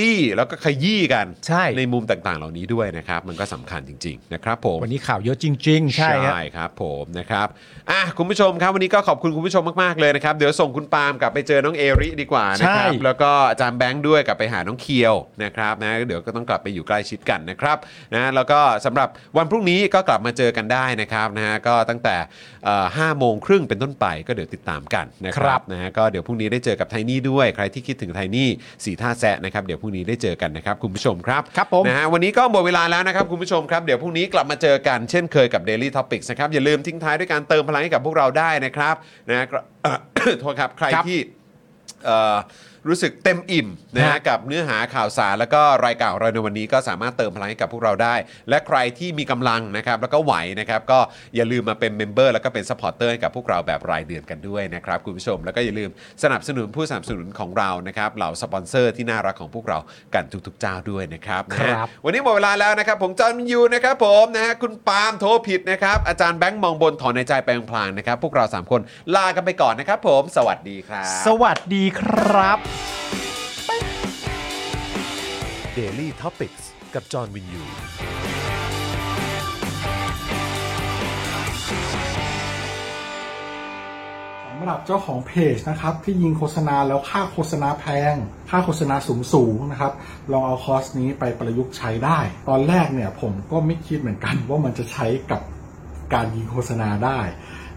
จี้แล้วก็ขยี้กัน ใช่ มุมต่างๆ เหล่านี้ด้วยนะครับ มันก็สำคัญจริง ๆ นะครับผม วันนี้ข่าวเยอะจริง ๆ ใช่ครับ ใช่ครับผมนะครับอ่ะคุณผู้ชมครับวันนี้ก็ขอบคุณคุณผู้ชมมากๆเลยนะครับ เดี๋ยวส่งคุณปาล์มกลับไปเจอน้องเอริดีกว่านะครับ ใช่ แล้วก็อาจารย์แบงค์ด้วยกลับไปหาน้องเคียวนะครับนะเดี๋ยวก็ต้องกลับไปอยู่ใกล้ชิดกันนะครับนะแล้วก็สำหรับวันพรุ่งนี้ก็กลับมาเจอกันได้นะครับนะฮะก็ตั้งแต่เอ่อห้าโมงครึ่งเป็นต้นไปก็เดี๋ยวติดตามกันนะครับ นะฮะก็เดี๋ยวพรุ่งนี้ได้เจอกับไทนี่ด้วยใครที่คิดถึงไทนี่สีท่าแซะนะครับเดี๋ยวพรุ่งนี้ได้เจอกันนะครับคุณผู้ชมครับ ครับผม นะฮะวันนี้ก็หมดเวลาแล้วนะครับคุณผู้ชมครับเดี๋ยวพรุ่งนี้กลับมาเจอกันเช่นเคยกับ Daily Topics นะครับอย่าลืมทิ้งท้ายด้วยการเติมพลังให้กับพวกเราได้นะครับนะฮะก็ โทษครับใคร ครับ ที่ เอ่อรู้สึกเต็มอิ่มนะฮะกับเนื้อหาข่าวสาร แล้วก็รายการของเราในวันนี้ก็สามารถเติมพลังให้กับพวกเราได้ และใครที่มีกำลังนะครับแล้วก็ไหวนะครับก็อย่าลืมมาเป็นเมมเบอร์แล้วก็เป็นสปอร์เตอร์ให้กับพวกเราแบบรายเดือนกันด้วยนะครับคุณผู้ชมแล้วก็อย่าลืมสนับสนุนผู้สนับสนุนของเรานะครับเหล่าสปอนเซอร์ที่น่ารักของพวกเรากันทุกๆเจ้าด้วยนะครับนะฮะ ครับ วันนี้หมดเวลาแล้วนะครับ ผมจอห์นยูนะครับผมนะฮะคุณปาล์มโทรผิดนะครับ อาจารย์แบงค์มองบนถอนในใจแปลงพลางนะครับ พวกเรา 3 คนลากันไปก่อนนะครับผมสวัสดีครับ สวัสดีครับ Daily Topics กับจอห์นวินยู ไ ำหรับเจ้าของเพจนะครับ ที่ยิงโฆษณาแล้วค่าโฆษณาแพง ค่าโฆษณาสูงสูงๆนะครับ ลองเอาคอร์สนี้ไปประยุกต์ใช้ได้ ตอนแรกเนี่ยผมก็ไม่คิดเหมือนกัน ว่ามันจะใช้กับการยิงโฆษณาได้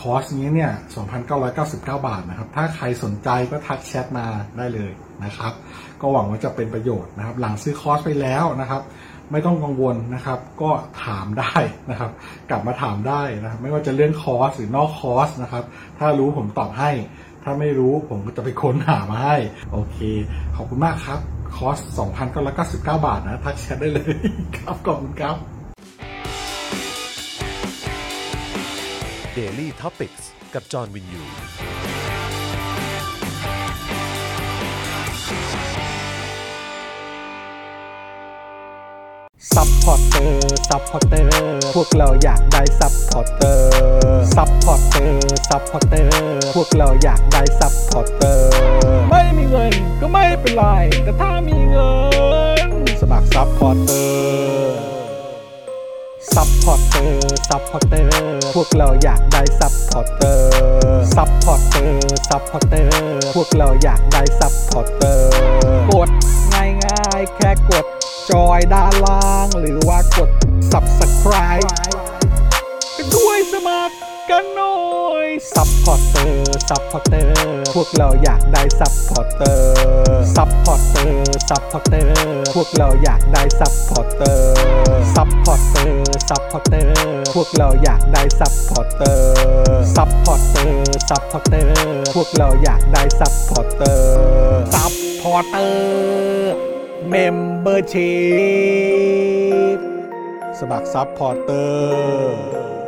คอร์สนี้เนี่ย 2,999 บาทนะครับ ถ้าใครสนใจก็ทักแชทมาได้เลยนะครับ ก็หวังว่าจะเป็นประโยชน์นะครับ หลังซื้อคอร์สไปแล้วนะครับ ไม่ต้องกังวลนะครับ ก็ถามได้นะครับ กลับมาถามได้นะครับ ไม่ว่าจะเรื่องคอร์สหรือนอกคอร์สนะครับ ถ้ารู้ผมตอบให้ ถ้าไม่รู้ผมก็จะไปค้นหามาให้ โอเค ขอบคุณมากครับ คอร์ส 2,999 บาทนะ ทักแชทได้เลย ครับ ขอบคุณครับ Daily t o p i c กกับจอห์นวินยู ซัพพอร์เตอร์ ซัพพอร์เตอร์ พวกเราอยากได้ซัพพอร์เตอร์ ซัพพอร์เตอร์ ซัพพอร์เตอร์ พวกเราอยากได้ซัพพอร์เตอร์ ไม่มีเงินก็ไม่เป็นไร แต่ถ้ามีเงิน สมัครซัพพอร์เตอร์ ซัพพอร์เตอร์ ซัพพอร์เตอร์ พวกเราอยากได้ซัพพอร์เตอร์ ซัพพอร์เตอร์ ซัพพอร์เตอร์ พวกเราอยากได้ซัพพอร์เตอร์ กดง่ายง่ายๆแค่กดจอยด้านล่าง หรือว่ากด subscribe กันด้วยสมัครกันหน่อย ซัพพอร์เตอร์ ซัพพอร์เตอร์ พวกเราอยากได้ซัพพอร์เตอร์ ซัพพอร์เตอร์ ซัพพอร์เตอร์ พวกเราอยากได้ซัพพอร์เตอร์ ซัพพอร์เตอร์ ซัพพอร์เตอร์ พวกเราอยากได้ซัพพอร์เตอร์ ซัพพอร์เตอร์ ซัพพอร์เตอร์ พวกเราอยากได้ซัพพอร์เตอร์ ซัพพอร์เตอร์ เมมเบอร์ชีพสมัครซัพพอร์เตอร์